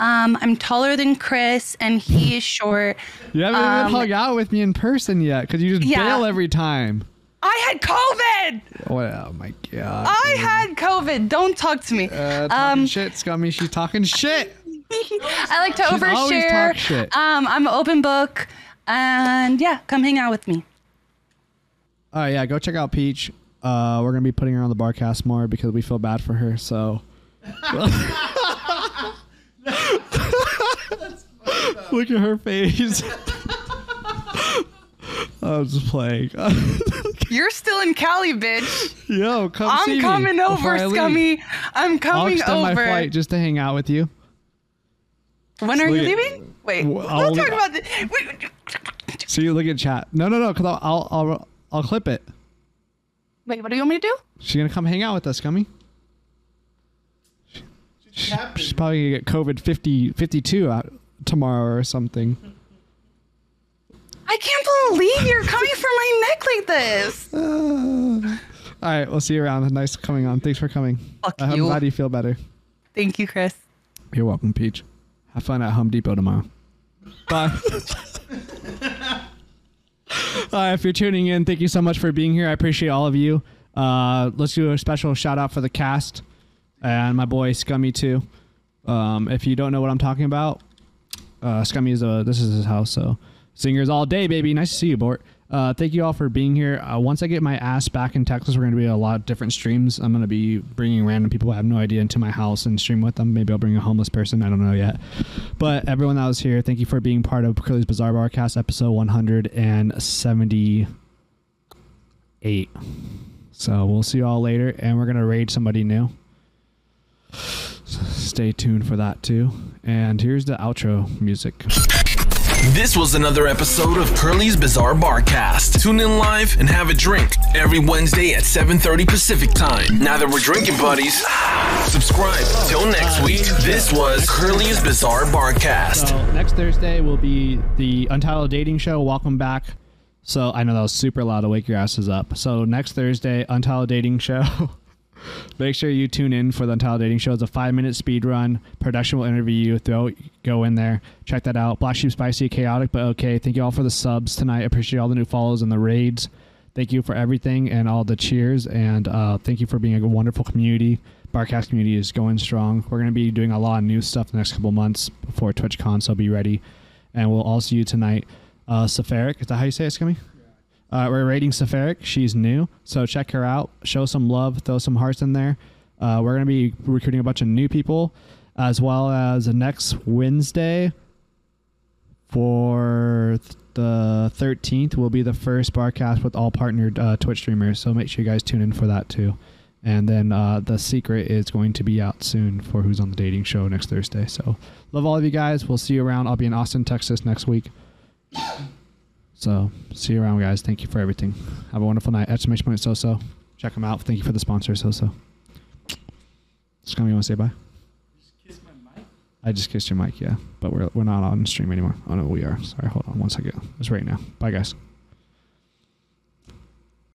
S10: Um, I'm taller than Chris, and he is short.
S1: You haven't
S10: Um,
S1: even hung out with me in person yet because you just
S10: Yeah.
S1: bail every time.
S10: I had COVID.
S1: What? Oh my god.
S10: I had COVID. Don't talk to me.
S1: Uh, talking
S10: um,
S1: shit, scummy. She's talking shit.
S10: I like to
S1: She's always
S10: overshare.
S1: talk shit.
S10: Um, I'm an open book, and yeah, come hang out with me.
S1: All right, yeah, go check out Peach. Uh, we're gonna be putting her on the barcast more because we feel bad for her. So
S3: Oh,
S1: look at her face. I'm just playing.
S10: You're still in Cali, bitch.
S1: Yo, come
S10: I'm
S1: see me
S10: coming
S1: before
S10: over,
S1: I leave.
S10: scummy. I'm
S1: I'll
S10: coming
S1: extend my
S10: over.
S1: flight just to hang out with you.
S10: When are you
S1: Look at-
S10: leaving? Wait,
S1: Wh-
S10: we'll
S1: I'll-
S10: talk about this. Wait,
S1: So you look at chat. No, no, no, because I'll, I'll I'll I'll clip it.
S10: wait, what do you want me to do?
S1: She's gonna come hang out with us, Gummy. She- She's probably gonna get COVID 50, 52 out tomorrow or something.
S10: I can't believe you're coming for my neck like this.
S1: All right, we'll see you around. Nice coming on. Thanks for coming.
S10: Fuck
S1: I'm
S10: you.
S1: glad you feel better.
S10: Thank you, Chris.
S1: You're welcome, Peach. Have fun at Home Depot tomorrow. Bye. uh, if you're tuning in, thank you so much for being here. I appreciate all of you. Uh, let's do a special shout out for the cast and my boy Scummy too. Um, if you don't know what I'm talking about, uh, Scummy is a this is his house, so singers all day, baby. Nice to see you, Bort. Uh, thank you all for being here. Uh, once I get my ass back in Texas, we're going to be at a lot of different streams. I'm going to be bringing random people I have no idea into my house and stream with them. Maybe I'll bring a homeless person. I don't know yet. But everyone that was here, thank you for being part of Curly's Bizarre Barcast episode 178. So we'll see you all later, and we're going to raid somebody new. Stay tuned for that too. And here's the outro music.
S23: This was another episode of Curly's Bizarre Barcast. Tune in live and have a drink every Wednesday at 7:30 Pacific Time. Now that we're drinking buddies, subscribe. Till next week, this was Curly's Bizarre Barcast.
S1: So next Thursday will be the Untitled Dating Show. Welcome back. So I know that was super loud to wake your asses up. So next Thursday, Untitled Dating Show. Make sure you tune in for the Untitled Dating Show. It's a five minute speed run. Production will interview you. Throw, go in there. Check that out. Black Sheep Spicy, chaotic, but okay. Thank you all for the subs tonight. Appreciate all the new follows and the raids. Thank you for everything and all the cheers. And uh, thank you for being a wonderful community. Barcast community is going strong. We're going to be doing a lot of new stuff the next couple months before TwitchCon, so be ready. And we'll all see you tonight. Uh, Safaric, is that how you say it, Scummy? Uh, we're rating Safaric. She's new, so check her out. Show some love. Throw some hearts in there. Uh, we're gonna be recruiting a bunch of new people, as well as next Wednesday for th- the 13th will be the first barcast with all partnered uh, Twitch streamers. So make sure you guys tune in for that too. And then uh, the secret is going to be out soon for who's on the dating show next Thursday. So love all of you guys. We'll see you around. I'll be in Austin, Texas next week. So see you around, guys. Thank you for everything. Have a wonderful night. Exclamation point so so. Check them out. Thank you for the sponsor, so so. Scum, you want to say bye? I just kissed your mic, yeah. But we're, we're not on stream anymore. Oh, no, we are. Sorry, hold on one second. It's right now. Bye, guys.